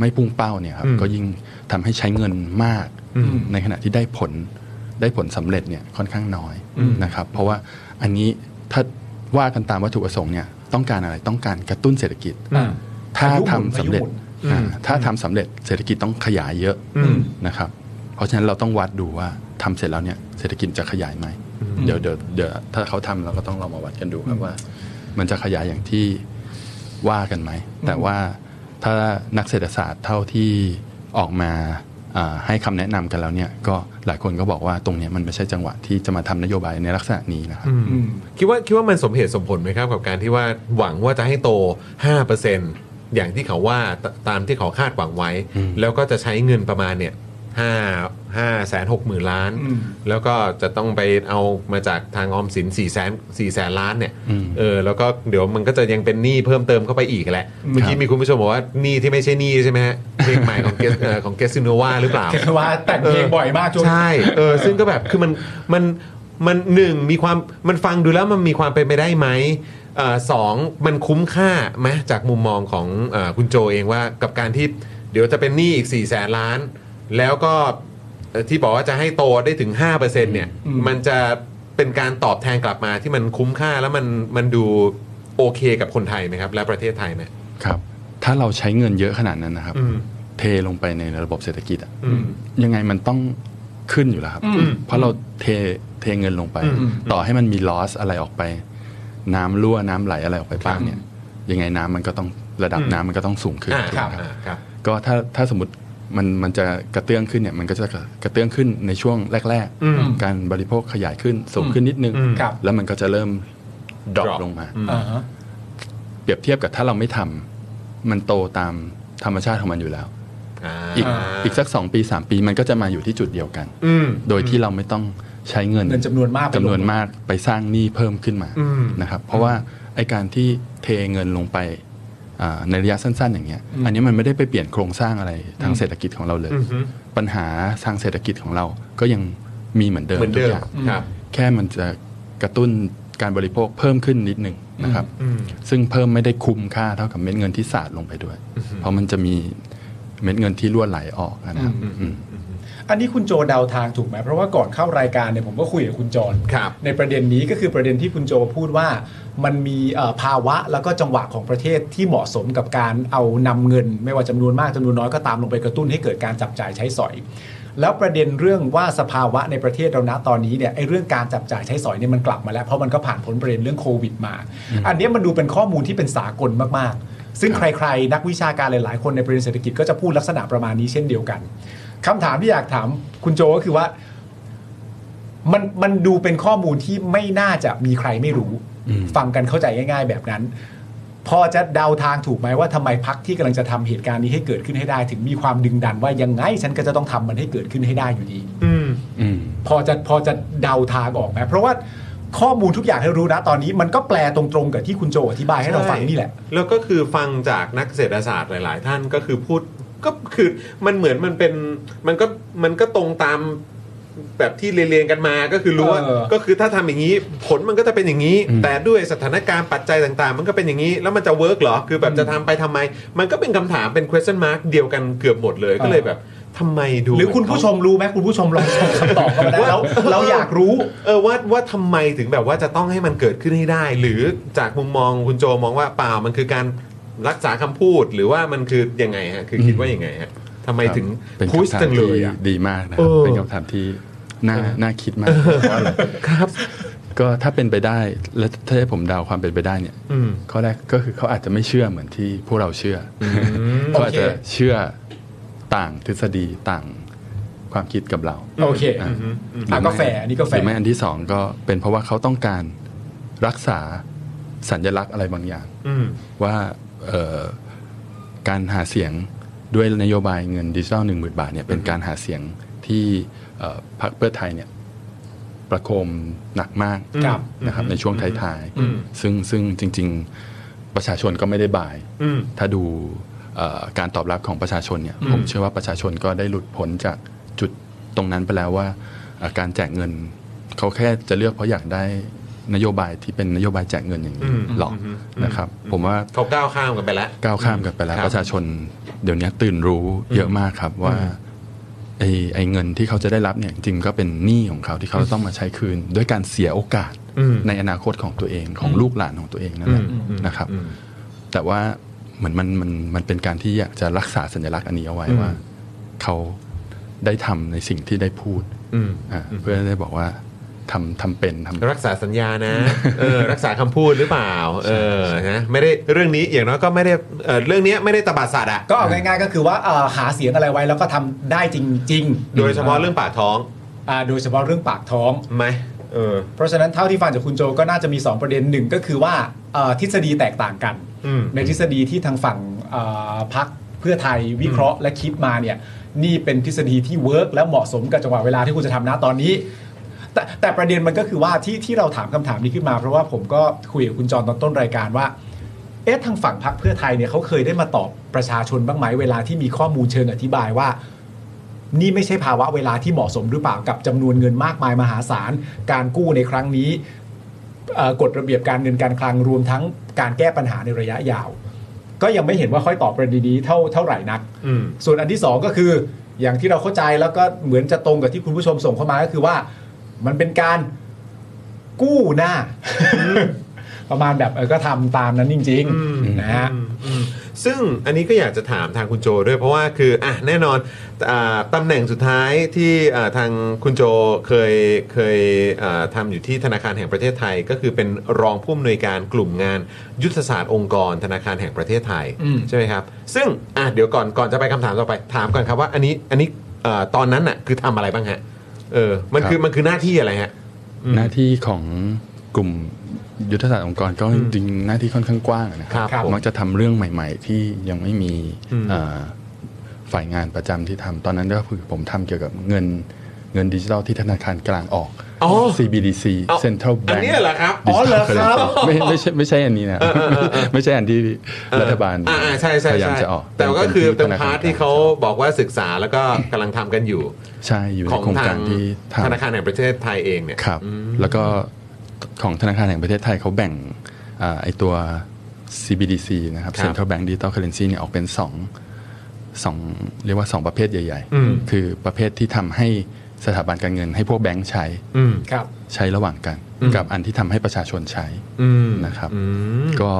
[SPEAKER 7] ไม่พุ่งเป้าเนี่ยครับก็ยิ่งทำให้ใช้เงินมาก
[SPEAKER 1] อืม
[SPEAKER 7] ในขณะที่ได้ผลได้ผลสำเร็จเนี่ยค่อนข้างน้อยนะครับ เพราะว่าอันนี้ถ้าว่ากันตามวัตถุประสงค์เนี่ยต้องการอะไรต้องการกระตุ้นเศรษฐกิจ
[SPEAKER 1] อ่า
[SPEAKER 7] ถ้า
[SPEAKER 2] พายุหมุน
[SPEAKER 7] ทำสำเร็จ
[SPEAKER 2] พายุหมุน
[SPEAKER 7] อ่า
[SPEAKER 1] อืม
[SPEAKER 7] ถ้าทำสำเร็จเศรษฐกิจต้องขยายเยอะ
[SPEAKER 1] อืม
[SPEAKER 7] นะครับ เพราะฉะนั้นเราต้องวัดดูว่าทำเสร็จแล้วเนี่ยเศรษฐกิจจะขยายไหมเดี๋ยวเดี๋ยวเดี๋ยวถ้าเขาทำเราก็ต้องลองมาวัดกันดูครับว่า มันจะขยายอย่างที่ว่ากันไหม แต่ว่าถ้านักเศรษฐศาสตร์เท่าที่ออกมาอ่าให้คำแนะนำกันแล้วเนี่ยก็หลายคนก็บอกว่าตรงเนี้ยมันไม่ใช่จังหวะที่จะมาทำนโยบายในลักษณะนี้นะครับ
[SPEAKER 2] อืม
[SPEAKER 1] คิดว่าคิดว่ามันสมเหตุสมผลไหมครับกับการที่ว่าหวังว่าจะให้โต 5%อย่างที่เขาว่าตตามที่เขาคาดหวังไว้
[SPEAKER 7] อืม
[SPEAKER 1] แล้วก็จะใช้เงินประมาณเนี่ยห้าห้าแสนหกหมื่นล้าน
[SPEAKER 2] อืม
[SPEAKER 1] แล้วก็จะต้องไปเอามาจากทางออมสิน4ี่แสนสี่แสนล้านเนี่ย
[SPEAKER 7] อืม
[SPEAKER 1] เออแล้วก็เดี๋ยวมันก็จะยังเป็นหนี้เพิ่มเติมเข้าไปอีกแหละเมื่อกี้
[SPEAKER 7] ครับ
[SPEAKER 1] มีคุณผู้ชมบอกว่าหนี้ที่ไม่ใช่หนี้ใช่ไหมฮะเพลงใหม่ของเกสเอ่อของเกสซิโนวาหรือเปล่า
[SPEAKER 2] แต่ว่าแต่งเพลงบ่อยมากจน
[SPEAKER 1] ใช่ เออ ซึ่งก็แบบ คือมัน มัน มันหนึ่งมีความ มันฟังดูแล้วมันมีความเป็นไปได้ไหมเออสองมันคุ้มค่าไหมจากมุมมองของเออคุณโจเองว่ากับการที่เดี๋ยวจะเป็นหนี้อีก4ี่แสนล้าน แล้วก็เอ่อที่บอกว่าจะให้โตได้ถึง 5%เนี่ย
[SPEAKER 2] อืม
[SPEAKER 1] มันจะเป็นการตอบแทนกลับมาที่มันคุ้มค่าแล้วมัน มันดูโอเคกับคนไทยไหมครับ และประเทศไทยไหม
[SPEAKER 7] ครับ ถ้าเราใช้เงินเยอะขนาดนั้นนะครับ
[SPEAKER 1] อืม
[SPEAKER 7] เทลงไปในระบบเศรษฐกิจอะ
[SPEAKER 1] อืม
[SPEAKER 7] ยังไงมันต้องขึ้นอยู่แล้วครับ
[SPEAKER 2] อืม
[SPEAKER 7] เพราะเราเทเทเงินลงไป
[SPEAKER 1] อืม
[SPEAKER 7] ต่อให้มันมีลอสอะไรออกไป น้ำรั่วน้ำไหลอะไรออกไปบ้างเนี่ย ยังไงน้ำมันก็ต้องระดับน้ำมันก็ต้องสูงขึ้น
[SPEAKER 1] อ่า
[SPEAKER 7] ถูก
[SPEAKER 1] ค
[SPEAKER 7] ไห
[SPEAKER 1] รับ
[SPEAKER 7] มครับ
[SPEAKER 1] อ่าครับ
[SPEAKER 7] ก็ถ้าถ้าสมมติมันมันจะกระเตื้องขึ้นเนี่ยมันก็จะกระเตื้องขึ้นในช่วงแรก
[SPEAKER 1] อืม
[SPEAKER 7] การบริโภคขยายขึ้นสูงขึ้นนิดนึง
[SPEAKER 1] อืม
[SPEAKER 2] ครับ
[SPEAKER 7] แล้วมันก็จะเริ่มดรอป
[SPEAKER 1] drop
[SPEAKER 7] ลงมา
[SPEAKER 1] อืม
[SPEAKER 2] อ่าฮะ
[SPEAKER 7] เปรียบเทียบกับถ้าเราไม่ทำมันโตตามธรรมชาติของมันอยู่แล้ว
[SPEAKER 1] อ่า
[SPEAKER 7] อีกอีกสักสองปีสามปีมันก็จะมาอยู่ที่จุดเดียวกัน
[SPEAKER 1] อืม
[SPEAKER 7] โดยที่เราไม่ต้องใช้เงิน
[SPEAKER 2] เงินจำนวนมากไป
[SPEAKER 7] จำนวนมากไปสร้างหนี้เพิ่มขึ้นมา
[SPEAKER 1] อืม
[SPEAKER 7] นะครับ เพราะว่าไอการที่เทเงินลงไปอ่าในระยะสั้น ๆ อย่างเงี้ย อันนี้มันไม่ได้ไปเปลี่ยนโครงสร้างอะไรทางเศรษฐกิจของเราเลย
[SPEAKER 1] อือฮึ
[SPEAKER 7] ปัญหาทางเศรษฐกิจของเราก็ยังมีเหมือนเดิม
[SPEAKER 1] เหมือน
[SPEAKER 7] ทุ
[SPEAKER 1] เดิม
[SPEAKER 7] กอย่าง
[SPEAKER 1] ครับ
[SPEAKER 7] แค่มันจะกระตุ้นการบริโภคเพิ่มขึ้นนิดนึงนะครับ
[SPEAKER 1] อืม
[SPEAKER 7] ซึ่งเพิ่มไม่ได้คุ้มค่าเท่ากับเม็ดเงินที่สาดลงไปด้วย เพราะมันจะมีเม็ดเงินที่รั่วไหลออกนะครับ
[SPEAKER 2] อืม
[SPEAKER 7] อืม
[SPEAKER 2] อันนี้คุณโจเดาทางถูกไหมเพราะว่าก่อนเข้ารายการเนี่ยผมก็คุยกับคุณจร
[SPEAKER 1] ครับ
[SPEAKER 2] ในประเด็นนี้ก็คือประเด็นที่คุณโจพูดว่ามันมีเอ่อภาวะแล้วก็จังหวะของประเทศที่เหมาะสมกับการเอานำเงิน ไม่ว่าจำนวนมากจำนวนน้อยก็ตามลงไปกระตุ้นให้เกิดการจับจ่ายใช้สอย แล้วประเด็นเรื่องว่าสภาวะในประเทศเรานะตอนนี้เนี่ยไอ้เรื่องการจับจ่ายใช้สอยเนี่ยมันกลับมาแล้วเพราะมันก็ผ่านผลประเด็นเรื่องโควิดมา อันเนี้ยมันดูเป็นข้อมูลที่เป็นสากลมากๆ ซึ่งใครๆ นักวิชาการหลายๆ คนในประเด็นเศรษฐกิจก็จะพูดลักษณะประมาณนี้เช่นเดียวกัน คำถามที่อยากถามคุณโจก็คือว่า มันมันดูเป็นข้อมูลที่ไม่น่าจะมีใครไม่รู้
[SPEAKER 7] อืม
[SPEAKER 2] ฟังกันเข้าใจง่าย ๆ แบบนั้น พอจะเดาทางถูกไหมว่าทำไมพักที่กำลังจะทำเหตุการณ์นี้ให้เกิดขึ้นให้ได้ ถึงมีความดึงดันว่ายังไง ฉันก็จะต้องทำมันให้เกิดขึ้นให้ได้อยู่ดี
[SPEAKER 1] อืม
[SPEAKER 7] อืม
[SPEAKER 2] พอจะพอจะเดาทางออกไหมเพราะว่าข้อมูลทุกอย่างให้รู้นะตอนนี้ มันก็แปลตรงๆกับที่คุณโจอธิบายให้เราฟังนี่แหละ
[SPEAKER 1] แล้วก็คือฟังจากนักเศรษฐศาสตร์หลาย ๆ ท่านก็คือพูดก็คือมันเหมือนมันเป็นมันก็มันก็ตรงตามแบบที่เรียนๆกันมาก็คือรู้ว่า
[SPEAKER 2] เออ
[SPEAKER 1] ก็คือถ้าทำอย่างนี้ ผลมันก็จะเป็นอย่างนี้ แต่ด้วยสถานการณ์ปัจจัยต่าง ๆ มันก็เป็นอย่างนี้ แล้วมันจะเวิร์กเหรอ คือแบบจะทำไปทำไม มันก็เป็นคำถามเป็น question mark เดียวกันเกือบหมดเลยก็เลยแบบทำไมดู
[SPEAKER 2] หรือคุณผู้ชมรู้ไหมคุณผู้ชมลอง *laughs* ส่งคำตอบเข้ามาได้แล้วเราอยากรู้
[SPEAKER 1] เออว่าว่าทำไมถึงแบบว่าจะต้องให้มันเกิดขึ้นให้ได้ หรือจากมุมมองคุณโจมองว่าเปล่ามันคือการรักษาคำพูด หรือว่ามันคือยังไงฮะคือคิดว่ายังไงฮะ ทำไมถึง
[SPEAKER 7] เป็น
[SPEAKER 1] พุช
[SPEAKER 7] คำถาม
[SPEAKER 1] จังเล
[SPEAKER 7] ที่
[SPEAKER 1] ยอะ
[SPEAKER 7] ดีมากนะครับ
[SPEAKER 1] เออ
[SPEAKER 7] เป็นคำถามที่น่า
[SPEAKER 1] เออ
[SPEAKER 7] น่าคิดมากเพราะอะไร
[SPEAKER 1] ครับ
[SPEAKER 7] ก็ถ้าเป็นไปได้และถ้าให้ผมเดาความเป็นไปได้เนี่ย
[SPEAKER 1] อืม
[SPEAKER 7] ข้อแรกก็คือเขาอาจจะไม่เชื่อเหมือนที่พวกเราเชื่ออ
[SPEAKER 1] ม
[SPEAKER 7] เขาอาจจะ
[SPEAKER 1] โอเค
[SPEAKER 7] เชื่อต่างทฤษฎีต่างความคิดกับเรา
[SPEAKER 2] โอเค
[SPEAKER 7] อ่ะ
[SPEAKER 2] อ่ะก็แฝอันนี้ก็แฝ
[SPEAKER 7] หรือไม่อันที่สองก็เป็นเพราะว่าเขาต้องการรักษาสัญลักษณ์อะไรบางอย่าง
[SPEAKER 1] อืม
[SPEAKER 7] ว่าเอ่อการหาเสียงด้วยนโยบายเงินดิจิทัล1 0,000 บาทเนี่ยเป็นการหาเสียงที่เอ่อพรรคเพื่อไทยเนี่ยประโคมหนักมาก
[SPEAKER 2] ครับ
[SPEAKER 7] นะครับในช่วงท้าย
[SPEAKER 1] อืม
[SPEAKER 7] ๆซึ่งซึ่งจริง ๆประชาชนก็ไม่ได้บ่าย
[SPEAKER 1] อืม
[SPEAKER 7] ถ้าดูเอ่อการตอบรับของประชาชนเนี่ย
[SPEAKER 1] อืม
[SPEAKER 7] ผมเชื่อว่าประชาชนก็ได้หลุดพ้นจากจุดตรงนั้นไปแล้วว่าเอ่อการแจกเงิน เขาแค่จะเลือกเพราะอยากได้นโยบายที่เป็นนโยบายแจกเงินอย่างนี้หรอกนะครับผมว่า
[SPEAKER 1] เขาก้าวข้ามกันไปแล้ว
[SPEAKER 7] ก้าวข้ามกันไปแล้ว
[SPEAKER 1] ครับ
[SPEAKER 7] ประชาชนเดี๋ยวนี้ตื่นรู้เยอะมากครับว่าไอ้ไอ้เงินที่เขาจะได้รับเนี่ยจริงๆก็เป็นหนี้ของเขาที่เขาจะต้องมาใช้คืน ด้วยการเสียโอกาสในอนาคตของตัวเองของลูกหลานของตัวเองนั่นแหละนะครับ แต่ว่าเหมือนมันมันมันเป็นการที่อยากจะรักษาสัญลักษณ์อันนี้เอาไว้ว่า เขาได้ทำในสิ่งที่ได้พูด
[SPEAKER 1] อืม
[SPEAKER 7] อ่าเพื่อได้บอกว่าทำทำเป็นทำ
[SPEAKER 1] รักษาสัญญานะ เอ
[SPEAKER 7] *laughs*
[SPEAKER 1] อ รักษาคำพูดหรือเปล่า เออ นะ ไม่ได้ เรื่องนี้ อย่างน้อยก็ไม่ได้เออเรื่องเนี้ยไม่ได้ตบาสัตว์อะ
[SPEAKER 2] ก็เอาง่ายๆก็คือว่าเอ่อหาเสียงอะไรไว้แล้วก็ทำได้จริงๆ
[SPEAKER 1] โดยเฉพาะเรื่องปากท้อง
[SPEAKER 2] อ่าโดยเฉพาะเรื่องปากท้อง
[SPEAKER 1] ไหมเออ
[SPEAKER 2] เพราะฉะนั้นเท่าที่ฟังจากคุณโจก็น่าจะมี 2 ประเด็นหนึ่งก็คือว่าเอ่อทฤษฎีแตกต่างกัน
[SPEAKER 1] อืม
[SPEAKER 2] ในทฤษฎีที่ทางฝั่งเอ่อพักเพื่อไทยวิเคราะห์และคิดมาเนี่ยนี่เป็นทฤษฎีที่เวิร์กและเหมาะสมกับจังหวะเวลาที่คุณจะทำนะตอนนี้ แต่แต่ประเด็นมันก็คือว่าที่ที่เราถามคำถามนี้ขึ้นมา เพราะว่าผมก็คุยกับคุณจรตอนต้นรายการว่า เอ๊ะทางฝั่งพักเพื่อไทยเนี่ยเขาเคยได้มาตอบประชาชนบ้างไหมเวลาที่มีข้อมูลเชิงอธิบายว่า นี่ไม่ใช่ภาวะเวลาที่เหมาะสมหรือเปล่ากับจำนวนเงินมากมายมหาศาล การกู้ในครั้งนี้เอ่อกฎระเบียบการเงินการคลังรวมทั้งการแก้ปัญหาในระยะยาว ก็ยังไม่เห็นว่าค่อยตอบประเด็นนี้เท่าเท่าไหร่นัก
[SPEAKER 1] อืม
[SPEAKER 2] ส่วนอันที่สองก็คืออย่างที่เราเข้าใจแล้วก็เหมือนจะตรงกับที่คุณผู้ชมส่งเข้ามาก็คือว่ามันเป็นการกู้หน้า *laughs* ประมาณแบบเออก็ทำตามนั้นจริงๆนะฮะ
[SPEAKER 1] อืมซึ่งอันนี้ก็อยากจะถามทางคุณโจด้วยเพราะว่าคืออ่ะแน่นอนอาตำแหน่งสุดท้ายที่อ่าทางคุณโจเคยเคยอ่าทำอยู่ที่ธนาคารแห่งประเทศไทย ก็คือเป็นรองผู้อำนวยการกลุ่มงานยุทธศาสตร์องค์กร ธนาคารแห่งประเทศไทย
[SPEAKER 2] อืม
[SPEAKER 1] ใช่ไหมครับ ซึ่งอ่ะเดี๋ยวก่อนก่อนจะไปคำถามต่อไปถามก่อนครับว่าอันนี้อันนี้อ่าตอนนั้นน่ะคือทำอะไรบ้างฮะเออมันคือ
[SPEAKER 7] ครับ
[SPEAKER 1] มันคือหน้าที่อะไรฮะ อืม
[SPEAKER 7] หน้าที่ของกลุ่มยุทธศาสตร์องค์กรก็จริงๆหน้าที่ค่อนข้างกว้างนะค
[SPEAKER 1] ครั
[SPEAKER 7] รับบ
[SPEAKER 1] ผม
[SPEAKER 7] มักจะทำเรื่องใหม่ ๆ ที่ยังไม่มี
[SPEAKER 1] อืม
[SPEAKER 7] เอ่อฝ่ายงานประจำที่ทำตอนนั้นก็คือผมทำเกี่ยวกับเงินเงินดิจิทัลที่ธนาคารกลางออก
[SPEAKER 1] อ๋อ
[SPEAKER 7] CBDC
[SPEAKER 1] เอ้า
[SPEAKER 7] Central
[SPEAKER 1] อัน
[SPEAKER 7] Bank
[SPEAKER 1] นี้เหรอครับ
[SPEAKER 7] อ๋อเหรอครับไม่ไม่ใช่ไม่ใช่อันนี้นะ *laughs* ไม่ใช่อันที่รัฐบาล
[SPEAKER 1] อ่าๆใช่ใช่
[SPEAKER 7] พยายาม
[SPEAKER 1] ใช่
[SPEAKER 7] จะออก
[SPEAKER 1] แต่ก็คือเป็น
[SPEAKER 7] ธ
[SPEAKER 1] พาร์ทที่เขาบอกว่าศึกษาแล้วก็กำลังทำกันอยู่
[SPEAKER 7] ใช่อยู่ใน
[SPEAKER 1] ของ
[SPEAKER 7] โคร
[SPEAKER 1] ทาก
[SPEAKER 7] งาง รที่ทำ
[SPEAKER 1] ธนาคารแห่งประเทศไทยเองเนี่ย
[SPEAKER 7] ครับ แล้วก็ของธนาคารแห่งประเทศไทยเขาแบ่งอาไอตัว CBDC นะครับ
[SPEAKER 1] ครับ
[SPEAKER 7] Central Bank Digital Currency เนี่ยออกเป็นสองสองเรียกว่า 2 ประเภทใหญ่
[SPEAKER 1] อืม
[SPEAKER 7] ๆ คือประเภทที่ทำให้สถาบันการเงินให้พวกแบงค์ใช้
[SPEAKER 1] อืม
[SPEAKER 2] ครับ
[SPEAKER 7] ใช้ระหว่างกัน
[SPEAKER 1] อืม
[SPEAKER 7] กับอันที่ทำให้ประชาชนใช้
[SPEAKER 1] อืม
[SPEAKER 7] นะครับ
[SPEAKER 1] อืม
[SPEAKER 7] ก็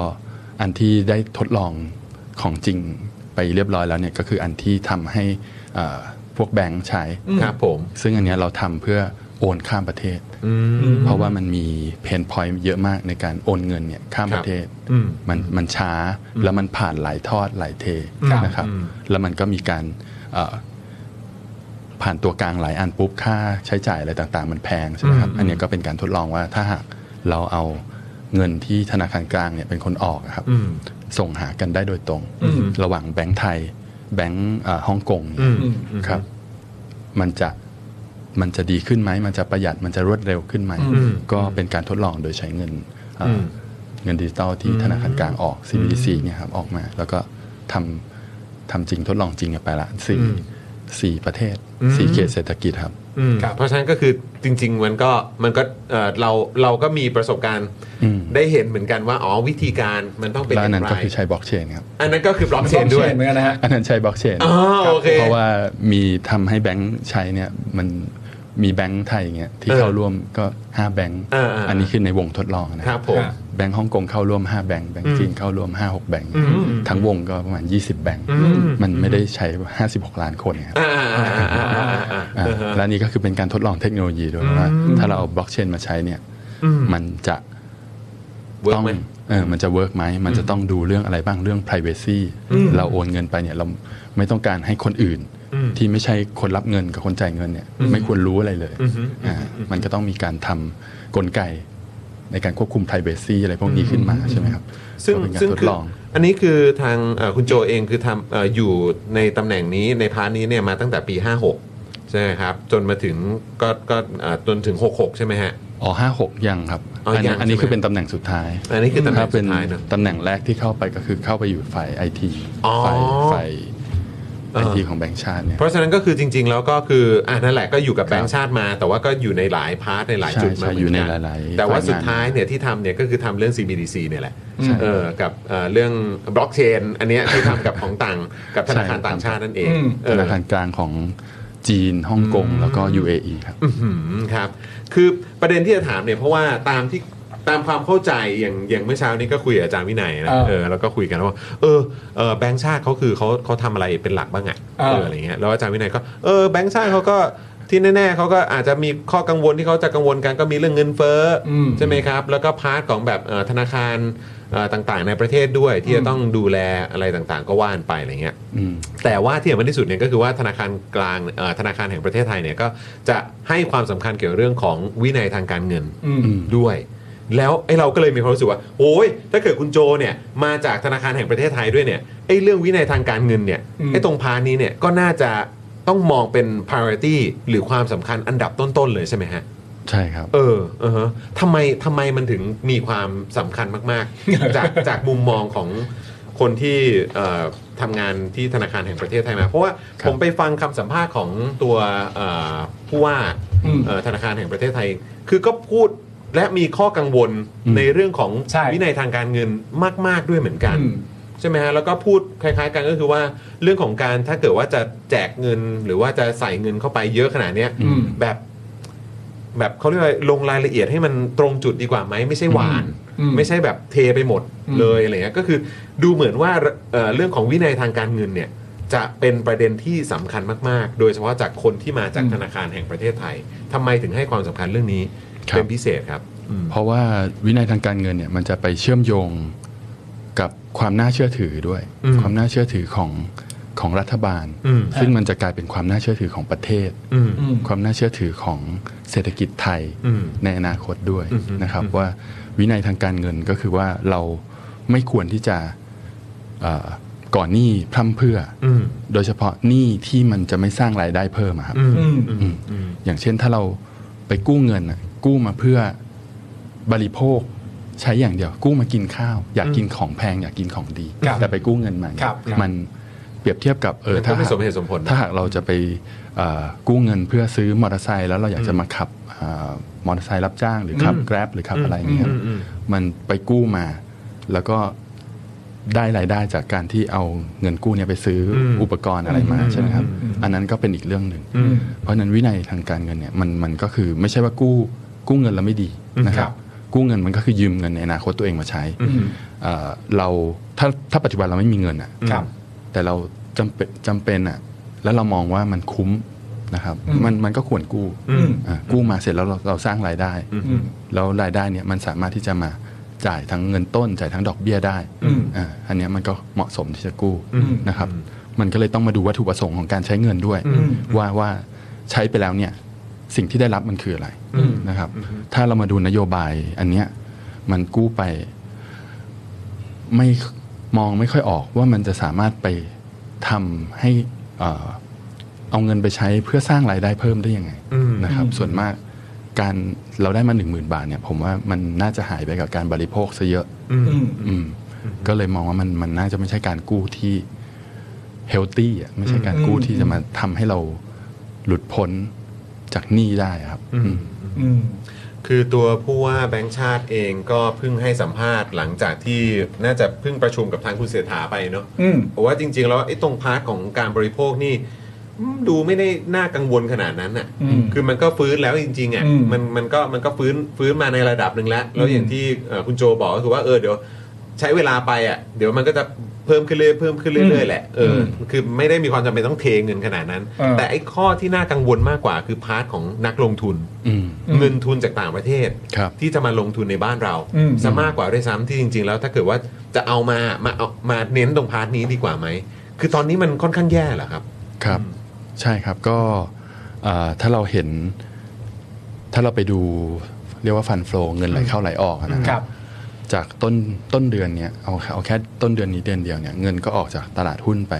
[SPEAKER 7] อันที่ได้ทดลองของจริงไปเรียบร้อยแล้วเนี่ยก็คืออันที่ทำให้อ่าพวกแบงค์ใช้
[SPEAKER 1] ครับผม
[SPEAKER 7] ซึ่งอันเนี้ยเราทำเพื่อโอนข้ามประเทศ
[SPEAKER 1] อืม
[SPEAKER 7] เพราะว่ามันมีเพนพอยต์เยอะมากในการโอนเงินเนี่ยข้าม
[SPEAKER 1] ค
[SPEAKER 7] ป
[SPEAKER 1] รับ
[SPEAKER 7] ระเทศ
[SPEAKER 1] อืม
[SPEAKER 7] มันมันช้าแล้วมันผ่านหลายทอดหลายเท
[SPEAKER 2] ครับ
[SPEAKER 7] นะครับ
[SPEAKER 1] อืม
[SPEAKER 7] แล้วมันก็มีการเอ่อผ่านตัวกลางหลายอันปุ๊บค่าใช้จ่ายอะไรต่างๆ มันแพงใช่ไหมครับ อันเนี้ยก็เป็นการทดลองว่าถ้าหากเราเอาเงินที่ธนาคารกลางเนี่ยเป็นคนออกอะครับ
[SPEAKER 1] อืม
[SPEAKER 7] ส่งหากันได้โดยตรง
[SPEAKER 1] อืม
[SPEAKER 7] ระหว่างแบงก์ไทย แบงก์เอ่อฮ่องกง
[SPEAKER 1] อืม
[SPEAKER 7] ครับ มันจะมันจะดีขึ้นไหม มันจะประหยัดมันจะรวดเร็วขึ้นไหม
[SPEAKER 1] อืม
[SPEAKER 7] ก็เป็นการทดลองโดยใช้เงินเอ่ออ
[SPEAKER 1] ม
[SPEAKER 7] เงินดิจิตอลที่ธนาคารกลางออก CBDC
[SPEAKER 1] อืม
[SPEAKER 7] เนี่ยครับออกมา แล้วก็ทำทำจริงทดลองจริงกันไปละสี่
[SPEAKER 1] อืม
[SPEAKER 7] สี่ประเทศ
[SPEAKER 1] อืม
[SPEAKER 7] สี่เขตเศรษฐกิจครับ
[SPEAKER 1] อืม
[SPEAKER 2] ครับ
[SPEAKER 1] เพราะฉะนั้นก็คือจริง ๆ มันก็มันก็เอ่อเราเราก็มีประสบการณ์
[SPEAKER 7] อืม
[SPEAKER 1] ได้เห็นเหมือนกันว่าอ๋อวิธีการมันต้องเป็น
[SPEAKER 7] แล้
[SPEAKER 1] อ
[SPEAKER 7] วอั
[SPEAKER 1] ย่า
[SPEAKER 7] นนั้
[SPEAKER 1] ง
[SPEAKER 7] น
[SPEAKER 1] ไร
[SPEAKER 7] ก็คือใช้บล็อกเชนครับ
[SPEAKER 1] อันนั้นก็คือบล็อกเชนด้วย
[SPEAKER 2] เหมือนกันนะฮะ
[SPEAKER 7] อันนั้นใช้บล็อกเชน
[SPEAKER 1] อ๋อโอเค
[SPEAKER 7] เพราะว่ามีทำให้แบงค์ใช้เนี่ยมัน มีแบงค์ไทยอย่างเงี้ยที่เข้าร่วมก็ 5 แบงค์
[SPEAKER 1] อ่าอ่า
[SPEAKER 7] อันนี้คือในวงทดลองนะครับ
[SPEAKER 1] ผม
[SPEAKER 7] แบงค์ฮ่องกงเข้าร่วม 5 แบงค์แบง
[SPEAKER 1] อื
[SPEAKER 7] ค์
[SPEAKER 1] ม
[SPEAKER 7] จีนเข้าร่วม 5 6 แบงค์
[SPEAKER 1] อืม
[SPEAKER 7] ทั้งวงก็ประมาณ 20 แบงค์
[SPEAKER 1] อืม
[SPEAKER 7] มันไม่ได้ใช้ 56 ล้านคนครับ
[SPEAKER 1] อ่าอ่าอ่าอ่าอ่าอ่า
[SPEAKER 7] อ่าและนี่ก็คือเป็นการทดลองเทคโนโลยีด้วย
[SPEAKER 1] อืม
[SPEAKER 7] ว่า ถ้าเราเอาบล็อกเชนมาใช้เนี่ย
[SPEAKER 1] อืม
[SPEAKER 7] มันจะต้องเออมันจะเวิร์กไหมมันจะต้องดูเรื่องอะไรบ้างเรื่อง p r i เวซี
[SPEAKER 1] อืม
[SPEAKER 7] เราโอนเงินไปเนี่ยเราไม่ต้องการให้คนอื่น
[SPEAKER 1] อืม
[SPEAKER 7] ที่ไม่ใช่คนรับเงินกับคนจ่ายเงินเนี่ย
[SPEAKER 1] อืม
[SPEAKER 7] ไม่ควรรู้อะไรเลย
[SPEAKER 1] อือฮึ
[SPEAKER 7] อ่ามันก็ต้องมีการทำกลไกในการควบคุม p r i เวซีอะไรพวกนี้ขึ้นมาใช่ไหมครับ
[SPEAKER 1] ซึ่ง
[SPEAKER 7] ก็เป็นการ
[SPEAKER 1] ซึ่ง
[SPEAKER 7] ทด
[SPEAKER 1] คือ
[SPEAKER 7] ลอง
[SPEAKER 1] อันนี้คือทางเอ่อคุณโจเองคือทำเอ่ออยู่ในตำแหน่งนี้ในพาร์ทนี้เนี่ยมาตั้งแต่ปี 56 ใช่ไหมครับ จนมาถึงก็ก็เอ่อจนถึง 66 ใช่ไหมฮะ
[SPEAKER 7] อ๋อห้าหกยังครับ
[SPEAKER 1] อ๋ออั
[SPEAKER 7] นนี้
[SPEAKER 1] ยัง
[SPEAKER 7] อันนี้
[SPEAKER 1] ใช่ไหม
[SPEAKER 7] คือเป็นตำแหน่งสุดท้าย
[SPEAKER 1] อันนี้คือตำแหน่ง
[SPEAKER 7] ถ้เป็
[SPEAKER 1] สุดท้ายเนอะ
[SPEAKER 7] ตำแหน่งแรกที่เข้าไปก็คือเข้าไปอยู่ฝ่ายไอที
[SPEAKER 1] อ๋อ
[SPEAKER 7] ฝ่ายฝ่าย
[SPEAKER 1] เอ
[SPEAKER 7] ไอ
[SPEAKER 1] อ
[SPEAKER 7] ทีของแบงค์ชาติเนี่ย
[SPEAKER 1] เพราะฉะนั้นก็คือจริง ๆ แล้วก็คืออ่านั่นแหละก็อยู่กับแบงค์ชาติมา แต่ว่าก็อยู่ในหลายพาร์ทในหลาย
[SPEAKER 7] ใช่
[SPEAKER 1] จุดมา
[SPEAKER 7] ใช่
[SPEAKER 1] เหมื
[SPEAKER 7] อ
[SPEAKER 1] อ
[SPEAKER 7] ยู่
[SPEAKER 1] น
[SPEAKER 7] ใน
[SPEAKER 1] กัน
[SPEAKER 7] หลายๆ
[SPEAKER 1] แต่ว่า
[SPEAKER 7] ฝ่ายงาน
[SPEAKER 1] สุดท้ายเนี่ยที่ทำเนี่ยก็คือทำเรื่อง CBDC เนี่ยแหละ
[SPEAKER 7] ใช่
[SPEAKER 1] เออกับเอ่อเรื่องบล็อกเชนอันเนี้ยที่ทำกับของต่างกับธนาคาร
[SPEAKER 7] ใช่
[SPEAKER 1] ต่างชาตินั่นเองเออ
[SPEAKER 7] ธนาคารกลางของจีนฮ่องกงแล้วก็ UAE ครับ
[SPEAKER 1] อื้อหือครับ คือประเด็นที่จะถามเนี่ยเพราะว่าตามที่ตามความเข้าใจอย่างอย่างเมื่อเช้านี้ก็คุยกับอาจารย์วินัยนะ
[SPEAKER 2] เออ
[SPEAKER 1] เออแล้วก็คุยกันว่าเออเออแบงค์ชาติเขาคือเขาเขาทำอะไรเป็นหลักบ้างอะ
[SPEAKER 2] เออ
[SPEAKER 1] เอออะไรเงี้ยแล้วอาจารย์วินัยก็เออแบงค์ชาติเขาก็ที่แน่ๆเขาก็อาจจะมีข้อกังวลที่เขาจะกังวลกันก็มีเรื่องเงินเฟ้ออใช่ไหมครับ แล้วก็พาร์ทของแบบเอ่อธนาคารเอ่อต่างๆ ในประเทศด้วยที่จะต้องดูแลอะไรต่างๆ ก็ว่านไปอะไรเงี้ย
[SPEAKER 7] อืม
[SPEAKER 1] แต่ว่าที่สำคัญที่สุดเนี่ยก็คือว่าธนาคารกลางเอ่อธนาคารแห่งประเทศไทยเนี่ยก็จะให้ความสำคัญเกี่ยวกับเรื่องของวินัยทางการเงิน
[SPEAKER 2] อืม
[SPEAKER 1] ด้วย แล้วไอ้เราก็เลยมีความรู้สึกว่าโอ้ยถ้าเกิดคุณโจเนี่ยมาจากธนาคารแห่งประเทศไทยด้วยเนี่ยไอ้เรื่องวินัยทางการเงินเนี่ย
[SPEAKER 2] อืม
[SPEAKER 1] ไอ้ตรงพาร์ทนี้เนี่ยก็น่าจะต้องมองเป็น priority หรือความสำคัญอันดับต้นๆเลยใช่ไหมฮะ
[SPEAKER 7] ใช่ครับ
[SPEAKER 1] เออเออฮะทำไมทำไมมันถึงมีความสำคัญมาก ๆ จากจากมุมมองของคนที่เอ่อทำงานที่ธนาคารแห่งประเทศไทยมา เพราะว่า
[SPEAKER 7] ครั
[SPEAKER 1] ผ
[SPEAKER 7] บ
[SPEAKER 1] มไปฟังคำสัมภาษณ์ของตัวเอ่อผู้ว่า
[SPEAKER 2] อืม
[SPEAKER 1] เอ่อธนาคารแห่งประเทศไทย คือก็พูดและมีข้อกังวลในเรื่องของ
[SPEAKER 2] ใช่
[SPEAKER 1] วินัยทางการเงินมาก ๆ ด้วยเหมือนกัน
[SPEAKER 2] อืม
[SPEAKER 1] ใช่ไหมฮะแล้วก็พูดคล้ายๆกันก็คือว่าเรื่องของการถ้าเกิดว่าจะแจกเงินหรือว่าจะใส่เงินเข้าไปเยอะขนาดเนี้ย
[SPEAKER 2] อืม
[SPEAKER 1] แบบ แบบเขาเรียกว่าลงรายละเอียดให้มันตรงจุดดีกว่าไหมไม่ใช่หวาน
[SPEAKER 2] อืม
[SPEAKER 1] ไม่ใช่แบบเทไปหมด
[SPEAKER 2] อืม
[SPEAKER 1] เลยอะไรเงี้ยก็คือดูเหมือนว่าเอ่อเรื่องของวินัยทางการเงินเนี่ย จะเป็นประเด็นที่สำคัญมากๆ โดยเฉพาะจากคนที่มาจากธนาคารแห่งประเทศไทยทำไมถึงให้ความสำคัญเรื่องนี้
[SPEAKER 7] ครับ
[SPEAKER 1] เป็นพิเศษครับ
[SPEAKER 7] เพราะว่าวินัยทางการเงินเนี่ยมันจะไปเชื่อมโยงกับความน่าเชื่อถือด้วย
[SPEAKER 1] อืม
[SPEAKER 7] ความน่าเชื่อถือของของรัฐบาล
[SPEAKER 1] อืม
[SPEAKER 7] ซึ่งมันจะกลายเป็นความน่าเชื่อถือของประเทศ
[SPEAKER 1] อืม
[SPEAKER 2] อืม
[SPEAKER 7] ความน่าเชื่อถือของเศรษฐกิจไทย
[SPEAKER 1] อืม
[SPEAKER 7] ในอนาคตด้วย
[SPEAKER 1] อือฮึ
[SPEAKER 7] นะครับ
[SPEAKER 1] อือฮึ
[SPEAKER 7] ว่าวินัยทางการเงินก็คือว่าเราไม่ควรที่จะเอ่อก่อนหนี้พร่ำเพื่ออ
[SPEAKER 1] อืม
[SPEAKER 7] โดยเฉพาะหนี้ที่มันจะไม่สร้างรายได้เพิ่มอะครับ
[SPEAKER 1] อืม
[SPEAKER 2] อืม
[SPEAKER 1] อืมอืม
[SPEAKER 7] อย่างเช่นถ้าเราไปกู้เงินน่ะกู้มาเพื่อบริโภคใช้อย่างเดียว กู้มากินข้าว อยากกินของแพงอยากกินของดี
[SPEAKER 2] ครับ
[SPEAKER 7] แต่ไปกู้เงินมาเนี่ย
[SPEAKER 2] ครับครับ
[SPEAKER 7] มันเปรียบเทียบกับเออ
[SPEAKER 1] มันก็
[SPEAKER 7] ถ้า
[SPEAKER 1] ไม่
[SPEAKER 7] หาก
[SPEAKER 1] สมเหตุสมผลนะ
[SPEAKER 7] ถ้าหากเราจะไปเอ่อกู้เงินเพื่อซื้อมอเตอร์ไซค์แล้วเราอยากจะมาขับเอ่อมอเตอร์ไซค์รับจ้างหรือขับ
[SPEAKER 1] อืม
[SPEAKER 7] แกร็บหรือขับ
[SPEAKER 1] อืม
[SPEAKER 7] อะไรอย่างเงี้ย
[SPEAKER 1] อืมอืม
[SPEAKER 7] มันไปกู้มา แล้วก็ได้รายได้จากการที่เอาเงินกู้เนี่ยไปซื้ออ
[SPEAKER 1] ม
[SPEAKER 7] อุปกรณ์อะไรมาใช่ไหมครับ อันนั้นก็เป็นอีกเรื่องหนึ่ง
[SPEAKER 1] อืม
[SPEAKER 7] เพราะฉะนั้นวินัยทางการเงินเนี่ยมันมันก็คือไม่ใช่ว่ากู้กู้เงินแล้วไม่ดีนะค
[SPEAKER 2] ค
[SPEAKER 7] รั
[SPEAKER 2] รับ บ
[SPEAKER 7] กู้เงินมันก็คือยืมเงินในอนาคตตัวเองมาใช้เอ่อเราถ้าถ้าปัจจุบันเราไม่มีเงินอ่ะ
[SPEAKER 2] ครับ
[SPEAKER 7] แต่เราจำเป็นจำเป็นอ่ะแล้วเรามองว่ามันคุ้มนะครับ
[SPEAKER 2] อืม
[SPEAKER 7] มันมันก็ควรกู้
[SPEAKER 2] อืม
[SPEAKER 7] อ่ะกู้มาเสร็จแล้วเราเราสร้างรายได้
[SPEAKER 1] อืม
[SPEAKER 2] อืม
[SPEAKER 7] แล้วรายได้เนี่ยมันสามารถที่จะมาจ่ายทั้งเงินต้นจ่ายทั้งดอกเบี้ยได้
[SPEAKER 2] อืม
[SPEAKER 7] อ่ะอันเนี้ยมันก็เหมาะสมที่จะกู้
[SPEAKER 2] อืม
[SPEAKER 7] นะครับ มันก็เลยต้องมาดูวัตถุประสงค์ของการใช้เงินด้วย
[SPEAKER 2] อืม
[SPEAKER 7] ว่าว่าใช้ไปแล้วเนี่ยสิ่งที่ได้รับมันคืออะไร
[SPEAKER 1] อืม
[SPEAKER 7] นะครับ ถ้าเรามาดูนโยบายอันเนี้ยมันกู้ไป ไม่มองไม่ค่อยออกว่ามันจะสามารถไปทำให้เอ่อเอาเงินไปใช้เพื่อสร้างรายได้เพิ่มได้ยังไง
[SPEAKER 1] อืม
[SPEAKER 7] นะครับ
[SPEAKER 2] อืม
[SPEAKER 7] ส่วนมากการเราได้มาหนึ่งหมื่นบาทเนี่ย ผมว่ามันน่าจะหายไปกับการบริโภคซะเยอะ
[SPEAKER 1] อืม
[SPEAKER 2] อืม
[SPEAKER 7] อืมก็เลยมองว่ามันมันน่าจะไม่ใช่การกู้ที่เฮลตี้อ่ะไม่ใช่การกู้
[SPEAKER 2] อืม
[SPEAKER 7] ที่จะมาทำให้เราหลุดพ้นจากหนี้ได้ครับ
[SPEAKER 1] อืม
[SPEAKER 2] อืม
[SPEAKER 1] คือตัวผู้ว่าแบงค์ชาติเองก็เพิ่งให้สัมภาษณ์หลังจากที่น่าจะเพิ่งประชุมกับทางคุณเสถาไปเนาะ
[SPEAKER 2] อืม
[SPEAKER 1] ว่าจริงๆ แล้วไอ้ตรงพาร์ทของการบริโภคนี่ ดูไม่ได้น่ากังวลขนาดนั้นอ่ะ
[SPEAKER 2] อืม
[SPEAKER 1] คือมันก็ฟื้นแล้วจริงๆอ่ะ
[SPEAKER 2] อืม
[SPEAKER 1] มันมันก็มันก็ฟื้นฟื้นมาในระดับหนึ่งแล้ว แล้ว
[SPEAKER 2] อืม
[SPEAKER 1] อย่างที่เอ่อคุณโจบอกก็คือว่าเออเดี๋ยวใช้เวลาไปอ่ะเดี๋ยวมันก็จะเพิ่มขึ้นเรื่อยเพิ่มขึ้นเรื่อยๆแหละเอออคือไม่ได้มีความจำเป็นต้องเทเงินขนาดนั้น
[SPEAKER 2] เออ
[SPEAKER 1] แต่ไอ้ข้อที่น่ากังวลมากกว่าคือพาร์ทของนักลงทุน
[SPEAKER 7] อืม
[SPEAKER 1] เงินทุนจากต่างประเทศ
[SPEAKER 7] ครับ
[SPEAKER 1] ที่จะมาลงทุนในบ้านเรา
[SPEAKER 2] อืม
[SPEAKER 1] ซะมากกว่าด้วยซ้ำที่จริง ๆ แล้วถ้าเกิดว่าจะเอามามาเอามาเน้นตรงพาร์ทนี้ดีกว่าไหม คือตอนนี้มันค่อนข้างแย่เหรอครับ
[SPEAKER 7] ครับ ใช่ครับก็อ่าถ้าเราเห็น ถ้าเราไปดูเรียกว่าฟันโฟลเงินไหลเข้าไหลออกนะ
[SPEAKER 2] ค
[SPEAKER 7] ค
[SPEAKER 2] รั
[SPEAKER 7] รับ บ จากต้นต้นเดือนเนี้ยเอาเอาแค่ต้นเดือนนี้เดือนเดียวเนี่ยเงินก็ออกจากตลาดหุ้นไป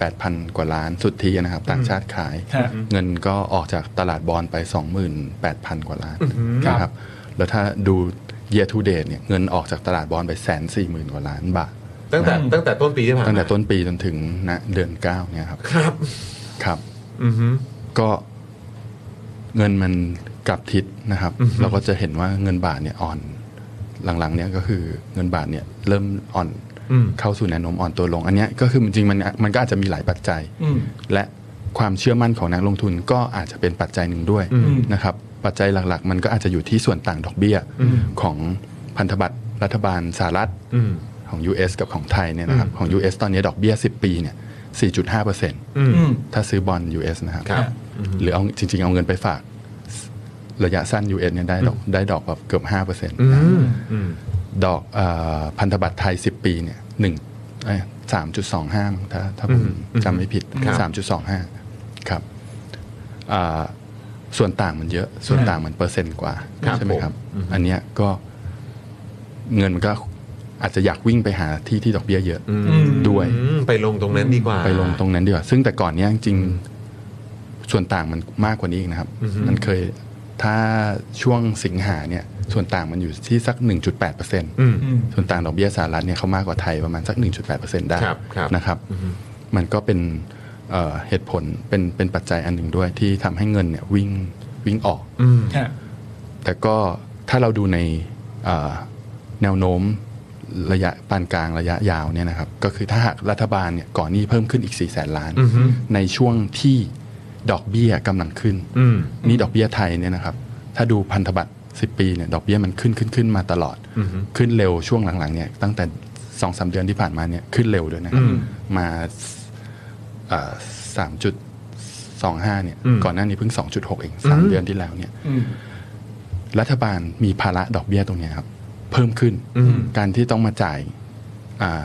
[SPEAKER 7] 18,000 กว่าล้านสุทธินะครับ ต่างชาติขาย
[SPEAKER 2] ฮะ
[SPEAKER 7] เงินก็ออกจากตลาดบอลไป 28,000 กว่าล้าน
[SPEAKER 2] ครับ
[SPEAKER 7] นะครับ แล้วถ้าดู year to date เนี่ยเงินออกจากตลาดบอลไปแสนสี่หมื่นกว่าล้านบาท
[SPEAKER 1] ตั้งแต่
[SPEAKER 2] อืม
[SPEAKER 1] ตั้งแต่ต้นปีที่ผ่านมา
[SPEAKER 7] ตั้งแต่ต้นปีจนถึงณเดือนเก้าเนี่ยครับ
[SPEAKER 1] ครับ
[SPEAKER 7] ครับ
[SPEAKER 1] อือฮึ
[SPEAKER 7] ก็เงินมันกลับทิศนะครับ
[SPEAKER 1] อือฮึ
[SPEAKER 7] เราก็จะเห็นว่าเงินบาทเนี่ยอ่อนหลังๆ เนี่ยก็คือเงินบาทเนี่ยเริ่มอ่อน
[SPEAKER 1] อืม
[SPEAKER 7] เข้าสู่แนวโน้มอ่อนตัวลง อันเนี้ยก็คือจริงๆมันมันก็อาจจะมีหลายปัจจัย
[SPEAKER 2] อืม
[SPEAKER 7] และความเชื่อมั่นของนักลงทุนก็อาจจะเป็นปัจจัยหนึ่งด้วย
[SPEAKER 1] อืม
[SPEAKER 7] นะครับ ปัจจัยหลักๆ มันก็อาจจะอยู่ที่ส่วนต่างดอกเบี้ย
[SPEAKER 1] อืม
[SPEAKER 7] ของพันธบัตรรัฐบาลสหรัฐ
[SPEAKER 1] อืม
[SPEAKER 7] ของ US กับของไทยเนี่ยนะครับ
[SPEAKER 1] อืม
[SPEAKER 7] ของ US ตอนนี้ดอกเบี้ย 10 ปีเนี่ย4.5%
[SPEAKER 1] อืม
[SPEAKER 2] อืม
[SPEAKER 7] ถ้าซื้อบอล US นะครับ
[SPEAKER 1] ครับ
[SPEAKER 7] หรือเอาจริง ๆ เอาเงินไปฝาก ระยะสั้น US เนี่ยได้ดอกได้ดอกแบบเกือบ5%
[SPEAKER 1] อื
[SPEAKER 7] นะ
[SPEAKER 1] มอืม
[SPEAKER 7] ดอกเออพันธบัตรไทย 10 ปีเนี่ย1เอ้ย3.25 ถ้าถ้าผม
[SPEAKER 1] อืม
[SPEAKER 7] จำไม่ผิด
[SPEAKER 1] ครับ
[SPEAKER 7] 3.25 ครับอ่าส่วนต่างมันเยอะ ส่วนต่างมันเปอร์เซ็นต์กว่า
[SPEAKER 1] ครับ
[SPEAKER 7] ใช่ไหมครับ
[SPEAKER 1] ผมอืม
[SPEAKER 7] อันเนี้ยก็เงินมันก็อาจจะอยากวิ่งไปหาที่ที่ดอกเบี้ยเยอะ
[SPEAKER 1] อืม
[SPEAKER 7] ด้วย
[SPEAKER 1] อืมไปลงตรงนั้นดีกว่า
[SPEAKER 7] ไปลงตรงนั้นดีกว่า ซึ่งแต่ก่อนเนี้ยจริงๆส่วนต่างมันมากกว่านี้อีกนะครับ
[SPEAKER 1] อือฮึ
[SPEAKER 7] มันเคยถ้าช่วงสิงหาเนี่ย ส่วนต่างมันอยู่ที่สัก 1.8%
[SPEAKER 1] อืม
[SPEAKER 2] อืม
[SPEAKER 7] ส่วนต่างดอกเบี้ยสหรัฐเนี่ยเขามากกว่าไทยประมาณสัก 1.8%ได้
[SPEAKER 1] ครับครับ
[SPEAKER 7] นะครับ
[SPEAKER 1] อืม
[SPEAKER 7] มันก็เป็นเอ่อเหตุผลเป็นเป็นปัจจัยอันหนึ่งด้วยที่ทำให้เงินเนี่ยวิ่งวิ่งออก
[SPEAKER 1] อืม
[SPEAKER 2] ฮะ
[SPEAKER 7] แต่ก็ถ้าเราดูในเอ่อแนวโน้มระยะปานกลางระยะยาวเนี่ยนะครับ ก็คือถ้าหากรัฐบาลเนี่ยก่อนหนี้เพิ่มขึ้นอีก 4 0 0แสนล้าน
[SPEAKER 1] อือฮึ
[SPEAKER 7] ในช่วงที่ดอกเบี้ยกำลังขึ้น
[SPEAKER 1] อืม
[SPEAKER 7] นี่ดอกเบี้ยไทยเนี่ยนะครับ ถ้าดูพันธบัตร10 ปีเนี่ยดอกเบี้ยมันขึ้นขึ้นขึ้นมาตลอด
[SPEAKER 1] อือฮึ
[SPEAKER 7] ขึ้นเร็วช่วงหลังๆเนี่ยตั้งแต่สองสามเดือนที่ผ่านมาเนี่ยขึ้นเร็วด้วยนะครับ
[SPEAKER 1] อืม
[SPEAKER 7] มาสามจุดสองห้าเนี่ย
[SPEAKER 1] อืม
[SPEAKER 7] ก่อนหน้านี้เพิ่ง 2.6เองสามเดือนที่แล้วเนี่ย
[SPEAKER 2] อืม
[SPEAKER 7] รัฐบาลมีภาระดอกเบี้ยตรงเนี้ยครับ เพิ่มขึ้น
[SPEAKER 1] อืม
[SPEAKER 7] การที่ต้องมาจ่ายอ่า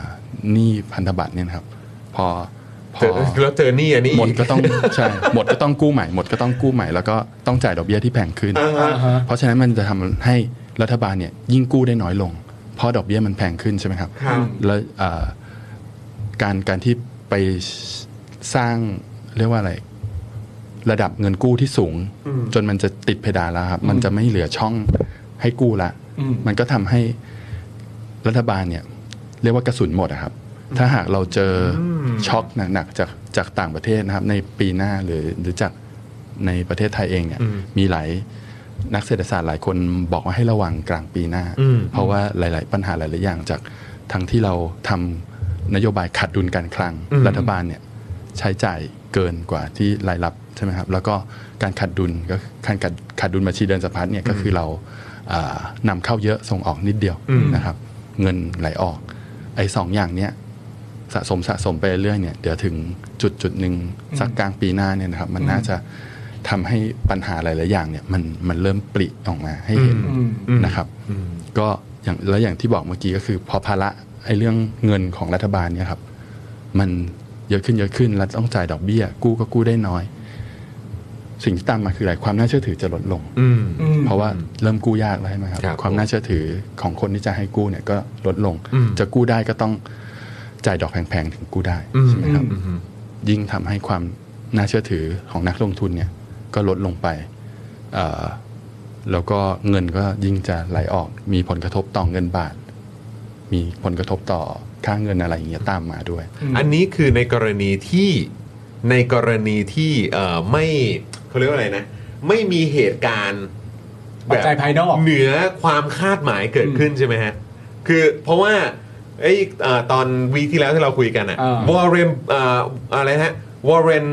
[SPEAKER 7] หนี้พันธบัตรเนี่ยนะครับ พอพ
[SPEAKER 1] เจอแล้วเจอนี่อันนี้
[SPEAKER 7] หมด
[SPEAKER 1] อีก
[SPEAKER 7] ก็ต้อง ใช่หมดก็ต้องกู้ใหม่หมดก็ต้องกู้ใหม่แล้วก็ต้องจ่ายดอกเบี้ยที่แพงขึ้น
[SPEAKER 1] อ่าฮะ
[SPEAKER 2] อ่าฮะ
[SPEAKER 7] เพราะฉะนั้นมันจะทำให้รัฐบาลเนี่ยยิ่งกู้ได้น้อยลง เพราะดอกเบี้ยมันแพงขึ้นใช่ไหมครับ
[SPEAKER 1] ครับ
[SPEAKER 7] แล้วเอ่อการการที่ไปสร้างเรียกว่าอะไร ระดับเงินกู้ที่สูง
[SPEAKER 1] อืม
[SPEAKER 7] จนมันจะติดเพดานแล้วครับ มันจะไม่เหลือช่องให้กู้ละ
[SPEAKER 2] อืม
[SPEAKER 7] มันก็ทำให้รัฐบาลเนี่ย เรียกว่ากระสุนหมดอะครับ ถ้าหากเราเจออช็อคหนักๆจากจากต่างประเทศนะครับ ในปีหน้าหรือหรือจากในประเทศไทยเองเนี่ยมีหลายนักเศรษฐศาสตร์หลายคนบอกว่าให้ระวังกลางปีหน้า
[SPEAKER 1] อืม
[SPEAKER 7] เพราะว่าหลาย ๆ ปัญหาหลายๆอย่างจากทั้งที่เราทำนโยบายขาดดุลการคลัง รัฐบาลเนี่ยใช้จ่ายเกินกว่าที่รายรับใช่ไหมครับ แล้วก็การขาดดุลก็การขาดขาดดุลบัญชีเดินสะพัดเนี่ยก็คือเราอ่านำเข้าเยอะส่งออกนิดเดียวนะครับ เงินไหลออก ไอ้สองอย่างเนี้ยสะสมสะสมไปเรื่อยๆเนี่ยเดี๋ยวถึงจุดจุดหนึ่งสักกลางปีหน้าเนี่ยนะครับ มันน่าจะทำให้ปัญหาหลายๆอย่างเนี่ยมันมันเริ่มปริออกมาให้เห็น
[SPEAKER 2] อืม
[SPEAKER 7] นะครับก็อย่างแล้วอย่างที่บอกเมื่อกี้ก็คือ พอภาระไอ้เรื่องเงินของรัฐบาลเนี่ยครับ มันเยอะขึ้นเยอะขึ้นแล้วต้องจ่ายดอกเบี้ย กู้ก็กู้ได้น้อย สิ่งที่ตามมาคืออะไรความน่าเชื่อถือจะลดลง
[SPEAKER 1] อืม
[SPEAKER 2] อืม
[SPEAKER 7] เพราะว่าเริ่มกู้ยากแล้วใช่ไหมครับ
[SPEAKER 1] ครับ
[SPEAKER 7] ความน่าเชื่อถือของคนที่จะให้กู้เนี่ยก็ลดลง
[SPEAKER 1] อืม
[SPEAKER 7] จะกู้ได้ก็ต้องจ่ายดอกแพงๆถึงกู้ได้ใช่ไหมครับ
[SPEAKER 1] อืม
[SPEAKER 7] ยิ่งทำให้ความน่าเชื่อถือของนักลงทุนเนี่ย ก็ลดลงไปเอ่อแล้วก็เงินก็ยิ่งจะไหลออก มีผลกระทบต่อเงินบาท มีผลกระทบต่อค่าเงินอะไรอย่างเงี้ยตามมาด้วย
[SPEAKER 1] อันนี้คือในกรณีที่ในกรณีที่เอ่อไม่เขาเรียกว่าอะไรนะ ไม่มีเหตุการณ์
[SPEAKER 2] ปัจจัยภายนอก
[SPEAKER 1] เหนือความคาดหมายเกิดขึ้นใช่ไหมฮะ คือเพราะว่าไอ้เอ่อตอนวีคที่แล้วที่เราคุยกันอะ
[SPEAKER 2] อ่าว
[SPEAKER 1] อร์เรนอะไรฮะวอร์เรน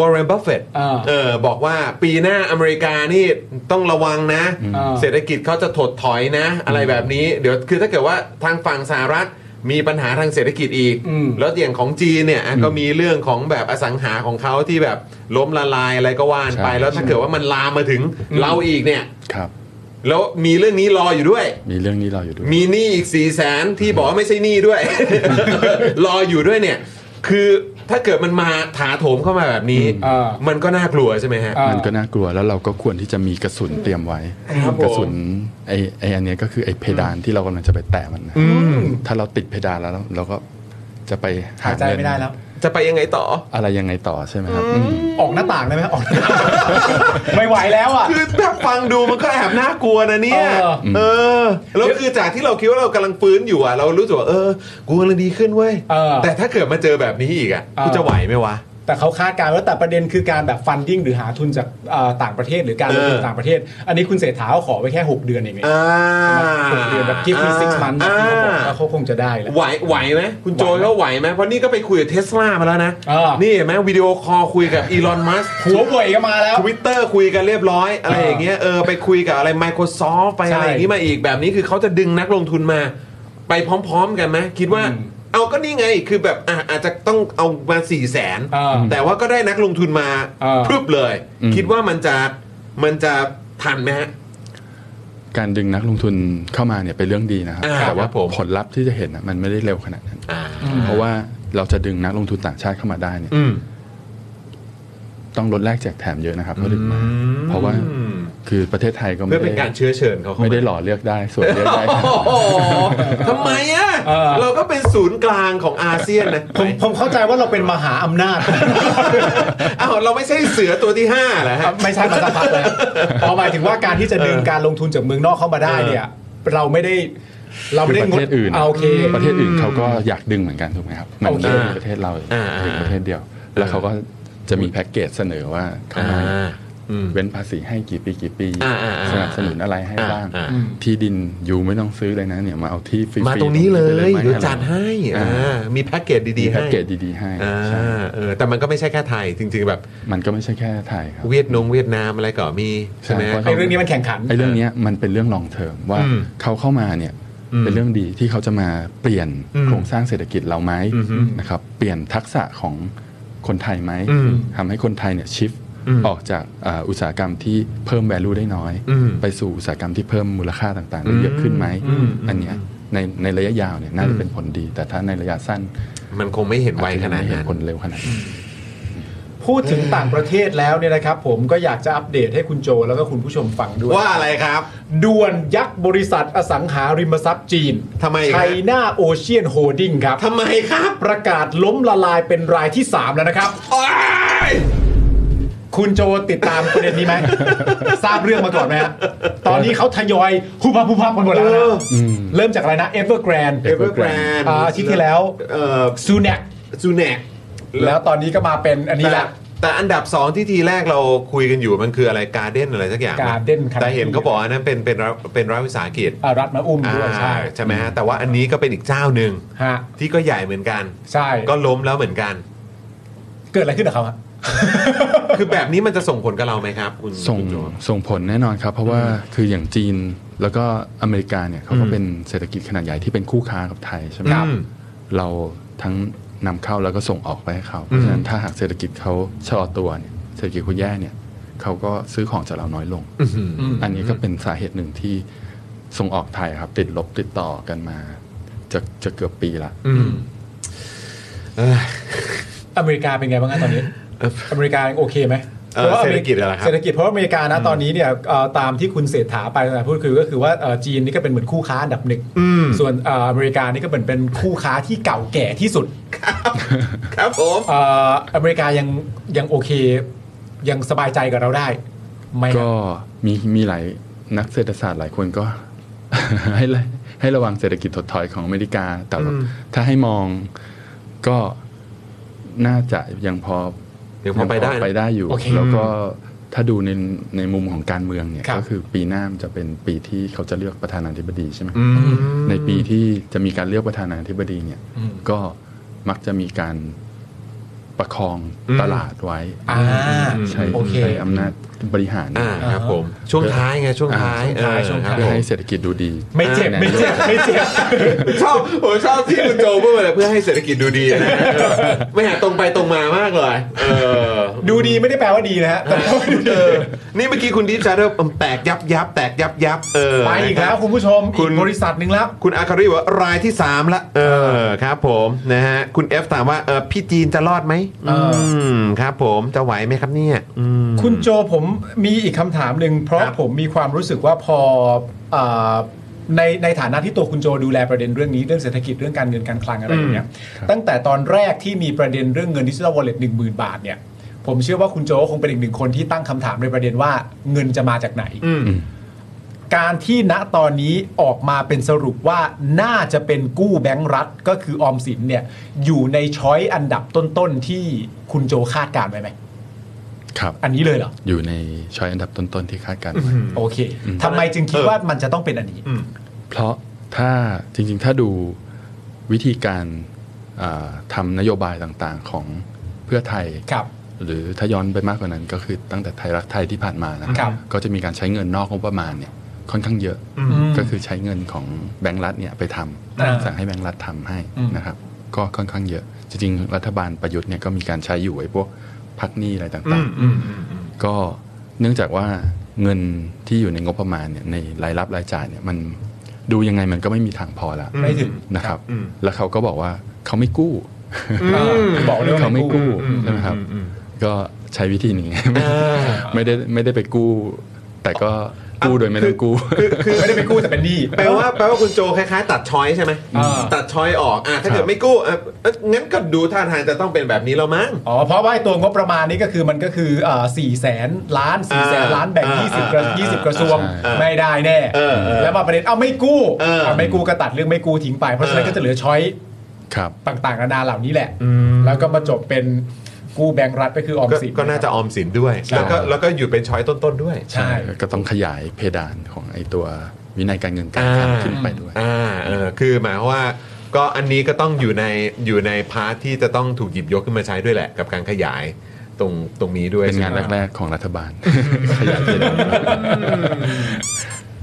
[SPEAKER 1] วอร์เรนบัฟเฟต
[SPEAKER 2] อ่า
[SPEAKER 1] เออบอกว่าปีหน้าอเมริกานี่ต้องระวังนะ
[SPEAKER 2] อ่า
[SPEAKER 1] เศรษฐกิจเขาจะถดถอยนะ อะไรแบบนี้ เดี๋ยวคือถ้าเกิดว่าทางฝั่งสหรัฐมีปัญหาทางเศรษฐกิจอีก
[SPEAKER 2] อืม
[SPEAKER 1] แล้วอย่างของจีนเนี่ยอ่ะก็มีเรื่องของแบบอสังหาของเขาที่แบบล้มละลายอะไรก็ว่านไป
[SPEAKER 7] ใช่
[SPEAKER 1] แล้วถ้าเกิดว่ามันลามมาถึงเราอีกเนี่ย
[SPEAKER 7] ครับ
[SPEAKER 1] แล้วมีเรื่องนี้รออยู่ด้วย
[SPEAKER 7] มีเรื่องนี้เราอยู่ด้วย
[SPEAKER 1] มีหนี้อีกสี่แสนที่บอกว่าไม่ใช่หนี้ด้วย *laughs* รออยู่ด้วยเนี่ย คือถ้าเกิดมันมาถาโถมเข้ามาแบบนี้
[SPEAKER 2] อ่า
[SPEAKER 1] มันก็น่ากลัวใช่ไหมฮะ
[SPEAKER 2] อ่า
[SPEAKER 7] มันก็น่ากลัวแล้วเราก็ควรที่จะมีกระสุนเตรียมไว้
[SPEAKER 1] ครับผม
[SPEAKER 7] กระสุนไอ้ไอ้อันเนี้ยก็คือไอ้เพดานที่เรากำลังจะไปแตะมันนะ
[SPEAKER 1] อืม
[SPEAKER 7] ถ้าเราติดเพดานแล้วเราก็จะไป
[SPEAKER 2] หายใจ
[SPEAKER 7] เงิน
[SPEAKER 2] ไม่ได้แล้ว
[SPEAKER 1] จะไปยังไงต่อ
[SPEAKER 7] อะไรยังไงต่อใช่ไหมครับอืม
[SPEAKER 2] ออกหน้าต่างได้ไหมออก ไม่ไหวแล้วอ่ะ
[SPEAKER 1] คือถ้าฟังดูมันก็แอบน่ากลัวนะเนี่ย
[SPEAKER 2] เออ
[SPEAKER 1] เออ แล้วคือจากที่เราคิดว่าเรากำลังฟื้นอยู่อ่ะ เรารู้สึกว่าเออ กูกำลังดีขึ้นเว้ย
[SPEAKER 2] เออ
[SPEAKER 1] แต่ถ้าเกิดมาเจอแบบนี้อีกอ่ะ
[SPEAKER 2] เออ
[SPEAKER 1] กูจะไหวไหมวะ
[SPEAKER 2] แต่เขาคาดการณ์ว่าแต่ประเด็นคือการแบบฟันดิ้งหรือหาทุนจากเอ่อต่างประเทศหรือการลงทุน
[SPEAKER 1] เออ
[SPEAKER 2] ต่างประเทศ อันนี้คุณเศรษฐาเขาขอไว้แค่ 6 เดือนเองเนี่ย
[SPEAKER 1] อ่า
[SPEAKER 2] หกเดือนแบบ give me six months แบบที่เขาบอก
[SPEAKER 1] อ่
[SPEAKER 2] ว่าเขาคงจะได้แหล้ว
[SPEAKER 1] ไหวไหวไหมคุณโจยก็ไหวไหมเพราะนี่ก็ไปคุยกับเทสลามาแล้วนะ
[SPEAKER 2] เออ
[SPEAKER 1] นี่เห็นไหมวิดีโอคอลคุยกับอีลอนมัส
[SPEAKER 2] หัวเว่ยก็มาแล้ว
[SPEAKER 1] ทวิตเตอร์คุยกันเรียบร้อย อะไรอย่างเงี้ยเออไปคุยกับอะไร Microsoft ไปอะไร
[SPEAKER 2] ใช่
[SPEAKER 1] อย่างงี้มาอีกแบบนี้คือเขาจะดึงนักลงทุนมา ไปพร้อมๆกันไหมคิดว่า
[SPEAKER 2] อืม
[SPEAKER 1] เอาก็นี่ไงคือแบบอ่ะอาจจะต้องเอามา4ี่แสน
[SPEAKER 2] เออ
[SPEAKER 1] แต่ว่าก็ได้นักลงทุนมา
[SPEAKER 2] เออ
[SPEAKER 1] พรึบเลย คิดว่ามันจะมันจะทันไหมฮะ
[SPEAKER 7] การดึงนักลงทุนเข้ามาเนี่ยเป็นเรื่องดีนะครับ
[SPEAKER 1] อ่า
[SPEAKER 7] แต่
[SPEAKER 1] ค
[SPEAKER 7] ว่า
[SPEAKER 1] รับผม
[SPEAKER 7] ผลลัพธ์ที่จะเห็นน่ะมันไม่ได้เร็วขนาดนั้น
[SPEAKER 1] อ่า
[SPEAKER 7] เพราะว่าเราจะดึงนักลงทุนต่างชาติเข้ามาได้เนี่ย
[SPEAKER 1] อืม
[SPEAKER 7] ต้องลดแลกแจกแถมเยอะนะครับเขาดึงมาเพราะว่า
[SPEAKER 1] อืม
[SPEAKER 7] คือประเทศไทยก็
[SPEAKER 1] เพื่
[SPEAKER 7] ไม่
[SPEAKER 1] อเป็นการ
[SPEAKER 7] ได้
[SPEAKER 1] เชื้อเชิญเขาเข้า
[SPEAKER 7] ไม่
[SPEAKER 1] มา
[SPEAKER 7] ได้หล่อเลือกได้ส่วนเลือกได้
[SPEAKER 1] โอ้โหทำไมอ่ะ
[SPEAKER 2] เออ
[SPEAKER 1] เราก็เป็นศูนย์กลางของอาเซียนนะ
[SPEAKER 2] ผมผมเข้าใจว่าเราเป็นมหาอำนาจ
[SPEAKER 1] อ้าวเราไม่ใช่เสือตัวที่ห้าเหรอฮะ
[SPEAKER 2] ไม่ใช่มาตรฐาน
[SPEAKER 7] *laughs*
[SPEAKER 2] เลยเอาหมายถึงว่าการที่จะดึงการลงทุนจากเมืองนอกเข้ามาได้เนี่ย เราไม่ได้เราไม่ได้
[SPEAKER 7] คือประเทศอื่น
[SPEAKER 2] อ่ะโอเค
[SPEAKER 7] ประเทศอื่นเขาก็อยากดึงเหมือนกันถูกไหมครับมัน
[SPEAKER 2] โอเค
[SPEAKER 7] ไม่ได้ประเทศเรา
[SPEAKER 1] อ่า
[SPEAKER 7] ถึงประเทศเดียว แล้วเขาก็จะมีแพ็กเกจเสนอว่าเขาให้เว้นภาษีให้กี่ปีกี่ปี
[SPEAKER 1] อ่าอ่าอ่า
[SPEAKER 7] สนับสนุนอะไรให้บ้าง
[SPEAKER 1] อ่า
[SPEAKER 7] ที่ดินอยู่ไม่ต้องซื้อเลยนะเนี่ยมาเอาที่ฟรีๆ
[SPEAKER 1] มาตรงนี้เลย
[SPEAKER 7] ไป
[SPEAKER 1] เดี๋ยว
[SPEAKER 7] ไม
[SPEAKER 1] จัดให้
[SPEAKER 7] อ่า
[SPEAKER 1] อ่ามีแพ็กเกจดี
[SPEAKER 7] มี
[SPEAKER 1] ๆให้
[SPEAKER 7] แพ็กเกจดีๆให้
[SPEAKER 1] อ่า
[SPEAKER 7] ใช่
[SPEAKER 1] เออแต่มันก็ไม่ใช่แค่ไทย จริงๆแบบ
[SPEAKER 7] มันก็ไม่ใช่แค่ไทยครับ
[SPEAKER 1] เวียดนงเวียดนามอะไรก็มีใช่ไหม
[SPEAKER 7] ใช่เพราะ
[SPEAKER 2] ไอ้เรื่องนี้มันแข่งขัน
[SPEAKER 7] ไอ้เรื่องเนี้ยมันเป็นเรื่องลองเทอมว่า
[SPEAKER 1] อืม
[SPEAKER 7] เขาเข้ามาเนี่ย
[SPEAKER 1] อืม
[SPEAKER 7] เป็นเรื่องดีที่เขาจะมาเปลี่ยน
[SPEAKER 1] อืม
[SPEAKER 7] โครงสร้างเศรษฐกิจเราไหม
[SPEAKER 1] อือฮึ
[SPEAKER 7] นะครับเปลี่ยนทักษะของคนไทยไหม
[SPEAKER 1] อืม
[SPEAKER 7] ทำให้คนไทยเนี่ยชิฟ
[SPEAKER 1] อืม
[SPEAKER 7] ออกจากอ่าอุตสาหกรรมที่เพิ่ม value ได้น้อย
[SPEAKER 1] อืม
[SPEAKER 7] ไปสู่อุตสาหกรรมที่เพิ่มมูลค่าต่างๆได้เยอะขึ้นไหม
[SPEAKER 1] อืม
[SPEAKER 7] อันเนี้ยในในระยะยาวเนี่ยน่าจะเป็นผลดี แต่ถ้าในระยะสั้น
[SPEAKER 1] มันคงไม่เห็นไวขนาด
[SPEAKER 7] อจจะยังไม่เห็น
[SPEAKER 1] นั้น
[SPEAKER 7] ผลเร็วขนาดนั้น
[SPEAKER 2] พูดถึงต่างประเทศแล้วเนี่ยนะครับ ผมก็อยากจะอัปเดตให้คุณโจแล้วก็คุณผู้ชมฟังด้วย
[SPEAKER 1] ว่าอะไรครับ
[SPEAKER 2] ด่วนยักษ์บริษัทอสังหาริมทรัพย์จีน
[SPEAKER 1] ทำไมครับ
[SPEAKER 2] ไชน่าโอเชียนโฮดิ้งครับ
[SPEAKER 1] ทำไมครับ
[SPEAKER 2] ประกาศล้มละลายเป็นรายที่ 3 แล้วนะครับ
[SPEAKER 1] โอ๊ย
[SPEAKER 2] คุณโจติดตามประเด็น
[SPEAKER 1] *laughs*
[SPEAKER 2] นี้ไหม ทราบเรื่องมาก่อนไหมฮะตอนนี้เขาทยอยฮูพับฮูพับกันหมดแล้วนะเริ่มจากอะไรนะเอเวอร์แกรน
[SPEAKER 1] เอเวอร์แกรน
[SPEAKER 2] อ่าอาทิตย์ที่แล้ว
[SPEAKER 1] เอ่อ
[SPEAKER 2] ซูเนก
[SPEAKER 1] ซูเนก
[SPEAKER 2] แล้วตอนนี้ก็มาเป็นอันนี้
[SPEAKER 1] แต่
[SPEAKER 2] ละ
[SPEAKER 1] แต่อันดับ 2 ที่ทีแรกเราคุยกันอยู่มันคืออะไรการเด้นอะไรสักอย่างะ
[SPEAKER 2] Garden ครับ
[SPEAKER 1] แต่เห็นเขาบอกอันนั้นเป็นเป็นรัฐเป็นรัฐวิสาหกิจ
[SPEAKER 2] อ่ารัฐมาอุ้มด้วยใช่
[SPEAKER 1] อ่าใช่ไหมฮะแต่ว่าอันนี้ก็เป็นอีกเจ้าหนึ่ง
[SPEAKER 2] ฮะ
[SPEAKER 1] ที่ก็ใหญ่เหมือนกัน
[SPEAKER 2] ใช่
[SPEAKER 1] ก็ล้มแล้วเหมือนกัน
[SPEAKER 2] เกิดอะไรขึ้นกับเขาฮะ *laughs*
[SPEAKER 1] คือแบบนี้มันจะส่งผลกับเราไหมครับ คุณ
[SPEAKER 7] ส่ง
[SPEAKER 1] คุณโจ
[SPEAKER 7] ส่งผลแน่นอนครับ เพราะว่าคืออย่างจีนแล้วก็อเมริกาเนี่ยเขาก็
[SPEAKER 1] อืม
[SPEAKER 7] เป็นเศรษฐกิจขนาดใหญ่ที่เป็นคู่ค้ากับไทยใช่ไหม
[SPEAKER 1] ครับ
[SPEAKER 7] เราทั้งนำเข้าแล้วก็ส่งออกไปให้เขาเพ
[SPEAKER 1] อื
[SPEAKER 7] ราะ
[SPEAKER 1] ม
[SPEAKER 7] ฉะนั้นถ้าหากเศรษฐกิจเขาชะลอตัวเนี่ยเศรษฐกิจเขาแย่เนี่ยเขาก็ซื้อของจากเราน้อยลง
[SPEAKER 1] อื้อหืออ
[SPEAKER 7] อันนี้ก็เป็นสาเหตุหนึ่งที่ส่งออกไทยครับ ติดลบติดต่อกันมาจะจะเกือบปีละ
[SPEAKER 1] อืมเอ้ย
[SPEAKER 2] อเมริกาเป็นไงบ้างฮะตอนนี้
[SPEAKER 1] *laughs*
[SPEAKER 2] อเมริกายังโอเคไหม
[SPEAKER 1] เอ่อ
[SPEAKER 2] พาะว่า
[SPEAKER 1] เศรษฐกิจอะไรครับ
[SPEAKER 2] เศรษฐกิจเพราะว่าอเมริกานะตอนนี้เนี่ยเอ่อตามที่คุณเศรษฐาไปนะพูดคือก็คือว่าเอ่อจีนนี่ก็เป็นเหมือนคู่ค้าอันดับหนึ่ง
[SPEAKER 1] อืม
[SPEAKER 2] ส่วนเอ่ออเมริกานี่ก็เหมือนเป็นคู่ค้าที่เก่าแก่ที่สุด
[SPEAKER 1] ครับผม
[SPEAKER 2] เอ่ออเมริกายังยังโอเค ยังสบายใจกับเราได้ไหมฮะ
[SPEAKER 7] ก็มีมีหลายนักเศรษฐศาสตร์หลายคนก็ *laughs* ให้ระให้ระวังเศรษฐกิจถดถอยของอเมริกา แต่ว่าถ้าให้มองก็น่าจะยังพอ
[SPEAKER 1] ยังพอไปได้
[SPEAKER 7] ไปได้อยู่
[SPEAKER 2] โอเค
[SPEAKER 7] แล้วก็ถ้าดูในในมุมของการเมืองเนี่ย
[SPEAKER 2] ครับ
[SPEAKER 7] ก็คือปีหน้ามันจะเป็นปีที่เขาจะเลือกประธานาธิบดีใช่ไหม
[SPEAKER 1] อืม
[SPEAKER 7] ในปีที่จะมีการเลือกประธานาธิบดีเนี่ย ก็มักจะมีการ ประคองตลาดไว้
[SPEAKER 1] อ่า
[SPEAKER 7] ใช้
[SPEAKER 1] โอเค
[SPEAKER 7] ใช้อำนาจบริหาร
[SPEAKER 1] อ่าครับผม ช่วงท้ายไงช่วงท้าย
[SPEAKER 7] อ่ช่วงท้าย
[SPEAKER 1] เออครับ
[SPEAKER 7] ช่วงท้าย
[SPEAKER 1] ผ
[SPEAKER 7] เพื่
[SPEAKER 1] ม
[SPEAKER 7] อให้เศรษฐกิจดูดี
[SPEAKER 2] ไม่เจ็บไม่เจ็บไม่เจ็บ
[SPEAKER 1] ชอบผมชอบที่คุณโจพูดเลยเพื่อให้เศรษฐกิจดูดีนะไม่หาตรงไปตรงมามากเลยเออ
[SPEAKER 2] ดูดีไม่ได้แปลว่าดีนะฮะแต่ว่าดู
[SPEAKER 1] เอ
[SPEAKER 2] ดี
[SPEAKER 1] อนี่เมื่อกี้คุณดิฟชาร์เดอร์แตกยับยับแตกยับยับเออ
[SPEAKER 2] ไปอีกแล้วคุณผู้ชมอีกบริษัทหนึ่งแล้ว
[SPEAKER 1] คุณอาคาริบอกว่ารายที่ 3 ละ เออครับผมนะฮะคุณ F ถามว่าเออพี่จีนจะรอดไหม
[SPEAKER 2] เอออื
[SPEAKER 1] มครับผมจะไหวไหมครับเนี่ยอืม
[SPEAKER 2] คุณโจผมมีอีกคำถามหนึ่งเพราะ
[SPEAKER 1] ครับ
[SPEAKER 2] ผมมีความรู้สึกว่าพอเอ่อในในฐานะที่ตัวคุณโจดูแลประเด็นเรื่องนี้เรื่องเศรษฐกิจเรื่องการเงินการคลังอะไรอย่างเงี้ยตั้งแต่ตอนแรกที่มีประเด็นเรื่องเงินดิจิทัลวอลเล็ตหนึ่งหมื่นบาทเนี่ยผมเชื่อว่าคุณโจก็คงเป็นอีกหนึ่งคนที่ตั้งคำถามในประเด็นว่าเงินจะมาจากไหน
[SPEAKER 1] อืม
[SPEAKER 2] การที่ณตอนนี้ออกมาเป็นสรุปว่าน่าจะเป็นกู้แบงก์รัฐก็คือออมสินเนี่ยอยู่ในช้อยอันดับต้นๆที่คุณโจคาดการณ์ไว้ไหม
[SPEAKER 7] ครับ
[SPEAKER 2] อันนี้เลยเหรอ
[SPEAKER 7] อยู่ในช้อยอันดับต้นๆที่คาดการณ์ไว้
[SPEAKER 2] โอเค ทำไมจึงคิดว่ามันจะต้องเป็นอันนี้
[SPEAKER 1] อืม
[SPEAKER 7] เพราะถ้าจริงๆ ถ้าดูวิธีการอ่าทำนโยบายต่างๆของเพื่อไทย
[SPEAKER 2] ครับ
[SPEAKER 7] หรือถ้าย้อนไปมากกว่านั้นก็คือตั้งแต่ไทยรักไทยที่ผ่านมานะครับ ก็จะมีการใช้เงินนอกงบประมาณเนี่ยค่อนข้างเยอะ
[SPEAKER 2] ม
[SPEAKER 7] ก็คือใช้เงินของแบงก์รัฐเนี่ยไปทำ
[SPEAKER 2] อ่า
[SPEAKER 7] สั่งให้แบงก์รัฐทำให้
[SPEAKER 2] อืม
[SPEAKER 7] นะครับ ก็ค่อนข้างเยอะ จริงๆ รัฐบาลประยุทธ์เนี่ยก็มีการใช้อยู่ไอ้พวกพักหนี้อะไร
[SPEAKER 1] อื
[SPEAKER 7] ต่าง
[SPEAKER 1] ม
[SPEAKER 7] ๆ
[SPEAKER 1] อืมอืมอืม
[SPEAKER 7] ก็เนื่องจากว่าเงินที่อยู่ในงบประมาณเนี่ยในรายรับรายจ่ายเนี่ยมันดูยังไงมันก็ไม่มีทางพอละ
[SPEAKER 1] อื
[SPEAKER 2] ไม่ถึง
[SPEAKER 7] นะครับ
[SPEAKER 1] อืม
[SPEAKER 7] แล้วเขาก็บอกว่าเขาไม่กู้
[SPEAKER 2] อ่าบอกเลยว่า
[SPEAKER 7] เขาไม่กู้
[SPEAKER 1] อืม
[SPEAKER 7] ใช่ไหมครับ
[SPEAKER 1] อืม
[SPEAKER 7] ก็ใช้วิธีนี้ *laughs*
[SPEAKER 1] อืม
[SPEAKER 7] ไม่ได้ไม่ได้ไปกู้ แต่ก็กู้โดยไม่ต้องกู้
[SPEAKER 2] คือไม่ได้ไปกู้แต่เป็นหนี้
[SPEAKER 1] แปลว่าแปลว่าคุณโจคล้ายๆ ตัดช้อยใช่ไหม
[SPEAKER 2] อ่า
[SPEAKER 1] ตัดช้อยออกอ่ะถ้าเกิดไม่กู้อ่ะเอ๊ะงั้นก็ดูท่าทางจะต้องเป็นแบบนี้แล้วมั้ง
[SPEAKER 2] อ๋อ เพราะว่าไอ้ตัวงบประมาณนี้ก็คือมันก็คือสี่แสนล้านสี่แสน
[SPEAKER 1] อ่า
[SPEAKER 2] ล้านแบ่ง
[SPEAKER 1] อ่า
[SPEAKER 2] ยี่สิบกระ
[SPEAKER 1] อ่า
[SPEAKER 2] ยี่สิบกระทรวง
[SPEAKER 7] ใช่
[SPEAKER 2] ไม่ได้แน่
[SPEAKER 1] เออเออ
[SPEAKER 2] แล้วมาประเด็น เอาไม่กู้
[SPEAKER 1] เอออ่
[SPEAKER 2] ะไม่กู้ก็ตัดเรื่องไม่กู้ทิ้งไป เพราะฉะนั้น
[SPEAKER 1] เออ
[SPEAKER 2] ก็จะเหลือช้อย
[SPEAKER 7] ครับ
[SPEAKER 2] ต่างๆนานาเหล่านี้แหละ แล้วก็มาจบเป็นกู้แบงก์รัฐก็คือออม
[SPEAKER 1] ก็
[SPEAKER 2] สิน
[SPEAKER 1] ก็น่าจะออมสินด้วย
[SPEAKER 2] ใช่
[SPEAKER 1] แล้วก็แล้วก็อยู่เป็นช้อยต้นๆด้วย
[SPEAKER 2] ใช่
[SPEAKER 7] ก็ต้องขยายเพดานของไอ้ตัววินัยการเงินการ
[SPEAKER 1] อ่า
[SPEAKER 7] คลังขึ้นไปด้วย
[SPEAKER 1] อ่าเออคือหมายความว่า ก็อันนี้ก็ต้องอยู่ในอยู่ในพาร์ทที่จะต้องถูกหยิบยกขึ้นมาใช้ด้วยแหละ กับการขยายตรงตรงนี้ด้วย
[SPEAKER 7] เป็นงาน
[SPEAKER 1] ใช่ไหม
[SPEAKER 7] แรก ๆ ของรัฐบาลขยายเพดาน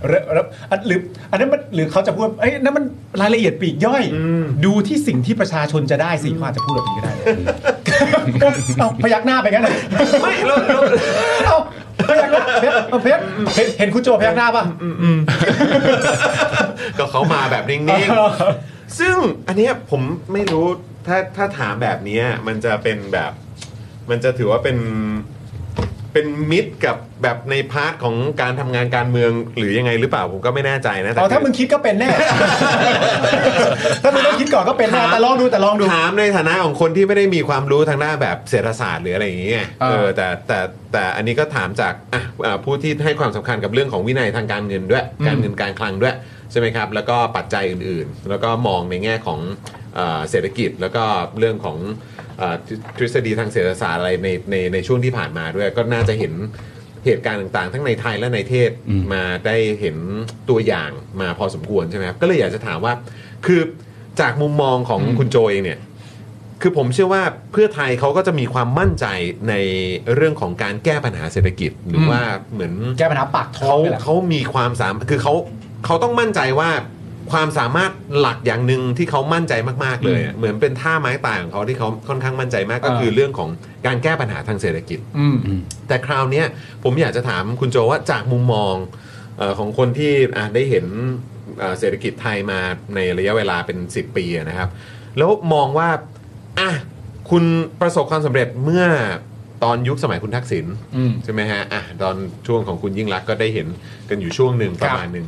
[SPEAKER 2] เรเรอันหรืออันนั้นมันหรือเขาจะพูดเอ้ยนั่นมันรายละเอียดปลีกย่อย ดูที่สิ่งที่ประชาชนจะได้สิเขาอาจจะพูดแบบนี้ก็ได้
[SPEAKER 1] *laughs*
[SPEAKER 2] นะก็เอาพยักหน้าไปงั้นเลย
[SPEAKER 1] ไม่แล้วแล้ว
[SPEAKER 2] เอาพยักหน้าเพชรเอาเพชรเห็นเห็นคุณโจพยักหน้าป่ะ
[SPEAKER 1] ก็เขามาแบบนิ่งๆ ซึ่งอันเนี้ยผมไม่รู้ถ้าถ้าถามแบบเนี้ยมันจะเป็นแบบ มันจะถือว่าเป็นเป็นมิตรกับแบบในพาร์ทของการทำงานการเมืองหรือยังไงหรือเปล่าผมก็ไม่แน่ใจนะ
[SPEAKER 2] เอาถ้า
[SPEAKER 1] คือ
[SPEAKER 2] มึงคิดก็เป็นแน่ ถ้ามึงต้องคิดก่อนก็เป็นแน่แต่ลองดูแต่ลองดู
[SPEAKER 1] ถามในฐานะของคนที่ไม่ได้มีความรู้ทางด้านแบบเศรษฐศาสตร์หรืออะไรอย่างเงี้ย
[SPEAKER 2] เออ
[SPEAKER 1] เออแต่แต่แต่อันนี้ก็ถามจากอ่ะอ่ะผู้ที่ให้ความสำคัญกับเรื่องของวินัยทางการเงินด้วย การเงินการคลังด้วยใช่ไหมครับ แล้วก็ปัจจัยอื่นๆ แล้วก็มองในแง่ของเอ่อเศรษฐกิจแล้วก็เรื่องของ เอ่อทฤทฤษฎีทางเศรษฐศาสตร์อะไรในในในช่วงที่ผ่านมาด้วย ก็น่าจะเห็นเหตุการณ์ต่างๆ ทั้งในไทยและในเทศ
[SPEAKER 7] อืม
[SPEAKER 1] มาได้เห็นตัวอย่างมาพอสมควรใช่ไหมครับ ก็เลยอยากจะถามว่า คือจากมุมมองของคุณโจเองเนี่ย คือผมเชื่อว่าเพื่อไทยเขาก็จะมีความมั่นใจในเรื่องของการแก้ปัญหาเศรษฐกิจหรือว่าเหมือน
[SPEAKER 2] แก้ปัญหาปากท้อ
[SPEAKER 1] เขา
[SPEAKER 2] งนี่แหละ
[SPEAKER 1] เขามีความสามารถคือเขาเขาต้องมั่นใจว่าความสามารถหลักอย่างหนึ่งที่เขามั่นใจมาก ๆ เลยอะเหมือนเป็นท่าไม้ตายของเขาที่เขาค่อนข้างมั่นใจมากก็
[SPEAKER 2] อ่า
[SPEAKER 1] คือเรื่องของการแก้ปัญหาทางเศรษฐกิจ
[SPEAKER 2] อืม
[SPEAKER 1] แต่คราวเนี้ยผมอยากจะถามคุณโจว่าจากมุมมองเออของคนที่อ่ะได้เห็นเอ่อเศรษฐกิจไทยมาในระยะเวลาเป็น 10 ปีอะนะครับ แล้วมองว่าอ่ะคุณประสบความสำเร็จเมื่อตอนยุคสมัยคุณทักษิณ
[SPEAKER 2] อืม
[SPEAKER 1] ใช่ไหมฮะอ่ะตอนช่วงของคุณยิ่งรักษณ์ก็ได้เห็นกันอยู่ช่วงหนึ่ง
[SPEAKER 2] ค
[SPEAKER 1] ป
[SPEAKER 2] รับ
[SPEAKER 1] ระมาณหนึ่ง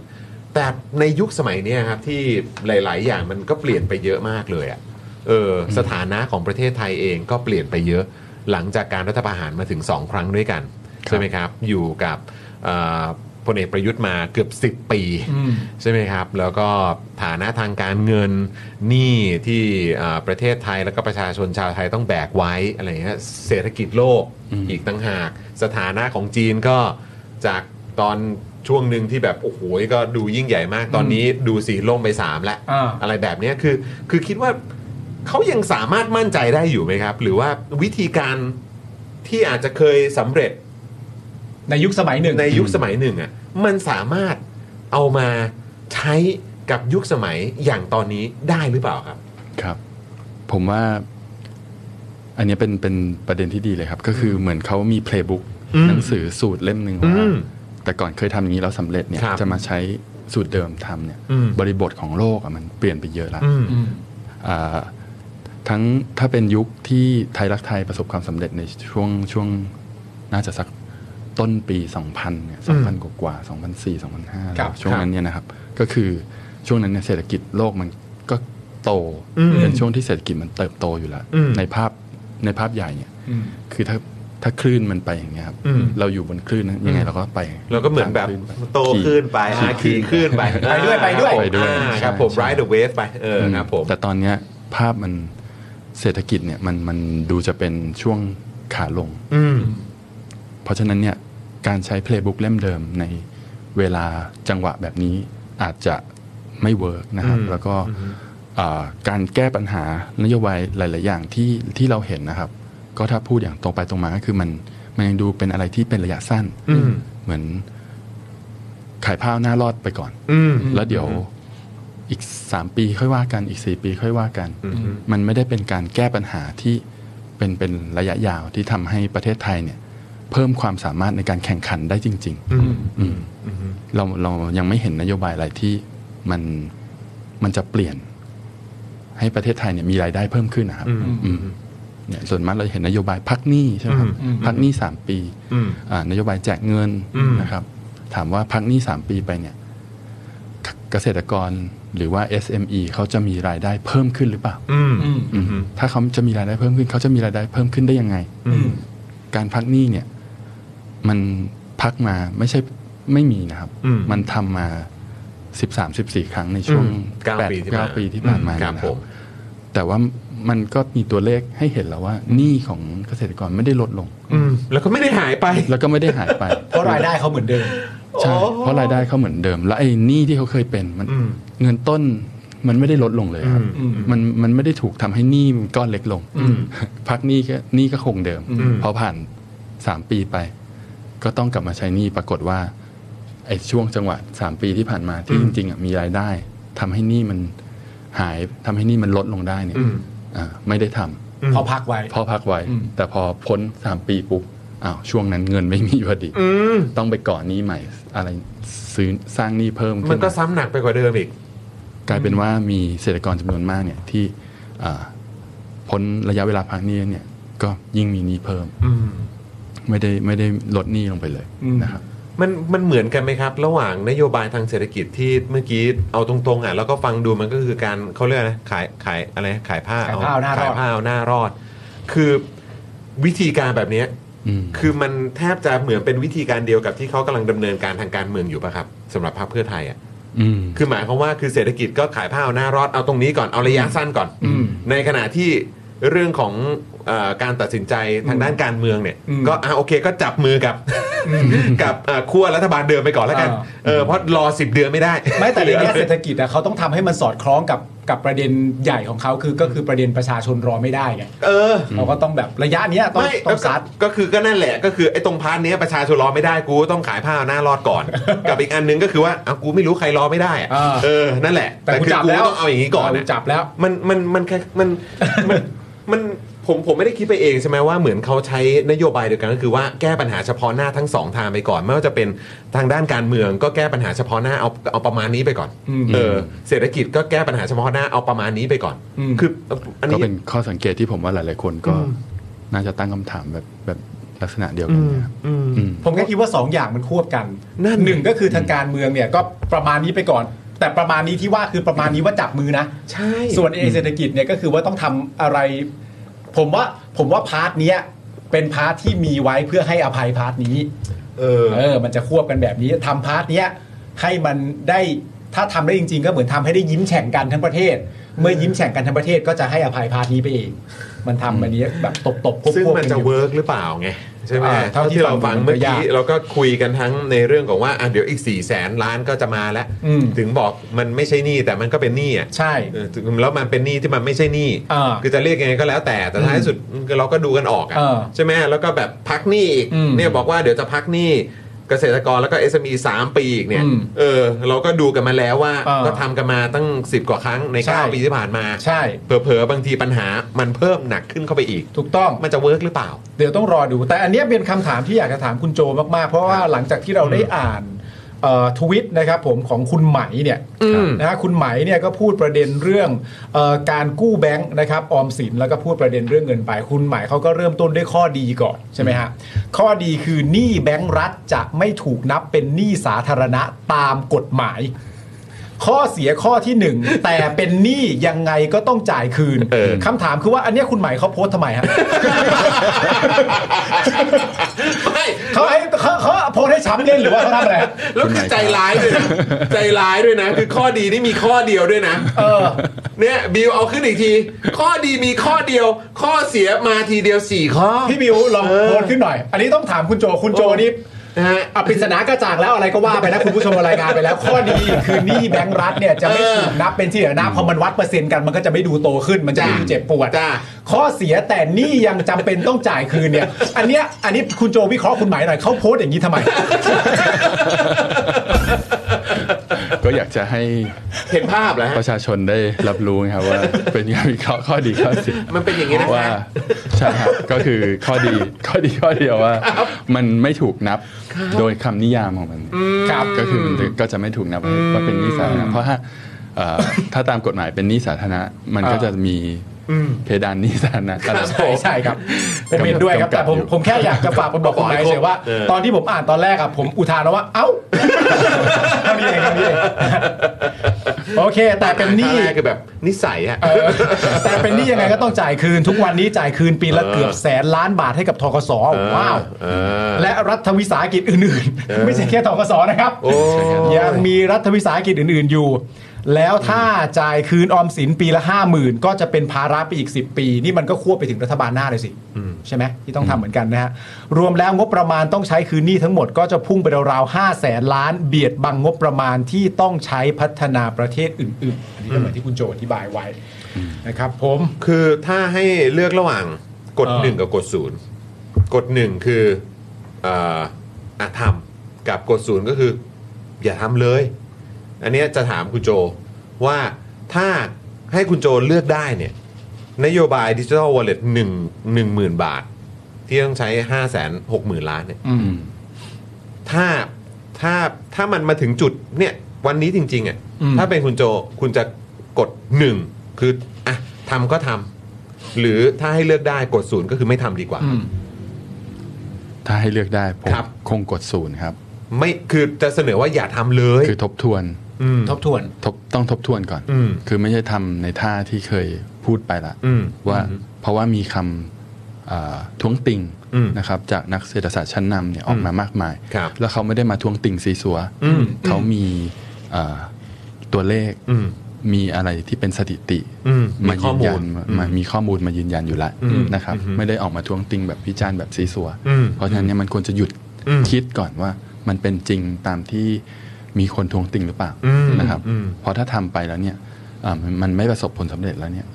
[SPEAKER 1] แต่ในยุคสมัยเนี้ยครับที่หลาย ๆ อย่างมันก็เปลี่ยนไปเยอะมากเลยอะ เออสถานะของประเทศไทยเองก็เปลี่ยนไปเยอะหลังจากการรัฐประหารมาถึง 2 ครั้งด้วยกัน ใช่ไหมครับ อยู่กับเอ่อพลเอกประยุทธ์มาเกือบ 10 ปี
[SPEAKER 2] อืม
[SPEAKER 1] ใช่ไหมครับ แล้วก็ฐานะทางการเงินหนี้ที่เอ่อประเทศไทยแล้วก็ประชาชนชาวไทยต้องแบกไว้อะไรเงี้ยเศรษฐกิจโลกอีกตั้งหาก สถานะของจีนก็จากตอนช่วงหนึ่งที่แบบโอ้โหก็ดูยิ่งใหญ่มากตอนนี้ดูสีล่มไปสามแล้ว
[SPEAKER 2] อ่า
[SPEAKER 1] อะไรแบบเนี้ยคือคือคิดว่า เขายังสามารถมั่นใจได้อยู่ไหมครับ หรือว่าวิธีการที่อาจจะเคยสำเร็จ
[SPEAKER 2] ในยุคสมัยหนึ่ง
[SPEAKER 1] ในยุคสมัยหนึ่งอ่ะมันสามารถเอามาใช้กับยุคสมัยอย่างตอนนี้ได้หรือเปล่าครับ
[SPEAKER 7] ครับ ผมว่าอันเนี้ยเป็นเป็นประเด็นที่ดีเลยครับ ก็คือเหมือนเขามีเพลย์บุ๊ก
[SPEAKER 1] อืม
[SPEAKER 7] หนังสือสูตรเล่มหนึ่งว่า
[SPEAKER 1] อืม
[SPEAKER 7] แต่ก่อนเคยทำอย่างนี้แล้วสำเร็จเนี่ย
[SPEAKER 1] ครับ
[SPEAKER 7] จะมาใช้สูตรเดิมทำเนี่ย
[SPEAKER 1] อืม
[SPEAKER 7] บริบทของโลกอะมันเปลี่ยนไปเยอะแล้ว
[SPEAKER 1] อืม
[SPEAKER 7] อ่าทั้งถ้าเป็นยุคที่ไทยรักไทยประสบความสำเร็จในช่วงช่วงน่าจะสักต้นปี 2000เนี่ย
[SPEAKER 1] อืม
[SPEAKER 7] 2000กว่ากว่าๆ2004 2005
[SPEAKER 2] ครับ
[SPEAKER 7] ช่วงนั้นเนี่ยนะครับ ก็คือช่วงนั้นเนี่ยเศรษฐกิจโลกมันก็โต
[SPEAKER 1] อืม
[SPEAKER 7] เป็นช่วงที่เศรษฐกิจมันเติบโตอยู่แล้ว
[SPEAKER 1] อืม
[SPEAKER 7] ในภาพในภาพใหญ่เนี่ย
[SPEAKER 2] อืม
[SPEAKER 7] คือถ้าถ้าคลื่นมันไปอย่างเงี้ยครับ
[SPEAKER 1] อืม
[SPEAKER 7] เราอยู่บนคลื่นนะยังไงเราก็ไป
[SPEAKER 1] เราก็เหมือนแบบ
[SPEAKER 7] ตาค
[SPEAKER 1] โต
[SPEAKER 7] ลื่ไป
[SPEAKER 1] ขึ้นไปอาขี่ขึ้นไป
[SPEAKER 2] ไปด้วยไปด้วย
[SPEAKER 1] ไปด้วย
[SPEAKER 7] ใช่
[SPEAKER 1] ครับผม
[SPEAKER 7] ใช่
[SPEAKER 1] ride the wave ไปเออครับผม
[SPEAKER 7] แต่ตอนเนี้ยภาพมันเศรษฐกิจเนี่ยมันมันดูจะเป็นช่วงขาลง
[SPEAKER 1] อืม
[SPEAKER 7] เพราะฉะนั้นเนี่ยการใช้ playbook เล่มเดิมในเวลาจังหวะแบบนี้อาจจะไม่เวิร์กนะครับ
[SPEAKER 1] อืม
[SPEAKER 7] แล้วก็อ่าการแก้ปัญหานโยบายหลาย ๆ อย่างที่ที่เราเห็นนะครับ ก็ถ้าพูดอย่างตรงไปตรงมาก็คือมันมันยังดูเป็นอะไรที่เป็นระยะสั้น
[SPEAKER 1] อืม
[SPEAKER 7] เหมือนขายผ้าหน้ารอดไปก่อน
[SPEAKER 1] อืม
[SPEAKER 7] แล้วเดี๋ยวอีกสามปีค่อยว่ากันอีกสี่ปีค่อยว่ากัน
[SPEAKER 1] อือฮึ
[SPEAKER 7] มันไม่ได้เป็นการแก้ปัญหาที่เป็นเป็นระยะยาวที่ทำให้ประเทศไทยเนี่ย เพิ่มความสามารถในการแข่งขันได้จริง ๆ
[SPEAKER 1] อืม
[SPEAKER 7] อืมเราเรายังไม่เห็นนโยบายอะไรที่มันมันจะเปลี่ยน ให้ประเทศไทยเนี่ยมีรายได้เพิ่มขึ้นนะครับ
[SPEAKER 1] อืม
[SPEAKER 7] อืมเนี่ยส่วนมากเราจะเห็นนโยบายพักหนี้ใช่ไหมครับ
[SPEAKER 2] อืม
[SPEAKER 7] พักหนี้สามปี
[SPEAKER 1] อืม
[SPEAKER 7] อ่านโยบายแจกเงิน
[SPEAKER 1] อืม
[SPEAKER 7] นะครับ ถามว่าพักหนี้สามปีไปเนี่ยเกเกษตรกรหรือว่า SME เขาจะมีรายได้เพิ่มขึ้นหรือเปล่า
[SPEAKER 1] อืม
[SPEAKER 2] อืม
[SPEAKER 7] อืม
[SPEAKER 1] อืม
[SPEAKER 7] ถ้าเขาจะมีรายได้เพิ่มขึ้น เขาจะมีรายได้เพิ่มขึ้นได้ยังไง
[SPEAKER 1] อืม
[SPEAKER 7] การพักหนี้เนี่ย มันพักมาไม่ใช่ไม่มีนะครับ
[SPEAKER 1] อืม
[SPEAKER 7] มันทำมาสิบสามสิบสี่ครั้งในช่วง
[SPEAKER 1] อืมเก้า
[SPEAKER 7] แปด
[SPEAKER 1] ปีที่
[SPEAKER 7] เก้า
[SPEAKER 1] ผ่าน
[SPEAKER 7] ปีที่ผ่านมา
[SPEAKER 1] อืมครับ
[SPEAKER 7] นะ
[SPEAKER 1] ผม
[SPEAKER 7] แต่ว่ามันก็มีตัวเลขให้เห็นแล้วว่าหนี้ของเกษตรกรไม่ได้ลดลง
[SPEAKER 1] อืม แล้วก็ไม่ได้หายไป
[SPEAKER 7] แล้วก็ไม่ได้หายไป
[SPEAKER 2] เพราะรายได้เขาเหมือนเดิม
[SPEAKER 7] ใช่
[SPEAKER 1] โอ้
[SPEAKER 7] เพราะรายได้เขาเหมือนเดิม แล้วไอ้หนี้ที่เขาเคยเป็นมัน
[SPEAKER 1] อืม
[SPEAKER 7] เงินต้นมันไม่ได้ลดลงเลยครับ
[SPEAKER 1] อืม
[SPEAKER 7] มันมันไม่ได้ถูกทำให้หนี้มันก้อนเล็กลง
[SPEAKER 1] อืม
[SPEAKER 7] พักหนี้ก็หนี้ก็คงเดิม
[SPEAKER 1] อืม
[SPEAKER 7] พอผ่านสามปีไป ก็ต้องกลับมาใช้หนี้ปรากฏว่าไอ้ช่วงจังหวะสามปีที่ผ่านมาที่จริงๆอ่ะมีรายได้ทำให้หนี้มันหายทำให้หนี้มันลดลงได้เนี่ย
[SPEAKER 1] อืม
[SPEAKER 7] อ่าไม่ได้ทำ
[SPEAKER 1] อืม
[SPEAKER 2] เขาพักไว้
[SPEAKER 7] พอพักไว้
[SPEAKER 2] อืม
[SPEAKER 7] แต่พอพ้นสามปีปุ๊บอ้าวช่วงนั้นเงินไม่มีพอดี
[SPEAKER 1] อืม
[SPEAKER 7] ต้องไปก่อหนี้ใหม่ อะไรซื้อสร้างหนี้เพิ่มขึ้น
[SPEAKER 1] มันก็ซ้ำหนักไปกว่าเดิมอีก
[SPEAKER 7] กลายเป็นว่ามีเกษตรกรจำนวนมากเนี่ยที่อ่าพ้นระยะเวลาพักหนี้เนี่ยก็ยิ่งมีหนี้เพิ่ม
[SPEAKER 1] อืม
[SPEAKER 7] ไม่ได้ไม่ได้ลดหนี้ลงไปเลยนะครับ
[SPEAKER 1] มันมันเหมือนกันไหมครับ ระหว่างนโยบายทางเศรษฐกิจที่เมื่อกี้เอาตรงๆอ่ะแล้วก็ฟังดูมันก็คือการเขาเรียกอะไรนะขายขายอะไรขายผ้า
[SPEAKER 2] ขายผ้าเอาหน้ารอด
[SPEAKER 1] ขายผ้าเอาหน้ารอด คือวิธีการแบบเนี้ย
[SPEAKER 7] อืม
[SPEAKER 1] คือมันแทบจะเหมือนเป็นวิธีการเดียวกับที่เขากำลังดำเนินการทางการเมืองอยู่ป่ะครับสำหรับพรรคเพื่อไทยอ่ะ
[SPEAKER 7] อืม
[SPEAKER 1] คือหมายความว่าคือเศรษฐกิจก็ขายผ้าเอาหน้ารอดเอาตรงนี้ก่อนเอาระยะสั้นก่อน
[SPEAKER 2] อืม
[SPEAKER 1] ในขณะที่เรื่องของเออการตัดสินใจทางด้านการเมืองเนี่ย
[SPEAKER 2] อืม
[SPEAKER 1] ก็อ่ะโอเคก็จับมือ
[SPEAKER 2] *laughs*
[SPEAKER 1] กับกับอ่ะขั้วรัฐบาลเดิมไปก่อนแล้วกัน
[SPEAKER 2] อ่า
[SPEAKER 1] เออเพราะรอ 10 เดือนไม่ได้
[SPEAKER 2] ไม่แต่ในแง่เศรษฐกิจอะเขาต้องทำให้มันสอดคล้องกับกับประเด็นใหญ่ของเขาคือก็คือประเด็นประชาชนรอไม่ได้ไง
[SPEAKER 1] เออ
[SPEAKER 2] เราก็ต้องแบบระยะเนี้ยต้อง
[SPEAKER 1] ไม่
[SPEAKER 2] ต้องซัด
[SPEAKER 1] ก็ก็คือก็นั่นแหละก็คือไอ้ตรงพาร์ทเนี้ยประชาชนรอไม่ได้กูต้องขายผ้าเอาหน้ารอดก่อน
[SPEAKER 2] *laughs*
[SPEAKER 1] กับอีกอันหนึงก็คือว่าอ่ะกูไม่รู้ใครรอไม่ได้อ่ะ
[SPEAKER 2] อ่า
[SPEAKER 1] เออนั่นแหละ
[SPEAKER 2] แต่กู
[SPEAKER 1] คือ
[SPEAKER 2] จับ
[SPEAKER 1] กู
[SPEAKER 2] แล้ว
[SPEAKER 1] ต้องเอาอย่างนี้ก่อน
[SPEAKER 2] กู
[SPEAKER 1] อะ
[SPEAKER 2] จับแล้ว
[SPEAKER 1] มันมันมันแค่มันมันมันผมผมไม่ได้คิดไปเองใช่ไหมว่าเหมือนเขาใช้นโยบายเดียวกันก็คือว่าแก้ปัญหาเฉพาะหน้าทั้งสองทางไปก่อน ไม่ว่าจะเป็นทางด้านการเมือง ก็แก้ปัญหาเฉพาะหน้าเอาเอาประมาณนี้ไปก่อน
[SPEAKER 2] อืม
[SPEAKER 1] เออเศรษฐกิจก็แก้ปัญหาเฉพาะหน้าเอาประมาณนี้ไปก่อน
[SPEAKER 2] อืม
[SPEAKER 1] คืออัน
[SPEAKER 7] ก็
[SPEAKER 1] นี้
[SPEAKER 7] เป็นข้อสังเกตที่ผมว่าหลาย ๆ คนก็
[SPEAKER 1] อืม
[SPEAKER 7] น่าจะตั้งคำถามแบบแบบลักษณะเดียว
[SPEAKER 1] อื
[SPEAKER 7] กัน
[SPEAKER 1] ม
[SPEAKER 7] เนะครับ
[SPEAKER 1] อืม
[SPEAKER 7] อืม
[SPEAKER 2] ผมแค่คิดว่าสองอย่างมันควบกัน
[SPEAKER 1] นั่น
[SPEAKER 2] หนึ่งก็คือทางการเมืองเนี่ยก็ประมาณนี้ไปก่อน แต่ประมาณนี้ที่ว่าคือประมาณนี้ว่าจับมือนะ
[SPEAKER 1] ใช่
[SPEAKER 2] ส่วนเอเศรษฐกิจเนี่ยก็คือว่าต้องทำอะไร ผมว่าผมว่าพาร์ทเนี้ยเป็นพาร์ทที่มีไว้เพื่อให้อภัยพาร์ทนี้
[SPEAKER 1] เออ
[SPEAKER 2] เออ มันจะควบกันแบบนี้ทำพาร์ทเนี้ยให้มันได้ถ้าทำได้จริง ๆ ก็เหมือนทำให้ได้ยิ้มแฉ่งกันทั้งประเทศ เมื่อยิ้มแฉ่งกันทั้งประเทศก็จะให้อภัยพาร์ทนี้ไปเอง มันทำอันนี้แบบตบๆควบๆ
[SPEAKER 1] ซึ่งมัน
[SPEAKER 2] กั
[SPEAKER 1] จะ
[SPEAKER 2] อยู่
[SPEAKER 1] เวิร์กหรือเปล่าไง ใช่ไหม
[SPEAKER 2] อ่าเท่าที่
[SPEAKER 1] ที่เรา
[SPEAKER 2] ฟั
[SPEAKER 1] ฟัง
[SPEAKER 2] งดู
[SPEAKER 1] เมื่อ
[SPEAKER 2] มัน
[SPEAKER 1] กี้
[SPEAKER 2] ก็ยาก
[SPEAKER 1] เราก็คุยกันทั้งในเรื่องของว่าอ่ะเดี๋ยวอีก4ี่แสนล้านก็จะมาแล้ว
[SPEAKER 2] อืม
[SPEAKER 1] ถึงบอกมันไม่ใช่หนี้แต่มันก็เป็นหนี้อ่ะ
[SPEAKER 2] ใช่
[SPEAKER 1] เออแล้วมันเป็นหนี้ที่มันไม่ใช่หนี้
[SPEAKER 2] อ่า
[SPEAKER 1] คือจะเรียกยังไงก็แล้วแต่แต่ท้ายสุดเราก็ดูกันออกอ่ะ
[SPEAKER 2] เออ
[SPEAKER 1] ใช่ไหมแล้วก็แบบพักหนี้อีก
[SPEAKER 2] อืม
[SPEAKER 1] เนี่ยบอกว่าเดี๋ยวจะพักหนี้เกษตรกรแล้วก็ SME 3 ปีอีกเนี่ย
[SPEAKER 2] อืม
[SPEAKER 1] เออเราก็ดูกันมาแล้วว่า
[SPEAKER 2] เออ
[SPEAKER 1] ก็ทำกันมาตั้ง 10 กว่าครั้งใน
[SPEAKER 2] ใช่
[SPEAKER 1] 9 ปีที่ผ่านมา
[SPEAKER 2] ใช่
[SPEAKER 1] เผลอๆบางทีปัญหามันเพิ่มหนักขึ้นเข้าไปอีก
[SPEAKER 2] ถูกต้อง
[SPEAKER 1] มันจะเวิร์กหรือเปล่า *laughs*
[SPEAKER 2] เดี๋ยวต้องรอดู แต่อันเนี้ยเป็นคำถามที่อยากจะถามคุณโจมาก ๆ เพราะว่าหลังจากที่เราได้อ่านเอ่อทวิตนะครับผมของคุณไหมเนี่ยนะฮะคุณไหมเนี่ยก็พูดประเด็นเรื่องเออการกู้แบงค์นะครับออมสินแล้วก็พูดประเด็นเรื่องเงินไป คุณไหมเขาก็เริ่มต้นด้วยข้อดีก่อนใช่ไหมฮะข้อดีคือหนี้แบงค์รัฐจะไม่ถูกนับเป็นหนี้สาธารณะตามกฎหมาย ข้อเสียข้อที่หนึ่ง แต่เป็นหนี้ยังไงก็ต้องจ่ายคืน
[SPEAKER 1] เออ
[SPEAKER 2] คำถามคือว่าอันเนี้ยคุณไหมายเขาโพสต์ทำไมฮะ
[SPEAKER 1] ไม่
[SPEAKER 2] เขาให้เขาเขาโพสต์ให้ช้ำเล่นหรือว่าเขาทำอะไรฮะ
[SPEAKER 1] แล้วคือใจร้าย
[SPEAKER 2] *laughs*
[SPEAKER 1] ด้วยนะ ใจร้ายด้วยนะ คือข้อดีนี่มีข้อเดียวด้วยนะ
[SPEAKER 2] เออ
[SPEAKER 1] เนี่ยบิวเอาขึ้นอีกที ข้อดีมีข้อเดียว ข้อเสียมาทีเดียวสี่ข้อ
[SPEAKER 2] พี่บิวลองโพสต์ขึ้นหน่อย อันนี้ต้องถามคุณโจ คุณโจนี่
[SPEAKER 1] นะ *laughs* ฮะ
[SPEAKER 2] อภิสนากระจ่างแล้วอะไรก็ว่าไปนะ คุณผู้ชมรายงานไปแล้ว ข้อดีคือหนี้แบงก์รัฐเนี่ยจะไม่
[SPEAKER 1] เออ
[SPEAKER 2] ถูกนับเป็นที่เหลือนะพอมันวัดเปอร์เซ็นต์กันมันก็จะไม่ดูโตขึ้นมันจะไม่
[SPEAKER 1] จ้ะ
[SPEAKER 2] ดูเจ็บปวด
[SPEAKER 1] จ้ะ
[SPEAKER 2] ข้อเสียแต่หนี้ยังจำเป็นต้องจ่ายคืนเนี่ย อันเนี้ยอันนี้คุณโจวิเคราะห์คุณหมายหน่อยเขาโพสต์อย่างนี้ทำไม
[SPEAKER 7] ก็อยากจะให้
[SPEAKER 1] เห็นภาพแล้ว
[SPEAKER 7] ประชาชนได้รับรู้นะครับว่า เป็นการวิเคราะห์ข้อดีข้อเสีย
[SPEAKER 1] มันเป็นอย่างนี้นะคะ
[SPEAKER 7] ว่าใช่ครับก็คือข้อดีข้อดีข้อเดียวว่า มันไม่ถูกนับโดยคำนิยามของมัน
[SPEAKER 2] ครับ
[SPEAKER 7] ก็คือมันจะก็จะไม่ถูกนับว่าเป็นหนี้สาธารณะเพราะถ้าเอ่อถ้าตามกฎหมายเป็นหนี้สาธารณะมันก็จะมีเพดานหนี้สาธารณะอะไร
[SPEAKER 2] ใช่ใช่ครับผมเห็นด้วยครับ แต่ผม
[SPEAKER 7] กำกับอยู่
[SPEAKER 2] ผมแค่อยากจะฝากไปบอกคุณไนายเฉยว่า
[SPEAKER 1] เออ
[SPEAKER 2] ตอนที่ผมอ่านตอนแรกอะผมอุทานแล้วว่า เอ้าเท่านี้เองเท่านี้เองโอเค แต่เป็นหนี้
[SPEAKER 1] ขั้แรกคือแบบนิสัยอะ
[SPEAKER 2] เออแต่เป็นหนี้ยังไงก็ต้องจ่ายคืน ทุกวันนี้จ่ายคืนปีละ
[SPEAKER 1] เออ
[SPEAKER 2] เกือบแสนล้านบาทให้กับทกสว้าว
[SPEAKER 1] เออ
[SPEAKER 2] และรัฐวิสาหกิจอื่น
[SPEAKER 1] เออ
[SPEAKER 2] ๆ ไม่ใช่แค่ทกสนะครับ
[SPEAKER 1] โอ้ย
[SPEAKER 2] ยังมีรัฐวิสาหกิจอื่น ๆ อยู่ แล้วถ้าจ่ายคืนออมสินปีละ 5 0,000 ก็จะเป็นภาระไปอีก 10 ปี นี่มันก็ควบไปถึงรัฐบาลหน้าเลยสิ ใช่ไหมที่ต้องทำเหมือนกันนะฮะ รวมแล้วงบประมาณต้องใช้คืนหนี้ทั้งหมดก็จะพุ่งไปราวๆ5แสนล้าน เบียดบังงบประมาณที่ต้องใช้พัฒนาประเทศอื่นๆอันนี้ก็เหมือนที่คุณโจอธิบายไว้นะครับ ผม
[SPEAKER 1] คือถ้าให้เลือกระหว่างกด
[SPEAKER 2] เออ
[SPEAKER 1] หนึ่งกับกดศูนย์กดหนึ่งคือเอ่ออาทำกับกดศูนย์ก็คือ อย่าทำเลย อันเนี้ยจะถามคุณโจว่าถ้าให้คุณโจเลือกได้เนี่ย นโยบายดิจิทัลวอลเล็ตหนึ่งหนึ่งหมื่นบาท ที่ต้องใช้ห้าแสนหกหมื่นล้านเนี่ย
[SPEAKER 2] อืม
[SPEAKER 1] ถ้าถ้าถ้ามันมาถึงจุดเนี่ยวันนี้จริง ๆอ่ะ
[SPEAKER 2] อืม
[SPEAKER 1] ถ้าเป็นคุณโจคุณจะกดหนึ่งคืออ่ะทำก็ทำหรือถ้าให้เลือกได้กดศูนย์ก็คือไม่ทำดีกว่า
[SPEAKER 2] อืม
[SPEAKER 7] ถ้าให้เลือกได้ผม
[SPEAKER 1] ครับ
[SPEAKER 7] คงกดศูนย์ครับ
[SPEAKER 1] ไม่คือจะเสนอว่าอย่าทำเลย
[SPEAKER 7] คือทบทวน
[SPEAKER 1] ม
[SPEAKER 2] ทบทวน
[SPEAKER 7] ทบต้องทบทวนก่อน
[SPEAKER 1] อืม
[SPEAKER 7] คือไม่ใช่ทำในท่าที่เคยพูดไปละ
[SPEAKER 1] อืม
[SPEAKER 7] ว่า
[SPEAKER 1] อืม
[SPEAKER 7] เพราะว่ามีคำเอ่อท้วงติง
[SPEAKER 1] อืม
[SPEAKER 7] นะครับจากนักเศรษฐศาสตร์ชั้นนำเนี่ยออกมามากมาย
[SPEAKER 1] ครับ
[SPEAKER 7] แล้วเขาไม่ได้มาท้วงติงซีสัว
[SPEAKER 1] อืม
[SPEAKER 7] เขามีเอ่อตัวเลข
[SPEAKER 1] อืม
[SPEAKER 7] มีอะไรที่เป็นสถิติ
[SPEAKER 1] อืมมีข้
[SPEAKER 7] ยื
[SPEAKER 1] อน มู
[SPEAKER 7] ยั
[SPEAKER 1] ล
[SPEAKER 7] นมามีข้อมูลมายืนยันอยู่แล้วนะครับไม่ได้ออกมาทวงติงแบบพิจารณ์แบบซีสัว
[SPEAKER 1] อืม
[SPEAKER 7] เพราะฉะนั้นเนี่ยมันควรจะหยุด
[SPEAKER 1] อืม
[SPEAKER 7] คิดก่อนว่ามันเป็นจริงตามที่มีคนทวงติงหรือเปล่า
[SPEAKER 1] อืม
[SPEAKER 7] นะครับ
[SPEAKER 1] อืม
[SPEAKER 7] เพราะถ้าทำไปแล้วเนี่ยอ่ามันมันไม่ประสบผลสำเร็จแล้วเนี่ย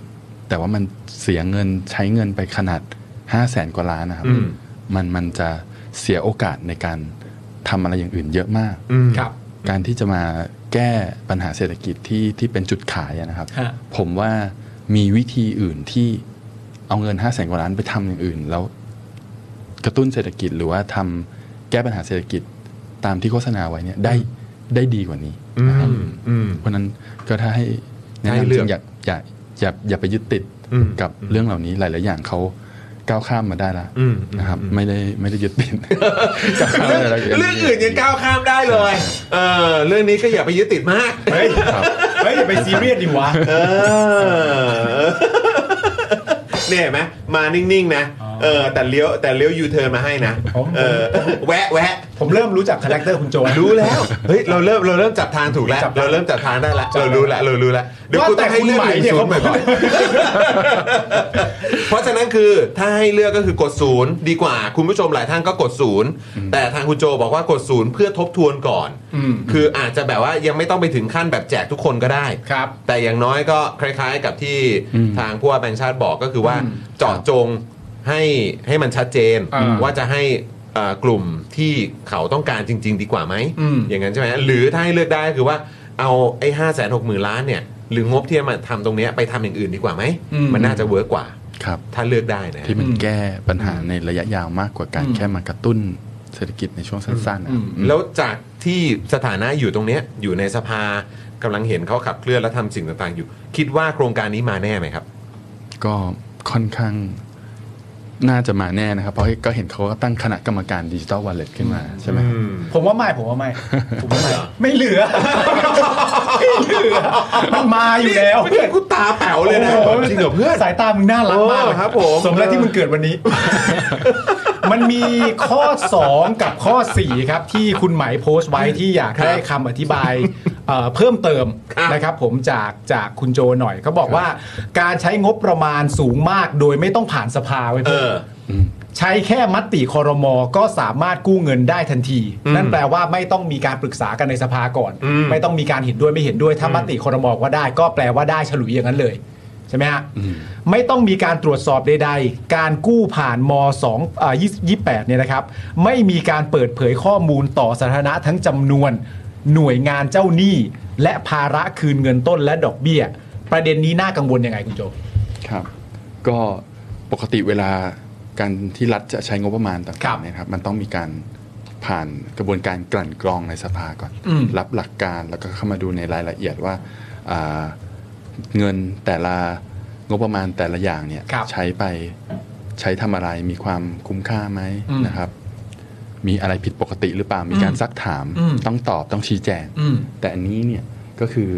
[SPEAKER 7] แต่ว่ามันเสียเงินใช้เงินไปขนาด5 0 0แสนกว่าล้านนะครับ
[SPEAKER 1] อืม
[SPEAKER 7] มันมันจะเสียโอกาสในการทำอะไรอย่างอื่นเยอะมาก
[SPEAKER 1] อืม
[SPEAKER 2] ครับ
[SPEAKER 7] การที่จะมาแก้ปัญหาเศรษฐกิจที่ที่เป็นจุดขายอะนะครับ
[SPEAKER 2] ฮะ
[SPEAKER 7] ผมว่ามีวิธีอื่นที่เอาเงิน5้าแสนกว่าล้านไปทำอย่างอื่น แล้วกระตุ้นเศรษฐกิจหรือว่าทำแก้ปัญหาเศรษฐกิจตามที่โฆษณาไว้เนี่ยได้ได้ดีกว่านี้นะครับ
[SPEAKER 1] อืมอืม
[SPEAKER 7] เพราะฉะนั้นก็ถ้าให้แนะ
[SPEAKER 1] ให้
[SPEAKER 7] นำ
[SPEAKER 1] เลื
[SPEAKER 7] จ
[SPEAKER 1] อก
[SPEAKER 7] ริงอย่าอย่าอย่าอย่าไปยึดติด
[SPEAKER 1] อืม
[SPEAKER 7] กับเรื่องเหล่านี้หลาย ๆ อย่างเขาก้าวข้ามมาได้ละ
[SPEAKER 1] อืม
[SPEAKER 7] นะครับไม่ได้ไม่ได้ยึด
[SPEAKER 1] *laughs*
[SPEAKER 7] ติดก้าวข้าม
[SPEAKER 1] เรื่อง
[SPEAKER 7] มาได้แล้ว
[SPEAKER 1] เรื่องอื่นยังก้าวข้ามได้เลยเออเรื่องนี้ก็อย่าไปยึดติดมาก
[SPEAKER 2] เฮ้ยเฮ้ยอย่าไปซีเรียสดิวะ
[SPEAKER 1] *laughs* เออเนี่ยเห็นไหมมานิ่ง ๆ นะ
[SPEAKER 2] อ๋อ
[SPEAKER 1] เออแต่เลี้ยวแต่เลี้ยวยูเทิร์นมาให้นะเอ
[SPEAKER 2] *laughs*
[SPEAKER 1] อแวะแวะ
[SPEAKER 2] ผมเริ่มรู้จักคาแรคเตอร์คุณโจ
[SPEAKER 1] รู้แล้วเฮ้ยเราเริ่มเราเริ่มจับทางถูกแล้ว
[SPEAKER 2] จับได้
[SPEAKER 1] เราเริ่มจับทางได้แล้วเรารู้แล้วเรารู้แล้วเดี๋ยว
[SPEAKER 2] ว่า
[SPEAKER 1] กู
[SPEAKER 2] แต่
[SPEAKER 1] ต้องให้เลือก
[SPEAKER 2] คุ
[SPEAKER 1] ห
[SPEAKER 2] ณไหม
[SPEAKER 1] นึ่ง
[SPEAKER 2] เนี่ย
[SPEAKER 1] ศูน
[SPEAKER 2] เขา
[SPEAKER 1] ย์
[SPEAKER 2] บ
[SPEAKER 1] ไป
[SPEAKER 2] อก
[SPEAKER 1] ก่อน
[SPEAKER 2] *laughs*
[SPEAKER 1] เพราะฉะนั้นคือถ้าให้เลือกก็คือกดศูนย์ดีกว่า คุณผู้ชมหลายท่านก็กดศูนย์แต่ทางคุณโจบอกว่ากดศูนย์เพื่อทบทวนก่อน คืออาจจะแบบว่ายังไม่ต้องไปถึงขั้นแบบแจกทุกคนก็ได้
[SPEAKER 2] ครับ
[SPEAKER 1] แต่อย่างน้อยก็คล้ายๆกับที่
[SPEAKER 7] อืม
[SPEAKER 1] ทางผู้ว่าแบงค์ชาติบอกก็คือว่าเจาะจงให้ให้มันชัดเจน
[SPEAKER 2] อ่า
[SPEAKER 1] ว่าจะให้เอ่อกลุ่มที่เขาต้องการจริง ๆ ดีกว่าไหม
[SPEAKER 2] อืม
[SPEAKER 1] อย่างนั้นใช่ไหมหรือถ้าให้เลือกได้ก็คือว่าเอาไอ้ห้าแสนหกหมื่นล้านเนี่ยหรืองบที่จะมาทำตรงเนี้ยไปทำอย่างอื่นดีกว่าไหม
[SPEAKER 2] อืม
[SPEAKER 1] นน่าจะเวิร์กกว่า
[SPEAKER 7] ครับ
[SPEAKER 1] ถ้าเลือกได้นะ
[SPEAKER 7] ที่มัน
[SPEAKER 2] อืม
[SPEAKER 7] แก้ปัญหาในระยะยาวมากกว่าการ
[SPEAKER 2] อืม
[SPEAKER 7] แค่มากระตุ้นเศรษฐกิจในช่วงสั้นๆนะ
[SPEAKER 2] อืม
[SPEAKER 1] แล้วจากที่สถานะอยู่ตรงเนี้ยอยู่ในสภากำลังเห็นเขาขับเคลื่อนและทำสิ่งต่างๆ อยู่ คิดว่าโครงการนี้มาแน่ไหมครับ
[SPEAKER 7] ก็ค่อนข้างน่าจะมาแน่นะครับ เพราะก็เห็นเขาก็ตั้งคณะกรรมการดิจิ t a ลว a ลเล็ตขึ้นมาใช่ไหม
[SPEAKER 2] ผมว่าไม่ผมว่าไม่ผม
[SPEAKER 1] *laughs*
[SPEAKER 2] ว่าไม่ไม่เหลือ ไม่เหลือ *laughs* มันมาอยู่แล้ว
[SPEAKER 1] ไม่ใช่กูตาแป๋วเลยนะ
[SPEAKER 2] โโ
[SPEAKER 1] จริงเหรอเพื่อน
[SPEAKER 2] สายตามึงน่ารักมากเลย
[SPEAKER 1] โอ้ครับผม
[SPEAKER 2] สมแล้วที่มึงเกิดวัน
[SPEAKER 1] *laughs*
[SPEAKER 2] นี้ มันมีข้อ 2 กับข้อ 4 ครับ ที่คุณไหมายโพสต์ไว้ที่อยากได้คำอธิบาย *laughs* เอ่อเพิ่มเติมนะครับ ผมจากจากคุณโจหน่อยเขาบอกว่า การใช้งบประมาณสูงมากโดยไม่ต้องผ่านสภาไว้ย
[SPEAKER 1] เอ
[SPEAKER 2] เพื่อน
[SPEAKER 1] อ
[SPEAKER 2] ใช้แค่มติคอรมอก็สามารถกู้เงินได้ทันที นั่นแปลว่าไม่ต้องมีการปรึกษากันในสภาก่อน
[SPEAKER 1] อืม
[SPEAKER 2] ไม่ต้องมีการเห็นด้วยไม่เห็นด้วยถ้ามติคอรมอว่าได้ก็แปลว่าได้ฉลุยอย่างนั้นเลยใช่ไหมฮะไม่ต้องมีการตรวจสอบใดๆ การกู้ผ่านม2อ่า28เนี่ยนะครับ ไม่มีการเปิดเผยข้อมูลต่อสาธารณะทั้งจำนวน หน่วยงานเจ้าหนี้ และภาระคืนเงินต้นและดอกเบี้ย ประเด็นนี้น่ากังวลยังไงคุณโจ
[SPEAKER 7] ครับ ก็ปกติเวลาการที่รัฐจะใช้งบประมาณต่า
[SPEAKER 2] ครับ
[SPEAKER 7] งๆเนี่ยครับมันต้องมีการผ่านกระบวนการกลั่นกรองในสภาก่อน
[SPEAKER 2] อืม
[SPEAKER 7] รับหลักการแล้วก็เข้ามาดูในรายละเอียดว่าอ่าเงินแต่ละงบประมาณแต่ละอย่างเนี่ย
[SPEAKER 2] ครับ
[SPEAKER 7] ใช้ไปใช้ทำอะไรมีความคุ้มค่าไหม
[SPEAKER 2] อืม
[SPEAKER 7] นะครับ มีอะไรผิดปกติหรือเปล่ามีการซักถาม
[SPEAKER 2] อืม
[SPEAKER 7] ต้องตอบต้องชี้แจง
[SPEAKER 2] อืม
[SPEAKER 7] แต่อันนี้เนี่ยก็คือ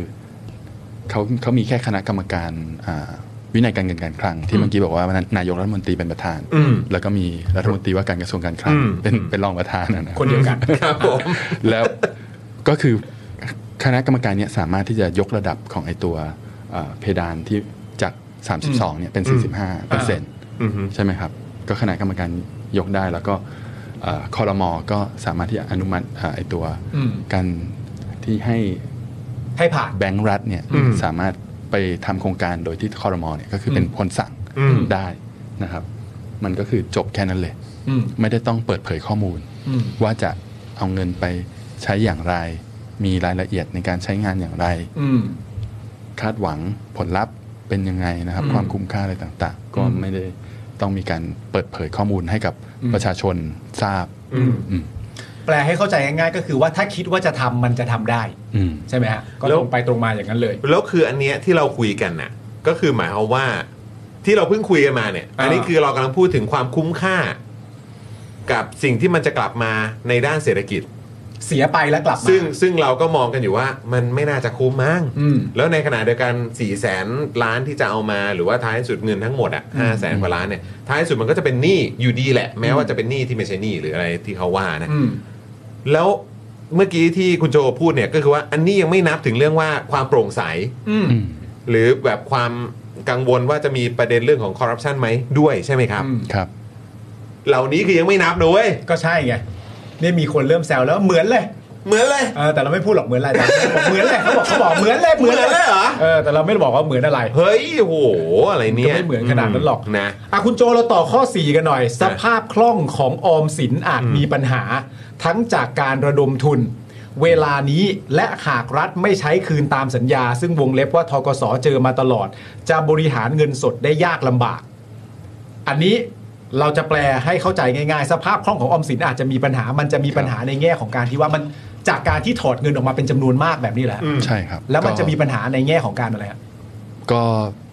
[SPEAKER 7] เขาเขามีแค่คณะกรรมการอ่าวินัยการเงินการคลัง ที่เมื่อกี้บอกว่านายกรัฐมนตรีเป็นประธาน
[SPEAKER 1] อืม
[SPEAKER 7] แล้วก็มีรัฐมนตรีว่าการกระทรวงการคลัง
[SPEAKER 1] อืม
[SPEAKER 7] เป็นเป็นรองประธานนะนะ
[SPEAKER 2] คนเดียวกัน
[SPEAKER 1] ครับผม
[SPEAKER 7] แล้วก็คือคณะกรรมการเนี่ยสามารถที่จะยกระดับของไอตัวเอ่อเพดานที่จาก 32เนี่ยเป็น 45เปอร์เซ็นต์
[SPEAKER 1] อืม
[SPEAKER 7] ใช่ไหมครับ ก็คณะกรรมการยกได้แล้วก็เอ่อคอรมอก็สามารถที่จะอนุมัติเอ่อไอตัว
[SPEAKER 2] อืม
[SPEAKER 7] การที่ให้
[SPEAKER 2] ให้ผ่าน
[SPEAKER 7] แบงก์รัฐเนี่ย
[SPEAKER 1] อืม
[SPEAKER 7] สามารถไปทำโครงการโดยที่คอรมอเนี่ยก็คือเป็นคนสั่ง
[SPEAKER 1] อืม
[SPEAKER 7] ได้นะครับ มันก็คือจบแค่นั้นเลย
[SPEAKER 2] อืม
[SPEAKER 7] ไม่ได้ต้องเปิดเผยข้อมูล
[SPEAKER 2] อืม
[SPEAKER 7] ว่าจะเอาเงินไปใช้อย่างไร มีรายละเอียดในการใช้งานอย่างไร
[SPEAKER 2] อืม
[SPEAKER 7] คาดหวังผลลัพธ์เป็นยังไงนะครับ
[SPEAKER 2] อืม
[SPEAKER 7] ความคุ้มค่าอะไรต่างๆ ก็
[SPEAKER 2] อืม
[SPEAKER 7] ไม่ได้ต้องมีการเปิดเผยข้อมูลให้กับ
[SPEAKER 2] อืม
[SPEAKER 7] ประชาชนทราบ
[SPEAKER 2] อืม
[SPEAKER 7] อืม
[SPEAKER 2] แปลให้เข้าใจง่ายๆก็คือว่าถ้าคิดว่าจะทำมันจะทำได้
[SPEAKER 7] อืม
[SPEAKER 2] ใช่ไหมฮะก็
[SPEAKER 1] แล้
[SPEAKER 2] ต
[SPEAKER 1] ว
[SPEAKER 2] รงไปตรงมาอย่างนั้นเลย
[SPEAKER 1] แล้วคืออันเนี้ยที่เราคุยกันน่ะก็คือหมายความว่าที่เราเพิ่งคุยกันมาเนี่ย
[SPEAKER 2] อ่า
[SPEAKER 1] อันนี้คือเรากำลังพูดถึงความคุ้มค่า กับสิ่งที่มันจะกลับมาในด้านเศรษฐกิจ
[SPEAKER 2] เสียไปแล้วกลับมา
[SPEAKER 1] ซึ่งซึ่งเราก็มองกันอยู่ว่า มันไม่น่าจะคุ้มมั้ง
[SPEAKER 2] อืม
[SPEAKER 1] แล้วในขณะเดียวกัน4ี่แสนล้านที่จะเอามาหรือว่าท้ายสุดเงินทั้งหมดอ่ะห้าแสนกว่าล้านเนี่ยท้ายสุดมันก็จะเป็นหนี้อยู่ดีแหละ แม้ว่าจะเป็นหนี้ที่ไม่ใช่หนี้หรืออะไรที่เขาว่านะ
[SPEAKER 2] อืม
[SPEAKER 1] แล้วเมื่อกี้ที่คุณโจพูดเนี่ยก็คือว่าอันนี้ยังไม่นับถึงเรื่องว่าความโปร่งใส
[SPEAKER 2] อืม
[SPEAKER 1] หรือแบบความกังวลว่าจะมีประเด็นเรื่องของคอร์รัปชันไหมด้วยใช่ไหมครับ
[SPEAKER 2] อืม
[SPEAKER 7] ครับ
[SPEAKER 1] เหล่านี้คือยังไม่นับนะเว้ย
[SPEAKER 2] ก็ใช่ไงเนี่ยมีคนเริ่มแซวแล้วเหมือนเลย
[SPEAKER 1] เหมือนเลย
[SPEAKER 2] เออแต่เราไม่พูดหรอกเหมือนอะไรแต่เขาบอกเหมือนเลยเขาบอกเขาบอกเหมือนเลย
[SPEAKER 1] เหมือนเลยเหรอ
[SPEAKER 2] เออแต่เราไม่ได้บอกว่าเหมือนอะไร
[SPEAKER 1] เฮ้ยโอ้โหอะไรเนี่ย
[SPEAKER 2] ก็ไม่เหมือนขนาดนั้นหรอก
[SPEAKER 1] นะ
[SPEAKER 2] อ่ะคุณโจเราต่อข้อ 4 กันหน่อย สภาพคล่องของออมสินอาจมีปัญหา ทั้งจากการระดมทุน เวลานี้และหากรัฐไม่ใช้คืนตามสัญญา ซึ่งวงเล็บว่าทกสเจอมาตลอด จะบริหารเงินสดได้ยากลำบาก อันนี้เราจะแปลให้เข้าใจง่ายๆ สภาพคล่องของออมสินอาจจะมีปัญหา มันจะมีปัญหาในแง่ของการที่ว่ามันจากการที่ถอดเงินออกมาเป็นจำนวนมากแบบนี้แหละ
[SPEAKER 1] อืม
[SPEAKER 7] ใช่ครับ
[SPEAKER 2] แล้วมัน
[SPEAKER 7] ก็
[SPEAKER 2] จะมีปัญหาในแง่ของการอะไรอะ
[SPEAKER 7] ก็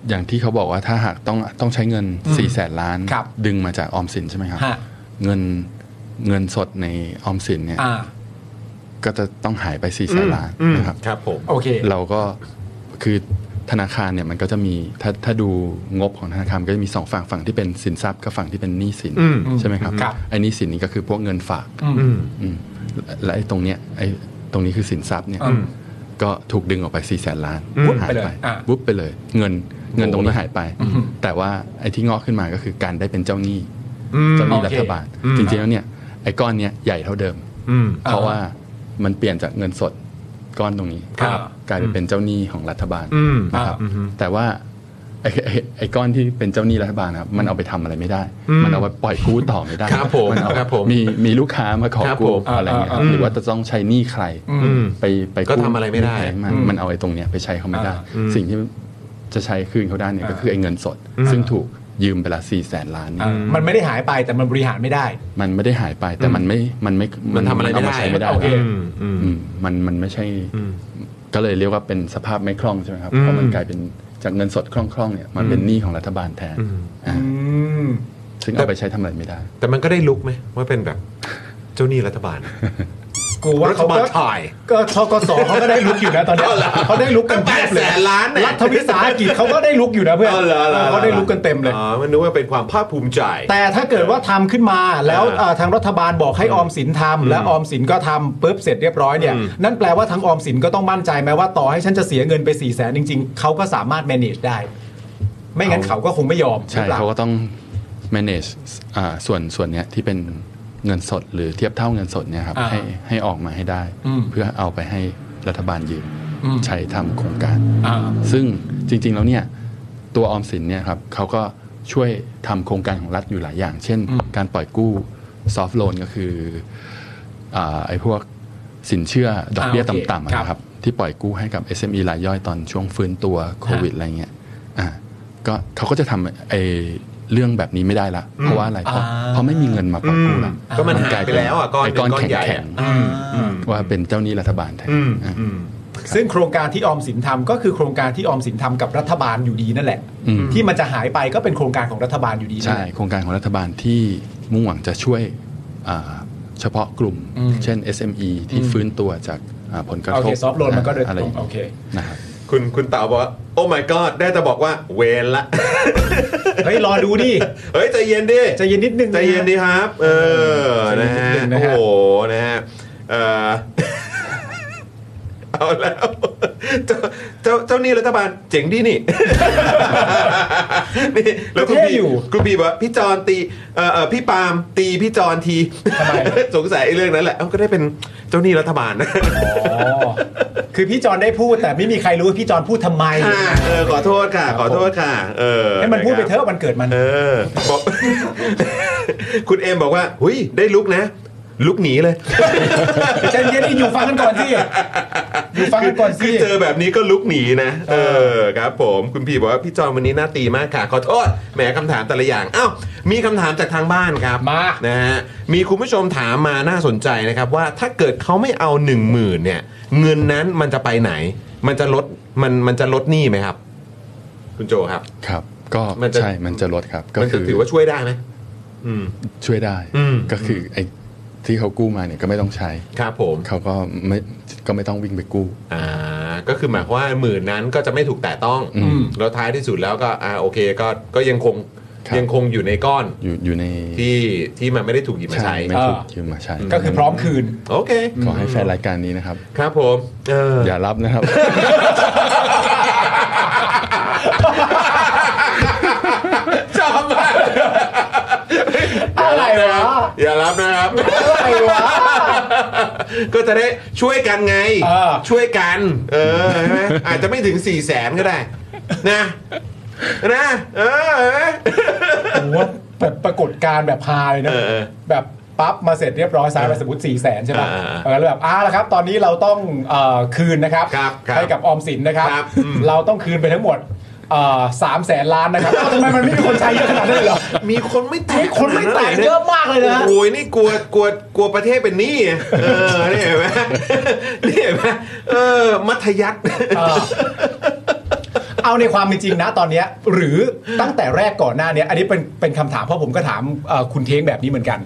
[SPEAKER 7] อย่างที่เขาบอกว่าถ้าหากต้องต้องใช้เงิน
[SPEAKER 2] อืม
[SPEAKER 7] 4ี่แสนล้าน
[SPEAKER 2] ครับ
[SPEAKER 7] ดึงมาจากออมสินใช่ไหมครับ
[SPEAKER 2] ฮะ
[SPEAKER 7] เงินเงินสดในออมสินเนี่ย
[SPEAKER 2] อ่า
[SPEAKER 7] ก็จะต้องหายไป4ี่แสนล้านนะครับ
[SPEAKER 1] ครับผม
[SPEAKER 2] โอเค
[SPEAKER 7] เราก็คือ ธนาคารเนี่ยมันก็จะมีถ้าถ้าดูงบของธนาคารก็จะมีสองฝั่งฝั่งที่เป็นสินทรัพย์กับฝั่งที่เป็นหนี้สิน
[SPEAKER 1] อืม
[SPEAKER 7] ใช่ไหมครับ
[SPEAKER 1] ครับ
[SPEAKER 7] ไอ้หนี้สินนี่ก็คือพวกเงินฝาก
[SPEAKER 1] อืม
[SPEAKER 7] อืมและและไอ้ตรงเนี้ยไอ้ตรงนี้คือสินทรัพย์เนี่ย
[SPEAKER 1] อืม
[SPEAKER 7] ก็ถูกดึงออกไป4ี่แสนล้าน
[SPEAKER 1] อืม
[SPEAKER 7] หาย
[SPEAKER 1] ไปเลย
[SPEAKER 7] ไป
[SPEAKER 1] อ่ะ
[SPEAKER 7] วุบไปเลย เงินเงินตรงนี้หายไป
[SPEAKER 1] อืม
[SPEAKER 7] แต่ว่าไอ้ที่งอกขึ้นมาก็คือการได้เป็นเจ้าหนี้
[SPEAKER 1] อืม
[SPEAKER 7] เจ้าหนี้
[SPEAKER 1] โอเค
[SPEAKER 7] รัฐบาล
[SPEAKER 1] อืม
[SPEAKER 7] จริงๆแล้วเนี่ยไอ้ก้อนเนี้ยใหญ่เท่าเดิม
[SPEAKER 1] อืม
[SPEAKER 7] เพราะว่ามันเปลี่ยนจากเงินสดก้อนตรงนี้
[SPEAKER 1] ครับ
[SPEAKER 7] กลายไปเป็นเจ้าหนี้ของรัฐบาล
[SPEAKER 1] อืม
[SPEAKER 7] นะครับ
[SPEAKER 1] อ่าอือฮึ
[SPEAKER 7] แต่ว่าไอ้ไอ้ไอ้ก้อนที่เป็นเจ้าหนี้รัฐบาลนะครับมันเอาไปทำอะไรไม่ได้
[SPEAKER 1] อืม
[SPEAKER 7] มันเอาไปปล่อยกู้ต่อไม่ได้
[SPEAKER 1] ครับผม
[SPEAKER 7] นเอา
[SPEAKER 1] ครับผม
[SPEAKER 7] มีมีลูกค้ามาขอ
[SPEAKER 1] ครับผ
[SPEAKER 7] กู้
[SPEAKER 1] ม
[SPEAKER 7] อะไรเงี้ยครับ
[SPEAKER 1] อ่าอ่า
[SPEAKER 7] หรือว่าจะต้องใช้หนี้ใคร
[SPEAKER 1] อืม
[SPEAKER 7] ไปไป
[SPEAKER 1] ก็ทำอะไรไม่ได้
[SPEAKER 7] ใคมัน
[SPEAKER 1] อืม
[SPEAKER 7] มันเอาไอ้ตรงเนี้ยไปใช้เขาไม่ได้
[SPEAKER 1] อ่าอืม
[SPEAKER 7] สิ่งที่จะใช้คืนเขาได้เนี่ยก็คือไอ้เงินสด
[SPEAKER 1] อืม
[SPEAKER 7] ซึ่งถูกยืมไปละสี่แสนล้านเนี่ย
[SPEAKER 2] มันไม่ได้หายไปแต่มันบริหารไม่ได้
[SPEAKER 7] มันไม่ได้หายไปแต่มันไม่มันไม่
[SPEAKER 1] มันทำอะไรไม่ได้
[SPEAKER 7] เาาใช้ไม่ได้
[SPEAKER 2] โอเค
[SPEAKER 7] แล้ว
[SPEAKER 1] อืมอืม
[SPEAKER 7] อืมมันมันไม่ใช่
[SPEAKER 1] อืม
[SPEAKER 7] ก็เลยเรียกว่าเป็นสภาพไม่คล่องใช่ไหมครับ
[SPEAKER 1] อืม
[SPEAKER 7] เพราะมันกลายเป็นจากเงินสดคล่องๆเนี่ยมันเป็นหนี้ของรัฐบาลแทน
[SPEAKER 1] อืม
[SPEAKER 7] อ่าซึ่งเอาไปใช้ทำอะไรไม่ได้
[SPEAKER 1] แต่มันก็ได้ลุกไหมว่าเป็นแบบเจ้าหนี้รัฐบาล
[SPEAKER 2] กูว่า
[SPEAKER 1] รัฐ
[SPEAKER 2] เขา
[SPEAKER 1] บาล
[SPEAKER 2] ก็
[SPEAKER 1] ถ่าย
[SPEAKER 2] ก็ทกสเขาก็ได้ลุกอยู่นะตอนเนี้ยเขาได้ลุกกันเต็ม
[SPEAKER 1] ก็แปด
[SPEAKER 2] เลย
[SPEAKER 1] แสนล้านเนี่ย
[SPEAKER 2] รัฐวิสาหกิจเขาก็ได้ลุกอยู่นะเพื่อน
[SPEAKER 1] อ๋อหรอหรอหรอ
[SPEAKER 2] เขาได้ลุกกันเต็มเลย
[SPEAKER 1] อ๋อมันนึกว่าเป็นความภาคภูมิใจ
[SPEAKER 2] แต่ถ้าเกิดว่าทำขึ้นมาแล้ว
[SPEAKER 1] อ่า
[SPEAKER 2] เอ่อทางรัฐบาลบอกให้ออมสินทำและออมสินก็ทำปุ๊บเสร็จเรียบร้อยเนี่ย
[SPEAKER 1] อืม
[SPEAKER 2] นั่นแปลว่าทางออมสินก็ต้องมั่นใจไหมว่าต่อให้ฉันจะเสียเงินไป4ี่แสนจริง ๆเขาก็สามารถ manage ได้ ไม่งั้น
[SPEAKER 7] เอา
[SPEAKER 2] เขาก็คงไม่ยอม
[SPEAKER 7] ใช่
[SPEAKER 2] หรือปล่
[SPEAKER 7] เขาก็ต้อง manage อ่าส่วนส่วนเนี้ยที่เป็นเงินสดหรือเทียบเท่าเงินสดเนี่ยครับให้ให้ออกมาให้ได้ เพื่อเอาไปให้รัฐบาลยืมใช้ทำโครงการ
[SPEAKER 2] อ่า
[SPEAKER 7] ซึ่งจริงๆ แล้วเนี่ยตัวออมสินเนี่ยครับเขาก็ช่วยทำโครงการของรัฐอยู่หลายอย่าง เช่น การปล่อยกู้ซอฟท์โลนก็คืออาไอ้พวกสินเชื่อดอกเบี้ย
[SPEAKER 2] อ่าโอเค
[SPEAKER 7] ต่ำๆอะ
[SPEAKER 2] ครับ
[SPEAKER 7] นะครับที่ปล่อยกู้ให้กับ SME รายย่อยตอนช่วงฟื้นตัวโควิดอะไรเงี้ยอ่าก็เขาก็จะทำไอ้เรื่องแบบนี้ไม่ได้ละ เพราะว่าอะไรเพราะเพราะไม่มีเงินมาปล่อยกู้ละ
[SPEAKER 1] ก็มันหายไปแล้วอ่ะก้อนห
[SPEAKER 7] ไอ้
[SPEAKER 1] นึ่ง
[SPEAKER 7] ก้อน
[SPEAKER 1] ก้อน
[SPEAKER 7] แข็ง
[SPEAKER 1] ใหญ่
[SPEAKER 7] แข็ง
[SPEAKER 1] อ่ะอืมอืม
[SPEAKER 7] ว่าเป็นเจ้าหนี้รัฐบาลแทน
[SPEAKER 1] อืม
[SPEAKER 7] อ่ะ
[SPEAKER 1] อืม
[SPEAKER 2] ซึ่งโครงการที่ออมสินทำก็คือโครงการที่ออมสินทำกับรัฐบาลอยู่ดีนั่นแหละ
[SPEAKER 7] อืม
[SPEAKER 2] ที่มันจะหายไปก็เป็นโครงการของรัฐบาลอยู่ดีนั่น
[SPEAKER 7] ใช่
[SPEAKER 2] แหละ
[SPEAKER 7] โครงการของรัฐบาลที่มุ่งหวังจะช่วยอ่าเฉพาะกลุ่ม
[SPEAKER 2] อืม
[SPEAKER 7] เช่น SME ที่
[SPEAKER 2] อืม
[SPEAKER 7] ฟื้นตัวจากอ่าผลกระ
[SPEAKER 2] โอ
[SPEAKER 7] ทบ
[SPEAKER 2] เคซอฟโลนมันก็โดย
[SPEAKER 7] อะไร
[SPEAKER 2] ต
[SPEAKER 7] อ
[SPEAKER 2] รง
[SPEAKER 7] ย่าง
[SPEAKER 2] โอเค
[SPEAKER 7] เงี้ยนะครับ
[SPEAKER 1] คุณคุณเต๋าบอกว่าโอ้ my god ได้แต่บอกว่าเวรละ *laughs*
[SPEAKER 2] เฮ้ยรอดูดิ
[SPEAKER 1] เฮ้ย ใจเย็นดิ
[SPEAKER 2] ใจเย็นนิดนึงะ
[SPEAKER 1] ใจเย็นดีครับ เออ นะฮะ
[SPEAKER 2] ใจเย็นนิดนึงนะ
[SPEAKER 1] โอ้
[SPEAKER 2] ฮะ
[SPEAKER 1] โห นะฮะ เออ เอาแล้ว เจ้าเจ้าเจ้าหนี่รัฐบาลเจ๋งดีนี่ นี่ แล้วคุณ
[SPEAKER 2] เท่
[SPEAKER 1] พี่
[SPEAKER 2] อยู่
[SPEAKER 1] คุณพี่บอกว่าพี่จอนตี เออเออพี่ปาล์มตีพี่จอนที
[SPEAKER 2] ทำไม
[SPEAKER 1] สงสัยไอ้เรื่องนั้นแหละเอ้าก็ได้เป็นเจ้าหนี้รัฐบาลนะ
[SPEAKER 2] อ๋อคือพี่จอนได้พูดแต่ไม่มีใครรู้ว่าพี่จอนพูดทำไม
[SPEAKER 1] ค่ะเออขอโทษค่ะ ขอโทษค่ะ เออ
[SPEAKER 2] ให้มันพูดไปเถ
[SPEAKER 1] ค
[SPEAKER 2] อะ
[SPEAKER 1] รับ
[SPEAKER 2] วันเกิดมัน
[SPEAKER 1] เออบอก คุณเอ็มบอกว่า หุยได้ลุกนะ ลุกหนีเลย
[SPEAKER 2] ใจเย็นๆอยู่ฟังกันก่อนสิ อยู่ฟังกันก่อน
[SPEAKER 1] คื
[SPEAKER 2] สิ
[SPEAKER 1] อเจอแบบนี้ก็ลุกหนีนะ เอ
[SPEAKER 2] เออ
[SPEAKER 1] อครับผมคุณพี่บอกว่าพี่จอมวันนี้หน้าตีมากค่ะ ขอโทษแหมคำถามแต่ละอย่างอ้าวมีคำถามจากทางบ้านครับ
[SPEAKER 2] มา
[SPEAKER 1] นะฮะมีคุณผู้ชมถามมาน่าสนใจนะครับว่าถ้าเกิดเขาไม่เอา1 0,000ื่นเนี่ย เงินนั้นมันจะไปไหน มันจะลดมันมันจะลดหนี้ไหมครับ คุณโจครับ
[SPEAKER 7] ครับ ก็
[SPEAKER 1] มันจะ
[SPEAKER 7] ใช่ มันจะลดครับ ก็
[SPEAKER 1] มันจะ
[SPEAKER 7] คือ
[SPEAKER 1] ถือว่าช่วยได้ไหมอืม
[SPEAKER 7] ช่วยได้
[SPEAKER 1] อืม
[SPEAKER 7] ก็คือไอ้ที่เขากู้มาเนี่ยก็ไม่ต้องใช้
[SPEAKER 1] ครับผม
[SPEAKER 7] เขาก็ไม่ก็ไม่ต้องวิ่งไปกู้
[SPEAKER 1] อ่าก็คือหมายความว่าหมื่นนั้นก็จะไม่ถูกแตะต้อง
[SPEAKER 7] อืม
[SPEAKER 1] แล้วท้ายที่สุดแล้วก็อ่าโอเคก็ก็ยังคง
[SPEAKER 7] ครับ
[SPEAKER 1] ยังคงอยู่ในก้อน
[SPEAKER 7] อยู่อยู่ใน
[SPEAKER 1] ที่ที่มันไม่ได้ถูกหยิบมาใช้
[SPEAKER 7] ไม่ถูก
[SPEAKER 2] อ่ายื
[SPEAKER 7] ยืมมาใช้
[SPEAKER 2] ก็คือพร้อมคืน
[SPEAKER 1] โอเค
[SPEAKER 7] ขอให้แฟนรายการนี้นะครับ
[SPEAKER 1] ครับผมเออ
[SPEAKER 7] อย่ารับนะครับ
[SPEAKER 1] *laughs* ชอบมาก
[SPEAKER 2] อะไรวะ
[SPEAKER 1] อย่ารับนะครับ
[SPEAKER 2] อะไรวะ
[SPEAKER 1] ก็จะได้ช่วยกันไง
[SPEAKER 2] เออ
[SPEAKER 1] ช่วยกัน เออใช่ไหมอาจจะไม่ถึง4ี่แสนก็ได้ นะนะเออเออ
[SPEAKER 2] โอ้โหแบบปรากฏการณ์แบบฮาเลยนะ
[SPEAKER 1] เออเออ
[SPEAKER 2] แบบปั๊บมาเสร็จเรียบร้อยซ้ายไปสมมติ4ี่แสนใช่ไหม
[SPEAKER 1] อ่าอ่า
[SPEAKER 2] เออแล้วแบบอ้าแล้วครับ ตอนนี้เราต้องเอ่อคืนนะครับ
[SPEAKER 1] ครับครับ
[SPEAKER 2] ให้กับออมสินนะครับ
[SPEAKER 1] ครับอืม
[SPEAKER 2] เราต้องคืนไปทั้งหมดสามแสนล้านนะครับเอ้าทำไมมันไม่มีคนใช้เยอะขนาดนั้นเลยเหรอ
[SPEAKER 1] มีคนไม่แตก
[SPEAKER 2] มีคนไม่แตกเยอะมากเลยนะ
[SPEAKER 1] โอ้ยนี่กลัวกลัวกลัวประเทศเป็นหนี้อ่ะเออนี่เห็นไหมนี่เห็นไหมเออ มัธยัติ
[SPEAKER 2] เออเอาในความเป็นจริงนะตอนเนี้ยหรือตั้งแต่แรกก่อนหน้าเนี้ยอันนี้เป็นเป็นคำถามเพราะผมก็ถามเอ่อคุณเท้งแบบนี้เหมือนกัน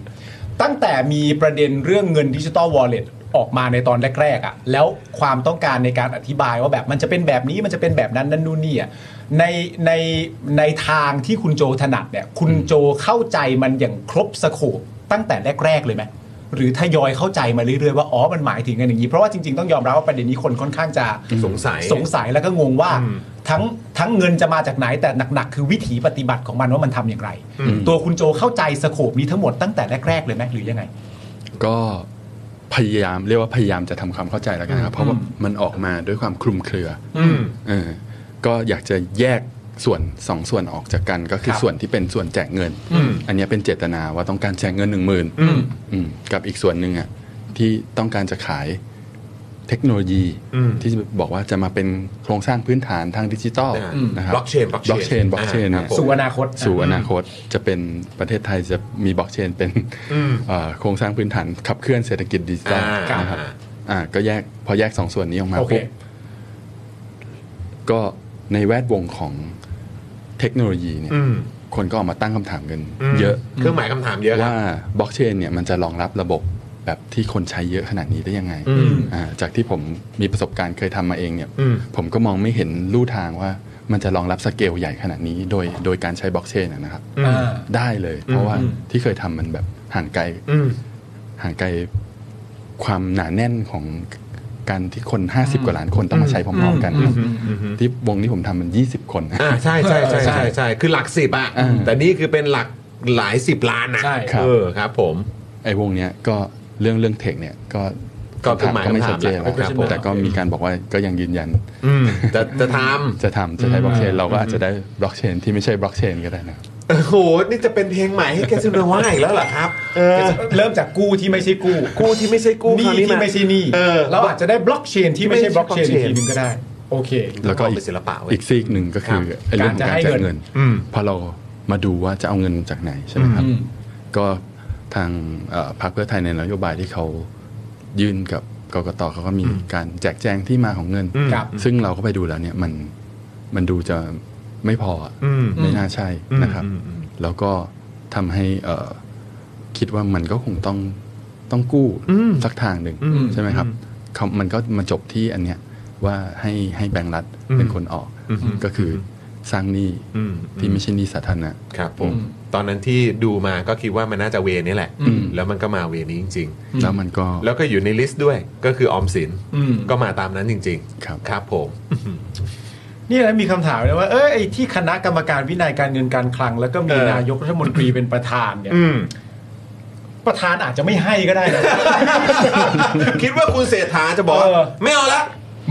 [SPEAKER 2] ตั้งแต่มีประเด็นเรื่องเงินดิจิตอลวอลเล็ต ออกมาในตอนแรกๆอ่ะแล้วความต้องการในการอธิบายว่าแบบมันจะเป็นแบบนี้มันจะเป็นแบบนั้นนั่นนู่นนี่อ่ะในในในทางที่คุณโจถนัดเนี่ยคุณโจเข้าใจมันอย่างครบสโคปตั้งแต่แรก ๆ เลยไหมหรือทยอยเข้าใจมาเรื่อยๆว่าอ๋อมันหมายถึงกันอย่างนี้เพราะว่าจริงๆต้องยอมรับว่าประเด็นนี้คนค่อนข้างจะ
[SPEAKER 1] สงสัย
[SPEAKER 2] สงสัยแล้วก็งงว่าทั้งทั้งเงินจะมาจากไหนแต่หนักๆ คือวิถีปฏิบัติของมันว่ามันทำอย่างไร
[SPEAKER 1] อืม
[SPEAKER 2] ตัวคุณโจเข้าใจสโคปนี้ทั้งหมดตั้งแต่แรกๆเลยไหมหรือยังไง
[SPEAKER 7] ก็พยายามเรียกว่าพยายามจะทำความเข้าใจแล้วกันครับ เพราะว่ามันออกมาด้วยความคลุมเครืออ
[SPEAKER 1] อืม
[SPEAKER 7] เออก็อยากจะแยกส่วนสองส่วนออกจากกันก็คือ
[SPEAKER 2] ครับ
[SPEAKER 7] ส่วนที่เป็นส่วนแจกเงิน
[SPEAKER 2] อืม
[SPEAKER 7] อันเนี้ยเป็นเจตนาว่าต้องการแจกเงินหนึ่งหมื่น
[SPEAKER 2] อืม
[SPEAKER 7] กับอีกส่วนหนึ่งอ่ะที่ต้องการจะขายเทคโนโลยี
[SPEAKER 1] อืม
[SPEAKER 7] ที่บอกว่าจะมาเป็นโครงสร้างพื้นฐานทางดิจิตอล
[SPEAKER 1] อ่า
[SPEAKER 7] นะครับ
[SPEAKER 1] blockchain
[SPEAKER 7] บ
[SPEAKER 1] blockchain
[SPEAKER 7] ล็อกเชนบล็อกเชน
[SPEAKER 1] อ่าค
[SPEAKER 7] เนี่ย
[SPEAKER 1] รับผม
[SPEAKER 2] สู่อนาคต
[SPEAKER 7] สู่อนาคตจะเป็นประเทศไทยจะมีบล็อกเชนเป็น
[SPEAKER 1] อืม
[SPEAKER 7] เอ่อโครงสร้างพื้นฐานขับเคลื่อนเศรษฐกิจดิจิตอล
[SPEAKER 1] อ่า
[SPEAKER 7] นะครับอ่าก็แยกพอแยกสองส่วนนี้ออกมา
[SPEAKER 2] โอเค
[SPEAKER 7] ปุ๊บก็ในแวดวงของเทคโนโลยีเนี่ย
[SPEAKER 1] อืม
[SPEAKER 7] คนก็ออกมาตั้งคำถามกัน
[SPEAKER 1] ม
[SPEAKER 7] เยอะ
[SPEAKER 1] เครื่องหมายคำถามเยอะครับ
[SPEAKER 7] ว่าบล็อกเชนเนี่ยมันจะรองรับระบบแบบที่คนใช้เยอะขนาดนี้ได้ยังไง
[SPEAKER 1] อืม
[SPEAKER 7] อ่าจากที่ผมมีประสบการณ์เคยทำมาเองเนี่ย
[SPEAKER 1] อืม
[SPEAKER 7] ผมก็มองไม่เห็นลู่ทางว่ามันจะรองรับสเกลใหญ่ขนาดนี้ โดยโดยการใช้บล็อกเชนอะนะครับ
[SPEAKER 2] อ่า
[SPEAKER 7] ได้เลยเพ
[SPEAKER 1] อื
[SPEAKER 7] ราะ
[SPEAKER 1] ม
[SPEAKER 7] ว่าที่เคยทำมันแบบห่างไกล
[SPEAKER 1] อืม
[SPEAKER 7] ห่างไกลความหนาแน่นของการที่คน 50 กว่าล้านคนต้องมาใช้พร้อมๆกันครับ
[SPEAKER 1] อืมอืมอืม
[SPEAKER 7] ที่วงนี้ผมทำมัน 20 คน
[SPEAKER 1] อ่าใช่ใช่ใช่ใช่ใช่คือหลักสิบอ่ะ
[SPEAKER 7] อ่า
[SPEAKER 1] แต่นี่คือเป็นหลักหลายสิบล้านนะ
[SPEAKER 2] ใช่
[SPEAKER 7] ครับ
[SPEAKER 1] เออครับ ผม
[SPEAKER 7] ไอ้วงเนี้ยก็เรื่องเรื่องเทคเนี่ยก็
[SPEAKER 1] ก็คือหมาย
[SPEAKER 7] ก็ไม่ชัดเจน
[SPEAKER 1] คำถาม
[SPEAKER 7] แล้ว
[SPEAKER 1] ครับผม
[SPEAKER 7] แต่ก็มีการบอกว่าก็ยังยืนยัน
[SPEAKER 1] อืมจะจะท
[SPEAKER 7] จะทำจะใช้บล็อกเชนเราก็อาจจะได้บล็อกเชนที่ไม่ใช่บล็อกเชนก็ได้นะ
[SPEAKER 1] ำโอ้โหนี่จะเป็นเพลงใหม่ให้แกซิโนว่าอีกแล้วเหรอครับ เออ
[SPEAKER 2] เริ่มจากกู้ที่ไม่ใช่กู้
[SPEAKER 1] กูที่ไม่ใช่กู
[SPEAKER 2] ห
[SPEAKER 1] คราว
[SPEAKER 2] นี่
[SPEAKER 1] นี้
[SPEAKER 2] ที่
[SPEAKER 1] นะ
[SPEAKER 2] ไม่ใช่หนี่
[SPEAKER 1] เออ
[SPEAKER 2] เราอาจจะได้บล็อกเชนที่ไม่ใช่บล็อกเชนอีกทีหนึงก็ได้ โอเค
[SPEAKER 7] แล้วก็
[SPEAKER 1] มอง
[SPEAKER 7] อี
[SPEAKER 1] เป็น
[SPEAKER 7] ก
[SPEAKER 1] ศิลปะเว้ย
[SPEAKER 7] อีกซีกหนึ่งก็คือ
[SPEAKER 1] ครับ
[SPEAKER 7] ไอ้เรื่องของการ
[SPEAKER 2] การจะให้
[SPEAKER 7] จ่าย
[SPEAKER 2] เงิ
[SPEAKER 7] เงิ
[SPEAKER 2] น
[SPEAKER 7] น
[SPEAKER 1] อืม
[SPEAKER 7] พอเรามาดูว่าจะเอาเงินจากไหนใช่ไหมครับ
[SPEAKER 2] อืม
[SPEAKER 7] ก็ทางเอ่อพรรคเพื่อไทยในนโยบายที่เขายื่นกับกกตเขาก็มีการแจกแจงที่มาของเงิน
[SPEAKER 1] อืม
[SPEAKER 2] ครับ
[SPEAKER 7] ซึ่งเราก็ไปดูแล้วเนี่ยมันมันดูจะไม่พออะ
[SPEAKER 1] อืม
[SPEAKER 7] ไม่น่าใช่นะครับ
[SPEAKER 1] อืมอืมอืม
[SPEAKER 7] แล้วก็ทำให้เอ่อคิดว่ามันก็คงต้องต้องกู้
[SPEAKER 1] อืม
[SPEAKER 7] สักทางหนึ่ง
[SPEAKER 1] อืม
[SPEAKER 7] ใช่ไหมครับเขามันก็มาจบที่อันเนี้ยว่าให้ให้แบงก์รัฐ
[SPEAKER 1] อืม
[SPEAKER 7] เป็นคนออก
[SPEAKER 1] อืม
[SPEAKER 7] ก็คือสร้างหนี้
[SPEAKER 1] อืม
[SPEAKER 7] ที่ไม่ใช่หนี้สาธารณะ
[SPEAKER 1] ครับผม ตอนนั้นที่ดูมาก็คิดว่ามันน่าจะเวนี้แหละ
[SPEAKER 7] อืม
[SPEAKER 1] แล้วมันก็มาเวนี้จริง ๆ
[SPEAKER 7] แล้วมันก็
[SPEAKER 1] แล้วก็อยู่ในลิสต์ด้วยก็คือออมสิน
[SPEAKER 2] อืม
[SPEAKER 1] ก็มาตามนั้นจริง
[SPEAKER 7] ครับ
[SPEAKER 1] ๆ ครับผม
[SPEAKER 2] นี่นะมีคำถามเลยว่าเออไอ้ที่คณะกรรมการวินัยการเงินการคลัง แล้วก็มี
[SPEAKER 1] เออ
[SPEAKER 2] นายกรัฐมนตรีเป็นประธานเนี่ย
[SPEAKER 1] อืม
[SPEAKER 2] ประธานอาจจะไม่ให้ก็ได้นะ *laughs*
[SPEAKER 1] คิดว่าคุณเศรษฐาจะบอกว่า
[SPEAKER 2] เออ
[SPEAKER 1] ไม่เอาละ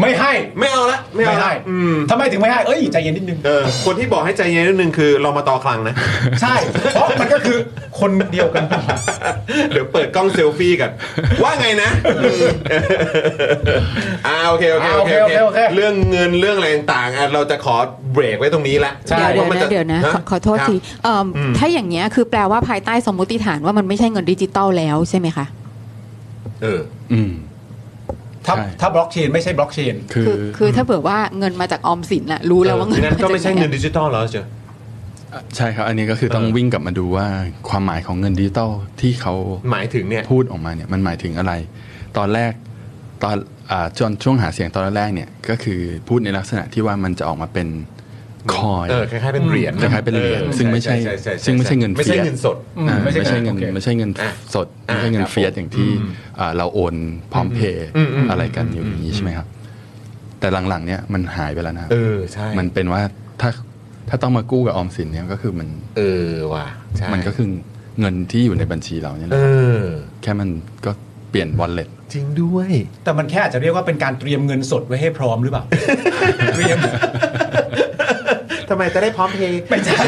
[SPEAKER 2] ไม่ให้
[SPEAKER 1] ไม่เอาละไม่
[SPEAKER 2] ไม่
[SPEAKER 1] เอาละ
[SPEAKER 2] ให้
[SPEAKER 1] อืม
[SPEAKER 2] ทำไมถึงไม่ให้ เอ้ยใจเย็นนิดนึง
[SPEAKER 1] เออคนที่บอกให้ใจเย็นนิดนึงคือเรามาต่อคลั
[SPEAKER 2] *laughs*
[SPEAKER 1] งนะ
[SPEAKER 2] ใช่ เพราะมันก็คือคนเดียวกัน
[SPEAKER 1] เดี๋ยวเปิดกล้องเซลฟี่กัน ว่าไงนะอ่าโอเคโอเค
[SPEAKER 2] อ่า
[SPEAKER 1] โอ
[SPEAKER 2] โอ
[SPEAKER 1] เค
[SPEAKER 2] เค
[SPEAKER 1] โอเค
[SPEAKER 2] โอเคโอเค
[SPEAKER 1] เรื่องเงินเรื่องอะไรต่างๆอ่ะเราจะขอเบรกไว้ตรงนี้ละ
[SPEAKER 2] ใช่
[SPEAKER 6] เดี๋ยวเดี๋ย
[SPEAKER 1] ว่ามั
[SPEAKER 6] ว
[SPEAKER 1] จ
[SPEAKER 6] นะเดี๋ยวนะ
[SPEAKER 1] ฮ
[SPEAKER 6] ขอขอโทษ
[SPEAKER 1] ครับ
[SPEAKER 6] ทีเอิ่ม
[SPEAKER 1] อืม
[SPEAKER 6] ถ้าอย่างเงี้ยคือแปลว่าภายใต้สมมติฐานว่ามันไม่ใช่เงินดิจิตอลแล้วใช่ไหมคะ
[SPEAKER 1] เออ
[SPEAKER 7] อืม
[SPEAKER 2] ถ้า
[SPEAKER 7] ใช่
[SPEAKER 2] ถ้าบล็อกเชนไม่ใช่บล็อกเชน
[SPEAKER 7] คือ
[SPEAKER 6] คือคือถ้าเผื่อว่าเงินมาจากออมสินน่ะรู้แล้วว่าเงิน
[SPEAKER 1] งั้นก็ไม่ใช่
[SPEAKER 6] าจากห
[SPEAKER 1] เงินดิจิตอลแล้วเจ้ะ
[SPEAKER 7] ใช่ครับ อันนี้ก็คือต้อง
[SPEAKER 1] เออ
[SPEAKER 7] วิ่งกลับมาดูว่าความหมายของเงินดิจิตอลที่เขา
[SPEAKER 1] หมายถึงเนี่ย
[SPEAKER 7] พูดออกมาเนี่ยมันหมายถึงอะไร ตอนแรกตอนอาจนช่วงหาเสียงตอนแรกๆเนี่ยก็คือพูดในลักษณะที่ว่ามันจะออกมาเป็นคอย
[SPEAKER 1] เออคล้ายๆเป็นเหรียญ
[SPEAKER 7] คล้ายๆเป็นเหรียญ
[SPEAKER 1] ออ
[SPEAKER 7] ซึ่งไม่ใช่ซึ่งไม่ใช่เงิน
[SPEAKER 1] ไม่
[SPEAKER 7] เฟี
[SPEAKER 1] ใช่
[SPEAKER 7] ยส
[SPEAKER 1] เงินสด
[SPEAKER 2] อืม
[SPEAKER 7] อ่า
[SPEAKER 2] ไม่
[SPEAKER 7] ไม่
[SPEAKER 2] ใช่
[SPEAKER 7] ใช่เงิน
[SPEAKER 2] โอเค
[SPEAKER 7] ไม่ใช่เงิน
[SPEAKER 1] อ่ะ
[SPEAKER 7] สดไม่ใช่เงิน
[SPEAKER 1] ครับ
[SPEAKER 7] เฟียสอย่างที่อ่าเราโอนพร้อมเพย์
[SPEAKER 1] อืมอืมอืม
[SPEAKER 7] อะไรกันอยู่อย่างนี้ใช่ไหมครับ แต่หลังๆเนี่ยมันหายไปแล้วนะครับ
[SPEAKER 1] เออใช่
[SPEAKER 7] มันเป็นว่าถ้าถ้าต้องมากู้กับออมสินเนี่ยก็คือมัน
[SPEAKER 1] เออว่ะใช่
[SPEAKER 7] มันก็คือเงินที่อยู่ในบัญชีเราเนี่ยแห
[SPEAKER 1] เอ
[SPEAKER 7] ละ
[SPEAKER 1] อ
[SPEAKER 7] แค่มันก็เปลี่ยน wallet
[SPEAKER 1] จริงด้วย
[SPEAKER 2] แต่มันแค่อาจจะเรียกว่าเป็นการเตรียมเงินสดไว้ให้พร้อมหรือเปล่า เตรียม
[SPEAKER 1] ทำไมจะได้พร้อมเพย์
[SPEAKER 2] ไม่ใช่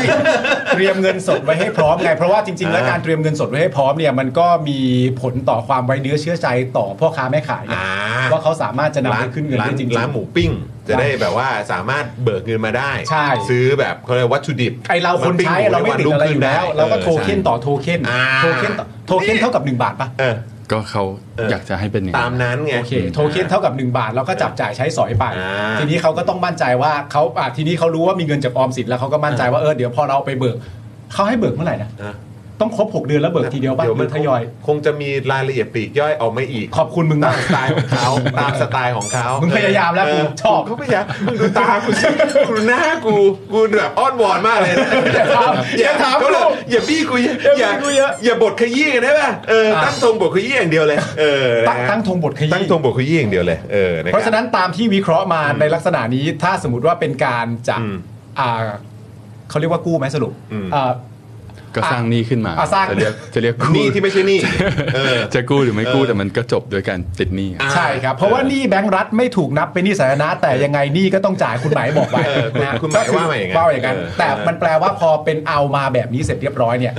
[SPEAKER 2] เตรียมเงินสดไว้ให้พร้อมไงเพราะว่าจริงๆ แล้วการเตรียมเงินสดไว้ให้พร้อมเนี่ยมันก็มีผลต่อความไว้เนื้อเชื่อใจต่อพ่อค้าแม่ขายไง
[SPEAKER 1] อ่า
[SPEAKER 2] ว่าเขาสามารถจะนำ
[SPEAKER 1] ร้าน
[SPEAKER 2] ไปขึ้นเงิน
[SPEAKER 1] ร้าน
[SPEAKER 2] ได้จริง
[SPEAKER 1] ร้านหมูปิ้ง จะได้แบบว่าสามารถเบิกเงินมาได้
[SPEAKER 2] ใช่
[SPEAKER 1] ซื้อแบบเขาเรียกวัตถุดิบ
[SPEAKER 2] ๆไอเราคน
[SPEAKER 1] ปิ้ง
[SPEAKER 2] ใช้
[SPEAKER 1] ห
[SPEAKER 2] เราไม่ติด
[SPEAKER 1] ใวันง
[SPEAKER 2] อะไรอ
[SPEAKER 1] ขึ้
[SPEAKER 2] ยู่
[SPEAKER 1] น
[SPEAKER 2] แล้ว เราก็โทเค็น
[SPEAKER 1] ใช่
[SPEAKER 2] ต่อโทเค็น
[SPEAKER 1] อ่า
[SPEAKER 2] โทเค็นต่อโทเค็นเท่ากับหนึ่งบาทปะ
[SPEAKER 1] เออ
[SPEAKER 7] ก็เขา
[SPEAKER 1] เอออ
[SPEAKER 7] อยากจะให้เป็นอย่าง
[SPEAKER 1] ตามนั้นไง
[SPEAKER 2] โอเคโทเค็นเท่ากับ 1 บาทเราก็จับจ่ายใช้สอยไป
[SPEAKER 1] อ่า
[SPEAKER 2] ทีนี้เขาก็ต้องมั่นใจว่าเขาอ่ะทีนี้เขารู้ว่ามีเงินจากออมสินแล้วเขาก็มั่นใจว่าเออเดี๋ยวพอเราเอาไปเบิกเขาให้เบิกเมื่อไหร่นะ
[SPEAKER 1] อ่ะ
[SPEAKER 2] ต้องครบ 6 เดือนแล้วเบิกทีเดียวป่ะ
[SPEAKER 1] เดี๋ยว
[SPEAKER 2] ห
[SPEAKER 1] มัน
[SPEAKER 2] รือทยอย
[SPEAKER 1] คงจะมีรายละเอียดปลีกย่อยออกมาอีก
[SPEAKER 2] ขอบคุณมึ
[SPEAKER 1] ตาม
[SPEAKER 2] งาม ก
[SPEAKER 1] สไตล์ของเขาตามสไตล์ของเขา
[SPEAKER 2] มึงพยายามแล้วกูชอบ
[SPEAKER 1] เขาพยายามมึงดูตากูสิกูหน้ากูกูแบบอ้อนวอนมากเลยนะ
[SPEAKER 2] อย่าถามอย่าถาม
[SPEAKER 1] เขเลยอย่าบี้กูเยอะ
[SPEAKER 2] อย่าบี้กูเยอะ
[SPEAKER 1] อย่าบทขยี้กันได้ป่ะเออตั้งทงบทขยี้อย่างเดียวเลยเออ
[SPEAKER 2] ตั้ง
[SPEAKER 1] นะฮะ
[SPEAKER 2] ตั้งธงบทข
[SPEAKER 1] ตั้ง
[SPEAKER 2] ยี้
[SPEAKER 1] ทงบทขยี้อย่างเดียวเลยเออคบ
[SPEAKER 2] เพราะฉะนั้นตามที่วิเคราะห์มาในลักษณะนี้ถ้าสมมติว่าเป็นการจะ
[SPEAKER 1] อืม
[SPEAKER 2] อ่าเขาเรียกว่ากู้ไหมสรุป
[SPEAKER 1] อืม
[SPEAKER 2] อ่า
[SPEAKER 7] ก็สร้างหนี้ขึ้นมา
[SPEAKER 2] อ่ะสร้าง
[SPEAKER 7] จะเรียกจะเรียกกู้
[SPEAKER 1] หนี่ที่ไม่ใช่หนี่เออ
[SPEAKER 7] จะกู้หรือไม่กู้
[SPEAKER 1] เออ
[SPEAKER 7] แต่มันก็จบโดยการติดหนี้อะ
[SPEAKER 2] ใช่ครับ เพราะว่าหนี้แบงก์รัฐไม่ถูกนับเป็นหนี้สาธารณะแต่ยังไงหนี้ก็ต้องจ่ายคุณหมายบอกไว้
[SPEAKER 1] เออคุณ
[SPEAKER 2] นะ
[SPEAKER 1] คุณหมาย
[SPEAKER 2] ก็อ
[SPEAKER 1] ว่ามาอย่างนั้น
[SPEAKER 2] ว่าอย่างนั้น
[SPEAKER 1] เออ
[SPEAKER 2] แต่มันแปลว่าพอเป็นเอามาแบบนี้เสร็จเรียบร้อยเนี่ย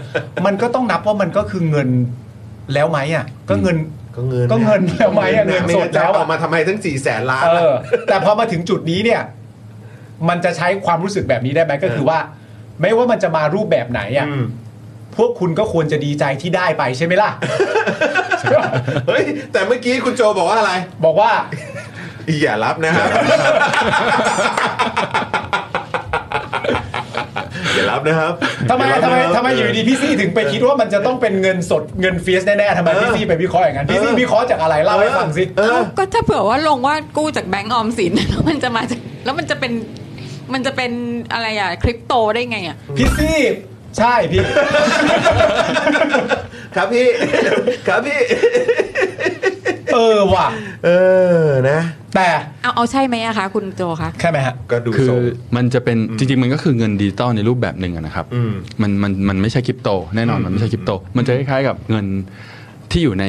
[SPEAKER 2] มันก็ต้องนับว่ามันก็คือเงินแล้วไหมอ่ะ ก็เงิน
[SPEAKER 1] ก็เงิน
[SPEAKER 2] ก็เงินแล้วไหมอะเงินสดแล้ว
[SPEAKER 1] อ
[SPEAKER 2] อะ
[SPEAKER 1] อกมาทำไมทั้งสี่แสนล้าน
[SPEAKER 2] เอ
[SPEAKER 1] อะ
[SPEAKER 2] อ แต่พอมาถึงจุดนี้เนี่ย มันจะใช้ความรู้สึกแบบนี้ได้ไหมก็คือว่า ไม่ว่ามันจะมารูปแบบไหนอ่ะ
[SPEAKER 1] อืม
[SPEAKER 2] พวกคุณก็ควรจะดีใจที่ได้ไปใช่ไหม
[SPEAKER 1] *laughs*
[SPEAKER 2] ล่ะ
[SPEAKER 1] เฮ้ย แต่เมื่อกี้คุณโจบอกว่าอะไร
[SPEAKER 2] บอกว่า
[SPEAKER 1] อย่ารับนะครับ อย่ารับนะครับ
[SPEAKER 2] ทำไม
[SPEAKER 1] อย่ารับ
[SPEAKER 2] ทำไม
[SPEAKER 1] นะครับ
[SPEAKER 2] ทำไมอยู่ดีพี่ซี่ถึงไปคิดว่ามันจะต้องเป็นเงินสดเงินเฟียสแน่ๆทำไมพี่ซี่ไปวิเคราะห์อย่างนั้นพี่ซี่วิเคราะห์จากอะไรเล่าให้ฟังสิ
[SPEAKER 1] เออ
[SPEAKER 6] ก็ถ้าเผื่อว่าลงว่ากู้จากแบงก์ออมสิน *laughs* แล้วมันจะมาจากแล้วมันจะเป็นมันจะเป็นอะไรอ่ะคริปโตได้ไงอ่ะ
[SPEAKER 2] พี่ซี่ใช่พี่
[SPEAKER 1] ครับพี่ ครับพี่
[SPEAKER 2] เออว่ะ
[SPEAKER 1] เออนะ
[SPEAKER 2] แต่
[SPEAKER 6] เอาเอาใช่ไหมอะคะคุณโจคะ
[SPEAKER 2] ใช่ไหมฮะ
[SPEAKER 1] ก็ดู
[SPEAKER 7] คือ
[SPEAKER 1] ทรง
[SPEAKER 7] มันจะเป็นจริงๆ มันก็คือเงินดิจิตอลในรูปแบบหนึ่งอะนะครับ
[SPEAKER 1] อืม
[SPEAKER 7] มันมันมันไม่ใช่คริปโต แน่นอนมันไม่ใช่คริปโต มันจะคล้ายๆกับเงินที่อยู่ใน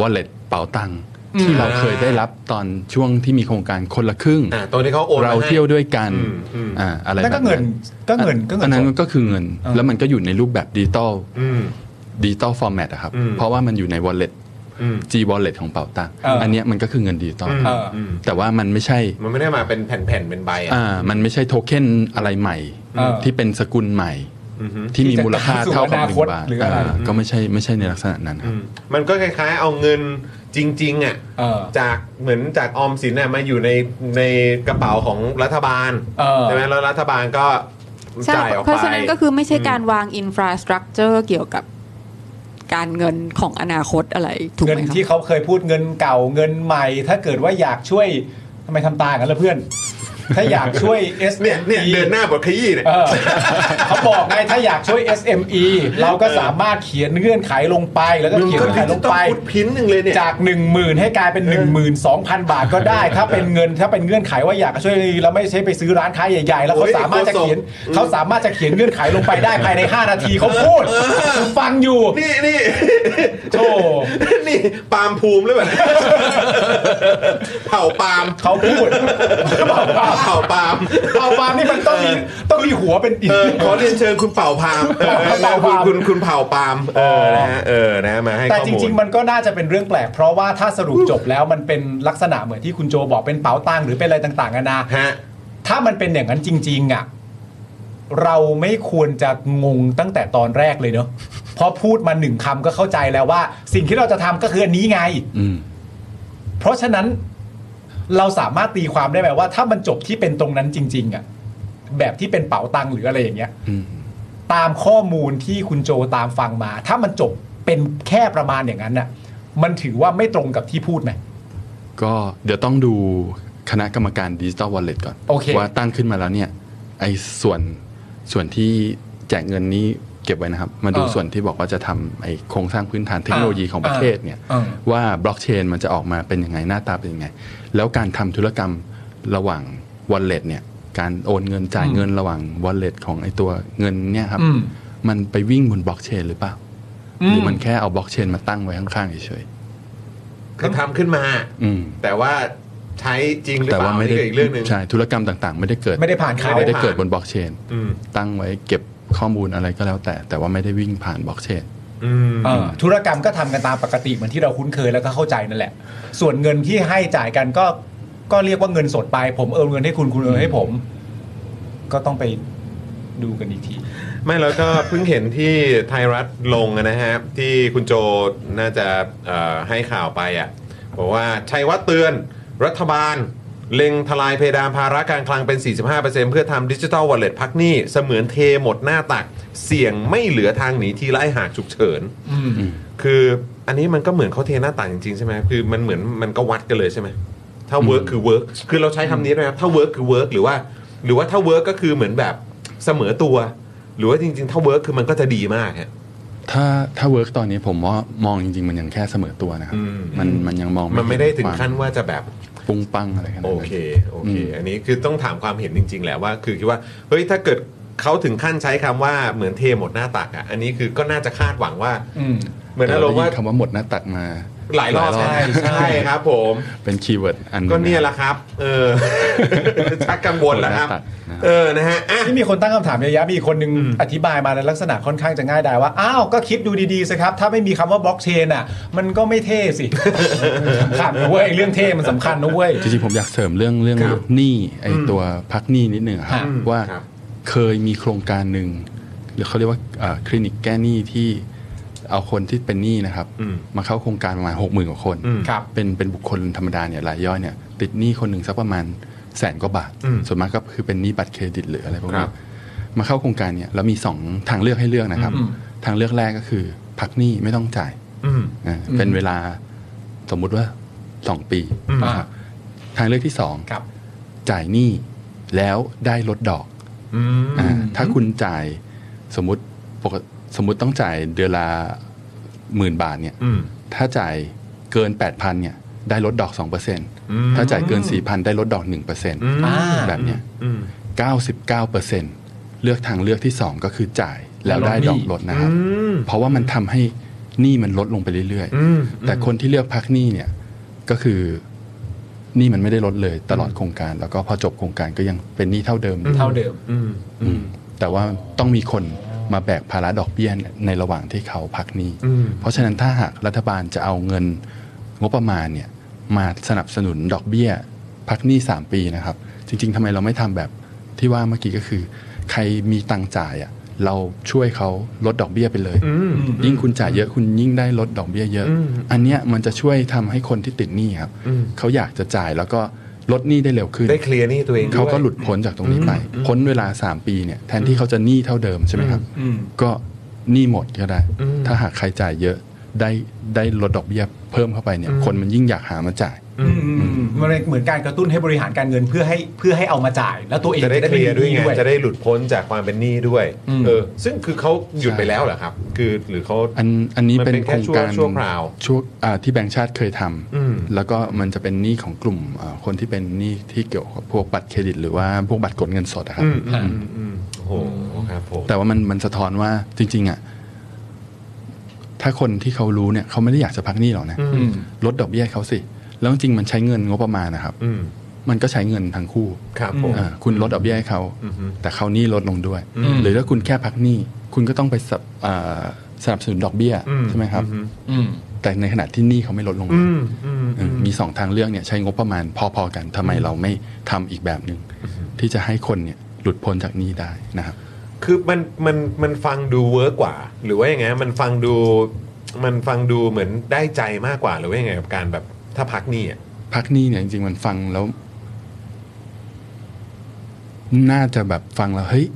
[SPEAKER 7] wallet เป๋าตังค์ที่เรา
[SPEAKER 1] อ่า
[SPEAKER 7] เคยได้รับตอนช่วงที่มีโครงการคนละครึ่ง
[SPEAKER 1] อ่าตอนที่เขาโอนม
[SPEAKER 7] เรา
[SPEAKER 1] ให้
[SPEAKER 7] เที่ยวด้วยกัน
[SPEAKER 1] อืมอืม
[SPEAKER 7] อ่าอะไร
[SPEAKER 2] นั่นก็
[SPEAKER 7] แบบ
[SPEAKER 2] เงินก็เงินก็เงิน
[SPEAKER 7] อันนั้น
[SPEAKER 2] สด
[SPEAKER 7] มันก็คือเงิน
[SPEAKER 2] อ่า
[SPEAKER 7] แล้วมันก็อยู่ในรูปแบบดิจิตอล
[SPEAKER 1] อืม
[SPEAKER 7] ดิจิตอลฟอร์แมตอะครับ
[SPEAKER 1] อืม
[SPEAKER 7] เพราะว่ามันอยู่ใน wallet
[SPEAKER 1] อืม
[SPEAKER 7] G wallet ของเป๋าตังค์
[SPEAKER 2] เอออั
[SPEAKER 7] อันเนี้ยมันก็คือเงินดิจิตอล
[SPEAKER 1] อืม
[SPEAKER 2] เอออื
[SPEAKER 1] ม
[SPEAKER 7] แต่ว่ามันไม่ใช่
[SPEAKER 1] มันไม่ได้มาเป็นแผ่นๆ เป็นใบอ่ะ
[SPEAKER 7] อ่ามันไม่ใช่โทเค็นอะไรใหม่
[SPEAKER 2] เออ
[SPEAKER 7] ที่เป็นสกุลใหม่
[SPEAKER 1] อือฮึ
[SPEAKER 7] ที่มีมูลค่า
[SPEAKER 2] ที่จะ
[SPEAKER 7] เท่ากับ
[SPEAKER 2] สู่อ
[SPEAKER 7] ห
[SPEAKER 2] นาคต
[SPEAKER 7] นึ่งบาท
[SPEAKER 2] หรืออะไร
[SPEAKER 7] อ่าก็ไม่ใช่ไม่ใช่ในลักษณะนั้นค
[SPEAKER 1] อื
[SPEAKER 7] รับ
[SPEAKER 1] มมันก็คล้ายๆ เอาเงินจริง ๆ อ่ะ
[SPEAKER 2] เออ
[SPEAKER 1] จากเหมือนจากออมสินน่ะมาอยู่ในในกระเป๋าของรัฐบาล
[SPEAKER 2] เออ
[SPEAKER 1] ใช่ไหมแล้วรัฐบาลก็
[SPEAKER 6] ใช่
[SPEAKER 1] จ่ายออกไป
[SPEAKER 6] เพราะฉะนั้นก็คือไม่ใช่การวางอินฟราสตรักเจอร์เกี่ยวกับการเงินของอนาคตอะไรถูก
[SPEAKER 2] เงิ
[SPEAKER 6] ไห
[SPEAKER 2] น
[SPEAKER 6] ม
[SPEAKER 2] ที่
[SPEAKER 6] คะ
[SPEAKER 2] เขาเคยพูดเงินเก่าเงินใหม่ ถ้าเกิดว่าอยากช่วยทำไมทำตากันล่ะเพื่อน *laughs* ถ้าอยากช่วย S
[SPEAKER 1] เนี่ยเนี่ยเดินหน้าบทขยี้เนี่ย
[SPEAKER 2] เอ *laughs* อเขาบอกไงถ้าอยากช่วย SME เราก็สามารถเขียนเงื่อนไขลงไปแล้วก็
[SPEAKER 1] มึง
[SPEAKER 2] เขียน
[SPEAKER 1] ก็
[SPEAKER 2] เงื่อน
[SPEAKER 1] ดิ
[SPEAKER 2] ไขล
[SPEAKER 1] จิ
[SPEAKER 2] ง
[SPEAKER 1] ตอล
[SPEAKER 2] ไป
[SPEAKER 1] ฟุตพิ้นหนึ่งเลยเนี่ย
[SPEAKER 2] จาก 1 0,000 ให้กลายเป็น 12,000 บาทก็ได้ ถ้าเป็นเงินถ้าเป็นเงื่อนไขว่าอยากจะช่วยแล้วไม่ใช่ไปซื้อร้านค้าใหญ่ๆ แล้วเขา
[SPEAKER 1] โอ้ย
[SPEAKER 2] สามารถจะเขียน
[SPEAKER 1] โฆษก
[SPEAKER 2] เขาสามารถจะเขียนเงื่อนไขลงไปได้ภายใน 5 นาทีเขาพูดคุณฟังอยู่
[SPEAKER 1] นี่นี่ *laughs*
[SPEAKER 2] โธ่
[SPEAKER 1] นี่ปาล์มภูมิหรือเปล่าเนี่ยเผ่าปาล์ม
[SPEAKER 2] เขาพูด
[SPEAKER 1] เผ่าปาล์ม
[SPEAKER 2] เป่าปามนี่มันต้องมีต้องมีหัวเป็นอิน
[SPEAKER 1] เออขอเรียนเชิญคุณเผ่าปาล์มเออ
[SPEAKER 2] เผ่า
[SPEAKER 1] คุ
[SPEAKER 2] ปา
[SPEAKER 1] ณ
[SPEAKER 2] ล์ม
[SPEAKER 1] คุณคุณเผ่าปาล์มเออนะฮะเออนะมาให้
[SPEAKER 2] แต่
[SPEAKER 1] ข้อ
[SPEAKER 2] จ
[SPEAKER 1] มูล
[SPEAKER 2] ริง ๆ มันก็น่าจะเป็นเรื่องแปลก เพราะว่าถ้าสรุปจบแล้วมันเป็นลักษณะเหมือนที่คุณโจบอกเป็นเป๋าตังค์หรือเป็นอะไรต่างๆนานา
[SPEAKER 1] ฮะ
[SPEAKER 2] ถ้ามันเป็นอย่างนั้นจริง ๆ อ่ะ เราไม่ควรจะงงตั้งแต่ตอนแรกเลยเนอะเพราะพูดมาหนึ่งคำก็เข้าใจแล้วว่า สิ่งที่เราจะทำก็คืออันนี้ไง
[SPEAKER 7] อืม
[SPEAKER 2] เพราะฉะนั้นเราสามารถตีความได้ไหมว่า ถ้ามันจบที่เป็นตรงนั้นจริง ๆ อ่ะ แบบที่เป็นเป๋าตังค์หรืออะไรอย่างเงี้ย
[SPEAKER 7] อืม
[SPEAKER 2] ตามข้อมูลที่คุณโจตามฟังมา ถ้ามันจบเป็นแค่ประมาณอย่างนั้นน่ะ มันถือว่าไม่ตรงกับที่พูดไหม
[SPEAKER 7] ก็เดี๋ยวต้องดูคณะกรรมการดิจิ t a ลวอลเล็ตก่อน
[SPEAKER 2] โอเค
[SPEAKER 7] ว่าตั้งขึ้นมาแล้วเนี่ยไอ้ส่วนส่วนที่แจกเงินนี้เก็บไว้นะครับ มาดู
[SPEAKER 2] เออ
[SPEAKER 7] ส่วนที่บอกว่าจะทำไอ้โครงสร้างพื้นฐานเทคโนโลยีของประเทศเนี่ย
[SPEAKER 2] เออ
[SPEAKER 7] ว่าบล็อกเชนมันจะออกมาเป็นยังไงหน้าตาเป็นยังไง แล้วการทำธุรกรรมระหว่าง wallet เนี่ย การโอนเงินจ่ายเงินระหว่าง wallet ของไอตัวเงินเนี่ยครับ
[SPEAKER 2] อืม
[SPEAKER 7] มันไปวิ่งบนบล็อกเชนหรือเปล่า
[SPEAKER 2] อื
[SPEAKER 7] ห
[SPEAKER 2] ม
[SPEAKER 7] รือมันแค่เอาบล็อกเชนมาตั้งไว้ข้างๆเฉย
[SPEAKER 1] คือทำขึ้นมา
[SPEAKER 7] ๆอืม
[SPEAKER 1] แต่ว่าใช้จริงหรือ
[SPEAKER 7] แต่
[SPEAKER 1] เป
[SPEAKER 7] ว่า
[SPEAKER 1] ล่า
[SPEAKER 7] ไม่
[SPEAKER 1] นี่
[SPEAKER 7] ได้
[SPEAKER 1] ก็อีกเรื่องหนึ่ง
[SPEAKER 7] ใช่ธุรกรรมต่างๆ ไม่ได้เกิด
[SPEAKER 2] ไม่ได้ผ่านเขา
[SPEAKER 7] ไม่ได้เกิดบนบล็อกเชน
[SPEAKER 1] อืม
[SPEAKER 7] ตั้งไว้เก็บข้อมูลอะไรก็แล้วแต่ แต่ว่าไม่ได้วิ่งผ่านบล็อกเชน
[SPEAKER 1] อืม
[SPEAKER 2] เออธุรกรรมก็ทำกันตามปกติเหมือนที่เราคุ้นเคยแล้วก็เข้าใจนั่นแหละ ส่วนเงินที่ให้จ่ายกันก็ก็เรียกว่าเงินสดไป ผมเออเงินให้คุณคุณเออให้ผม ก็ต้องไปดูกันอีกที
[SPEAKER 1] ไม่แล้วก็เพิ่งเห็นที่ไทยรัฐลงนะฮะ ที่คุณโจน่าจะเอ่อให้ข่าวไปอ่ะบอกว่าชัยวัฒน์เตือนรัฐบาล เล็งทลายเพดานภาระการคลังเป็น 45%เพื่อทำดิจิทัลวอลเล็ตพักหนี้เสมือนเทหมดหน้าตัก เสี่ยงไม่เหลือทางหนีทีไล่หากฉุกเฉิน คืออันนี้มันก็เหมือนเขาเทหน้าต่างจริงๆใช่ไหมคือมันเหมือนมันก็วัดกันเลยใช่ไหมถ้าเวิร์กคือเวิร์กคือเราใช้คำนี้ด้วยนะครับถ้าเวิร์กคือเวิร์กหรือว่า หรือว่าถ้าเวิร์กก็คือเหมือนแบบเสมอตัว หรือว่าจริงๆ ถ้าเวิร์กคือมันก็จะดีมากฮะ
[SPEAKER 7] ถ้าถ้าเวิร์กตอนนี้ผมว่ามองจริง ๆ มันยังแค่เสมอตัวนะครับ
[SPEAKER 1] อืม
[SPEAKER 7] มันมันยังมอง
[SPEAKER 1] มันไม่ได้ถึง
[SPEAKER 7] วา
[SPEAKER 1] ขั้นว่าจะแบบ
[SPEAKER 7] ปุ้งปังอะไรขนาด
[SPEAKER 1] โอ
[SPEAKER 7] นั้น
[SPEAKER 1] เค โอเค อันนี้คือต้องถามความเห็นจริง ๆ แหละว่า คือคิดว่า เฮ้ย ถ้าเกิดเขาถึงขั้นใช้คำว่าเหมือนเทหมดหน้าตักอ่ะ อันนี้คือก็น่าจะคาดหวังว่า เหมือนอารมณ์ว่า
[SPEAKER 7] เได้ยิคำว่าหมดหน้าตักมา
[SPEAKER 1] หลายรอบใช่ใช่ครับ ผม
[SPEAKER 7] เป็นคีย์เวิร์ดอันหง
[SPEAKER 1] ก็เนี่ยแหละครับ เอ
[SPEAKER 7] *laughs*
[SPEAKER 1] อ ชักกังวลแล้วครับ เออ นะฮะ
[SPEAKER 2] ที่มีคนตั้งคำถามเยอะแยะมีอีกคนนึงอธิบายมาในลักษณะค่อนข้างจะง่ายดายว่า อ้าว ก็คิดดูดีๆสิครับ ถ้าไม่มีคำว่าบล็อกเชนอ่ะ มันก็ไม่เท่สิ *laughs* สำคัญนะเว้ยเรื่องเท่มันสำคัญนะเว้ย
[SPEAKER 7] จริงๆผมอยากเสริมเรื่องเรื่อง
[SPEAKER 2] ครับ
[SPEAKER 7] หนี้ไอ
[SPEAKER 2] อืม
[SPEAKER 7] ตัวพักหนี้นิดหนึ่งอะครับ
[SPEAKER 2] อืม
[SPEAKER 7] ว่า
[SPEAKER 2] ครับ
[SPEAKER 7] เคยมีโครงการหนึ่งหรือเขาเรียกว่าเอ่อคลินิกแก้หนี้ที่เอาคนที่เป็นหนี้นะครับ มาเข้าโครงการประมาณหกหมื่นกว่าคน
[SPEAKER 1] อืมครับ
[SPEAKER 7] เป็นเป็นบุคคลธรรมดาเนี่ยรายย่อยเนี่ยติดหนี้คนหนึ่งสักประมาณแสนกว่าบาท
[SPEAKER 1] อืม
[SPEAKER 7] ส่วนมากก็คือเป็นหนี้บัตรเครดิตหรืออะไรพวก
[SPEAKER 1] ครั
[SPEAKER 7] นี้
[SPEAKER 1] บ
[SPEAKER 7] มาเข้าโครงการเนี่ยเรามีสองทางเลือกให้เลือกนะครับ
[SPEAKER 2] อืม
[SPEAKER 7] ทางเลือกแรกก็คือพักหนี้ไม่ต้องจ่าย
[SPEAKER 1] อืม
[SPEAKER 7] นะ
[SPEAKER 2] อืม
[SPEAKER 7] เป็นเวลาสมมุติว่าสองปี
[SPEAKER 1] อืม
[SPEAKER 7] นะครับทางเลือกที่สอง
[SPEAKER 2] ครับ
[SPEAKER 7] จ่ายหนี้แล้วได้ลดดอก
[SPEAKER 1] อืม
[SPEAKER 7] อาถ้าคุณจ่ายสมมติปกติสมมติต้องจ่ายเดือนละหมื่นบาทเนี่ย
[SPEAKER 1] อืม
[SPEAKER 7] ถ้าจ่ายเกิน 8,000เนี่ยได้ลดดอก 2%ถ้าจ่ายเกิน 4,000 ได้ลดดอก
[SPEAKER 1] อ่า
[SPEAKER 7] 1%แบบเนี้ย
[SPEAKER 1] อืม
[SPEAKER 7] 99%เลือกทางเลือกที่ 2 ก็คือจ่ายแล้วได้ดอกลดนะครับ
[SPEAKER 1] อืม
[SPEAKER 7] เพราะว่ามันทำให้หนี้มันลดลงไปเรื่อย ๆ
[SPEAKER 1] อืม
[SPEAKER 7] แต่คนที่เลือกพักหนี้เนี่ยก็คือหนี้มันไม่ได้ลดเลยตลอดโครงการ แล้วก็พอจบโครงการก็ยังเป็นหนี้เท่าเดิมอยู่
[SPEAKER 2] เท่าเดิม
[SPEAKER 1] อืม
[SPEAKER 7] อืมแต่ว่าต้องมีคนมาแบกภาระดอกเบี้ยในระหว่างที่เขาพักหนี้
[SPEAKER 1] อืม
[SPEAKER 7] เพราะฉะนั้นถ้าหากรัฐบาลจะเอาเงินงบประมาณเนี่ยมาสนับสนุนดอกเบี้ยพักหนี้ 3 ปีนะครับ จริง ๆทำไมเราไม่ทำแบบที่ว่าเมื่อกี้ก็คือ ใครมีตังค์จ่ายอ่ะเราช่วยเขาลดดอกเบี้ยไปเลย
[SPEAKER 1] อืม
[SPEAKER 7] ยิ่งคุณจ่ายเยอะคุณยิ่งได้ลดดอกเบี้ยเยอะ
[SPEAKER 1] อืม
[SPEAKER 7] อันเนี้ยมันจะช่วยทำให้คนที่ติดหนี้ครับ
[SPEAKER 1] อืม
[SPEAKER 7] เขาอยากจะจ่ายแล้วก็ลดหนี้ได้เร็วขึ้น
[SPEAKER 1] ได้เคลียร์หนี่ตัวเองวย
[SPEAKER 7] เขาก็หลุดพ้นจากตรงนี้ไป
[SPEAKER 1] อืม
[SPEAKER 7] พ้นเวลา 3 ปีเนี่ยแทนที่เขาจะหนี้เท่าเดิมใช่ไหมครับ
[SPEAKER 2] อืม
[SPEAKER 7] ก็หนี้หมดก็ได้
[SPEAKER 1] อืม
[SPEAKER 7] ถ้าหากใครจ่ายเยอะได้ได้ลดดอกเบี้ยเพิ่มเข้าไปเนี่ย
[SPEAKER 1] อืม
[SPEAKER 7] คนมันยิ่งอยากหามาจ่าย
[SPEAKER 2] อืมอืมอืมมันเลยเหมือนการกระตุ้นให้บริหารการเงินเพื่อให้เพื่อให้เอามาจ่าย แล้วตัวเอง
[SPEAKER 1] จะได้เคลียร์ด้วยไง
[SPEAKER 2] ม่มีหนี้
[SPEAKER 1] จะได้หลุดพ้นจากความเป็นหนี้ด้วย
[SPEAKER 2] อืม
[SPEAKER 1] เออ ซึ่งคือเขาหยุด
[SPEAKER 7] ใช่
[SPEAKER 1] ไปแล้วเหรอครับ คือหรือเขา
[SPEAKER 7] อันอันนี้
[SPEAKER 1] มันเป็
[SPEAKER 7] เป็น นโครงการ
[SPEAKER 1] แค่ชั่วชั่วคราว
[SPEAKER 7] ช่วงอ่าที่แบงก์ชาติเคยทำ
[SPEAKER 1] อืม
[SPEAKER 7] แล้วก็มันจะเป็นหนี้ของกลุ่มอ่าคนที่เป็นหนี้ที่เกี่ยวกับพวกบัตรเครดิต หรือว่าพวกบัตรกดเงินสดอะครับ
[SPEAKER 1] อืมอืมอืมอืมโอ้โหครับผม
[SPEAKER 7] แต่ว่ามันมันสะท้อนว่าจริง ๆ อ่ะ ถ้าคนที่เขารู้เนี่ยเขาไม่ได้อยากจะพักหนี้หรอกนะ
[SPEAKER 1] อืม
[SPEAKER 7] ลดดอกเบี้ยให้เขาสิ แล้วจริงๆมันใช้เงินงบประมาณนะครับ
[SPEAKER 1] อืม
[SPEAKER 7] มันก็ใช้เงินทั้งคู่
[SPEAKER 1] ครับผม
[SPEAKER 7] อ่าคุณลดดอกเบี้ยให้เขา
[SPEAKER 1] อือฮึ
[SPEAKER 7] แต่เขาหนี้ลดลงด้วย
[SPEAKER 1] อืม
[SPEAKER 7] หรือถ้าคุณแค่พักหนี้คุณก็ต้องไปสับอ่าสนับสนุนดอกเบี้ย
[SPEAKER 1] อืม
[SPEAKER 7] ใช่ไหมครับ
[SPEAKER 1] อือฮึ
[SPEAKER 2] อืม
[SPEAKER 7] แต่ในขณะที่หนี้เขาไม่ลดลงเลย
[SPEAKER 1] อืมอืม
[SPEAKER 7] เอ
[SPEAKER 1] อื
[SPEAKER 7] อ
[SPEAKER 1] ม
[SPEAKER 7] มีสองทางเลือกเนี่ยใช้งบประมาณพอๆกันทำไมเราไม่ทำอีกแบบหนึ่งที่จะให้คนเนี่ยหลุดพ้นจากหนี้ได้นะครับ
[SPEAKER 1] คือมันมันมันฟังดูเวิร์กกว่า หรือว่ายังไงมันฟังดูมันฟังดูเหมือนได้ใจมากกว่าหรือว่ายังไงกับการแบบถ้าพักหนี่อ่ะ
[SPEAKER 7] พักหนี้เนี่ยจริงๆมันฟังแล้ว น่าจะแบบฟังแล้วเฮ้ย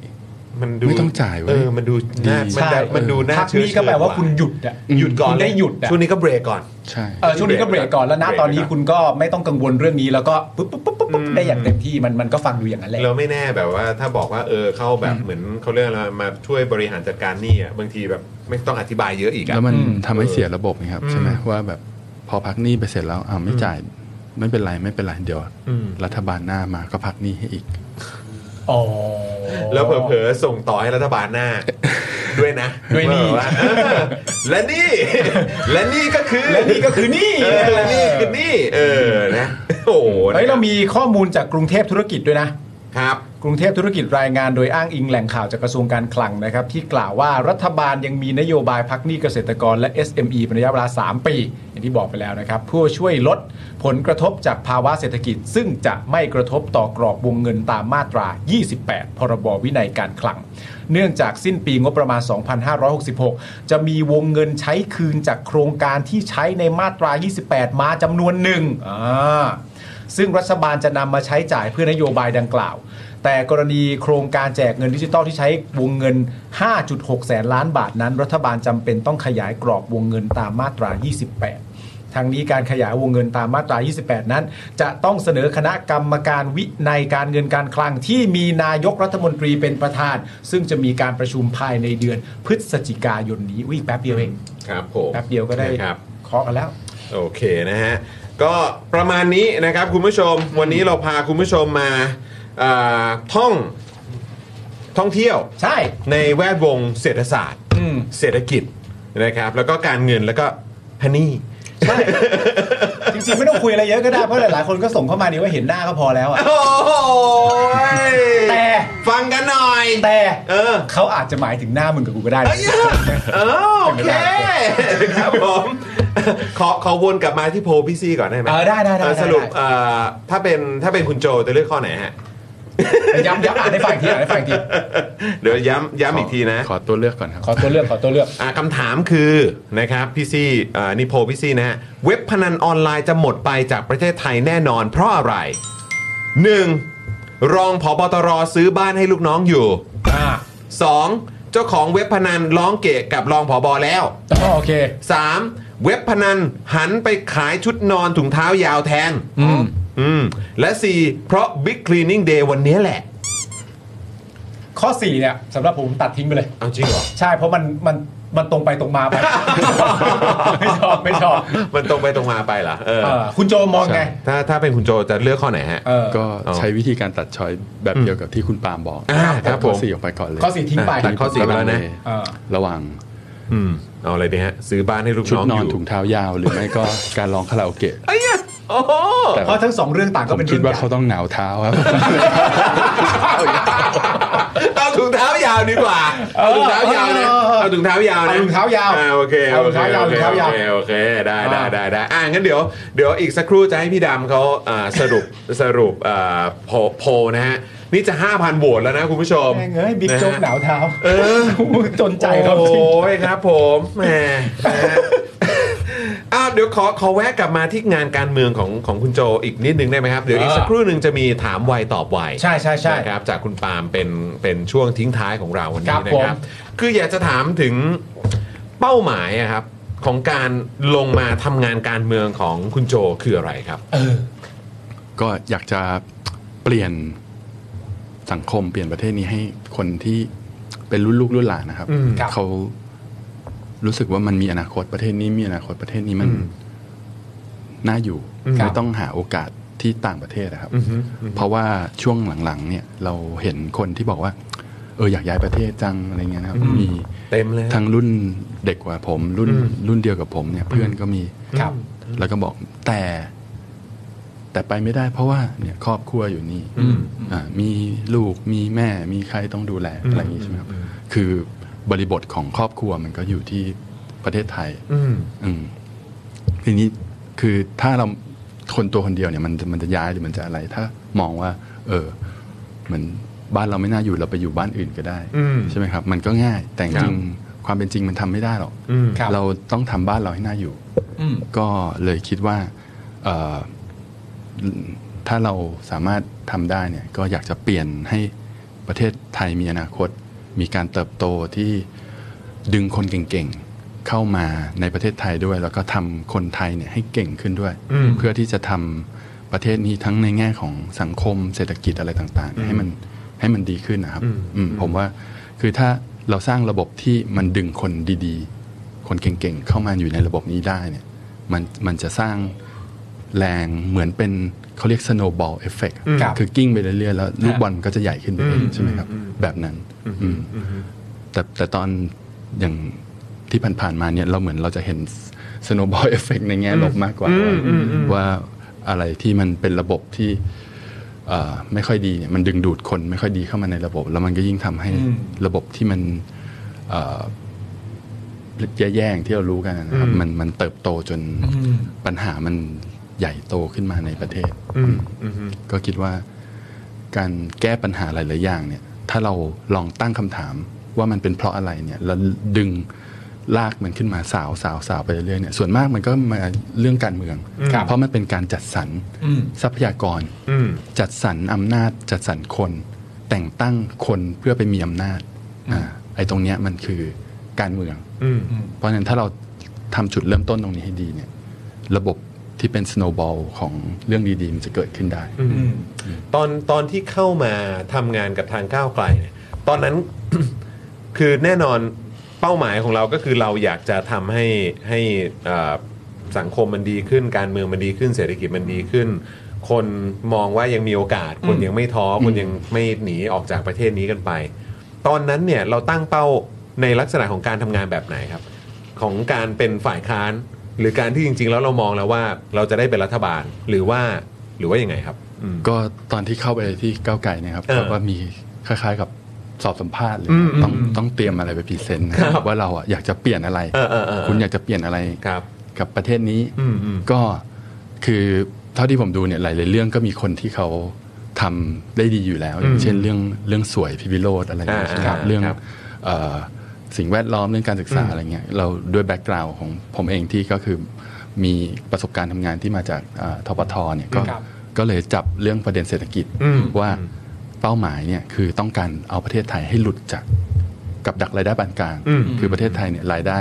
[SPEAKER 1] มันดู
[SPEAKER 7] ไม่ต้องจ่ายเว้ย
[SPEAKER 1] เออมันดูน่า
[SPEAKER 7] ดี
[SPEAKER 1] มัน
[SPEAKER 2] ใช่
[SPEAKER 1] ได้มันดูน่า
[SPEAKER 2] พัก
[SPEAKER 1] เชื่อ
[SPEAKER 2] นี้ก็แปลว่าคุณหยุดอะ
[SPEAKER 1] หยุดก่อน
[SPEAKER 2] คุณได้หยุดอะ
[SPEAKER 1] ช่วงนี้ก็เบรกก่อน
[SPEAKER 7] ใช่
[SPEAKER 2] เออช่วงนี้ก็เบรกก่อนแล้วนะ
[SPEAKER 1] เบรกก่อน
[SPEAKER 2] ตอนนี้คุณก็ไม่ต้องกังวลเรื่องนี้แล้วก็ปุ๊บปุ๊บปุ๊บปุ๊บปุ๊บได้อย่างเต็มที่มันมันก็ฟังดูอย่างนั้นแหละ
[SPEAKER 1] เราไม่แน่แบบว่าถ้าบอกว่าเออเข้าแบบเหมือนเขาเรียกอะไรมาช่วยบริหารจัดการหนี่อ่ะบางทีแบบไม่ต้องอธิบายเยอะอีกอะ
[SPEAKER 7] แล้วมัน
[SPEAKER 2] อืม
[SPEAKER 7] ทำให้เสียระบบนะครับ
[SPEAKER 1] อืม
[SPEAKER 7] ใช่ไหมว่าแบบพอพักหนี้ไปเสร็จแล้วอ่าไม่จ่ายไม่เป็นไรไม่เป็นไรเดี๋ยว
[SPEAKER 1] อืม
[SPEAKER 7] รัฐบาลหน้ามาก็พักหนี้ให้อีก
[SPEAKER 2] อ๋อ
[SPEAKER 1] แล้วเผลอๆส่งต่อให้รัฐบาลห
[SPEAKER 2] *laughs*
[SPEAKER 1] น้า ด้วยนะ
[SPEAKER 2] ด้วยหนี้
[SPEAKER 1] า *laughs* เออและนี่ และนี่ก็คือ
[SPEAKER 2] และนี่ก็คือนี่
[SPEAKER 1] เออและนี่คือนี่ เออนะโอ้โห
[SPEAKER 2] เฮ้ยเรามีข้อมูลจากกรุงเทพธุรกิจด้วยนะ
[SPEAKER 1] ครับ
[SPEAKER 2] กรุงเทพธุรกิจรายงานโดยอ้างอิงแหล่งข่าวจากกระทรวงการคลังนะครับ ที่กล่าวว่ารัฐบาลยังมีนโยบายพักหนี้เกษตรกรและ SME เป็นระยะเวลา 3 ปี อย่างที่บอกไปแล้วนะครับ เพื่อช่วยลดผลกระทบจากภาวะเศรษฐกิจ ซึ่งจะไม่กระทบต่อกรอบวงเงินตามมาตรา 28 พรบวินัยการคลัง เนื่องจากสิ้นปีงบประมาณ 2566 จะมีวงเงินใช้คืนจากโครงการที่ใช้ในมาตรา 28 มาจำนวนหนึ่งอ่า ซึ่งรัฐบาลจะนำมาใช้จ่ายเพื่อนโยบายดังกล่าว แต่กรณีโครงการแจกเงินดิจิทัลที่ใช้วงเงิน 5.6 แสนล้านบาทนั้น รัฐบาลจำเป็นต้องขยายกรอบวงเงินตามมาตรา 28 ทั้งนี้การขยายวงเงินตามมาตรา 28 นั้น จะต้องเสนอคณะกรรมการวินัยการเงินการคลังที่มีนายกรัฐมนตรีเป็นประธาน ซึ่งจะมีการประชุมภายในเดือนพฤศจิกายนนี้วิ่งแป๊บเดียวเอง
[SPEAKER 1] ครับผม
[SPEAKER 2] แป๊บเดียวก็ได้
[SPEAKER 1] นะครับ
[SPEAKER 2] เคาะกันแล้ว
[SPEAKER 1] โอเคนะฮะ ก็ประมาณนี้นะครับคุณผู้ชมวันนี้เราพาคุณผู้ชมมาเอ่อท่องท่องเที่ยว
[SPEAKER 2] ใช่
[SPEAKER 1] ในแวดวงเศรษฐศาสตร์
[SPEAKER 2] อืม
[SPEAKER 1] เศรษฐกิจนะครับ แล้วก็การเงินแล้วก็ฮันนี่
[SPEAKER 2] จริงๆ ไม่ต้องคุยอะไรเยอะก็ได้ เพราะหลายๆ คนก็ส่งเข้ามาดีว่าเห็นหน้าก็พอแล้วอะ
[SPEAKER 1] โอ้ย
[SPEAKER 2] แต่
[SPEAKER 1] ฟังกันหน่อย
[SPEAKER 2] แต่
[SPEAKER 1] เออ
[SPEAKER 2] เขาอาจจะหมายถึงหน้ามึงกับกูก็ได้นะ
[SPEAKER 1] เออโอเคครับผมขอขอวนกลับมาที่โพลพี่ซี่ก่อนได้ไหม
[SPEAKER 2] เออได้ได้ได้
[SPEAKER 1] เออสรุป
[SPEAKER 2] ได้
[SPEAKER 1] เอ่อถ้าเป็นถ้าเป็นคุณโจจะเลือกข้อไหนฮะ
[SPEAKER 2] ย้ำย้ำอ่านให้ฟังอีกทีอ่านให้ฟังอีกที
[SPEAKER 1] เดี๋ยวย้ำย้ำอีกทีนะ
[SPEAKER 7] ขอตัวเลือกก่อนครับ
[SPEAKER 2] ขอตัวเลือกขอตัวเลือก
[SPEAKER 1] อ่ะคำถามคือนะครับพี่ซี่อ่านี่โพลพี่ซี่นะฮะเว็บพนันออนไลน์จะหมดไปจากประเทศไทยแน่นอน เพราะอะไร 1. รองผบตรซื้อบ้านให้ลูกน้องอยู่
[SPEAKER 2] อ่า
[SPEAKER 1] 2. เจ้าของเว็บพนันร้องเกะกับรองผบแล้ว
[SPEAKER 2] อ๋อโอเค
[SPEAKER 1] 3. เว็บพนันหันไปขายชุดนอนถุงเท้ายาวแทน
[SPEAKER 2] อืม
[SPEAKER 1] อืม และ 4. เพราะ Big Cleaning Day วันนี้แหละ
[SPEAKER 2] ข้อสี่เนี่ยสำหรับผมตัดทิ้งไปเลย
[SPEAKER 1] เอาจริงเหรอ
[SPEAKER 2] ใช่เพราะมันมันมันตรงไปตรงมาไป *laughs* ไม่ชอบไม่ชอบ
[SPEAKER 1] *laughs* มันตรงไปตรงมาไปเหรอเออ
[SPEAKER 2] เออคุณโจมองไง
[SPEAKER 1] ถ้าถ้าเป็นคุณโจจะเลือกข้อไหนฮะ
[SPEAKER 2] เออ
[SPEAKER 7] ก็ใช้วิธีการตัดชอยแบบเดียวกับที่คุณปาล์มบอก
[SPEAKER 1] อ่าครับผม
[SPEAKER 7] ตัดข้อสี่ออกไปก่อนเลย
[SPEAKER 2] ข้อสี่ทิ้งไป
[SPEAKER 1] ตัดข้อสี่ไปแล้วนะ
[SPEAKER 2] เออ
[SPEAKER 7] ระหว่าง
[SPEAKER 1] อืม เอาอะไรดีฮะ ซื้อบ้านให้ลูก
[SPEAKER 7] ชุด
[SPEAKER 1] น้อง
[SPEAKER 7] นอน
[SPEAKER 1] อยู่
[SPEAKER 7] ถุงเท้ายาวหรือไม่ก็การร้องคาราโอเกะ
[SPEAKER 1] ไอ้ยะโอ้โห
[SPEAKER 7] แต่
[SPEAKER 2] เพราะทั้งสองเรื่องต่าง
[SPEAKER 7] ผ
[SPEAKER 2] ก็
[SPEAKER 7] ม
[SPEAKER 2] เป็น
[SPEAKER 7] คิด
[SPEAKER 2] เรื่อง
[SPEAKER 7] ว่า
[SPEAKER 2] ใหญ่
[SPEAKER 7] เขาต้องหนาวเท้าครับ
[SPEAKER 1] เอาถุงเท้ายาวดีกว่า เอาถุงเท้ายาวนะ เอาถุงเท้ายาว
[SPEAKER 2] เอา
[SPEAKER 1] นะ
[SPEAKER 2] ถุงเท้ายาว
[SPEAKER 1] อ่าโอเค
[SPEAKER 2] เอาถุงเท้ายา
[SPEAKER 1] โอ
[SPEAKER 2] วถุง
[SPEAKER 1] เค
[SPEAKER 2] เท้ายาว
[SPEAKER 1] โอเคโอเคได้ได้
[SPEAKER 2] อ่า
[SPEAKER 1] ได้ได้อ่างั้นเดี๋ยวเดี๋ยวอีกสักครู่จะให้พี่ดำเขาอ่าสรุป สรุปอ่าโพลโพลนะฮะ นี่จะ 5,000โหวตแล้วนะคุณผู้ชม
[SPEAKER 2] แม่งเอ้ยบิ๊กโจ๊กหนาวเท้า
[SPEAKER 1] เออ
[SPEAKER 2] จนใจเขา
[SPEAKER 1] โอ้
[SPEAKER 2] จริง
[SPEAKER 1] ยครับผมแหมนะฮะอ้าวเดี๋ยวขอขอแวะกลับมาที่งานการเมืองของของคุณโจอีกนิดนึงได้ไหมครับ เดี๋ยวอีก
[SPEAKER 2] อ่า
[SPEAKER 1] สักครู่หนึ่งจะมีถามไวตอบไว
[SPEAKER 2] ใช่ใช่ใช่
[SPEAKER 1] นะครับจากคุณปาล์มเป็นเป็นช่วงทิ้งท้ายของเราวัน
[SPEAKER 2] ครั
[SPEAKER 1] นี้
[SPEAKER 2] บ
[SPEAKER 1] นะครับ
[SPEAKER 2] ผม
[SPEAKER 1] คืออยากจะถามถึงเป้าหมายอะครับของการลงมาทำงานการเมืองของคุณโจคืออะไรครับ
[SPEAKER 2] เออ
[SPEAKER 7] ก็อยากจะเปลี่ยนสังคมเปลี่ยนประเทศนี้ให้คนที่เป็นรุ่นลูกรุ่นหลานนะครับ
[SPEAKER 1] อืม
[SPEAKER 2] ครับ
[SPEAKER 7] เขารู้สึกว่ามันมีอนาคตประเทศนี้มีอนาคตประเทศนี้มัน
[SPEAKER 1] อืม
[SPEAKER 7] น่าอยู่
[SPEAKER 1] อืม
[SPEAKER 7] ไม่ต้องหาโอกาสที่ต่างประเทศนะครับ
[SPEAKER 1] อือฮึอือฮึ
[SPEAKER 7] เพราะว่าช่วงหลังๆ เนี่ย เราเห็นคนที่บอกว่า เอออยากย้ายประเทศจังอะไรเงี้ยนะครับ มี
[SPEAKER 1] เต็มเลย
[SPEAKER 7] ทั้งรุ่นเด็กกว่าผม รุ่น
[SPEAKER 1] อืม
[SPEAKER 7] รุ่นเดียวกับผมเนี่ย เพื่อนก็มี
[SPEAKER 2] ครับ
[SPEAKER 7] แล้วก็บอกแต่ แต่ไปไม่ได้เพราะว่าเนี่ยครอบครัวอยู่นี่
[SPEAKER 1] อืม
[SPEAKER 7] อ่ามีลูกมีแม่มีใครต้องดูแล
[SPEAKER 1] อืม
[SPEAKER 7] อะไรอย่างนี้ใช่ไหมครับ คือบริบทของครอบครัวมันก็อยู่ที่ประเทศไทย
[SPEAKER 1] อืม
[SPEAKER 7] อืมทีนี้คือถ้าเราคนตัวคนเดียวเนี่ย มันมันจะย้ายหรือมันจะอะไร ถ้ามองว่า เออเหมือนบ้านเราไม่น่าอยู่เราไปอยู่บ้านอื่นก็ได้
[SPEAKER 1] อืม
[SPEAKER 7] ใช่ไหมครับ มันก็ง่ายแต่จริงๆความเป็นจริงมันทำไม่ได้หรอก
[SPEAKER 1] อืม
[SPEAKER 2] ครับ
[SPEAKER 7] เราต้องทำบ้านเราให้น่าอยู่
[SPEAKER 2] อืม
[SPEAKER 7] ก็เลยคิดว่าเอ่อถ้าเราสามารถทำได้เนี่ยก็อยากจะเปลี่ยนให้ประเทศไทยมีอนาคต มีการเติบโตที่ดึงคนเก่งๆ เข้ามาในประเทศไทยด้วย แล้วก็ทำคนไทยเนี่ยให้เก่งขึ้นด้วย
[SPEAKER 1] อืม
[SPEAKER 7] เพื่อที่จะทำประเทศนี้ทั้งในแง่ของสังคมเศรษฐกิจอะไรต่างๆเนี่ยให้มันให้มันดีขึ้นนะครับอืมผมว่าคือถ้าเราสร้างระบบที่มันดึงคนดีๆ คนเก่งๆ เข้ามาอยู่ในระบบนี้ได้เนี่ย มันมันจะสร้างแรงเหมือนเป็นเขาเรียก snowball effect
[SPEAKER 1] อืม
[SPEAKER 2] ครับ
[SPEAKER 7] คือกิ้งไปเรื่อยๆ แล้วลูกบอลก็จะใหญ่ขึ้นไปเองใช่ไหมครับ แบบนั้นอืมแต่แต่ตอนอย่างที่ผ่านๆมาเนี่ยเราเหมือนเราจะเห็น snowball *laughs* effect ในแง่ลบมากกว่าว่าว่าอะไรที่มันเป็นระบบที่เอ่อไม่ค่อยดีเนี่ยมันดึงดูดคนไม่ค่อยดีเข้ามาในระบบ แล้วมันก็ยิ่งทำให้
[SPEAKER 2] อืม
[SPEAKER 7] ระบบที่มันเอ่อ แย่ๆอย่างที่เรารู้กันนะครับ มันมันเติบโตจน
[SPEAKER 2] อืม
[SPEAKER 7] ปัญหามันใหญ่โตขึ้นมาในประเทศ
[SPEAKER 1] อืมอืม
[SPEAKER 7] ก็คิดว่าการแก้ปัญหาหลายๆอย่างเนี่ย ถ้าเราลองตั้งคำถามว่ามันเป็นเพราะอะไรเนี่ยแล้วดึง ลากมันขึ้นมาสาวสาวสาวไปเรื่อยๆเนี่ยส่วนมากมันก็มาเรื่องการเมือง
[SPEAKER 2] ครับ
[SPEAKER 7] เพราะมันเป็นการจัดสรร
[SPEAKER 2] อืม
[SPEAKER 7] ทรัพยากร
[SPEAKER 1] อืม
[SPEAKER 7] จัดสรรอำนาจจัดสรรคน แต่งตั้งคนเพื่อไปมีอำนาจอ่าไอ้ตรงเนี้ยมันคือการเมือง
[SPEAKER 1] อืม
[SPEAKER 7] เพราะฉะนั้นถ้าเราทำจุดเริ่มต้นตรงนี้ให้ดีเนี่ย ระบบที่เป็นสโนว์บอลของเรื่องดีๆ มันจะเกิดขึ้นได้
[SPEAKER 2] อืม
[SPEAKER 1] ตอนตอนที่เข้ามาทำงานกับทางก้าวไกลเนี่ยตอนนั้น *coughs* คือแน่นอนเป้าหมายของเราก็คือเราอยากจะทำให้ให้เอ่อสังคมมันดีขึ้น การเมืองมันดีขึ้น เศรษฐกิจมันดีขึ้น คนมองว่ายังมีโอกาส คนยังไม่ท้ออคนยังไม่หนีออกจากประเทศนี้กันไป ตอนนั้นเนี่ยเราตั้งเป้าในลักษณะของการทำงานแบบไหนครับ ของการเป็นฝ่ายค้าน หรือการที่จริง ๆ แล้วเรามองแล้วว่าเราจะได้เป็นรัฐบาลหรือว่าหรือว่ายังไงครับอืม
[SPEAKER 7] ก็ตอนที่เข้าไปที่ก้าวไก่เนี่ยครับ
[SPEAKER 1] เออ
[SPEAKER 7] เขาก็มีคล้ายๆกับสอบสัมภาษณ์เลย
[SPEAKER 1] อืมอืม
[SPEAKER 7] ต้องต้องเตรียมอะไรไปพรีเซนต์นะครับว่าเราอ่ะอยากจะเปลี่ยนอะไร
[SPEAKER 1] เออเออเออ
[SPEAKER 7] คุณอยากจะเปลี่ยนอะไร
[SPEAKER 1] ครับ
[SPEAKER 7] กับประเทศนี้
[SPEAKER 1] อืมอืม
[SPEAKER 7] ก็คือเท่าที่ผมดูเนี่ยหลายๆเรื่องก็มีคนที่เขาทำได้ดีอยู่แล้ว อย่างเช่นเรื่องเรื่องสวยพิพิโรธอะไรอย่างเงี้ย
[SPEAKER 1] อ่าอ่า
[SPEAKER 7] ใช่ไหมครับเรื่อง
[SPEAKER 1] ครับ
[SPEAKER 7] เอ่อสิ่งแวดล้อมเรื่องการศึกษา
[SPEAKER 1] อืม
[SPEAKER 7] อะไรเงี้ยเราด้วยแบ็กกราวน์ของผมเองที่ก็คือมีประสบการณ์ทำงานที่มาจากอ่าทปทเนี่ยก็
[SPEAKER 2] ครับ
[SPEAKER 7] ก็เลยจับเรื่องประเด็นเศรษฐกิจ
[SPEAKER 1] อืม
[SPEAKER 7] ว่า
[SPEAKER 1] อืม
[SPEAKER 7] เป้าหมายเนี่ยคือต้องการเอาประเทศไทยให้หลุดจากกับดักรายได้ปานกลาง
[SPEAKER 1] อืม
[SPEAKER 7] คือประเทศไทยเนี่ยรายได้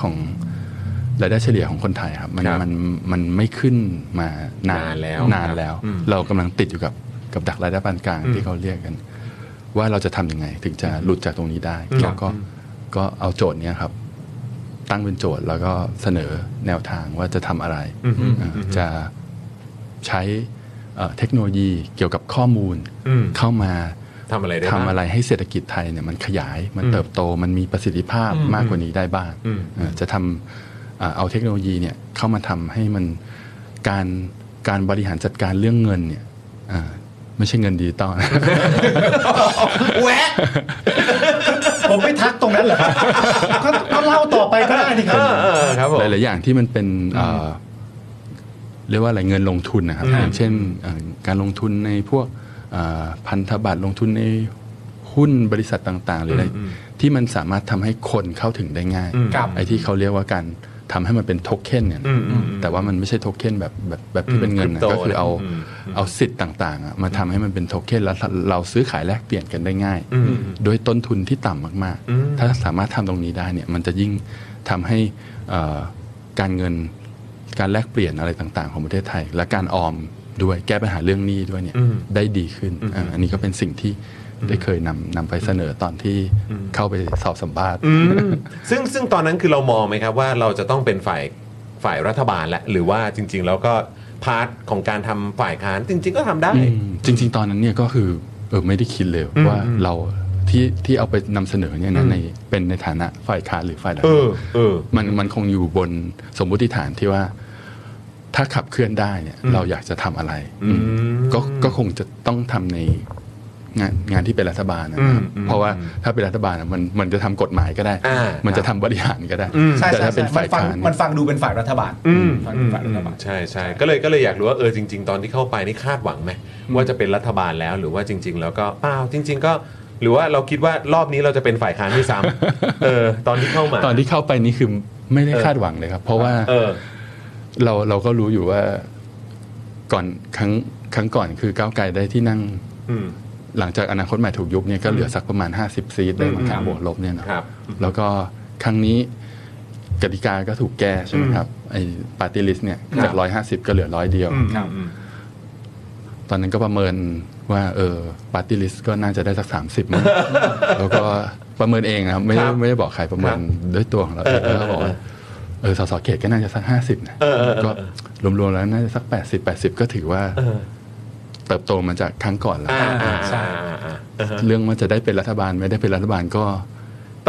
[SPEAKER 7] ของรายได้เฉลี่ยของคนไทยครับ มัน
[SPEAKER 1] ครับ
[SPEAKER 7] มันมันไม่ขึ้นมานาน
[SPEAKER 1] นานแล้ว
[SPEAKER 7] นานแล้ว
[SPEAKER 1] อืม
[SPEAKER 7] เรากำลังติดอยู่กับกับดักรายได้ปานกลาง
[SPEAKER 1] อืม
[SPEAKER 7] ที่เขาเรียกกัน ว่าเราจะทำยังไง ถึงจะหลุดจากตรงนี้ได้
[SPEAKER 1] อืม
[SPEAKER 7] เราก็
[SPEAKER 1] อืม
[SPEAKER 7] ก็เอาโจทย์เนี้ยครับ ตั้งเป็นโจทย์แล้วก็เสนอแนวทางว่าจะทำอะไร
[SPEAKER 1] อืมอืม
[SPEAKER 7] อ่า
[SPEAKER 1] อืม
[SPEAKER 7] จะใช้เอ่อเทคโนโลยีเกี่ยวกับข้อมูล
[SPEAKER 1] อืม
[SPEAKER 7] เข้ามา
[SPEAKER 1] ทำอะไรได้บ้าง
[SPEAKER 7] ทำอะไรให้เศรษฐกิจไทยเนี่ยมันขยาย มัน
[SPEAKER 1] อืม
[SPEAKER 7] เติบโต มันมีประสิทธิภาพ
[SPEAKER 2] อืม
[SPEAKER 7] มากกว่านี้ได้บ้าง
[SPEAKER 1] อืม
[SPEAKER 7] เอ่อจะทำอ่าเอาเทคโนโลยีเนี่ยเข้ามาทำให้มันการการบริหารจัดการเรื่องเงินเนี่ยอ่าไม่ใช่เงินดิจิตอล
[SPEAKER 1] *laughs*
[SPEAKER 7] นะ
[SPEAKER 2] แหวะผมไม่ทักตรงนั้นเหรอครับ *laughs* ก็ก็เล่าต่อไปก็ได้นี่ครั
[SPEAKER 1] เอบ อเออครับผม
[SPEAKER 7] หลาย ๆ อย่างที่มันเป็นเอ่อเรียกว่าอะไรเงินลงทุนนะครับ
[SPEAKER 1] อืม
[SPEAKER 7] อย่างเช่นเอ่อการลงทุนในพวกเอ่อพันธบัตรลงทุนในหุ้นบริษัทต่าง ๆ หรืออะไร
[SPEAKER 1] อืมอืม
[SPEAKER 7] ที่มันสามารถทำให้คนเข้าถึงได้ง่าย
[SPEAKER 1] อืมครับ
[SPEAKER 7] ไอ้ที่เขาเรียกว่าการทำให้มันเป็นโทเค็นเนี่ย
[SPEAKER 1] อืมอืมอืม
[SPEAKER 7] แต่ว่ามันไม่ใช่โทเค็นแบบแบบแบบ
[SPEAKER 1] อื
[SPEAKER 7] ที่
[SPEAKER 1] ม
[SPEAKER 7] เป็นเงินนะ
[SPEAKER 1] crypto
[SPEAKER 7] ก็คือเอา
[SPEAKER 1] อืมอืม
[SPEAKER 7] เอาสิทธิ์ต่างๆอะมาทำให้มันเป็นโทเค็นแล้วเราซื้อขายแลกเปลี่ยนกันได้ง่าย
[SPEAKER 1] อืม
[SPEAKER 7] โดยต้นทุนที่ต่ำมาก
[SPEAKER 1] อืม
[SPEAKER 7] ๆ ถ้าสามารถทำตรงนี้ได้เนี่ย มันจะยิ่งทำให้เอ่อการเงินการแลกเปลี่ยนอะไรต่างๆ ของประเทศไทย และการออมด้วยแก้ปัญหาเรื่องหนี้ด้วยเนี่ย
[SPEAKER 1] อืม
[SPEAKER 7] ได้ดีขึ้นอ่าอันนี้ก็เป็นสิ่งที่ได้เคยนำนำไปเสนอตอนที่เข้าไปสอบสัมภาษณ์
[SPEAKER 1] อืมซึ่งซึ่งตอนนั้นคือเรามองไหมครับว่าเราจะต้องเป็นฝ่ายฝ่ายรัฐบาลแหละหรือว่าจริง ๆ แล้วก็พาร์ทของการทำฝ่ายค้านจริง ๆ ก็ทำได้
[SPEAKER 7] อืมจริง ๆ ตอนนั้นเนี่ยก็คือเออไม่ได้คิดเลย
[SPEAKER 1] อืม
[SPEAKER 7] ว่า
[SPEAKER 1] อืม
[SPEAKER 7] เราที่ที่เอาไปนำเสนอเนี่ย
[SPEAKER 1] อื
[SPEAKER 7] นะ
[SPEAKER 1] ม
[SPEAKER 7] ในเป็นในฐานะฝ่ายค้านหรือฝ่ายรั
[SPEAKER 1] เอบ
[SPEAKER 7] ฐาล
[SPEAKER 1] อเออ
[SPEAKER 7] มันมันคงอยู่บนสมมุติฐานที่ว่า ถ้าขับเคลื่อนได้เนี่ย เราอยากจะทำอะไร
[SPEAKER 1] อืม
[SPEAKER 7] ก็ก็คงจะต้องทำในงานงานที่เป็นรัฐบาลนะครั
[SPEAKER 1] อื
[SPEAKER 7] บ
[SPEAKER 1] มอืม
[SPEAKER 7] เพราะว่าถ้าเป็นรัฐบาลอะมันมันจะทำกฎหมายก็ได้
[SPEAKER 1] อ่ามั
[SPEAKER 7] มันจะทำบริหารก็ได้
[SPEAKER 1] อืม
[SPEAKER 2] ใช่
[SPEAKER 7] แต่
[SPEAKER 2] ใช่
[SPEAKER 7] ถ้าเป็น
[SPEAKER 2] ใช่
[SPEAKER 7] ฝ่าย
[SPEAKER 2] ฟัง
[SPEAKER 7] ค้าน
[SPEAKER 2] มันฟังดูเป็นฝ่ายรัฐบาล
[SPEAKER 1] อืม
[SPEAKER 2] ฟัง
[SPEAKER 1] อื
[SPEAKER 2] ดู
[SPEAKER 1] ม
[SPEAKER 2] ฝ่ายรัฐบาล
[SPEAKER 1] ใช่ใช่ก็เลยก็เลยอยากรู้ว่าเออจริง ๆ ตอนที่เข้าไปนี่คาดหวังไหมว่าจะเป็นรัฐบาลแล้วหรือว่าจริง ๆ แล้วก็เปล่าจริง ๆ ก็ หรือว่าเราคิดว่ารอบนี้เราจะเป็นฝ่ายค้านด้วยซ้ำเออ ตอนที่เข้ามา
[SPEAKER 7] ตอนที่เข้าไปนี่คือไม่ได้คาดหวังเลยครับ เพราะว่า
[SPEAKER 1] เออ
[SPEAKER 7] เราเราก็รู้อยู่ว่าก่อนครั้งครั้งก่อนคือก้าวไกลได้ที่นั่ง
[SPEAKER 1] อืม
[SPEAKER 7] หลังจากอนาคตใหม่ถูกยุบเนี่ยก็เหลือสักประมาณ 50 ซีทได้มั้งครับ
[SPEAKER 1] อืม
[SPEAKER 7] บวกลบเนี่ยเนอะ
[SPEAKER 1] ครับ
[SPEAKER 7] แล้วก็ครั้งนี้กติกาก็ถูกแก้ใช่ไหม
[SPEAKER 1] อืม
[SPEAKER 7] ครับไอ้ปาร์ตี้ลิสเนี่ย
[SPEAKER 1] ครับ
[SPEAKER 7] จาก 150 ก็เหลือร้อยเดียว
[SPEAKER 1] อืม
[SPEAKER 2] ครับ
[SPEAKER 1] อืม
[SPEAKER 7] ตอนนั้นก็ประเมินว่าเออปาร์ตี้ลิสก็น่าจะได้สัก 30มั้ง
[SPEAKER 1] *laughs*
[SPEAKER 7] แล้วก็ประเมินเองนะครับ ไม่ได้
[SPEAKER 1] ครับ
[SPEAKER 7] ไม่ได้บอกใครประเมินด้วยตัวของเราเอง
[SPEAKER 1] เออ
[SPEAKER 7] แล้วก็บอกว่าเออสสเขตก็น่าจะสัก 50นะ
[SPEAKER 1] เออเออเออ
[SPEAKER 7] ก็รวมๆแล้วน่าจะสัก 80 80 ก็ถือว่า
[SPEAKER 1] เออ
[SPEAKER 7] เติบโตมาจากครั้งก่อนแล้ว
[SPEAKER 1] อ่าอ่า
[SPEAKER 2] ใช่
[SPEAKER 1] อ่าอ่าอ่า
[SPEAKER 7] เรื่องว่าจะได้เป็นรัฐบาลไม่ได้เป็นรัฐบาลก็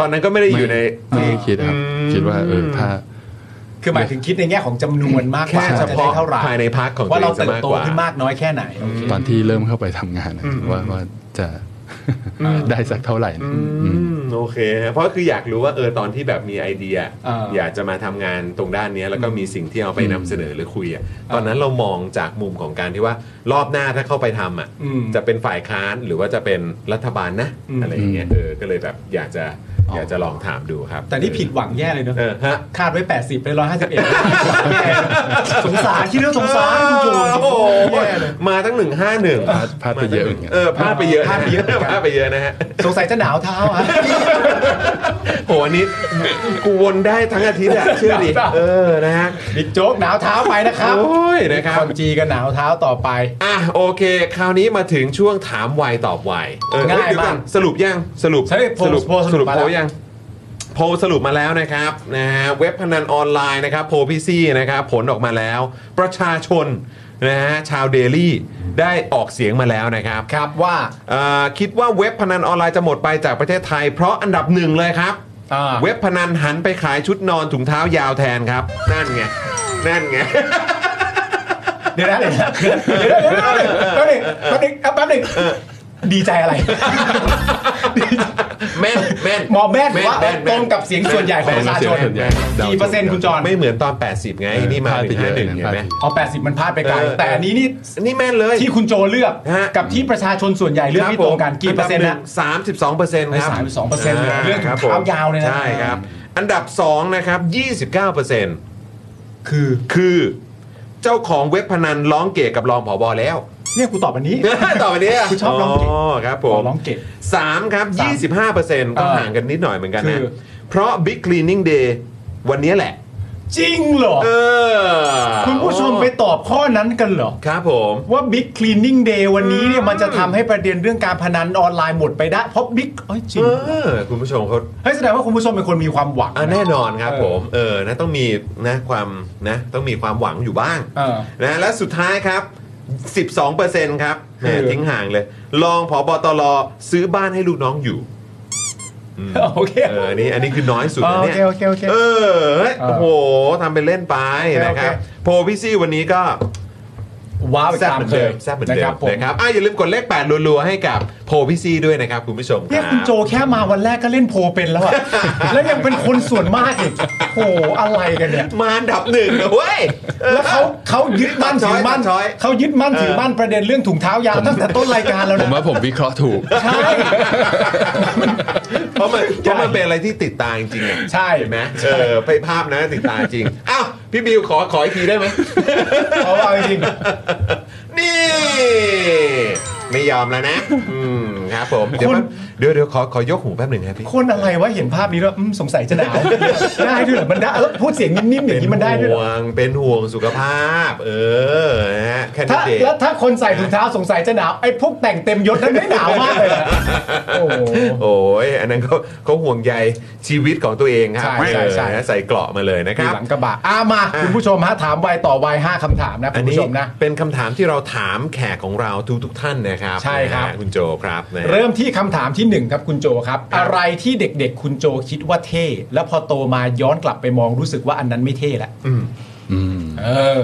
[SPEAKER 1] ตอนนั้นก็ไม่ได้อยู่ใน
[SPEAKER 7] ไม่ได้คิดนะครับ
[SPEAKER 1] อืม
[SPEAKER 7] คิดว่าเออถ้า
[SPEAKER 2] คือหมายถึงคิดในแง่ของจำนวนมากก
[SPEAKER 1] แค่
[SPEAKER 2] ว่า
[SPEAKER 1] เฉ
[SPEAKER 2] จะได้
[SPEAKER 1] พาะ
[SPEAKER 2] เท่าไหร่
[SPEAKER 1] ภายในพักของ
[SPEAKER 2] ว่าเรา
[SPEAKER 1] ตัวอ
[SPEAKER 2] เติ
[SPEAKER 1] งซะมก
[SPEAKER 2] บโต
[SPEAKER 1] กว่า
[SPEAKER 2] ขึ้นมากน้อยแค่ไหนโอเค
[SPEAKER 7] ตอนที่เริ่มเข้าไปทำงานนะ
[SPEAKER 1] อืม
[SPEAKER 7] ว่าว่าจะได้สักเท่าไหร่นะ
[SPEAKER 1] อืมโอเคฮะเพราะคืออยากรู้ว่าเออตอนที่แบบมีไอเดีย
[SPEAKER 2] เออ
[SPEAKER 1] อ
[SPEAKER 2] อ
[SPEAKER 1] ยากจะมาทำงานตรงด้านเนี้ยแล้วก็มีสิ่งที่เอาไปนำเสนอหรือคุยอ่ะตอนนั้นเรามองจากมุมของการที่ว่ารอบหน้าถ้าเข้าไปทำอ่ะ
[SPEAKER 2] อืม
[SPEAKER 1] จะเป็นฝ่ายค้านหรือว่าจะเป็นรัฐบาลนะ
[SPEAKER 2] อืม
[SPEAKER 1] อะไรอย่างเงี้ยเออก็เลยแบบอยากจะ อยากจะลองถามดูครับ
[SPEAKER 2] แต่นี่ผิดหวังแย่เลยเนอะ
[SPEAKER 1] เออฮะ
[SPEAKER 2] คาดไว้ 80ได้ร้อยห้าสิบเอ็ดสงสารคิดว่าสงสารคุณโจ
[SPEAKER 1] โอ้โห
[SPEAKER 2] แย่เลย
[SPEAKER 1] มาตั้งหนึ่งห้าหนึ่ง
[SPEAKER 7] พลาดพลาดไปเยอะเหมือนกัน
[SPEAKER 1] เออพลาดไปเยอะ
[SPEAKER 2] พลาดไปเยอะ
[SPEAKER 1] พลาดไปเยอะนะฮะ
[SPEAKER 2] สงสัยจะหนาวเท้าฮะ
[SPEAKER 1] โหอันนี้กูวนได้ทั้งอาทิ *laughs* ตย์อะเชื่อดิเออนะฮะ
[SPEAKER 2] บิ๊กโจ๊กหนาวเท้าไปนะครับ
[SPEAKER 1] โอ้ยนะครับ
[SPEAKER 2] คอนจีก็หนาวเท้าต่อไป
[SPEAKER 1] อ่ะโอเค คราวนี้มาถึงช่วงถามวัยตอบวัยเออ
[SPEAKER 2] ง่ายมาก
[SPEAKER 1] เดี๋วอนสรุปยังสรุป
[SPEAKER 2] สรุปโพลโพล
[SPEAKER 1] ส
[SPEAKER 2] สรุ
[SPEAKER 1] รุป
[SPEAKER 2] ปมา
[SPEAKER 1] โพ
[SPEAKER 2] แล้
[SPEAKER 1] ล
[SPEAKER 2] ว
[SPEAKER 1] ยัง โพลสรุปมาแล้วนะครับนะฮะเว็บพนันออนไลน์นะครับโพลพี่ซี่นะครับผลออกมาแล้ว ประชาชนนะฮะชาวเดลี่ได้ออกเสียงมาแล้วนะครับ
[SPEAKER 2] ครับว่า
[SPEAKER 1] เอ่อคิดว่าเว็บพนันออนไลน์จะหมดไปจากประเทศไทย เพราะอันดับหนึ่งเลยครับ
[SPEAKER 2] อ่า
[SPEAKER 1] เว็บพนันหันไปขายชุดนอนถุงเท้ายาวแทนครับ นั่นไง นั่นไง
[SPEAKER 2] เดี๋ยวนะเดี๋ยวนะเดี๋ยวนะเดี๋ยวนะเดี๋ยวนะแป๊บหนึงแป๊บหนึงแป๊บหนึงดีใจอะไร
[SPEAKER 1] แม่นแม่น
[SPEAKER 2] หมอแม่นว่า
[SPEAKER 1] แม่น
[SPEAKER 2] ตรงกับเสียงส่วนใหญ่ของประชาชน
[SPEAKER 7] แม่นเสียงส่วนใหญ่
[SPEAKER 2] กี่เปอร์เซ็นต์คุณจอน
[SPEAKER 1] ไม่เหมือนตอน 80 ไง นี่มา
[SPEAKER 7] พลาด
[SPEAKER 1] ถึง
[SPEAKER 7] ไปเย
[SPEAKER 1] ห้า
[SPEAKER 7] อะ
[SPEAKER 1] ห
[SPEAKER 7] เลย
[SPEAKER 1] นึ่ง
[SPEAKER 7] นะ
[SPEAKER 1] เห็
[SPEAKER 7] พลา
[SPEAKER 1] น
[SPEAKER 7] ด
[SPEAKER 1] ไหม
[SPEAKER 7] ไปเยอะ
[SPEAKER 2] เอา80 มันพลาดไปไกล
[SPEAKER 1] เออ
[SPEAKER 2] แต่อันนี้นี่
[SPEAKER 1] นี่แม่นเลย
[SPEAKER 2] ที่คุณโจเลือก
[SPEAKER 1] ฮะ
[SPEAKER 2] กับที่ประชาชนส่วนใหญ่เลือกไม่ตรงกันกี่เปอร์เซ็นต์นะ
[SPEAKER 1] สามสิบสองเปอร์เซ็นต์ครับ
[SPEAKER 2] ไม่32%เลยเรื่อง
[SPEAKER 1] คบ
[SPEAKER 2] ถุงเท้ายาวเนี่ยนะ
[SPEAKER 1] ใช่ครับ อันดับสองนะครับยี่สิบเก้าเปอร์เซ็นต์
[SPEAKER 2] คือ
[SPEAKER 1] คือเจ้าของเว็บพนันร้องเกะกับรองผอบอ
[SPEAKER 2] *laughs*
[SPEAKER 1] แล้ว
[SPEAKER 2] เนี่ยกูตอบอันนี้
[SPEAKER 1] ต่อไปเนี้
[SPEAKER 2] คุณชอบร้องเกะ
[SPEAKER 1] ครับ
[SPEAKER 2] ข
[SPEAKER 1] ผ
[SPEAKER 2] อ
[SPEAKER 1] ม
[SPEAKER 2] ร้องเก็บ
[SPEAKER 1] สามครับ
[SPEAKER 2] สาม
[SPEAKER 1] 25%ก็ห่างกันนิดหน่อยเหมือนกันนะ
[SPEAKER 2] คือ
[SPEAKER 1] เพราะ Big Cleaning Day วันนี้แหละ
[SPEAKER 2] จริงเหรอ
[SPEAKER 1] เออ
[SPEAKER 2] คุณผู้ชมไปตอบข้อนั้นกันเหรอ
[SPEAKER 1] ครับผม
[SPEAKER 2] ว่า Big Cleaning Day วันนี้เนี่ยมันจะทำให้ประเด็นเรื่องการพนันออนไลน์หมดไปได้ เพราะ Big เอ้ยจริง
[SPEAKER 1] เออ คุณผู้ชมเขา
[SPEAKER 2] เฮ้ยแสดงว่าคุณผู้ชมเป็นคนมีความหวัง
[SPEAKER 1] อ่ะแน่นอนครับ
[SPEAKER 2] เออ
[SPEAKER 1] ผม เออนะต้องมีนะความนะต้องมีความหวังอยู่บ้าง
[SPEAKER 2] เออ
[SPEAKER 1] นะและสุดท้ายครับ 12%ครับแหม
[SPEAKER 2] คือ
[SPEAKER 1] ทิ้งห่างเลยรองผอบตรซื้อบ้านให้ลูกน้องอยู่อืม
[SPEAKER 2] โอเค
[SPEAKER 1] เอออันนี้อันนี้คือน้อยสุดนะ
[SPEAKER 2] โอ
[SPEAKER 1] เนี่ย
[SPEAKER 2] เคโอเคโอเค
[SPEAKER 1] เออเฮ้ย
[SPEAKER 2] เออ
[SPEAKER 1] โอ้โหทำเป็นเล่นไปนะครับ
[SPEAKER 2] โอเค
[SPEAKER 1] โพลพี่ซี่วันนี้ก็
[SPEAKER 2] ว้าวอีก
[SPEAKER 1] แซ่บ
[SPEAKER 2] ตาม
[SPEAKER 1] เหมือน
[SPEAKER 2] เค
[SPEAKER 1] เดิ
[SPEAKER 2] ย
[SPEAKER 1] มแซ่บเหมือนเดิ
[SPEAKER 2] นะครั
[SPEAKER 1] ม
[SPEAKER 2] บผม
[SPEAKER 1] นะครับอ่ะอย่าลืมกดเลขแปดรัวๆให้กับโพลพี่ซี่ด้วยนะครับคุณผู้ชม
[SPEAKER 2] เนี่ยคุณโจแค่มาวันแรกก็เล่นโพลเป็น
[SPEAKER 1] *laughs*
[SPEAKER 2] แล้วอะ แล้วยังเป็นคนส่วนมากอีกโหอะไรกันเนี่ย
[SPEAKER 1] มาอันดับหนึ่งนะเว้ย
[SPEAKER 2] แล้วเขาเขายึดมั่นถือมั่น
[SPEAKER 1] ตัดช้อย
[SPEAKER 2] เขายึดมั่นถือมั่นประเด็นเรื่องถุงเท้ายาวตั้งแต่ต้นรายการแล้ว
[SPEAKER 7] ผ
[SPEAKER 2] นะ
[SPEAKER 7] มว่าผมวิเคราะห์ถูก
[SPEAKER 2] ใช่
[SPEAKER 1] *laughs* เพราะมันเพราะมันเป็นอะไรที่ติดตาจริงๆอะ
[SPEAKER 2] ใช่
[SPEAKER 1] เห็นไหมเออไปภาพนะติดตาจริงอ้าวพี่บิวขอขออีกที
[SPEAKER 2] *laughs*
[SPEAKER 1] ได้ไหม
[SPEAKER 2] เขาเอาจริง
[SPEAKER 1] นี่ ไม่ยอมแล้วนะ อืมครับผม เดี๋ยว
[SPEAKER 2] คุณ
[SPEAKER 1] แป๊บเดี๋ยวเดี๋ยวขอขอยกหูแป๊บหนึ่งครับพี่
[SPEAKER 2] คนอะไรวะเห็นภาพนี้แล้วอืมสงสัยจะหน *laughs* าว ได้ด้วยเหรอมันได้แล้วพูดเสียงนิ่มๆอย่างนี้มันได้ด้วยเหร
[SPEAKER 1] ห่
[SPEAKER 2] อ
[SPEAKER 1] วงเป็นห่วงสุขภาพ เออนะฮะแค่นั้
[SPEAKER 2] ถ้าน
[SPEAKER 1] เอง
[SPEAKER 2] แล้วถ้าคนใส่ถุงเท้าสงสัยจะหนาวไอ้พวกแต่งเต็มยศนั้นไม่หนาวมากเลยนะโอ้โห
[SPEAKER 1] โอ้ยอันนั้นเขาเขาห่วงใยชีวิตของตัวเองครับ
[SPEAKER 2] ใช่ใช่
[SPEAKER 1] เอ
[SPEAKER 2] ใช่
[SPEAKER 1] อนะใส่เกราะมาเลยนะค
[SPEAKER 2] มี
[SPEAKER 1] รับ
[SPEAKER 2] หลังกระบะอ่ะมาคุณผู้ชมฮะถามไวต่อไวห้าคำถามนะ
[SPEAKER 1] อั
[SPEAKER 2] คุณ
[SPEAKER 1] นี้
[SPEAKER 2] ผู้ชมนะ
[SPEAKER 1] เป็นคำถามที่เราถามแขกของเราทุกทุกๆท่านนะครับ
[SPEAKER 2] ใช่ครับ
[SPEAKER 1] นะฮะคุณโจครับนะฮะ
[SPEAKER 2] เริ่มที่คำถามที่หนึ่งครับคุณโจครับ
[SPEAKER 1] ครับ
[SPEAKER 2] อะไรที่เด็กๆ คุณโจคิดว่าเท่ แล้วพอโตมาย้อนกลับไปมองรู้สึกว่าอันนั้นไม่เท่ละ
[SPEAKER 1] อืม
[SPEAKER 7] อืม
[SPEAKER 2] เออ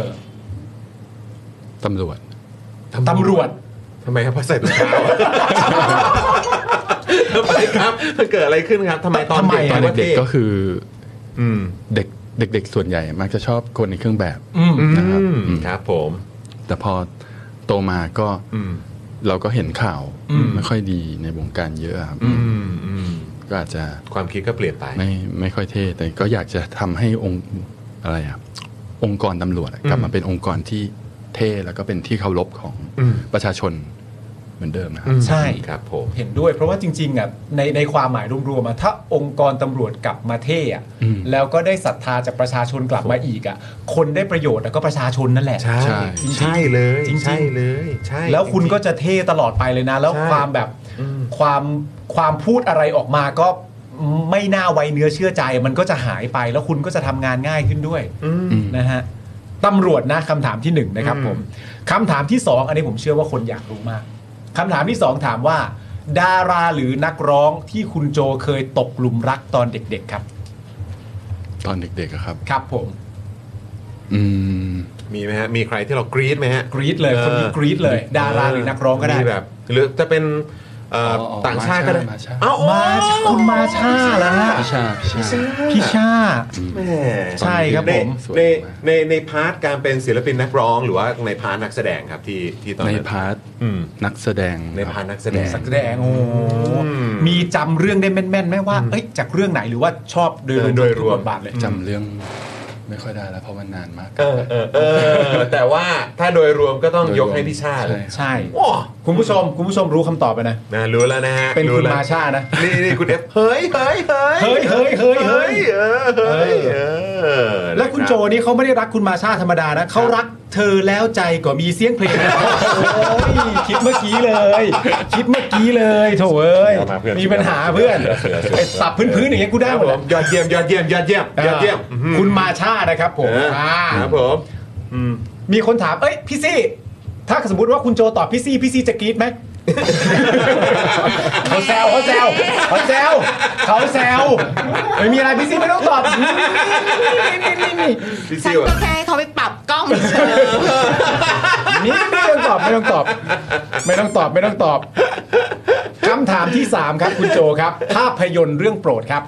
[SPEAKER 7] ตำรวจ
[SPEAKER 2] ตำรวจ
[SPEAKER 1] ทำไมครับเพราะใส่ถุงเท้า *laughs* ทำไมครับมันเกิดอะไรขึ้นครับทำไมตอน
[SPEAKER 2] ทำไม
[SPEAKER 1] เด็ก
[SPEAKER 2] อะ
[SPEAKER 7] ตอนเด็กๆก็คือ
[SPEAKER 1] อืม
[SPEAKER 7] เด็กเด็ก ๆ ส่วนใหญ่ มักจะชอบคนในเครื่องแบบ
[SPEAKER 2] อืม
[SPEAKER 7] นะครับ
[SPEAKER 1] อืม
[SPEAKER 7] อืม
[SPEAKER 1] ครับผม
[SPEAKER 7] แต่พอโตมาก็
[SPEAKER 1] อืม
[SPEAKER 7] เราก็เห็นข่าว
[SPEAKER 2] อืม
[SPEAKER 7] ไม่ค่อยดีในวงการเยอะครับ
[SPEAKER 1] อืมอืม
[SPEAKER 7] ก็อาจจะ
[SPEAKER 1] ความคิดก็เปลี่ยนไป
[SPEAKER 7] ไม่ไม่ค่อยเท่แต่ก็อยากจะทำให้องค์อะไรอะองค์กรตำรวจอะ
[SPEAKER 1] อืม
[SPEAKER 7] กลับมาเป็นองค์กรที่เท่แล้วก็เป็นที่เคารพของ
[SPEAKER 1] อืม
[SPEAKER 7] ประชาชนเหมือนเดิมนะครับ
[SPEAKER 2] ใช่
[SPEAKER 1] ครับผม
[SPEAKER 2] เห็นด้วยเพราะว่าจริงๆอ่ะในในความหมายรวมๆอ่ะถ้าองค์กรตำรวจกลับมาเท่อะ
[SPEAKER 7] อืม
[SPEAKER 2] แล้วก็ได้ศรัทธาจากประชาชนกลับมาอีกอ่ะคนได้ประโยชน์แล้วก็ประชาชนนั่นแหละ
[SPEAKER 1] ใช่
[SPEAKER 7] ใช่
[SPEAKER 2] จริงๆ
[SPEAKER 1] ใช่เลย
[SPEAKER 2] จริงๆ
[SPEAKER 1] ใช่เลยใช่
[SPEAKER 2] แล้วคุณก็จะเท่ตลอดไปเลยนะ แล้ว
[SPEAKER 1] ใช่
[SPEAKER 2] ความแบบ
[SPEAKER 1] อืม
[SPEAKER 2] ความความพูดอะไรออกมาก็ไม่น่าไว้เนื้อเชื่อใจ มันก็จะหายไปแล้วคุณก็จะทำงานง่ายขึ้นด้วย
[SPEAKER 1] อืม
[SPEAKER 7] อืม
[SPEAKER 2] นะฮะตำรวจนะคำถามที่หนึ่งนะครับผมคำถามที่สองอันนี้ผมเชื่อว่าคนอยากรู้มากคำถามที่สองถามว่า ดาราหรือนักร้องที่คุณโจเคยตกหลุมรักตอนเด็ก ๆ ครับ
[SPEAKER 7] ตอนเด็กๆอะครับ
[SPEAKER 2] ครับผม
[SPEAKER 7] อืม
[SPEAKER 1] มีไหมฮะ มีใครที่เรากรี๊ดไหมฮะ
[SPEAKER 2] กรี๊ดเลยคนนี้กรี๊ดเลย ดาราหรือนักร้องก็ได้
[SPEAKER 1] มีแบบ หรือจะเป็น เอ่อ
[SPEAKER 7] อ๋อ
[SPEAKER 1] ต่างชาติก็ได้
[SPEAKER 7] มาชา
[SPEAKER 1] เอ้า
[SPEAKER 2] มาชาคุณมาชาแล้ว
[SPEAKER 1] *laughs*
[SPEAKER 2] ฮะ
[SPEAKER 7] พิชาพิชา
[SPEAKER 2] พี่ชา
[SPEAKER 1] แม่
[SPEAKER 2] ใช่ครับ
[SPEAKER 1] ใน
[SPEAKER 2] ผม
[SPEAKER 1] ในในในพาร์ทการเป็นศิลปินนักร้องหรือว่าในพาร์ทนักแสดงครับที่ที่ตอน
[SPEAKER 7] ใน
[SPEAKER 1] นั้น
[SPEAKER 7] พาร์ท
[SPEAKER 1] อืม
[SPEAKER 7] นักแสดง
[SPEAKER 1] ในพาร์ทนักแสดง
[SPEAKER 2] สักแดงโอ้
[SPEAKER 1] อืม
[SPEAKER 2] มีจำเรื่องได้แม่นๆไหมว่าเอ้ยจากเรื่องไหนหรือว่าชอบโดยรวม
[SPEAKER 1] โดยรวม
[SPEAKER 2] ทุกบทบาทเลย
[SPEAKER 7] จำเรื่องไม่ค่อยได้แล้วเพราะมันนานมาก
[SPEAKER 1] เออเออเออแต่ว่าถ้าโดยรวมก็ต้องยกให้พี่ชาเลย
[SPEAKER 2] ใช่
[SPEAKER 1] โอ้
[SPEAKER 2] คุณผู้ชมคุณผู้ชมรู้คำตอบไปนะ
[SPEAKER 1] นะรู้แล้วนะฮะ
[SPEAKER 2] เป็น
[SPEAKER 1] รู้
[SPEAKER 2] คุณ
[SPEAKER 1] แล้ว
[SPEAKER 2] มาชานะ
[SPEAKER 1] นี่นี่คุณเอฟเฮ้ยเฮ้ยเฮ้ย
[SPEAKER 2] เฮ้ยเฮ้ยเฮ้ยเฮ้ย
[SPEAKER 1] เออเฮ้ยเออ
[SPEAKER 2] แล้วคุณ
[SPEAKER 1] นะ
[SPEAKER 2] โจ
[SPEAKER 1] รับ
[SPEAKER 2] นี่เขาไม่ได้รักคุณมาชาธรรมดานะเขารักเธอแล้วใจก็มีเสียงเพลง
[SPEAKER 1] *laughs*
[SPEAKER 2] นะโอ้ยคิดเมื่อกี้เลย คิดเมื่อกี้เลยโถเอ้ย
[SPEAKER 1] มาเพื่อน
[SPEAKER 2] มีปัญหาเพื่อน
[SPEAKER 1] เสือเสือเสือ
[SPEAKER 2] ไอ้สับพื้นๆอย่างเงี้ยกูได้
[SPEAKER 1] ครับ
[SPEAKER 2] หมด
[SPEAKER 1] ผม
[SPEAKER 2] แหละ
[SPEAKER 1] ยอดเยี่ยมยอดเยี่ยมยอดเยี่ยมยอดเยี่ยม
[SPEAKER 2] อ่าคุณมาชานะครับผม
[SPEAKER 1] เออ
[SPEAKER 2] อ่า
[SPEAKER 1] ครับผมอืม
[SPEAKER 2] มีคนถามเอ้ยพี่ซี่ ถ้าสมมติว่าคุณโจตอบพี่ซี่พี่ซี่จะกรี๊ด
[SPEAKER 1] *laughs*
[SPEAKER 2] ไหม เขาแซวเขาแซวเขาแซวเขาแซวไม่มีอะไรพี่ซี่ไม่ต้องต
[SPEAKER 1] *laughs*
[SPEAKER 2] อบนี่นี่นี่นี่
[SPEAKER 1] พี่
[SPEAKER 8] ฉั
[SPEAKER 1] ซิ
[SPEAKER 8] น
[SPEAKER 1] ว
[SPEAKER 8] ก็แค่ให้เขาไปปรับกล้องเฉย
[SPEAKER 2] นี่ไม่ต้องตอบไม่ต้องตอบ ไม่ต้องตอบไม่ต้องตอบคำถามที่ 3 ครับ คุณโจครับ ภาพยนตร์เรื่องโปรดครับ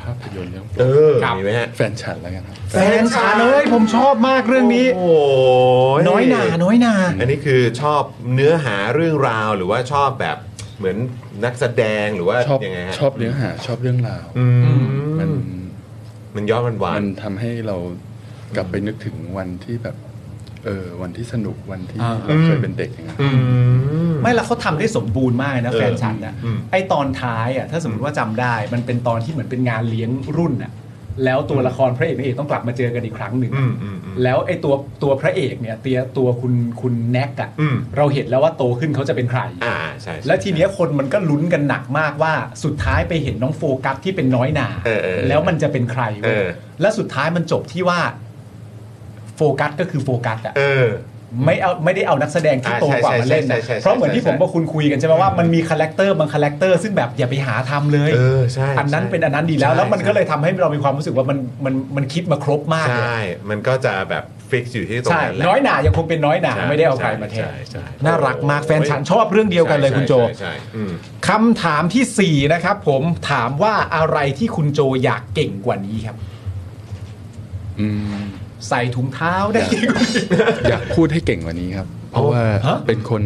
[SPEAKER 7] ภาพยนตร์เรื่อง
[SPEAKER 1] เออ
[SPEAKER 2] ครับ
[SPEAKER 1] มีไหมฮะ
[SPEAKER 7] แฟนฉันแล้วกันครับ
[SPEAKER 2] แฟนฉันเอ้ยผมชอบมากเรื่องนี้
[SPEAKER 1] โอ้ย
[SPEAKER 2] น้อยหนาน้อยหนา
[SPEAKER 1] อันนี้คือชอบเนื้อหาเรื่องราวหรือว่าชอบแบบเหมือนนักแสดงหรือว่า
[SPEAKER 7] ชอบ
[SPEAKER 1] ยังไงฮะ
[SPEAKER 7] ชอบเนื้อหาชอบเรื่องราว
[SPEAKER 1] อื
[SPEAKER 7] มัน
[SPEAKER 1] มันย้อนวันวา
[SPEAKER 7] มัน นทำให้เรากลับไปนึกถึงวันที่แบบ เออวันที่สนุกวันที่
[SPEAKER 2] อ่า
[SPEAKER 7] เราเค
[SPEAKER 1] อื
[SPEAKER 7] ย
[SPEAKER 1] ม
[SPEAKER 7] เป็นเด็กอย่างเงี้ย
[SPEAKER 1] อืม
[SPEAKER 2] ไม่และเขาทำได้สมบูรณ์มากนะ
[SPEAKER 1] เออ
[SPEAKER 2] แฟนฉันนะ
[SPEAKER 1] อืม
[SPEAKER 2] ไอตอนท้ายอ่ะถ้าสมมติว่าจำได้ มันเป็นตอนที่เหมือนเป็นงานเลี้ยงรุ่นอ่ะแล้วตัวละครพระเอกนางเอกต้องกลับมาเจอกันอีกครั้งหนึ่ง
[SPEAKER 1] อืมอืมอืม
[SPEAKER 2] แล้วไอตัวตัวพระเอกเนี่ยเตียตัวคุณคุณแน็กอ่ะ
[SPEAKER 1] อืม
[SPEAKER 2] เราเห็นแล้วว่าโตขึ้นเขาจะเป็นใคร
[SPEAKER 1] อ่าใช่ใช่
[SPEAKER 2] และทีเนี้ยคนมันก็ลุ้นกันหนักมากว่าสุดท้ายไปเห็นน้องโฟกัสที่เป็นน้อยหนา
[SPEAKER 1] เออเออเออ
[SPEAKER 2] แล้วมันจะเป็นใครเว้ย
[SPEAKER 1] เออ
[SPEAKER 2] และสุดท้ายมันจบที่ว่า โฟกัสก็คือโฟกัสอะ
[SPEAKER 1] เออ
[SPEAKER 2] ไม่เอาไม่ได้เอานักแสดงที่
[SPEAKER 1] อ่า
[SPEAKER 2] โตกว่า
[SPEAKER 1] ใช่
[SPEAKER 2] มาเล่นนะ
[SPEAKER 1] ใช่ใช่ใช่
[SPEAKER 2] เพราะเหมือนที่
[SPEAKER 1] ใช่
[SPEAKER 2] ผมกับคุณคุยกันใช่ไหมว่ามันมีคาแรคเตอร์บางคาแรคเตอร์ซึ่งแบบอย่าไปหาทำเลย
[SPEAKER 1] เออใช่
[SPEAKER 2] นนั้น
[SPEAKER 1] ใช่
[SPEAKER 2] เป็นอันนั้นดีแล้ว แล้วมัน
[SPEAKER 1] ใช่
[SPEAKER 2] ก็เลยทำให้เรามีความรู้สึกว่ามันมันมันคิดมาครบมาก
[SPEAKER 1] ใช
[SPEAKER 2] เลย่
[SPEAKER 1] มันก็จะแบบฟิกอยู่ที่ตรง
[SPEAKER 2] ใช่
[SPEAKER 1] นั้นแหละ
[SPEAKER 2] น้อยหนายังคงเป็นน้อยหนา
[SPEAKER 1] ใช่
[SPEAKER 2] ไม่ได้เอาใครมาแทน
[SPEAKER 1] ใช่ใช่
[SPEAKER 2] น่ารักมากแฟนฉันชอบเรื่องเดียวกันเลยคุณโจ
[SPEAKER 1] ใช่ใช่ใช่อืม
[SPEAKER 2] คำถามทีสี่4 นะครับผมถามว่าอะไรที่คุณโจอยากเก่งกว่านี้ครับ
[SPEAKER 7] อืม
[SPEAKER 2] ใส่ถุงเท้าได้
[SPEAKER 7] อยากพูดให้เก่งกว่านี้ครับ เพราะว่า
[SPEAKER 2] ฮะ
[SPEAKER 7] เป็นคน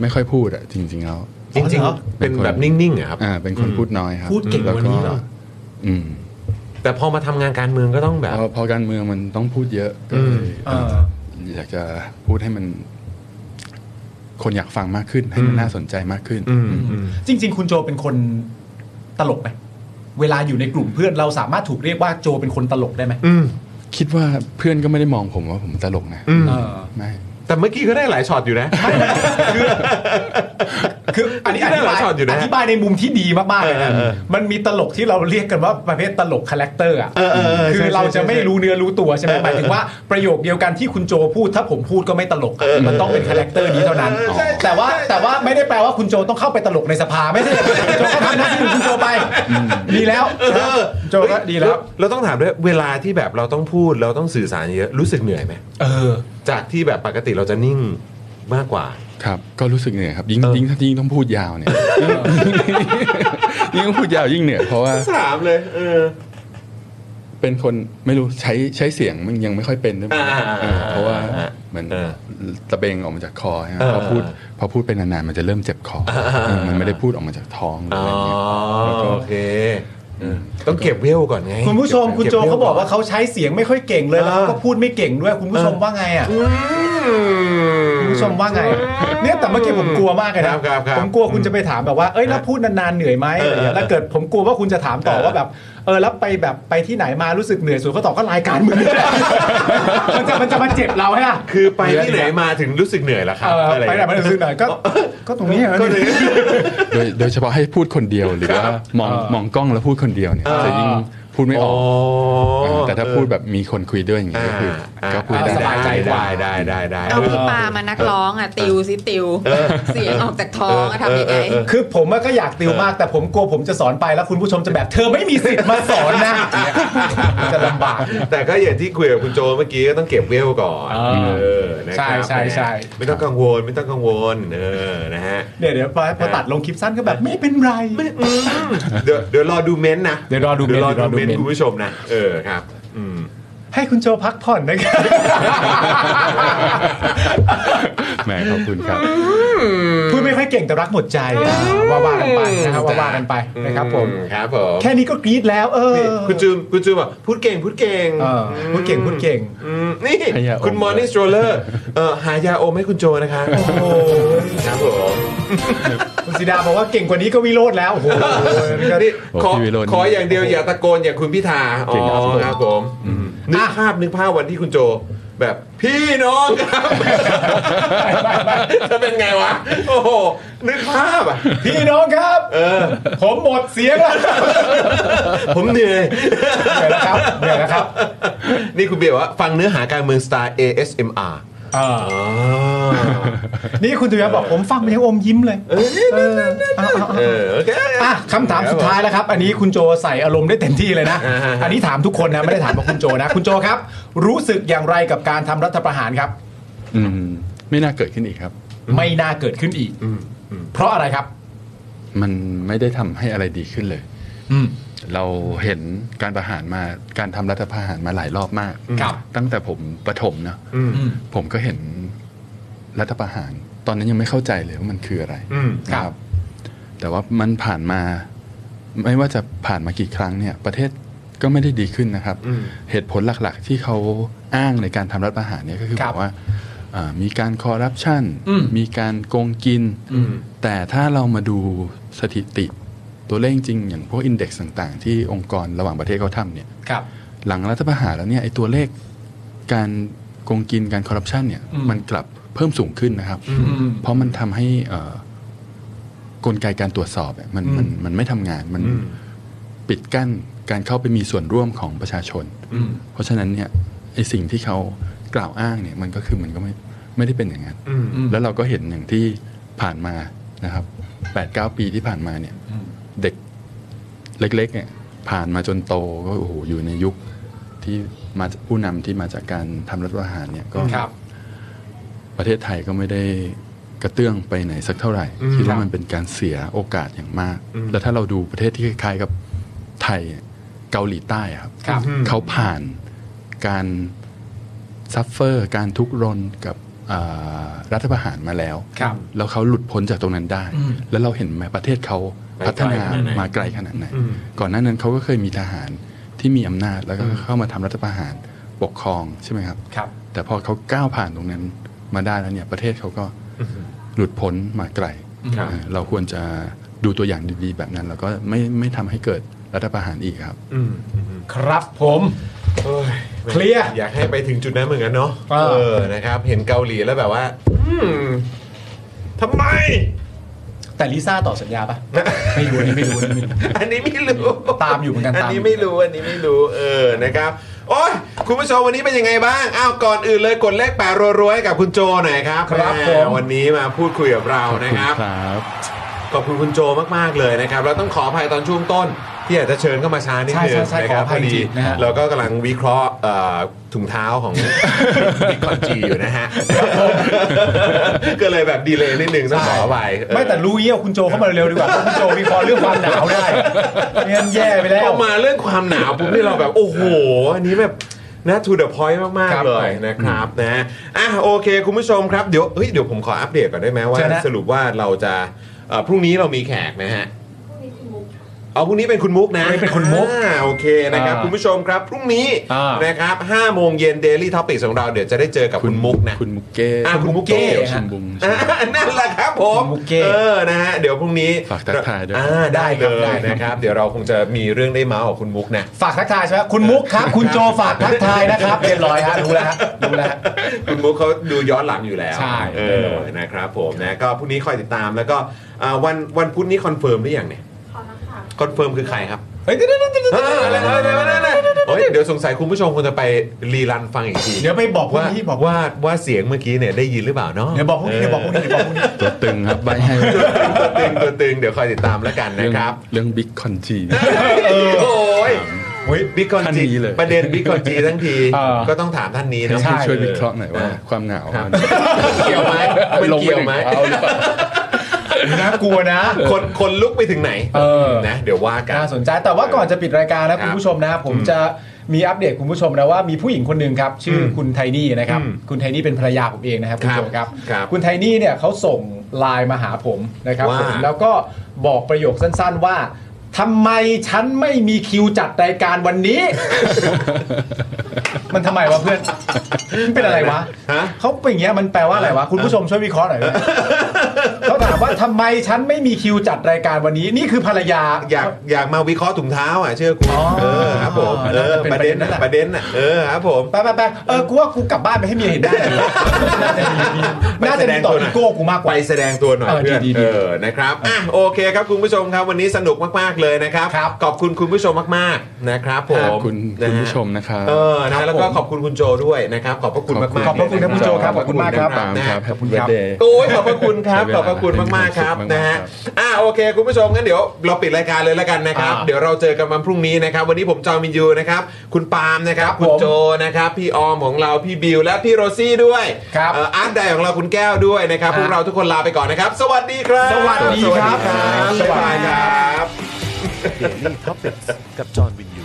[SPEAKER 7] ไม่ค่อยพูดอะจริง ๆ แล้ว
[SPEAKER 1] จริง
[SPEAKER 2] อ๋อ
[SPEAKER 1] ๆ
[SPEAKER 2] เหรอ
[SPEAKER 1] เป็นแบบนิ่งๆอะครับ
[SPEAKER 7] อ่า เป็นคน
[SPEAKER 1] อืม
[SPEAKER 7] พูดน้อยครับ
[SPEAKER 2] พูดเก่งกว่านี้เหรอ
[SPEAKER 7] แล้อืม
[SPEAKER 1] แต่พอมาทำงานการเมืองก็ต้องแบบ
[SPEAKER 7] พอพอการเมืองมันต้องพูดเยอะก็
[SPEAKER 1] อื
[SPEAKER 7] เล
[SPEAKER 1] ม
[SPEAKER 7] ย
[SPEAKER 2] เออ
[SPEAKER 7] อยากจะพูดให้มัน คนอยากฟังมากขึ้น ให้มันน่าสนใจมากขึ้น
[SPEAKER 1] อืมอืม
[SPEAKER 2] จริง ๆ คุณโจเป็นคนตลกไหมเวลาอยู่ในกลุ่มเพื่อนเราสามารถถูกเรียกว่าโจเป็นคนตลกได้ไหม
[SPEAKER 1] อืม
[SPEAKER 7] คิดว่าเพื่อนก็ไม่ได้มองผมว่าผมตลกนะ
[SPEAKER 1] อืม
[SPEAKER 2] เออ
[SPEAKER 7] ไม่
[SPEAKER 1] แต่เมื่อกี้ก็ได้หลายช็อตอยู่นะ
[SPEAKER 2] คืออันนี้
[SPEAKER 1] คิ
[SPEAKER 2] อ
[SPEAKER 1] ดได้
[SPEAKER 2] ธิ
[SPEAKER 1] หลา
[SPEAKER 2] บาย
[SPEAKER 1] ช็อตอยู่นะ
[SPEAKER 2] อธิบายในมุมที่ดีมากๆเลยนะ
[SPEAKER 1] เออเออเออ
[SPEAKER 2] มันมีตลกที่เราเรียกกันว่าประเภทตลกคาแรคเตอร์อ่ะ
[SPEAKER 1] เออเออเออ
[SPEAKER 2] คือ
[SPEAKER 1] ใช่ใช่
[SPEAKER 2] เราจะไม่
[SPEAKER 1] ใช่
[SPEAKER 2] รู้เนื้อรู้ตัวใช่ไหมหมายถึงว่าประโยคเดียวกันที่คุณโจพูดถ้าผมพูดก็ไม่ตลกอะมันต้องเป็นคาแรคเตอร์นี้เท่านั้น
[SPEAKER 1] เออใช่ใช่
[SPEAKER 2] แต่ว่าแต่ว่าไม่ได้แปลว่าคุณโจต้องเข้าไปตลกในสภาไม่ใช่คุณโจก็ทำหน้าที่ของคุณโจไปดีแล้วโจก็ดีแล้ว
[SPEAKER 1] เราต้องถามด้วยเวลาที่แบบเราต้องพูดเราต้องสื่อสารเยอะรู้สึกเหนื่อยไหม
[SPEAKER 2] เออ
[SPEAKER 1] จากที่แบบปกติเราจะนิ่งมากกว่า
[SPEAKER 7] ครับ ก็รู้สึกเหนื่อยครับ ยิ่งยิ่งถ้ายิ่งต้องพูดยาวเนี่ย *laughs* ยิ่งต้องพูดยาวยิ่งเหนื่อยเพราะว่า
[SPEAKER 1] สามเลยเออ
[SPEAKER 7] เป็นคนไม่รู้ใช้ใช้เสียงมันยังไม่ค่อยเป็นด้วยมั้ง
[SPEAKER 1] อ่า
[SPEAKER 7] เออเพราะว่า
[SPEAKER 1] อ่า
[SPEAKER 7] เหมือน
[SPEAKER 1] เออ
[SPEAKER 7] ตะเบงออกมาจากคอใช่ไหม
[SPEAKER 1] เออ
[SPEAKER 7] พอพูดพอพูดไปนานๆมันจะเริ่มเจ็บคออา เออมันไม่ได้พูดออกมาจากท้องหรือ
[SPEAKER 1] อ๋อ
[SPEAKER 7] อะไรเงี้ยแล้วก็
[SPEAKER 1] โอเคเออต้องเก็บเวลก่อนไง
[SPEAKER 2] คุณผู้ชมคุณโจ
[SPEAKER 1] บวล
[SPEAKER 2] เขาบอกว่าเขาใช้เสียงไม่ค่อยเก่งเลยแล้วเขาก็พูดไม่เก่งด้วยคุณผู้ชมว่าไงอ่ะ
[SPEAKER 1] อืม
[SPEAKER 2] คุณผู้ชมว่าไงเนี่ยแต่เมื่อกี้ผมกลัวมากเลยนะครับ
[SPEAKER 1] ครับครับ
[SPEAKER 2] ผมกลัวคุณจะไปถามแบบว่าเอ้ยแล้วพูดนานๆเหนื่อยไหมอะไรอย่างเงี้ยแล้วเกิดผมกลัวว่าคุณจะถามต่อว่าแบบเออแล้วไปแบบไปที่ไหนมารู้สึกเหนื่อยสุดก็ตอบก็รายการมึง *laughs* นี่แหละมันจะมันจะมาเจ็บเราไหมอ่ะ
[SPEAKER 1] คือไปที่ไหนมาถึงรู้สึกเหนื่อยละครั
[SPEAKER 2] เออ
[SPEAKER 1] อะร
[SPEAKER 2] ไปไหนมารู้สึกเหนื่อยก็ *laughs* ก็ตรงนี้เหรอ
[SPEAKER 1] ก็เลย
[SPEAKER 7] โดยโดยเฉพาะให้พูดคนเดียวหรือว่ามอง
[SPEAKER 2] เออ
[SPEAKER 7] มองกล้องแล้วพูดคนเดียวเนี่ย
[SPEAKER 2] เออ
[SPEAKER 7] จะยิ่ง พูดไม่ออก
[SPEAKER 1] อ๋อ
[SPEAKER 7] าแต่ถ้าพูดแบบมีคนคุยด้วยอย่างเงี้ยก็คืออก็คุยได้
[SPEAKER 1] สบายใจกว่าได้ได้ได้
[SPEAKER 6] เอาพี่ปามานักร้องอ่ะ ติวสิติว เสียงออกจากท้องอะทำยังไง
[SPEAKER 2] คือผมอะก็อยากติวมากแต่ผมกลัวผมจะสอนไปแล้วคุณผู้ชมจะแบบเธอไม่มีสิทธิ์มาสอน *laughs* นะ จะลำบาก
[SPEAKER 1] *laughs* แต่ก็อย่างที่คุยกับคุณโจเมื่อกี้ก็ต้องเก็บเวลก่อน
[SPEAKER 2] เออ
[SPEAKER 1] เออนะครับ
[SPEAKER 2] ใช่ใช่ใช่
[SPEAKER 1] ไม่ต้องกังวลไม่ต้องกังวลเออนะฮะ
[SPEAKER 2] เนี่ยเดี๋ยวพอพอตัดลงคลิปสั้นก็แบบไม่เป็นไร
[SPEAKER 1] เดี๋ยวเดี๋ยวรอดูเม้นต์นะ
[SPEAKER 2] เดี๋ยวรอดูเม้นต์
[SPEAKER 1] ดี๋ยวรอดูเม้นต์
[SPEAKER 2] เดี๋ยวรอดูเม้นต์
[SPEAKER 1] คุณผู้ชมนะเออครับอืม
[SPEAKER 2] ให้คุณโจพักผ่อนนะครับ
[SPEAKER 7] แหมขอบคุณครับ
[SPEAKER 2] พูดไม่ค่อยเก่งแต่รักหมดใจอ่ะว่าว่ากันไปนะครับว่าว่ากันไปนะครับผม
[SPEAKER 1] อืครับผม
[SPEAKER 2] แค่นี้ก็กรี๊ดแล้ว เออ
[SPEAKER 1] นี่คุณจูนคุณจูนบอกพูดเก่งพูดเก่ง
[SPEAKER 2] เออพูดเก่งพูดเก่ง
[SPEAKER 1] อืมนี่
[SPEAKER 7] หายาอม
[SPEAKER 1] คุณมอร์นิ่งสโตรเลอร์เออหายาอมให้คุณโจนะคะโอ้โหครับผม
[SPEAKER 2] คุณสิดาบอกว่าเก่งกว่านี้ก็วิโรธแล้วโอ้โห
[SPEAKER 1] นี่
[SPEAKER 7] โอ้
[SPEAKER 1] ขอ
[SPEAKER 7] พี่วิโรจน์
[SPEAKER 1] ขออย่างเดียวอย่าตะโกนอย่างคุณพิธาอ๋
[SPEAKER 7] เก่งครับผม
[SPEAKER 1] อครับผมอืมนึกภาพนึกภาพวันที่คุณโจแบบพี่น้องครับ จะเป็นไงวะ โอ้โห นึกภาพอ่ะ
[SPEAKER 2] พี่น้องครับ
[SPEAKER 1] เออ
[SPEAKER 2] ผมหมดเสียงแล้ว
[SPEAKER 1] ผมเหนื่อย
[SPEAKER 2] เหนื่อยแล้วครับเหนื่อยแล้วครับ
[SPEAKER 1] *laughs* นี่คุณเบียร์บอกว่าฟังเนื้อหาการเมืองสไตล์ ASMR
[SPEAKER 2] เออ
[SPEAKER 1] อ๋อ
[SPEAKER 2] นี่คุณตุยาบอกผมฟังมันยังอมยิ้มเลย
[SPEAKER 1] เออ
[SPEAKER 2] เออเอาเอาเอา
[SPEAKER 1] เออโอเค
[SPEAKER 2] อ่ะคำถามสุดท้ายแล้วครับ อันนี้คุณโจใส่อารมณ์ได้เต็มที่เลยนะ
[SPEAKER 1] อ่าฮะ
[SPEAKER 2] อันนี้ถามทุกคนนะไม่ได้ถามว่าคุณโจ
[SPEAKER 1] *laughs*
[SPEAKER 2] นะ คุณโจครับ รู้สึกอย่างไรกับการทำรัฐประหารครับ
[SPEAKER 7] อืมไม่น่าเกิดขึ้นอีกครับ
[SPEAKER 2] ไม่น่าเกิดขึ้นอีก
[SPEAKER 1] อืมอืม
[SPEAKER 2] เพราะอะไรครับ
[SPEAKER 7] มันไม่ได้ทำให้อะไรดีขึ้นเลย
[SPEAKER 2] อืม
[SPEAKER 7] เราเห็นการประหารมาการทำรัฐประหารมาหลายรอบมาก
[SPEAKER 2] ครับ
[SPEAKER 7] ตั้งแต่ผมประถมเนอะ
[SPEAKER 1] อืม
[SPEAKER 2] อืม
[SPEAKER 7] ผมก็เห็นรัฐประหาร ตอนนั้นยังไม่เข้าใจเลยว่ามันคืออะไร
[SPEAKER 1] อืม
[SPEAKER 7] นะครับ แต่ว่ามันผ่านมา ไม่ว่าจะผ่านมากี่ครั้งเนี่ย ประเทศก็ไม่ได้ดีขึ้นนะครับ
[SPEAKER 1] อืม
[SPEAKER 7] เหตุผลหลักๆ ที่เขาอ้างในการทำรัฐประหารเนี่ยก็คือ
[SPEAKER 2] ครับ บ
[SPEAKER 7] อกว่าอ่า มีการคอร์รัปชัน
[SPEAKER 2] อืม
[SPEAKER 7] มีการโกงกิน แต่ถ้าเรามาดูสถิติตัวเลขจริงๆอย่างพวกอินเด็กซ์ต่างๆ ที่องค์กรระหว่างประเทศเขาทำเนี่ย
[SPEAKER 2] ครับ
[SPEAKER 7] หลังรัฐประหารแล้วเนี่ยไอ้ตัวเลขการโกงกินการคอร์รัปชันเนี่ย
[SPEAKER 2] อืม
[SPEAKER 7] มันกลับเพิ่มสูงขึ้นนะครับ
[SPEAKER 2] อืม
[SPEAKER 7] เพราะมันทำให้เอ่อกลไกการตรวจสอบเนี่ยมันมัน
[SPEAKER 2] อืม
[SPEAKER 7] มันไม่ทำงานมันปิดกั้นการเข้าไปมีส่วนร่วมของประชาชน
[SPEAKER 2] อืม
[SPEAKER 7] เพราะฉะนั้นเนี่ยไอสิ่งที่เขากล่าวอ้างเนี่ยมันก็คือมันก็ไม่ไม่ได้เป็นอย่างนั้น
[SPEAKER 1] อืม
[SPEAKER 2] อืม
[SPEAKER 7] แล้วเราก็เห็นอย่างที่ผ่านมานะครับ8ปดปีที่ผ่านมาเนี่ย
[SPEAKER 2] อืม
[SPEAKER 7] เด็กเล็กๆเนี่ยผ่านมาจนโตก็โอ้โหอยู่ในยุคที่มาจากผู้นำที่มาจากการทำรัฐประหารเนี่ยก็
[SPEAKER 2] ครับ
[SPEAKER 7] ประเทศไทยก็ไม่ได้กระเตื้องไปไหนสักเท่าไหร่
[SPEAKER 1] อืม
[SPEAKER 7] คิดว่ามันเป็นการเสียโอกาสอย่างมาก
[SPEAKER 1] อืม
[SPEAKER 7] แล้วถ้าเราดูประเทศที่คล้ายๆกับไทยอะเกาหลีใต้อะครับ
[SPEAKER 2] ครับ
[SPEAKER 7] เขาผ่านการซัฟเฟอร์ การทุกข์รนกับอ่ารัฐประหารมาแล้ว
[SPEAKER 2] ครับ
[SPEAKER 7] แล้วเขาหลุดพ้นจากตรงนั้นได้
[SPEAKER 2] อืม
[SPEAKER 7] แล้วเราเห็นไหมประเทศเขา
[SPEAKER 1] ไปไกล
[SPEAKER 7] พัฒนา
[SPEAKER 1] ขนาดไหน
[SPEAKER 7] มาไกลขนาดไหน
[SPEAKER 1] อืม
[SPEAKER 7] ก่อนหน้านั้นเขาก็เคยมีทหารที่มีอำนาจแล้วก็เข้ามาทำรัฐประหารปกครองใช่ไหมครับ
[SPEAKER 2] ครับ
[SPEAKER 7] แต่พอเขาก้าวผ่านตรงนั้นมาได้แล้วเนี่ยประเทศเขาก็หลุดพ้นมาไกล
[SPEAKER 1] ครับ
[SPEAKER 7] เออเราควรจะดูตัวอย่างดีๆแบบนั้น แล้วก็ไม่ไม่ทำให้เกิดรัฐประหารอีกครับ
[SPEAKER 1] อืมอืม
[SPEAKER 2] ครับผม
[SPEAKER 1] โอ้ย
[SPEAKER 2] เคลียร์
[SPEAKER 1] อยากให้ไปถึงจุดนั้นเหมือนกันเนาะ
[SPEAKER 2] เออ
[SPEAKER 1] นะครับ เห็นเกาหลีแล้วแบบว่า อืมทำไม *laughs*
[SPEAKER 2] แต่ลิซ่าต่อสัญญาปะไม่รู้อันนี้ไม่รู้อันนี้ไม่รู้
[SPEAKER 1] อันนี้ไม่รู้
[SPEAKER 2] ตามอยู่เหมือนกัน
[SPEAKER 1] อัน
[SPEAKER 2] ตามอยู่
[SPEAKER 1] นี้ไม่รู้ อันนี้ไม่รู้ เออ นะครับ โอ้ยคุณผู้ชมวันนี้เป็นยังไงบ้าง อ้าว ก่อนอื่นเลยกดเลขแปดรัวๆให้กับคุณโจหน่อยครับ
[SPEAKER 2] ครับ
[SPEAKER 1] แห
[SPEAKER 2] ผม
[SPEAKER 1] วันนี้มาพูดคุยกับเรานะครับ
[SPEAKER 7] ครับ
[SPEAKER 1] ขอบคุณคุณโจมากๆเลยนะครับเราต้องขออภัยตอนช่วงต้น ที่อาจจะเชิญเข้ามาช้านิดนึง
[SPEAKER 2] ใช่ใช่ใช่
[SPEAKER 1] นะครั
[SPEAKER 2] ขออภัย
[SPEAKER 1] พอดี
[SPEAKER 2] จริงๆนะฮะ
[SPEAKER 1] เราก็กำลังวิเคราะห์เอ่อถุงเท้าของ นิคอนจีอยู่
[SPEAKER 2] *laughs*
[SPEAKER 1] นะฮะ ก็เลยแบบดีเลย์นิดนึงต้องขออภัย
[SPEAKER 2] ไม่แต่รู้เยี่ยวคุณโจเข้ามาเร็วๆดีกว่าเพราะคุณโจมีคอเรื่องความหนาวได้ไม่งั้นแย่ไปแล้ว
[SPEAKER 1] พอมาเรื่องความหนาวปุ๊บนี่เราแบบโอ้โห อันนี้แบบนะ to the point มาก
[SPEAKER 2] ครั
[SPEAKER 1] ๆ
[SPEAKER 2] บ
[SPEAKER 1] เลยนะครับนะอ่ะโอเคคุณผู้ชมครับเดี๋ยวเฮ้ยเดี๋ยวผมขออัปเดตก่อนได้ไหมว่า
[SPEAKER 2] เชิญนะ
[SPEAKER 1] สรุปว่าเราจะเอ่อพรุ่งนี้เรามีแขกนะฮะ เอาพรุ่งนี้เป็นคุณมุกนะ
[SPEAKER 2] พรุ่งนี้เป็นคุณมุก
[SPEAKER 1] อ่าโอเคนะครับ
[SPEAKER 2] อ่า
[SPEAKER 1] คุณผู้ชมครับพรุ่งนี้
[SPEAKER 2] อ่าน
[SPEAKER 1] นะครับ5โมงเย็น Daily Topics ของเราเดี๋ยวจะได้เจอกับคุณมุกนะ
[SPEAKER 7] คุณมุกเก้
[SPEAKER 1] อ่ะคุณมุกเก้
[SPEAKER 7] ดี๋ยวชิมบุง
[SPEAKER 1] อ่านั่นแหละครับผม
[SPEAKER 2] คุณมุกเก้
[SPEAKER 1] เออนะฮะเดี๋ยวพรุ่งนี้
[SPEAKER 7] ฝากทักทายด้วย
[SPEAKER 1] อ่าได้เล
[SPEAKER 2] ได้
[SPEAKER 1] ย
[SPEAKER 2] ครับได้ครับ
[SPEAKER 1] นะครับ เดี๋ยวเราคงจะมีเรื่องได้เมาส์กับคุณมุกนะ *laughs*
[SPEAKER 2] ฝากทักทายใช่ไหมคุณมุกครับ คุณโจฝากทักทายนะครับเรียบร้อยฮะรู้แล้วฮะรู้แล้วฮะ
[SPEAKER 1] คุณมุกเขาดูย้อนหลังอยู่แล้ว
[SPEAKER 2] ใช่
[SPEAKER 1] เออนะครับผมนะก็พรุ่งนี้คอยติดตามแล้วก็อ่าวันวันพุธนี้คอนเฟิร์มหรือยังเนี่ยคอนเฟิร์มคือใครครับ
[SPEAKER 2] เฮ้ยเดี๋ยวเดี๋ยวเดี๋ยวเดี๋ยว
[SPEAKER 1] เอออะไรอะไรอะไรอะไร ดี๋ยวสงสัยคุณผู้ชมคงจะไปรีรันฟังอีกที
[SPEAKER 2] เดี๋ยวไปบอก
[SPEAKER 1] ว่า
[SPEAKER 2] ว่าที่บอกว่า
[SPEAKER 1] ว่าว่าเสียงเมื่อกี้เนี่ยได้ยินหรือเปล่าเนาะ
[SPEAKER 2] เดี๋ยวบอกพวกนี้เดี๋ยวบอกพวกนี้เดี๋ยวบอกพวกนี้
[SPEAKER 7] ตัวตึงครับใบให้
[SPEAKER 1] ตัวตึงตัวตึงเดี๋ยวคอยติดตามแล้วกัน
[SPEAKER 7] เรื่
[SPEAKER 1] นะ
[SPEAKER 7] อง
[SPEAKER 1] ครับ
[SPEAKER 7] เรื่องบิ๊กคอนจี
[SPEAKER 1] โอ้ยบิ๊กคอน
[SPEAKER 7] ท่าน
[SPEAKER 1] จี
[SPEAKER 7] นี้เลย
[SPEAKER 1] ประเด็นบิ๊กคอนจีทั้งที
[SPEAKER 2] เออ
[SPEAKER 1] ก็ต้องถามท่านนี้เนอะ
[SPEAKER 7] ให้ช่วยวิเคราะห์หน่อยว่าความหนาว
[SPEAKER 1] ครับ
[SPEAKER 7] มัน
[SPEAKER 1] เกี่ยวไหมมัน
[SPEAKER 7] ลงป
[SPEAKER 1] เกี่ยว
[SPEAKER 7] ถึง
[SPEAKER 1] ไหม
[SPEAKER 7] ท้ารือเปล่า
[SPEAKER 2] น่ากลัวนะ
[SPEAKER 1] คนคนลุกไปถึงไหน
[SPEAKER 2] เออ
[SPEAKER 1] นะเดี๋ยวว่ากัน
[SPEAKER 2] น่าสนใจแต่ว่าก่อนจะปิดรายการนะคุณผู้ชมนะผมจะมีอัปเดตคุณผู้ชมนะว่ามีผู้หญิงคนหนึ่งครับ ชื่ออ
[SPEAKER 1] ม
[SPEAKER 2] คุณไทนี่นะครับ
[SPEAKER 1] อืม
[SPEAKER 2] คุณไทนี่เป็นภรรยาผมเองนะครับคุณผู้ชม
[SPEAKER 1] ค
[SPEAKER 2] ค
[SPEAKER 1] รั
[SPEAKER 2] รั
[SPEAKER 1] บบ ครับ
[SPEAKER 2] คุณไทนี่เนี่ยเขาส่งไลน์มาหาผมนะครับ
[SPEAKER 1] ว่า
[SPEAKER 2] ผมแล้วก็บอกประโยคสั้นๆว่าทำไมฉันไม่มีคิวจัดรายการวัน
[SPEAKER 1] *laughs*
[SPEAKER 2] นี้ มันทำไมวะเพื่อนมันเป็นอะไรวะ
[SPEAKER 1] ฮะ
[SPEAKER 2] เขาเป็นอย่างเงี้ยมันแปลว่าอะไรวะคุณผู้ชมช่วยวิเคราะห์หน่อยได้ไหม เขาถามว่าทำไมฉันไม่มีคิวจัดรายการวันนี้ นี่คือภรรยา
[SPEAKER 1] อยากอยากมาวิเคราะห์ถุงเท้าอ่ะเชื่อกู
[SPEAKER 2] อ๋อ
[SPEAKER 1] เออครับผมเอ
[SPEAKER 2] น่า
[SPEAKER 1] อ
[SPEAKER 2] จะเป็น
[SPEAKER 1] ประเด็น
[SPEAKER 2] ประเด็นนั่น
[SPEAKER 1] อ่ะประเด็นอ่ะ
[SPEAKER 2] แหละ
[SPEAKER 1] เออครับผม
[SPEAKER 2] ไปไปไปเออกูว่ากูกลับบ้านไปให้เมียเห็นได้เลยน่าจะดีดี *laughs* น่าจะดีต่อพี่โก้กูมากก
[SPEAKER 1] ไป
[SPEAKER 2] ว่า
[SPEAKER 1] แสดงตัวหน่อย
[SPEAKER 2] เออ
[SPEAKER 1] เพื่อน
[SPEAKER 2] ดีๆดี
[SPEAKER 1] เออนะครับอ่ะโอเคครับคุณผู้ชมครับวันนี้สนุกมากๆเลยนะครับ
[SPEAKER 2] ครับ
[SPEAKER 1] ขอบคุณคุณผู้ชมมากๆนะครับผ
[SPEAKER 7] ข
[SPEAKER 1] ม
[SPEAKER 7] อบคุณ
[SPEAKER 1] นะฮะ
[SPEAKER 7] คุณผู้ชมนะครับ
[SPEAKER 1] เออ
[SPEAKER 2] ครั
[SPEAKER 1] นะ
[SPEAKER 2] บ
[SPEAKER 1] แล้วก็
[SPEAKER 2] ผม
[SPEAKER 1] ขอบคุณคุณโจด้วยนะครับขอบพระคุณมากๆ
[SPEAKER 2] ขอบพระคุณ
[SPEAKER 1] เลย
[SPEAKER 2] ครับคุณโจครับขอบคุณมากครับ
[SPEAKER 1] นะ
[SPEAKER 7] ครับขอบคุณครับเดย์
[SPEAKER 1] โอ้ยขอบพระคุณครับ
[SPEAKER 7] ใช้
[SPEAKER 1] ข
[SPEAKER 7] เวลา
[SPEAKER 1] อบพระคุณมากๆครับ
[SPEAKER 7] เป็นความสุขมากๆ
[SPEAKER 1] นะฮะ
[SPEAKER 7] ครับ
[SPEAKER 1] อ่าโอเค คุณผู้ชมงั้นเดี๋ยวเราปิดรายการเลยแล้วกันนะครับ
[SPEAKER 2] อ่า
[SPEAKER 1] เดี๋ยวเราเจอกันวันพรุ่งนี้นะครับ วันนี้ผมจอมินยูนะครับ คุณปาล์มนะครับ
[SPEAKER 2] ครับ
[SPEAKER 1] คุณ
[SPEAKER 2] ผม
[SPEAKER 1] โจนะครับ พี่ออมของเราพี่บิวและพี่โรซี่ด้วย
[SPEAKER 2] ครับ
[SPEAKER 1] เอ่ออาร์ตไดของเราคุณแก้วด้วยนะครับ
[SPEAKER 2] อ่า
[SPEAKER 1] พวกเราทุกคนลาไปก่อนนะครับ สวัสดีครับ
[SPEAKER 2] สวัสดีครับ
[SPEAKER 1] สวัสดีครับบ๊ายบายครับ
[SPEAKER 9] เดลี่ท็อปิกกับจอห์นวินยู